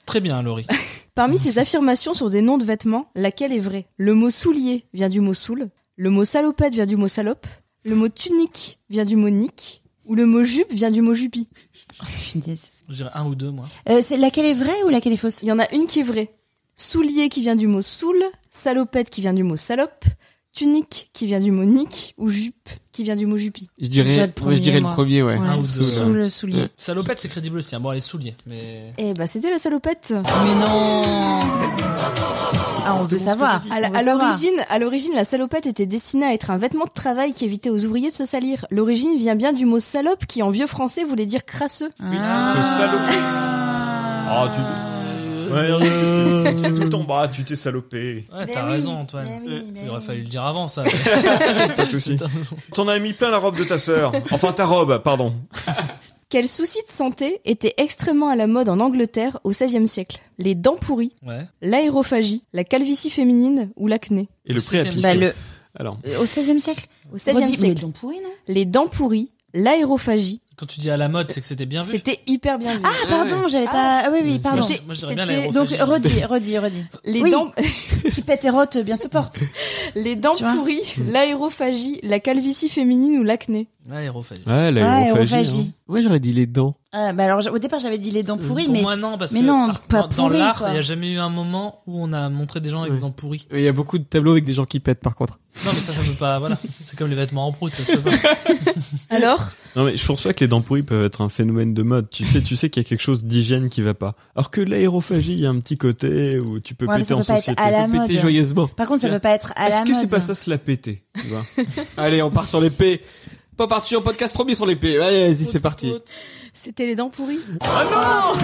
Speaker 2: Très bien, Laurie.
Speaker 4: Parmi ces affirmations sur des noms de vêtements, laquelle est vraie Le mot soulier vient du mot soul, le mot salopette vient du mot salope, le mot tunique vient du mot nique, ou le mot jupe vient du mot jupie.
Speaker 6: Oh, Punaise.
Speaker 2: Je dirais un ou deux, moi.
Speaker 6: Euh, c'est laquelle est vraie ou laquelle est fausse
Speaker 4: Il y en a une qui est vraie. Soulier qui vient du mot soul, salopette qui vient du mot salope, tunique qui vient du mot nique, ou jupe qui vient du mot jupie.
Speaker 3: Je dirais,
Speaker 6: Déjà le
Speaker 3: ouais, je dirais
Speaker 6: premier, moi.
Speaker 3: le premier, ouais. Ah,
Speaker 2: un
Speaker 6: Ouais,
Speaker 2: ou
Speaker 6: sous,
Speaker 2: deux,
Speaker 3: là.
Speaker 6: le soulier.
Speaker 3: Ouais.
Speaker 2: Salopette, c'est crédible aussi. hein. Bon, elle est soulier. Mais.
Speaker 4: Eh bah c'était la salopette.
Speaker 6: Mais non Ah, on veut savoir.
Speaker 4: À la-
Speaker 6: On veut
Speaker 4: à
Speaker 6: savoir.
Speaker 4: l'origine, à l'origine, la salopette était destinée à être un vêtement de travail qui évitait aux ouvriers de se salir. L'origine vient bien du mot salope qui en vieux français voulait dire crasseux.
Speaker 6: Ah.
Speaker 7: Ce salopé. Ah, tu. Ouais, c'est tout le temps. Bah, tu t'es salopé.
Speaker 2: Ouais,
Speaker 6: Mais
Speaker 2: t'as
Speaker 6: Bah oui,
Speaker 2: raison, Antoine.
Speaker 6: mais oui, mais
Speaker 2: Il aurait
Speaker 6: oui.
Speaker 2: fallu le dire avant, ça.
Speaker 7: Pas de soucis. T'en as mis plein la robe de ta sœur. Enfin, ta robe, pardon.
Speaker 4: Quel souci de santé était extrêmement à la mode en Angleterre au XVIe siècle Les dents pourries,
Speaker 2: Ouais.
Speaker 4: l'aérophagie, la calvitie féminine ou l'acné.
Speaker 7: Et le prix à
Speaker 2: Sixième.
Speaker 7: pisser.
Speaker 6: Bah, le...
Speaker 7: Alors,
Speaker 6: Au 16e siècle
Speaker 4: Au XVIe
Speaker 6: Redis- mais
Speaker 4: siècle, Ah,
Speaker 6: donc pourri, non
Speaker 4: les dents pourries, l'aérophagie,
Speaker 2: Quand tu dis à la mode, c'est que c'était bien vu.
Speaker 4: c'était hyper bien vu.
Speaker 6: Ah, pardon, j'avais pas... Ah oui, oui, pardon.
Speaker 2: Moi, je dirais bien
Speaker 4: c'était-
Speaker 6: Donc,
Speaker 2: l'aérophagie.
Speaker 6: redis, redis, redis.
Speaker 4: Les
Speaker 6: Oui.
Speaker 4: dents,
Speaker 6: Qui pète et rote bien se porte.
Speaker 4: les dents
Speaker 6: Tu vois
Speaker 4: pourries, l'aérophagie, la calvitie féminine ou l'acné.
Speaker 2: L'aérophagie.
Speaker 7: ouais,
Speaker 6: Ouais,
Speaker 7: hein.
Speaker 6: rophagie.
Speaker 3: Ouais, j'aurais dit les dents.
Speaker 6: Ah, bah alors, j- au départ, j'avais dit les dents pourries,
Speaker 2: Euh, Pour
Speaker 6: mais...
Speaker 2: moi, non, parce
Speaker 6: mais
Speaker 2: que
Speaker 6: non,
Speaker 2: par-
Speaker 6: pas
Speaker 2: dans- dans
Speaker 6: pourri,
Speaker 2: l'art,
Speaker 6: quoi.
Speaker 2: il n'y a jamais eu un moment où on a montré des gens avec
Speaker 3: Ouais.
Speaker 2: des dents pourries.
Speaker 3: Il y a beaucoup de tableaux avec des gens qui pètent, par contre.
Speaker 2: Non, mais ça, ça peut pas. Voilà. C'est comme les vêtements en prout, ça se peut pas.
Speaker 6: Euh.
Speaker 4: Alors
Speaker 7: Non, mais je pense pas que les dents pourries peuvent être un phénomène de mode. Tu sais, tu sais qu'il y a quelque chose d'hygiène qui va pas. Alors que l'aérophagie, il y a un petit côté où tu peux
Speaker 6: Ouais, mais
Speaker 7: péter
Speaker 6: ça
Speaker 7: en
Speaker 6: peut pas être
Speaker 7: société.
Speaker 6: à la
Speaker 3: Péter
Speaker 6: mode.
Speaker 3: joyeusement.
Speaker 6: Par contre, ça
Speaker 7: Tiens.
Speaker 6: peut pas être à la
Speaker 7: Est-ce
Speaker 6: mode.
Speaker 7: que c'est pas ça se la péter tu vois
Speaker 3: Allez, on part sur les P. Pas parti en podcast premier sur les P. Allez, vas-y, c'est parti.
Speaker 4: C'était les dents pourries.
Speaker 3: Mais vraiment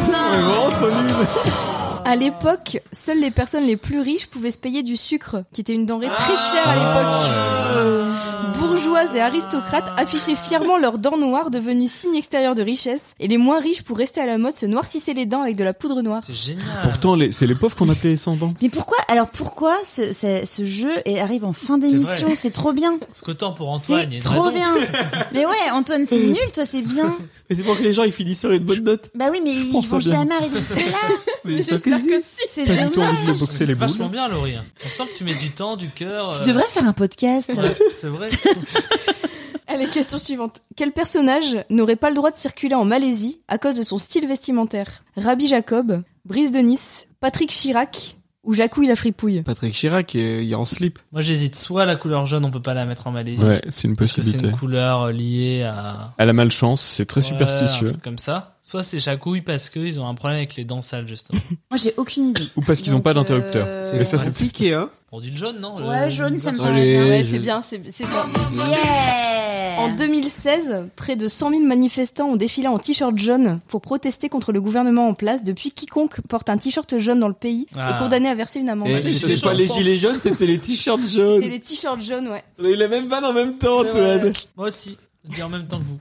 Speaker 3: trop nul. Ah.
Speaker 4: À l'époque, seules les personnes les plus riches pouvaient se payer du sucre, qui était une denrée très
Speaker 3: Ah.
Speaker 4: chère à l'époque. Bourgeoises et aristocrates affichaient fièrement leurs dents noires devenues signe extérieur de richesse, et les moins riches, pour rester à la mode, se noircissaient les dents avec de la poudre noire.
Speaker 2: C'est génial.
Speaker 7: Pourtant, les- c'est les pauvres qu'on appelait les sans dents.
Speaker 6: Mais pourquoi Alors, pourquoi ce, ce- ce jeu est- arrive en fin d'émission
Speaker 2: vrai.
Speaker 6: C'est trop bien.
Speaker 2: Parce qu'autant pour Antoine, il y a
Speaker 6: C'est
Speaker 2: une
Speaker 6: trop
Speaker 2: raison.
Speaker 6: bien. Mais ouais, Antoine, c'est nul, toi, c'est bien.
Speaker 3: Mais c'est pour que les gens ils finissent sur une bonne note.
Speaker 6: Bah oui, mais
Speaker 3: trouve
Speaker 6: ils
Speaker 3: ça
Speaker 6: vont
Speaker 3: bien.
Speaker 6: jamais arriver jusque-là.
Speaker 3: Mais j'espère que si.
Speaker 6: C'est
Speaker 7: Pas du tout
Speaker 6: dommage.
Speaker 7: envie de les boxer
Speaker 2: C'est
Speaker 7: les
Speaker 2: vachement
Speaker 7: boules.
Speaker 2: bien, Laurie. On sent que tu mets du temps, du cœur.
Speaker 6: Tu
Speaker 2: euh,
Speaker 6: devrais faire un podcast.
Speaker 2: ouais, c'est vrai.
Speaker 4: Allez, question suivante. Quel personnage n'aurait pas le droit de circuler en Malaisie à cause de son style vestimentaire Rabbi Jacob, Brice de Nice, Patrick Chirac ou Jacouille la fripouille
Speaker 3: Patrick Chirac, euh, il est en slip.
Speaker 2: Moi, j'hésite. Soit la couleur jaune, on peut pas la mettre en Malaisie.
Speaker 7: Ouais, c'est une
Speaker 2: Parce que c'est
Speaker 7: possibilité.
Speaker 2: une couleur euh, liée à.
Speaker 7: À la malchance, c'est très
Speaker 2: Ouais, un
Speaker 7: superstitieux.
Speaker 2: truc comme ça. Soit c'est Jacouille parce qu'ils ont un problème avec les dents sales, justement.
Speaker 6: Moi, j'ai aucune idée.
Speaker 7: Ou parce qu'ils ont
Speaker 6: Donc,
Speaker 7: pas d'interrupteur.
Speaker 6: euh,
Speaker 7: Mais ça, c'est
Speaker 3: piqué, hein.
Speaker 2: On dit le jaune, non
Speaker 6: Ouais, jaune, ça me
Speaker 3: Ouais,
Speaker 6: paraît
Speaker 3: les-
Speaker 6: bien.
Speaker 4: Ouais,
Speaker 3: je-
Speaker 4: c'est bien, c'est c'est ça.
Speaker 6: Yeah
Speaker 4: En 2016, près de 100 000 manifestants ont défilé en t-shirt jaune pour protester contre le gouvernement en place. Depuis, quiconque porte un t-shirt jaune dans le pays
Speaker 2: Ah.
Speaker 4: est condamné à verser une amende.
Speaker 3: Et
Speaker 2: c'est
Speaker 3: c'était
Speaker 2: ça,
Speaker 3: pas
Speaker 2: je
Speaker 3: les
Speaker 2: pense.
Speaker 3: gilets jaunes, c'était les t-shirts jaunes.
Speaker 4: C'était les t-shirts jaunes, ouais.
Speaker 3: On a eu la même vanne en même temps, Antoine.
Speaker 2: Moi aussi. dit en même temps que vous.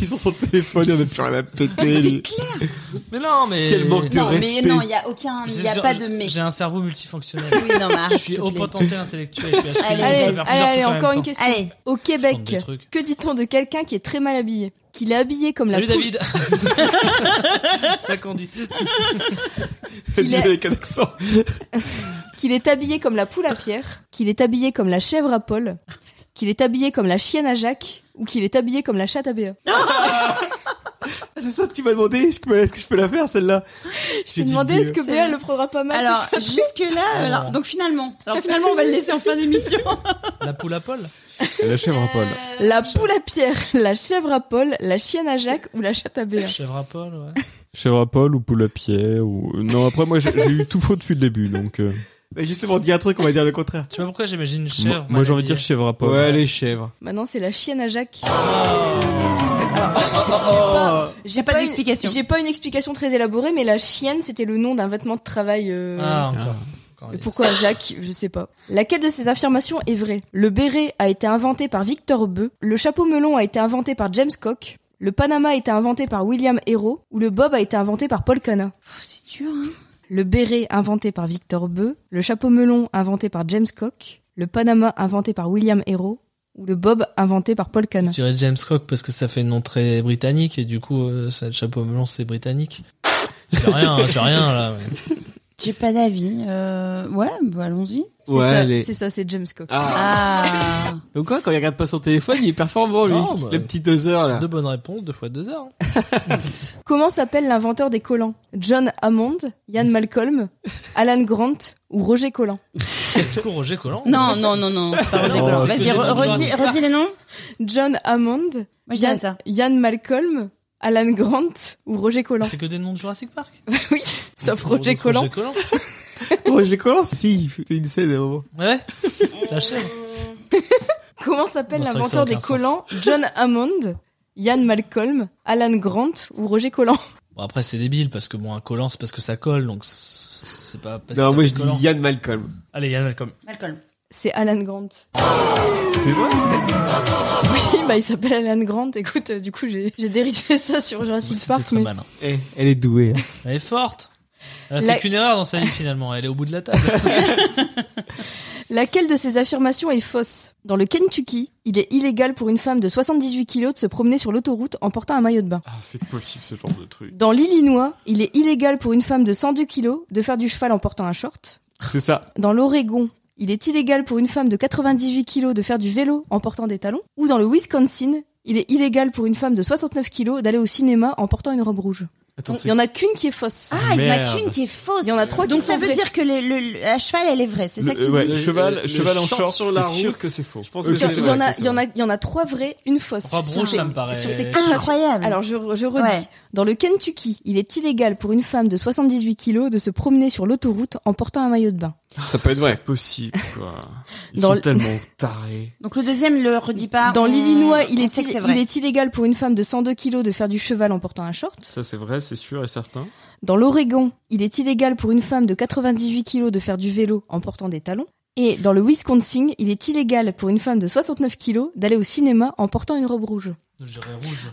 Speaker 7: Ils sont sur téléphone, il n'y en a plus rien à péter.
Speaker 6: C'est clair.
Speaker 2: Mais non, mais.
Speaker 7: Quel manque de
Speaker 6: Non, mais
Speaker 7: respect.
Speaker 6: non, il n'y a aucun, il
Speaker 2: J'ai-
Speaker 6: n'y a
Speaker 2: j'ai-
Speaker 6: pas de mais.
Speaker 2: J'ai un cerveau multifonctionnel.
Speaker 6: Oui, non, mais arrête,
Speaker 2: je
Speaker 6: s'il
Speaker 2: suis
Speaker 6: te
Speaker 2: au
Speaker 6: plaît.
Speaker 2: potentiel intellectuel. Je suis HPI,
Speaker 6: Allez,
Speaker 2: je
Speaker 4: Allez,
Speaker 2: peux faire plusieurs
Speaker 4: allez,
Speaker 2: trucs en
Speaker 4: encore
Speaker 2: même
Speaker 4: une
Speaker 2: temps.
Speaker 4: question.
Speaker 6: Allez.
Speaker 4: Au
Speaker 2: Tente des
Speaker 4: Québec,
Speaker 2: trucs.
Speaker 4: que dit-on de quelqu'un qui est très mal habillé Qu'il est habillé comme
Speaker 2: Salut
Speaker 4: la poule.
Speaker 2: David C'est ça qu'on dit.
Speaker 7: Elle
Speaker 4: qu'il
Speaker 7: dit
Speaker 4: est-
Speaker 7: avec un accent.
Speaker 4: Qu'il est habillé comme la poule à Pierre, qu'il est habillé comme la chèvre à Paul, qu'il est habillé comme la chienne à Jacques, ou qu'il est habillé comme la chatte à Béa.
Speaker 3: Ah, C'est ça que tu m'as demandé je peux- Est-ce que je peux la faire celle-là
Speaker 4: Je t'ai
Speaker 3: E.
Speaker 4: demandé est-ce que
Speaker 6: C'est
Speaker 4: Béa
Speaker 6: le-
Speaker 4: le prendra Bah, pas mal
Speaker 6: Alors,
Speaker 4: ce soir
Speaker 6: jusque là,
Speaker 2: Ah.
Speaker 6: alors, donc finalement, alors finalement, on va le laisser en fin d'émission.
Speaker 2: La poule à Paul
Speaker 7: La chèvre Paul.
Speaker 4: La poule à Pierre, la chèvre à Paul, la chienne à Jacques ou la chatte à Béa.
Speaker 2: Chèvre à Paul, ouais.
Speaker 7: Chèvre à Paul ou poule à Pierre ou... Non, après moi j'ai j'ai eu tout faux depuis le début, donc... euh,
Speaker 3: Bah, Justement, dis un truc, on va dire le contraire.
Speaker 2: Tu sais pas pourquoi j'imagine une
Speaker 7: moi-
Speaker 2: chèvre.
Speaker 7: moi j'ai envie de
Speaker 2: maladie.
Speaker 7: dire chèvre à Paul.
Speaker 3: les chèvres.
Speaker 4: Maintenant, c'est la chienne à Jacques.
Speaker 6: J'ai pas
Speaker 4: Pas une-
Speaker 6: d'explication.
Speaker 4: J'ai pas une explication très élaborée, mais la chienne, c'était le nom d'un vêtement de travail. euh,
Speaker 2: Ah, encore. Encore
Speaker 4: Et
Speaker 2: les-
Speaker 4: Pourquoi Jacques Je sais pas. Laquelle de ces affirmations est vraie Le béret a été inventé par Victor Beu, le chapeau melon a été inventé par James Cook, le Panama a été inventé par William Hero ou le Bob a été inventé par Paul Cana.
Speaker 6: C'est dur, hein.
Speaker 4: Le béret inventé par Victor Beu, le chapeau melon inventé par James Cook, le Panama inventé par William Hero ou le Bob inventé par Paul Cana.
Speaker 2: Je dirais James Cook parce que ça fait nom très britannique et du coup, euh, ça, le chapeau melon c'est britannique. J'ai rien, hein, j'ai rien là. mais-
Speaker 6: J'ai pas d'avis. Euh, ouais, bah, allons-y.
Speaker 4: C'est
Speaker 3: Ouais,
Speaker 4: ça,
Speaker 3: les-
Speaker 4: c'est ça, c'est James Cook.
Speaker 6: Ah.
Speaker 3: Donc quoi, quand il regarde pas son téléphone, il est performant lui.
Speaker 2: Non, bah,
Speaker 3: Les petites deux heures là.
Speaker 2: Deux bonnes réponses, deux fois deux heures. hein.
Speaker 4: Comment s'appelle l'inventeur des collants John Hammond, Ian Malcolm, Alan Grant ou Roger Collant
Speaker 2: hein. Du coup, Roger Collant.
Speaker 6: Non, non, non, non. c'est pas Roger
Speaker 2: Oh,
Speaker 6: Collant.
Speaker 2: c'est
Speaker 6: Vas-y, re-
Speaker 2: Colin
Speaker 6: redis,
Speaker 2: Johnson.
Speaker 6: redis les noms.
Speaker 4: John Hammond,
Speaker 6: Moi, je
Speaker 4: Yann,
Speaker 6: dirais ça.
Speaker 4: Yann Malcolm, Alan Grant ou Roger Collant
Speaker 2: C'est que des noms de Jurassic Park.
Speaker 4: Oui, sauf Roger Collant.
Speaker 3: Roger Collant, si, il fait une scène à un moment.
Speaker 2: Ouais. La chèvre.
Speaker 4: Comment s'appelle
Speaker 2: Bon, c'est vrai que ça
Speaker 4: l'inventeur
Speaker 2: n'a
Speaker 4: des
Speaker 2: aucun
Speaker 4: collants John Hammond, Yann Malcolm, Alan Grant ou Roger Collant
Speaker 2: Bon après c'est débile parce que bon un collant c'est parce que ça colle donc Bah, c'est pas parce que
Speaker 3: Non,
Speaker 2: ça
Speaker 3: moi
Speaker 2: fait
Speaker 3: je dis
Speaker 2: collant.
Speaker 3: Yann Malcolm.
Speaker 2: Allez Yann Malcolm.
Speaker 6: Malcolm.
Speaker 4: C'est Alan Grant.
Speaker 7: C'est vrai
Speaker 4: Oui, bah il s'appelle Alan Grant. Écoute, euh, du coup j'ai j'ai dérivé ça sur Jurassic
Speaker 2: C'était
Speaker 4: Park,
Speaker 2: très
Speaker 4: mais
Speaker 2: malin.
Speaker 3: Eh, elle est douée.
Speaker 2: Elle est forte. Elle a
Speaker 4: La-
Speaker 2: fait qu'une erreur dans sa vie finalement. Elle est au bout de la table.
Speaker 4: Laquelle de ces affirmations est fausse Dans le Kentucky, il est illégal pour une femme de 78 kilos de se promener sur l'autoroute en portant un maillot de bain.
Speaker 7: Ah, c'est possible ce genre de truc.
Speaker 4: Dans l'Illinois, il est illégal pour une femme de 102 kilos de faire du cheval en portant un short.
Speaker 7: C'est ça.
Speaker 4: Dans l'Oregon, il est illégal pour une femme de 98 kilos de faire du vélo en portant des talons. Ou dans le Wisconsin, il est illégal pour une femme de 69 kilos d'aller au cinéma en portant une robe rouge.
Speaker 7: Attends,
Speaker 4: Donc,
Speaker 7: c'est
Speaker 4: Il y en a qu'une qui est fausse.
Speaker 6: Ah, il y en a
Speaker 7: Merde.
Speaker 6: qu'une qui est fausse.
Speaker 4: Il y en a trois qui
Speaker 6: Donc
Speaker 4: sont
Speaker 6: ça veut
Speaker 4: vraies.
Speaker 6: dire que les- le, le- la cheval, elle est vraie. C'est ça que tu
Speaker 7: Euh, ouais,
Speaker 6: dis.
Speaker 7: cheval,
Speaker 3: Le-
Speaker 7: cheval
Speaker 3: le
Speaker 7: en
Speaker 3: short
Speaker 7: short,
Speaker 3: sur la
Speaker 7: c'est sûr
Speaker 3: route.
Speaker 7: que c'est faux.
Speaker 3: Je pense
Speaker 7: Ok,
Speaker 3: que
Speaker 4: Il
Speaker 3: c'est
Speaker 7: c'est
Speaker 4: y,
Speaker 3: vrai.
Speaker 4: en a-
Speaker 7: c'est
Speaker 4: il y en a- il y en a trois vraies, une fausse.
Speaker 2: Robe
Speaker 4: Sur
Speaker 2: rouge
Speaker 4: ces-
Speaker 2: ça me paraît.
Speaker 4: sur ces quatre
Speaker 6: Incroyable.
Speaker 4: Alors je, je redis,
Speaker 6: Ouais.
Speaker 4: dans le Kentucky, il est illégal pour une femme de 78 kilos de se promener sur l'autoroute en portant un maillot de bain.
Speaker 7: Ça peut être vrai. possible, quoi. Ils
Speaker 4: Dans
Speaker 7: sont
Speaker 4: le-
Speaker 7: tellement tarés.
Speaker 6: Donc le deuxième, le redis pas.
Speaker 4: Dans
Speaker 6: on-
Speaker 4: l'Illinois, il,
Speaker 6: on
Speaker 4: est
Speaker 6: sait que c'est
Speaker 4: il
Speaker 6: vrai.
Speaker 4: est illégal pour une femme de 102 kilos de faire du cheval en portant un short.
Speaker 7: Ça, c'est vrai, c'est sûr et certain.
Speaker 4: Dans l'Oregon, il est illégal pour une femme de 98 kilos de faire du vélo en portant des talons. Et dans le Wisconsin, il est illégal pour une femme de 69 kilos d'aller au cinéma en portant une robe rouge.
Speaker 2: Je dirais rouge.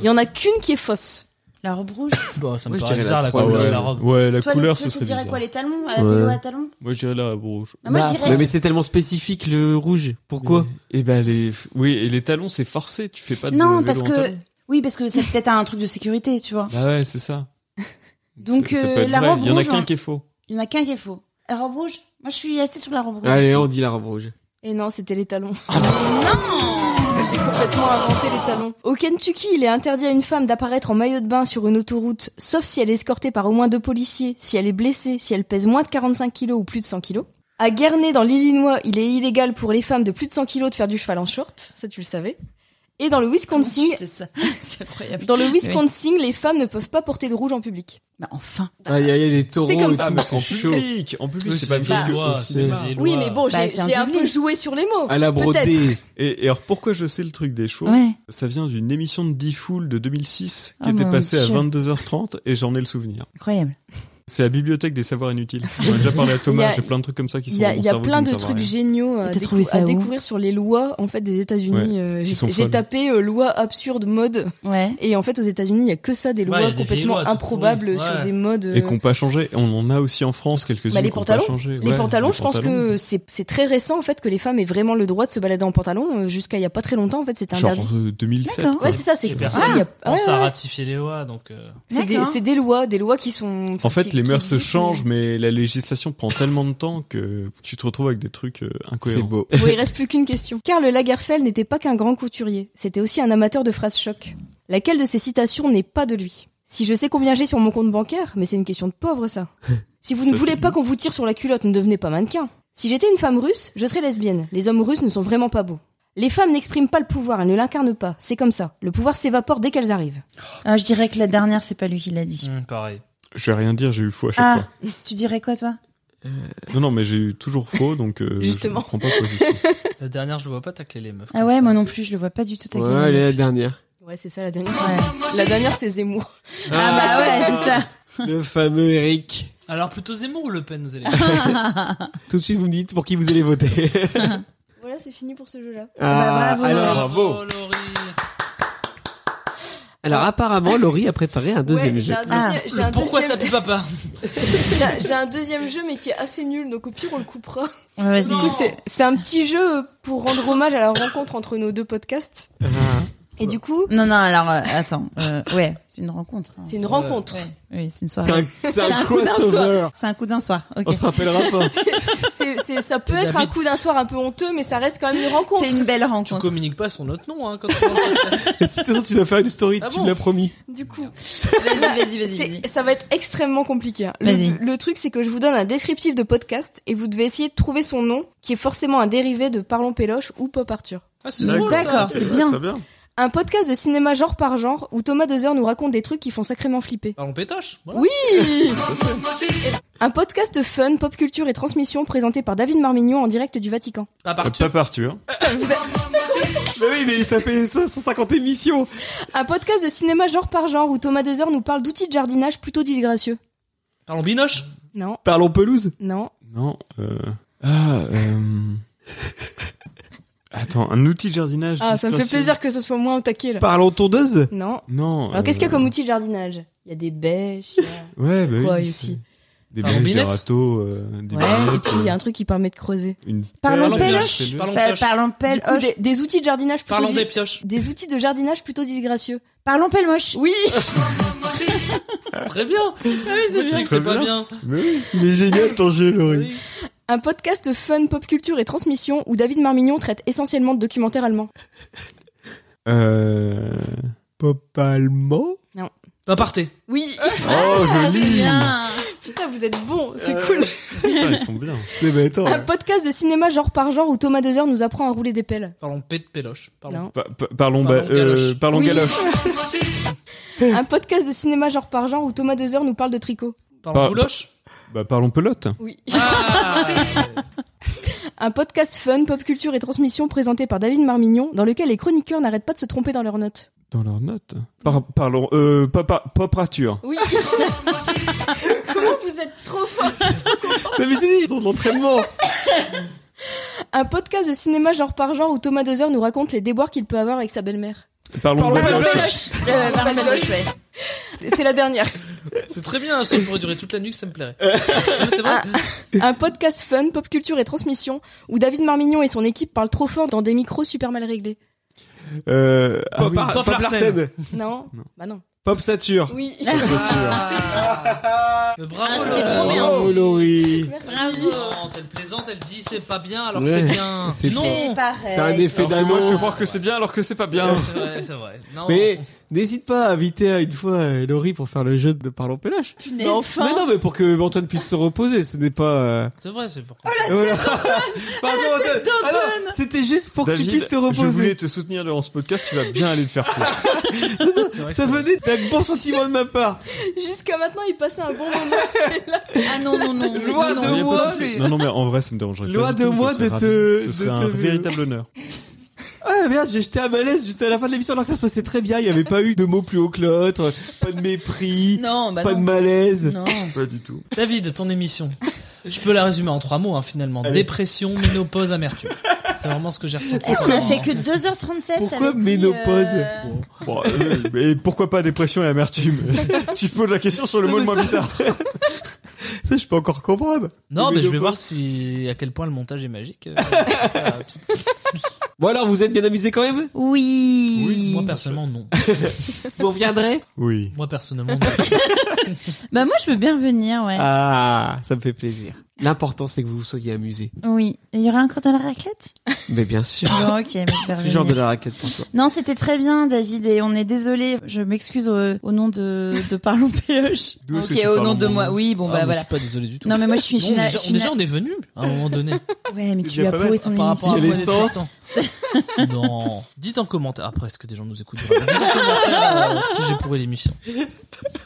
Speaker 4: Il y en a qu'une qui est fausse.
Speaker 6: La robe rouge.
Speaker 2: Bon, bah, ça me
Speaker 3: Ah. Moi, je
Speaker 2: paraît
Speaker 3: dirais la
Speaker 2: bizarre la
Speaker 3: trois,
Speaker 2: couleur de
Speaker 7: ouais.
Speaker 2: la robe.
Speaker 7: Ouais, la
Speaker 6: Toi, le-
Speaker 7: couleur,
Speaker 6: toi,
Speaker 7: ce
Speaker 6: tu
Speaker 7: serait
Speaker 6: dirais
Speaker 7: bizarre.
Speaker 6: quoi les talons À vélo
Speaker 7: Ouais.
Speaker 6: à talons
Speaker 7: Moi, je dirais la rouge.
Speaker 6: Bah, Moi, je dirais.
Speaker 3: Mais, mais c'est tellement spécifique le rouge. Pourquoi
Speaker 7: Et ben, les... Oui, et les talons, c'est forcé. Tu fais pas de
Speaker 6: Non,
Speaker 7: vélo
Speaker 6: parce
Speaker 7: en
Speaker 6: que.
Speaker 7: talons.
Speaker 6: Oui, parce que c'est peut-être un truc de sécurité, tu vois.
Speaker 7: Bah ouais, c'est ça.
Speaker 6: Donc,
Speaker 7: C'est- ça
Speaker 6: euh,
Speaker 7: peut être
Speaker 6: la
Speaker 7: vrai.
Speaker 6: robe
Speaker 7: Il y en a
Speaker 6: rouge,
Speaker 7: qu'un
Speaker 6: hein.
Speaker 7: qui est faux.
Speaker 6: Il y en a qu'un qui est faux. La robe rouge Moi, je suis assez sur la robe rouge.
Speaker 3: Allez,
Speaker 6: aussi.
Speaker 3: on dit la robe rouge.
Speaker 4: Et non, c'était les talons.
Speaker 6: Ah, bah,
Speaker 4: J'ai complètement inventé les talons. Au Kentucky, il est interdit à une femme d'apparaître en maillot de bain sur une autoroute, sauf si elle est escortée par au moins deux policiers, si elle est blessée, si elle pèse moins de 45 kilos ou plus de 100 kilos. À Guerney, dans l'Illinois, il est illégal pour les femmes de plus de 100 kilos de faire du cheval en short, ça tu le savais. Et dans le
Speaker 6: Comment
Speaker 4: Wisconsin,
Speaker 6: tu sais ça C'est incroyable.
Speaker 4: dans le Wisconsin, les femmes ne peuvent pas porter de rouge en public.
Speaker 6: Bah, enfin.
Speaker 3: Ah, Il y, a- il y a des taureaux
Speaker 4: C'est comme
Speaker 3: et
Speaker 4: ça. bah,
Speaker 3: tout, c'est chaud.
Speaker 7: Ah, public, en public, Ah,
Speaker 2: Oui,
Speaker 7: c'est pas
Speaker 2: une
Speaker 7: parce
Speaker 2: vieille
Speaker 7: que
Speaker 2: loi,
Speaker 7: au
Speaker 2: c'est
Speaker 7: cinéma-
Speaker 2: une vieille
Speaker 4: Oui,
Speaker 2: loi.
Speaker 4: mais bon,
Speaker 6: Bah,
Speaker 4: j'ai
Speaker 6: c'est un
Speaker 4: j'ai un peu
Speaker 6: public.
Speaker 4: joué sur les mots.
Speaker 3: À la brodée.
Speaker 7: Et, et alors pourquoi je sais le truc des chevaux
Speaker 6: Ouais.
Speaker 7: Ça vient d'une émission de D-Fool de 2006 qui
Speaker 6: Ah,
Speaker 7: était
Speaker 6: mon
Speaker 7: passée à
Speaker 6: Dieu.
Speaker 7: 22h30 et j'en ai le souvenir.
Speaker 6: Incroyable.
Speaker 7: C'est la bibliothèque des savoirs inutiles. On a déjà parlé à
Speaker 4: Il y
Speaker 7: Thomas,
Speaker 4: a-
Speaker 7: j'ai plein de trucs comme ça qui sont
Speaker 4: Il y a,
Speaker 7: dans
Speaker 4: il
Speaker 7: mon
Speaker 4: y a
Speaker 7: cerveau
Speaker 4: plein
Speaker 7: qui me
Speaker 4: de
Speaker 7: servent à
Speaker 4: trucs
Speaker 7: rien.
Speaker 4: géniaux à,
Speaker 6: t'as
Speaker 4: décou-
Speaker 6: trouvé ça
Speaker 4: à
Speaker 6: où
Speaker 4: découvrir sur les lois en fait des États-Unis.
Speaker 7: Ouais,
Speaker 4: Euh,
Speaker 7: qui
Speaker 4: j'ai-
Speaker 7: sont
Speaker 4: J'ai
Speaker 7: folles.
Speaker 4: tapé euh, loi absurde mode. Et en fait aux États-Unis il y a que ça des
Speaker 2: Ouais,
Speaker 4: lois
Speaker 2: il y a des vieilles
Speaker 4: complètement
Speaker 2: lois toutes
Speaker 4: improbables
Speaker 2: pourries.
Speaker 4: sur
Speaker 2: Ouais.
Speaker 4: des modes. euh,
Speaker 7: Et qu'on pas changé. On en a aussi en France quelques-unes
Speaker 4: Bah, les
Speaker 7: qui ont pas
Speaker 4: pantalons,
Speaker 7: changé.
Speaker 4: les
Speaker 7: Ouais,
Speaker 4: pantalons,
Speaker 7: les
Speaker 4: je pense
Speaker 7: pantalons.
Speaker 4: que c'est c'est très récent en fait que les femmes aient vraiment le droit de se balader en pantalon. Euh, Jusqu'à il y a pas très longtemps en fait c'était
Speaker 7: Genre
Speaker 4: interdit.
Speaker 7: euh, 2007.
Speaker 4: D'accord.
Speaker 7: quoi.
Speaker 4: Ouais, c'est ça, c'est-
Speaker 2: Et
Speaker 4: c'est-
Speaker 2: personne
Speaker 4: il y a-
Speaker 2: pense
Speaker 4: ouais,
Speaker 2: à
Speaker 4: ouais.
Speaker 2: ratifier les lois, donc. euh,
Speaker 4: C'est des,
Speaker 2: D'accord.
Speaker 4: c'est des lois, des lois qui sont.
Speaker 7: En fait,
Speaker 4: qui-
Speaker 7: les
Speaker 4: qui
Speaker 7: mœurs se
Speaker 4: existent, mais-
Speaker 7: changent, mais la législation prend tellement de temps que tu te retrouves avec des trucs euh, incohérents. C'est
Speaker 3: beau.
Speaker 4: Bon, il reste plus qu'une question. Karl Lagerfeld n'était pas qu'un grand couturier, c'était aussi un amateur de phrases choc. Laquelle de ces citations n'est pas de lui Si je sais combien j'ai sur mon compte bancaire, mais c'est une question de pauvre ça. Si vous ne
Speaker 16: Ça,
Speaker 4: voulez
Speaker 16: c'est
Speaker 4: pas qu'on vous tire sur la culotte, ne devenez pas mannequin. Si j'étais une femme russe, je serais lesbienne. Les hommes russes ne sont vraiment pas beaux. Les femmes n'expriment pas le pouvoir, elles ne l'incarnent pas. C'est comme ça. Le pouvoir s'évapore dès qu'elles arrivent.
Speaker 6: Alors, Ah, je dirais que la dernière, c'est pas lui qui l'a dit.
Speaker 2: hmm, pareil.
Speaker 7: Je vais rien dire, j'ai eu faux à chaque
Speaker 6: Ah,
Speaker 7: fois.
Speaker 6: tu dirais quoi, toi
Speaker 7: Non, non, mais j'ai eu toujours faux, donc euh,
Speaker 6: Justement.
Speaker 7: je prends pas position.
Speaker 2: La dernière, je le vois pas tacler les meufs.
Speaker 6: Ah ouais, moi non plus, je le vois pas du tout.
Speaker 2: Ouais, elle est la
Speaker 3: dernière.
Speaker 4: Ouais, c'est ça la dernière. La dernière, c'est Zemmour.
Speaker 6: Ah, bah ouais, c'est ça.
Speaker 3: Le fameux Eric.
Speaker 2: Alors plutôt Zemmour ou Le Pen, vous allez.
Speaker 3: Tout de suite, vous me dites pour qui vous allez voter.
Speaker 4: Voilà, c'est fini pour ce jeu-là. Bah,
Speaker 3: Ah, alors,
Speaker 2: Bravo,
Speaker 3: Alors, apparemment, Laurie a préparé un deuxième
Speaker 4: Ouais,
Speaker 3: jeu.
Speaker 4: j'ai un deuxième- j'ai un
Speaker 2: Ah, Pourquoi
Speaker 4: deuxième-
Speaker 2: ça pue papa
Speaker 4: J'ai- J'ai un deuxième jeu, mais qui est assez nul, donc au pire, on le coupera.
Speaker 6: Ouais, vas-y.
Speaker 4: Du coup, c'est- c'est un petit jeu pour rendre hommage à la rencontre entre nos deux podcasts. Et du coup,
Speaker 6: Non, non, alors, euh, attends. euh, ouais, c'est une rencontre. hein.
Speaker 4: c'est une rencontre.
Speaker 6: Oui, c'est une
Speaker 4: C'est
Speaker 6: soirée.
Speaker 4: un- c'est un
Speaker 6: coup d'un soir.
Speaker 3: crossover.
Speaker 6: C'est un coup d'un soir. ok.
Speaker 7: Oh,
Speaker 3: On se rappellera pas.
Speaker 4: C'est- c'est- ça peut être un coup d'un soir un peu honteux, mais ça reste quand même une rencontre.
Speaker 6: C'est une belle
Speaker 2: Tu
Speaker 4: hein.
Speaker 6: rencontre.
Speaker 2: communiques pas son autre nom, hein, quand
Speaker 3: si de toute façon, tu dois faire une story,
Speaker 4: Ah
Speaker 3: tu
Speaker 4: bon
Speaker 3: me l'as promis.
Speaker 4: Du coup,
Speaker 6: vas-y, vas-y,
Speaker 4: vas-y. Ça va être extrêmement compliqué. hein. Le,
Speaker 3: Vas-y.
Speaker 4: le truc, c'est que je vous donne un descriptif de podcast et vous devez essayer de trouver son nom, qui est forcément un dérivé de Parlons Péloche ou Pop Arthur.
Speaker 2: Ah,
Speaker 6: D'accord,
Speaker 3: Euh,
Speaker 6: c'est bien.
Speaker 4: Un podcast de cinéma genre par genre où Thomas Dezer nous raconte des trucs qui font sacrément flipper.
Speaker 2: Parlons pétoche. voilà.
Speaker 4: Oui Un podcast fun, pop culture et transmission présenté par David Marmignon en direct du Vatican.
Speaker 2: Pas
Speaker 7: partout. Pas partout. hein.
Speaker 3: Mais oui, mais ça fait ça, 150 émissions.
Speaker 4: Un podcast de cinéma genre par genre où Thomas Dezer nous parle d'outils de jardinage plutôt disgracieux.
Speaker 2: Parlons binoche.
Speaker 4: Non,
Speaker 3: Parlons pelouse.
Speaker 4: non.
Speaker 7: Non. Euh... Ah. Euh... Attends, un outil de jardinage.
Speaker 4: Ah, ça me fait
Speaker 7: disgracieux.
Speaker 4: plaisir que ce soit moins au taquet là.
Speaker 3: Parlons tondeuse.
Speaker 4: Non.
Speaker 7: Non.
Speaker 4: Alors qu'est-ce
Speaker 7: euh,
Speaker 4: qu'il y a comme outil de jardinage Il y a des bêches, il y a-
Speaker 7: Ouais, bah oui,
Speaker 4: Quoi,
Speaker 7: c'est-
Speaker 4: aussi
Speaker 7: Des
Speaker 2: Parlons
Speaker 7: bêches, des
Speaker 2: binette.
Speaker 7: râteaux, euh, des
Speaker 4: Ouais, et
Speaker 7: binettes,
Speaker 4: puis il y a
Speaker 7: euh,
Speaker 4: un truc qui permet de creuser.
Speaker 7: une
Speaker 4: Parlons
Speaker 7: perle,
Speaker 4: péloche.
Speaker 7: un péleux.
Speaker 4: Parlons péloche.
Speaker 6: Parlons
Speaker 4: Du coup, des, des outils de jardinage plutôt
Speaker 2: Parlons
Speaker 4: dis-
Speaker 2: des pioches.
Speaker 4: Des outils de jardinage plutôt disgracieux.
Speaker 6: Parlons pelmoche.
Speaker 4: Oui
Speaker 2: Très
Speaker 4: Ah
Speaker 2: bien. Moi, je dis que c'est pas bien.
Speaker 7: Mais oui, il est génial ton jeu, Laurie.
Speaker 4: Un podcast fun, pop culture et transmission où David Marmignon traite essentiellement de documentaires allemands.
Speaker 7: Euh...
Speaker 3: Pop allemand
Speaker 4: Non.
Speaker 2: Aparté.
Speaker 4: Oui
Speaker 7: Oh, joli.
Speaker 4: Putain, vous êtes bon, c'est Ah. cool
Speaker 7: Putain, ils sont bien.
Speaker 3: Mais bah, attends.
Speaker 4: Un podcast de cinéma genre par genre où Thomas Dezer nous apprend à rouler des pelles.
Speaker 2: Parlons pé de péloche. Parlons.
Speaker 4: Non.
Speaker 7: Pa- pa- parlons ba-
Speaker 2: Parlons
Speaker 7: euh,
Speaker 2: galoche.
Speaker 7: parlons
Speaker 2: Oui.
Speaker 7: galoche.
Speaker 4: Un podcast de cinéma genre par genre où Thomas Dezer nous parle de tricot.
Speaker 7: Par- Bah parlons pelote.
Speaker 4: Oui.
Speaker 2: Ah,
Speaker 4: Un podcast fun, pop culture et transmission présenté par David Marmignon dans lequel les chroniqueurs n'arrêtent pas de se tromper dans leurs notes.
Speaker 7: Dans leurs notes. Par- parlons euh, pa- pa- poprature.
Speaker 4: Oui. Comment vous êtes trop fort
Speaker 3: Non, mais je t'ai dit, ils ont de l'entraînement.
Speaker 4: Un podcast de cinéma genre par genre où Thomas Dezer nous raconte les déboires qu'il peut avoir avec sa belle-mère.
Speaker 7: Parlons, peloche.
Speaker 6: Euh, parlons pelmoche, ouais.
Speaker 4: C'est la dernière.
Speaker 2: C'est très bien, ça pourrait durer toute la nuit, ça me plairait. Non, c'est
Speaker 4: Ah.
Speaker 2: vrai.
Speaker 4: Un podcast fun, pop culture et transmission où David Marmignon et son équipe parlent trop fort dans des micros super mal réglés.
Speaker 7: Euh, ah
Speaker 3: Pop,
Speaker 7: oui.
Speaker 3: Ar- Pop Larsen.
Speaker 4: Non, Bah non.
Speaker 3: Pop Sature.
Speaker 4: Oui.
Speaker 2: Euh, Bravo,
Speaker 6: Ah,
Speaker 3: C'était
Speaker 2: Laurent.
Speaker 3: trop bien. Bravo, Laurie.
Speaker 2: Non, elle plaisante, elle dit c'est pas bien alors
Speaker 3: Ouais.
Speaker 2: que c'est bien.
Speaker 3: C'est
Speaker 2: non.
Speaker 3: fait pareil. C'est un effet
Speaker 7: Alors que Moi, je vais
Speaker 3: d'annonce.
Speaker 7: voir que c'est bien alors que c'est pas bien.
Speaker 2: C'est vrai, c'est vrai.
Speaker 6: Oh.
Speaker 2: Non.
Speaker 3: Mais n'hésite pas à inviter euh, une fois euh, Laurie pour faire le jeu de Parlons Péloche.
Speaker 2: Mais enfin.
Speaker 3: Mais non, mais pour que Antoine puisse se reposer, ce n'est pas... euh,
Speaker 2: C'est vrai, c'est vrai.
Speaker 3: voilà. Pardon, Antoine. Ah non, C'était juste pour que
Speaker 7: David,
Speaker 3: tu puisses te
Speaker 7: Je voulais
Speaker 3: reposer.
Speaker 7: te soutenir dans ce podcast, tu vas bien aller te faire foutre.
Speaker 3: Ça venait d'un bon sentiment de ma part.
Speaker 4: Jusqu'à maintenant, il passait un bon moment.
Speaker 6: ah non, non, non.
Speaker 3: Loin
Speaker 7: Il y a
Speaker 3: de
Speaker 7: pas
Speaker 3: moi.
Speaker 7: souci. Non, non, mais en vrai, ça me dérangerait pas
Speaker 3: Loin
Speaker 7: du
Speaker 3: de
Speaker 7: tout,
Speaker 3: moi
Speaker 7: je serais
Speaker 3: de
Speaker 7: ravi.
Speaker 3: te-
Speaker 7: Ce
Speaker 3: de
Speaker 7: serait un
Speaker 3: te-
Speaker 7: véritable honneur.
Speaker 3: Ah, ah merde, j'ai jeté un malaise juste à la fin de l'émission alors que ça se passait très bien. Il n'y avait pas eu de mots plus haut que l'autre, pas de mépris,
Speaker 6: Non, bah
Speaker 3: pas
Speaker 6: non.
Speaker 3: de malaise.
Speaker 6: Non.
Speaker 7: Pas du tout.
Speaker 2: David, ton émission. Je peux la résumer en trois mots, hein, finalement.
Speaker 3: Allez.
Speaker 2: Dépression, ménopause, amertume. C'est vraiment ce que j'ai ressenti.
Speaker 6: Eh, on a
Speaker 2: pendant-
Speaker 6: fait que 2h37.
Speaker 3: Pourquoi
Speaker 6: t'avais dit,
Speaker 3: ménopause
Speaker 6: euh,
Speaker 7: Bon, euh, mais pourquoi pas dépression et amertume Tu te poses la question sur le
Speaker 3: Non,
Speaker 7: mot le
Speaker 3: mais
Speaker 7: moins
Speaker 3: ça-
Speaker 7: bizarre. ça, je peux encore comprendre.
Speaker 2: Non, mais je vais
Speaker 7: Ménopause.
Speaker 2: voir si à quel point le montage est magique. Euh, ça, tout-
Speaker 3: Bon alors, vous êtes bien amusés quand même
Speaker 6: Oui.
Speaker 2: Moi personnellement non.
Speaker 3: Vous reviendrez
Speaker 7: Oui.
Speaker 2: Moi personnellement non.
Speaker 6: Bah moi je veux bien venir, ouais.
Speaker 3: Ah, ça me fait plaisir. L'important c'est que vous vous soyez amusés.
Speaker 6: Oui. Et Il y aura encore de la raclette
Speaker 3: Mais bien sûr.
Speaker 6: Bon, ok, mais je vais
Speaker 3: C'est le genre de
Speaker 6: revenir.
Speaker 3: la raquette pour toi.
Speaker 6: Non, c'était très bien, David, et on est désolé. Je m'excuse au, au nom de, de Parlons Péloche.
Speaker 7: D'où est-ce que
Speaker 6: Ok,
Speaker 7: tu
Speaker 6: au
Speaker 7: parles
Speaker 6: nom
Speaker 7: en
Speaker 6: de
Speaker 7: mon
Speaker 6: moi.
Speaker 7: nom
Speaker 6: Oui, bon,
Speaker 2: Ah,
Speaker 6: bah
Speaker 2: mais Je
Speaker 6: voilà.
Speaker 2: suis pas désolé du tout.
Speaker 6: Non, mais moi je suis
Speaker 2: Non,
Speaker 6: finale.
Speaker 2: déjà, déjà, on est venu à un moment donné
Speaker 6: Ouais, mais
Speaker 7: C'est
Speaker 6: tu lui
Speaker 7: déjà
Speaker 6: as
Speaker 7: pas
Speaker 6: pourri
Speaker 7: mal.
Speaker 6: son
Speaker 2: par
Speaker 6: émission.
Speaker 2: rapport à
Speaker 3: Il y a
Speaker 2: moi,
Speaker 3: les
Speaker 2: d'être présent. Non, dites en commentaire. Après, est-ce que des gens nous écoutent Dites en commentaire euh, si j'ai pourri l'émission.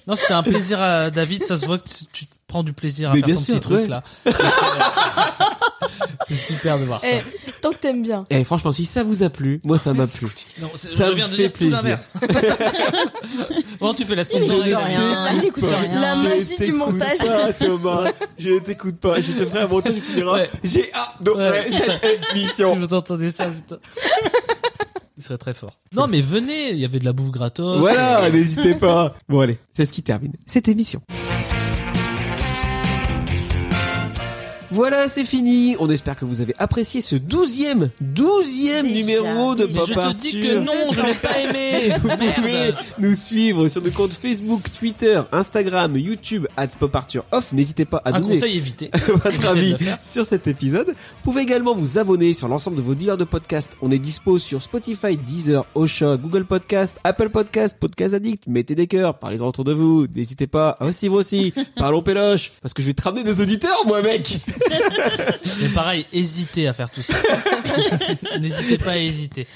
Speaker 2: Non, c'était un plaisir, à David. Ça se voit que tu- tu te prends du plaisir à
Speaker 3: Mais
Speaker 2: faire
Speaker 3: bien
Speaker 2: ton
Speaker 3: sûr,
Speaker 2: petit truc
Speaker 3: ouais.
Speaker 2: là. C'est super de voir ça.
Speaker 4: Eh, tant que t'aimes bien.
Speaker 3: Eh,
Speaker 17: Et franchement, si ça vous a plu, moi ça m'a plu.
Speaker 2: Non, c'est-
Speaker 17: ça
Speaker 2: je
Speaker 17: me
Speaker 2: viens de
Speaker 17: fait
Speaker 2: dire tout
Speaker 17: plaisir.
Speaker 2: l'inverse. bon, tu fais la
Speaker 6: Il
Speaker 2: sonde
Speaker 6: écoute
Speaker 2: d'oreille, David.
Speaker 6: rien. Il écoute rien.
Speaker 4: La magie
Speaker 3: Bah, Je
Speaker 4: du
Speaker 3: t'écoute
Speaker 4: montage.
Speaker 3: pas, Ah, Thomas, je t'écoute pas. Je te ferai un montage et tu diras
Speaker 2: Ouais.
Speaker 3: j'ai adoré
Speaker 2: Ouais, c'est
Speaker 3: cette
Speaker 2: Si
Speaker 3: émission.
Speaker 2: vous entendez ça, putain. Il serait très fort. Non, mais venez, il y avait de la bouffe gratos.
Speaker 3: Voilà, n'hésitez pas. Bon allez, c'est ce qui termine cette émission. Voilà, c'est fini. On espère que vous avez apprécié ce douzième, douzième
Speaker 6: Déjà,
Speaker 3: numéro de
Speaker 6: déjà.
Speaker 3: Pop
Speaker 2: Je te dis que
Speaker 3: Arthur.
Speaker 2: non, je l'ai pas aimé.
Speaker 3: Vous pouvez
Speaker 2: Merde.
Speaker 3: nous suivre sur nos comptes Facebook, Twitter, Instagram, YouTube, at Pop Arthur Off. N'hésitez pas à
Speaker 2: Un
Speaker 3: donner
Speaker 2: conseil évité.
Speaker 3: votre avis
Speaker 2: Évitez de le faire.
Speaker 3: sur cet épisode. Vous pouvez également vous abonner sur l'ensemble de vos dealers de podcasts. On est dispo sur Spotify, Deezer, Osha, Google Podcast, Apple Podcast, Podcast Addict. Mettez des cœurs, parlez-en autour de vous. N'hésitez pas à aussi vous aussi. Parlons péloche, parce que je vais te ramener des auditeurs, moi, mec.
Speaker 2: Mais pareil, hésitez à faire tout ça. N'hésitez pas à hésiter.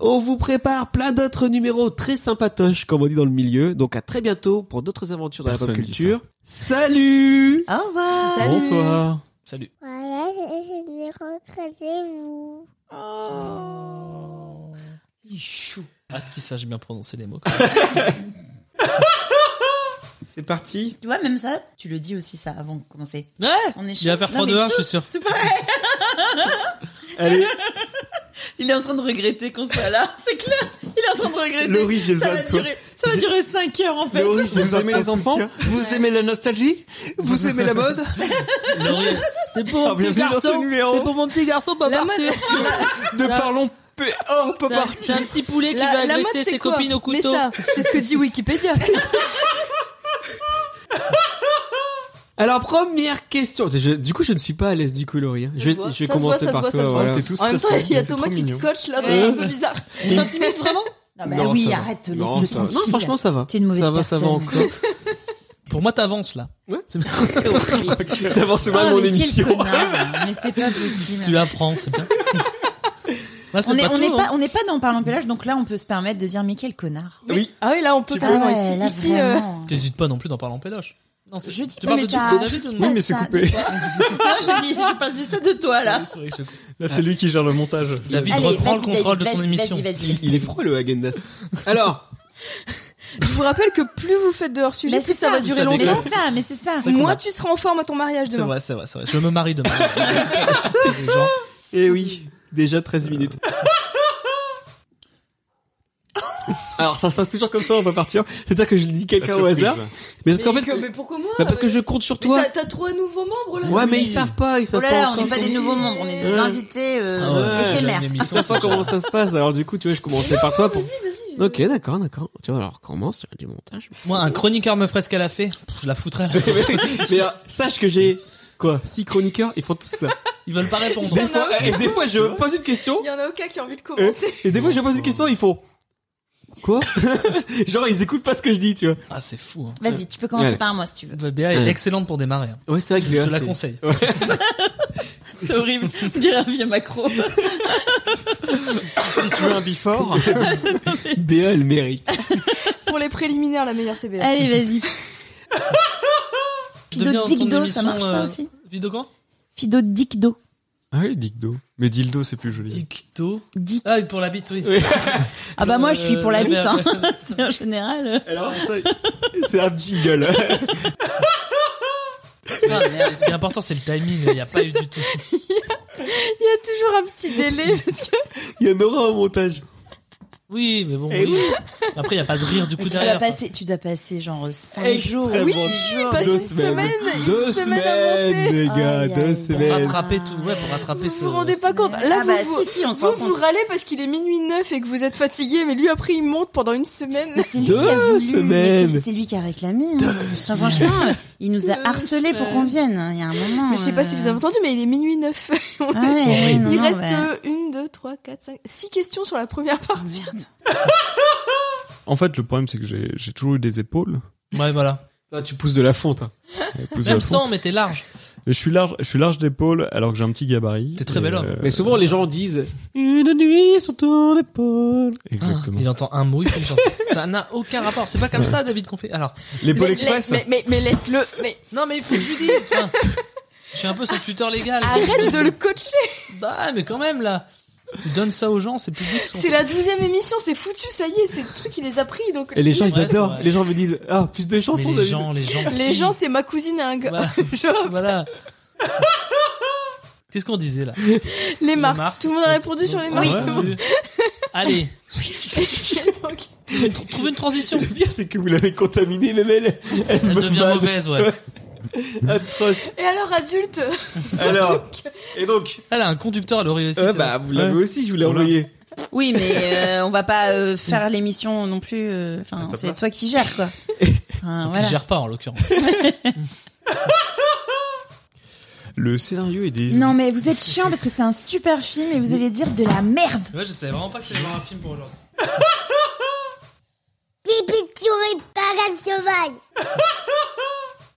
Speaker 3: On vous prépare plein d'autres numéros très sympatoches, comme on dit dans le milieu. Donc à très bientôt pour d'autres aventures dans la
Speaker 7: Personne
Speaker 3: pop
Speaker 7: dit
Speaker 3: culture. Salut
Speaker 6: Au revoir.
Speaker 4: Salut.
Speaker 7: Bonsoir.
Speaker 2: Salut.
Speaker 10: Voilà, je l'ai rencontré, vous.
Speaker 2: Hâte qu'ils sachent bien prononcer les mots.
Speaker 3: C'est parti.
Speaker 6: Tu vois, même ça, tu le dis aussi ça avant de commencer.
Speaker 2: Ouais
Speaker 6: On est chaud.
Speaker 2: Il va faire
Speaker 6: Non,
Speaker 2: 3
Speaker 6: mais
Speaker 2: 2 1,
Speaker 6: tout-
Speaker 2: je suis sûr.
Speaker 6: Tout pareil.
Speaker 3: Allez,
Speaker 6: Il est en train de regretter qu'on soit là, c'est clair. Il est en train de regretter.
Speaker 7: Laurie, j'ai
Speaker 6: ça
Speaker 7: besoin
Speaker 6: va
Speaker 7: de toi.
Speaker 6: durer, ça va durer 5 heures en fait.
Speaker 7: Laurie, j'ai
Speaker 17: Vous
Speaker 7: besoin de
Speaker 17: aimez
Speaker 7: ton
Speaker 17: les enfants
Speaker 7: soutien.
Speaker 17: Vous aimez la nostalgie
Speaker 7: Vous aimez la mode
Speaker 2: Laurie, C'est pour
Speaker 7: Ah,
Speaker 2: mon petit
Speaker 7: bienvenue dans ce
Speaker 2: garçon.
Speaker 7: numéro.
Speaker 2: C'est pour mon petit garçon, Bob
Speaker 4: La
Speaker 2: Arthur.
Speaker 7: De
Speaker 2: Ça-
Speaker 7: parlons P- Oh, Pop
Speaker 2: C'est un-
Speaker 7: Arthur.
Speaker 2: C'est un petit poulet qui va
Speaker 4: La, la mode,
Speaker 2: agresser ses
Speaker 4: c'est quoi
Speaker 2: copines au couteau.
Speaker 4: Mais ça, c'est ce que dit Wikipédia.
Speaker 3: Alors première question. Je- du coup, je ne suis pas à l'aise du coup, Laurie. hein. Je vais, je vais
Speaker 4: Ça se
Speaker 3: commencer
Speaker 4: voit, ça
Speaker 3: par
Speaker 4: se voit,
Speaker 3: toi.
Speaker 4: ça se
Speaker 3: voilà.
Speaker 7: Oh, T'es tous
Speaker 4: En même temps,
Speaker 7: stressés,
Speaker 4: il y a
Speaker 7: c'est
Speaker 4: Thomas
Speaker 7: trop
Speaker 4: qui te
Speaker 7: mignon.
Speaker 4: coach là, donc
Speaker 6: Ouais.
Speaker 4: c'est un peu bizarre. T'intimides vraiment
Speaker 6: Non, mais ah
Speaker 7: Non,
Speaker 6: oui,
Speaker 7: ça va.
Speaker 6: arrête,
Speaker 7: Non,
Speaker 6: laisse-le
Speaker 7: ça va.
Speaker 6: tranquille.
Speaker 3: Non, franchement, ça va.
Speaker 6: T'es une mauvaise
Speaker 3: ça va,
Speaker 6: personne.
Speaker 3: ça va encore.
Speaker 2: Pour moi, t'avances là.
Speaker 3: Ouais.
Speaker 2: C'est-
Speaker 3: T'avances
Speaker 6: Ah,
Speaker 3: mal mon
Speaker 6: mais quel
Speaker 3: émission.
Speaker 6: connard. mais c'est pas possible.
Speaker 2: tu apprends, c'est bien. Là, c'est
Speaker 6: On est,
Speaker 2: pas
Speaker 6: on
Speaker 2: tout,
Speaker 6: n'est
Speaker 2: hein.
Speaker 6: pas, on n'est pas dans Parlons Pelage, donc là, on peut se permettre de dire, mais quel connard.
Speaker 3: Oui.
Speaker 4: Ah oui, là on peut
Speaker 7: Tu
Speaker 4: pas.
Speaker 7: peux,
Speaker 4: vraiment,
Speaker 6: ouais, là,
Speaker 4: ici, ici, euh,
Speaker 6: vraiment.
Speaker 2: T'hésites pas non plus d'en parler en péloche. Non, c'est
Speaker 6: Je dis
Speaker 2: Tu
Speaker 6: pas,
Speaker 2: parles
Speaker 6: mais
Speaker 2: de
Speaker 6: ça-
Speaker 2: tout David
Speaker 6: je dis
Speaker 2: non
Speaker 6: pas
Speaker 7: mais c'est
Speaker 6: ça.
Speaker 7: coupé.
Speaker 6: Non, je dis, je parle juste de toi, là.
Speaker 2: C'est vrai que je-
Speaker 7: Là, c'est lui qui gère le montage.
Speaker 2: David
Speaker 6: Allez,
Speaker 2: reprend le
Speaker 6: vas-y,
Speaker 2: contrôle
Speaker 6: David,
Speaker 2: de ton
Speaker 6: vas-y,
Speaker 2: émission.
Speaker 6: Vas-y, vas-y.
Speaker 3: Il, il est froid le Agendas. Alors,
Speaker 4: euh, je vous rappelle que plus vous faites de hors sujet,
Speaker 6: Mais
Speaker 4: plus
Speaker 6: c'est
Speaker 4: ça,
Speaker 6: ça,
Speaker 4: va
Speaker 6: vous
Speaker 4: durer
Speaker 2: savez
Speaker 6: Mais
Speaker 4: longtemps.
Speaker 6: c'est ça, mais c'est ça.
Speaker 4: Moins tu seras en forme à ton mariage
Speaker 2: C'est
Speaker 4: demain.
Speaker 2: vrai, c'est vrai, c'est vrai. Je me marie demain. Les gens.
Speaker 3: eh oui, déjà 13 minutes. Alors, ça se passe toujours comme ça, on va partir. C'est-à-dire que je le dis quelqu'un au hasard. Mais parce qu'en fait,
Speaker 4: mais, que- mais pourquoi moi euh,
Speaker 3: bah, parce que je compte sur
Speaker 4: Mais
Speaker 3: toi.
Speaker 4: t'as- t'as trouvé un nouveau membre là
Speaker 3: Ouais, mais ils savent pas, ils
Speaker 6: Oh
Speaker 3: savent
Speaker 6: là
Speaker 3: pas
Speaker 6: là, on
Speaker 3: encore.
Speaker 6: n'est pas des nouveaux membres, on est des
Speaker 3: Ouais.
Speaker 6: invités
Speaker 2: Ah ouais,
Speaker 6: euh,
Speaker 2: j'ai
Speaker 6: éphémères.
Speaker 2: une
Speaker 3: Ils
Speaker 2: émission,
Speaker 3: savent pas
Speaker 2: c'est
Speaker 3: comment
Speaker 2: ça.
Speaker 3: ça se passe. Alors du coup, tu vois, je commençais par toi pour.
Speaker 4: Vas-y, vas-y.
Speaker 3: Ok, d'accord, d'accord. Tu vois, alors commence, tu as du montage.
Speaker 2: Moi, un chroniqueur me ferait ce qu'elle a fait, pff, je la foutrais.
Speaker 3: Mais euh, alors, sache que j'ai quoi Six chroniqueurs, ils font tout ça.
Speaker 2: Ils veulent pas répondre.
Speaker 3: Des fois, et des fois, je pose une question.
Speaker 4: Il y en a aucun qui a envie de commencer.
Speaker 3: Et des fois, je pose une question, ils font quoi Genre, ils écoutent pas ce que je dis, tu vois.
Speaker 2: Ah, c'est fou. Hein.
Speaker 6: Vas-y, tu peux commencer
Speaker 3: Allez.
Speaker 6: par moi si tu veux.
Speaker 2: Bah, Béa est excellente pour démarrer. hein.
Speaker 3: Ouais, c'est vrai que
Speaker 2: Je
Speaker 3: Léa,
Speaker 2: te la
Speaker 3: c'est-
Speaker 2: conseille.
Speaker 6: C'est horrible, on dirait un vieux macro.
Speaker 7: Si tu veux un before,
Speaker 3: Béa, elle mérite.
Speaker 4: Pour les préliminaires, la meilleure CBA.
Speaker 6: Allez, vas-y.
Speaker 2: Deviens
Speaker 6: Fido Dicdo,
Speaker 2: ton
Speaker 6: ça
Speaker 2: émission,
Speaker 6: marche ça
Speaker 2: euh,
Speaker 6: aussi
Speaker 2: Vidocamp
Speaker 6: Fido Dicdo.
Speaker 7: Ah oui, Dicdo. Mais Dildo, c'est plus joli.
Speaker 2: Dicto. Ah, pour la bite, oui.
Speaker 6: Ah bah moi je suis pour la
Speaker 2: Euh,
Speaker 6: bite, hein.
Speaker 2: merde.
Speaker 6: c'est en général. euh.
Speaker 7: C'est un jingle.
Speaker 2: Ah, merde, ce qui est important, c'est le timing. Il n'y a pas eu du tout.
Speaker 4: Il y a toujours un petit délai parce que
Speaker 12: Il y en aura au montage.
Speaker 2: Oui, mais bon.
Speaker 6: Eh
Speaker 2: oui. Après, il n'y a pas de rire du
Speaker 6: Et
Speaker 2: coup
Speaker 6: tu
Speaker 2: derrière.
Speaker 6: dois passer, tu dois passer genre 5 jours.
Speaker 12: Extrêmement.
Speaker 6: six jours.
Speaker 4: passe
Speaker 12: Deux
Speaker 4: une
Speaker 12: semaines.
Speaker 4: semaine, une
Speaker 12: Deux
Speaker 4: semaine à
Speaker 12: semaines,
Speaker 4: monter.
Speaker 12: les gars,
Speaker 6: Aïe,
Speaker 12: deux
Speaker 6: aïe,
Speaker 2: Pour
Speaker 12: semaines.
Speaker 2: rattraper tout. Ouais, pour rattraper ce.
Speaker 4: Vous vous rendez pas compte Là,
Speaker 6: Ah
Speaker 4: vous,
Speaker 6: bah,
Speaker 4: vous,
Speaker 6: si, si, on se
Speaker 4: vous,
Speaker 6: rend
Speaker 4: vous
Speaker 6: compte.
Speaker 4: râlez parce qu'il est minuit 9 et que vous êtes fatigué, mais lui, après, il monte pendant une semaine.
Speaker 6: Mais c'est lui
Speaker 12: Deux
Speaker 6: qui a voulu,
Speaker 12: semaines.
Speaker 6: mais c'est- C'est lui qui a réclamé. hein. Enfin, franchement, euh, il nous a harcelé pour qu'on vienne. hein. Il y a un moment.
Speaker 4: Mais je sais pas si vous avez entendu, mais il est minuit 9. On
Speaker 6: Ah
Speaker 4: est-
Speaker 6: ouais, ouais, non,
Speaker 4: il
Speaker 6: non,
Speaker 4: reste euh,
Speaker 6: bah,
Speaker 4: 1, 2, 3, 4, 5, 6 questions sur la première partie.
Speaker 6: merde.
Speaker 7: En fait, le problème, c'est que j'ai j'ai toujours eu des épaules.
Speaker 2: Ouais, voilà.
Speaker 3: Là, tu pousses de la fonte. hein.
Speaker 7: Elles poussent de la
Speaker 2: Même
Speaker 7: fonte.
Speaker 2: sans, mais t'es large.
Speaker 7: Mais je suis large, je suis large d'épaule alors que j'ai un petit gabarit.
Speaker 2: T'es très
Speaker 7: Et,
Speaker 2: bel homme.
Speaker 7: euh,
Speaker 3: Mais souvent, les gens disent Une nuit sur ton épaule.
Speaker 7: Exactement.
Speaker 2: Ah, il entend un mot, il fait une chanson. Ça n'a aucun rapport. C'est pas comme ça, David, qu'on fait. Alors.
Speaker 7: L'épaule
Speaker 4: Mais-
Speaker 7: express.
Speaker 4: Mais, mais, mais laisse-le. Mais
Speaker 2: Non, mais il faut que je lui dise. enfin, je suis un peu son tuteur légal.
Speaker 6: Ah,
Speaker 4: arrête de le coacher.
Speaker 2: Bah, mais quand même, là. Tu donnes ça aux gens, c'est public. son-
Speaker 4: C'est la 12 émission, c'est foutu, ça y est, c'est le truc, il les a pris. Donc,
Speaker 3: Et les gens, ils
Speaker 2: Ouais, c'est
Speaker 3: adorent.
Speaker 2: vrai.
Speaker 3: Les gens me disent Ah, plus de chansons,
Speaker 2: Mais les
Speaker 3: David.
Speaker 2: gens, les gens.
Speaker 4: les gens, c'est ma cousine à un gars.
Speaker 2: Voilà.
Speaker 4: Genre,
Speaker 2: Voilà. Qu'est-ce qu'on disait là
Speaker 4: les marques.
Speaker 2: marques.
Speaker 4: Tout le monde a répondu sur les marques.
Speaker 2: Ah,
Speaker 4: c'est bon.
Speaker 2: ouais. Allez,
Speaker 4: Donc,
Speaker 2: tr- trouve une transition.
Speaker 12: Le pire, c'est que vous l'avez contaminé, même elle. Elle,
Speaker 2: Elle
Speaker 12: me
Speaker 2: devient
Speaker 12: vanne.
Speaker 2: mauvaise, ouais.
Speaker 12: Atroce.
Speaker 4: Et alors, adulte
Speaker 12: Alors. Et donc.
Speaker 2: Elle a un conducteur à l'oreille aussi.
Speaker 12: Ouais,
Speaker 2: c'est
Speaker 12: bah,
Speaker 2: vrai.
Speaker 12: vous l'avez aussi, je vous l'ai envoyé.
Speaker 6: Oui, mais euh, on va pas euh, faire l'émission non plus. euh, Enfin, c'est toi qui gères quoi. Enfin,
Speaker 4: Ah,
Speaker 2: Donc,
Speaker 6: voilà.
Speaker 2: Il gère pas en l'occurrence.
Speaker 7: Le scénario est des.
Speaker 6: Non mais vous êtes chiant parce que c'est un super film et vous allez dire de la merde.
Speaker 2: Ouais, je savais vraiment pas que c'était voir un film pour aujourd'hui.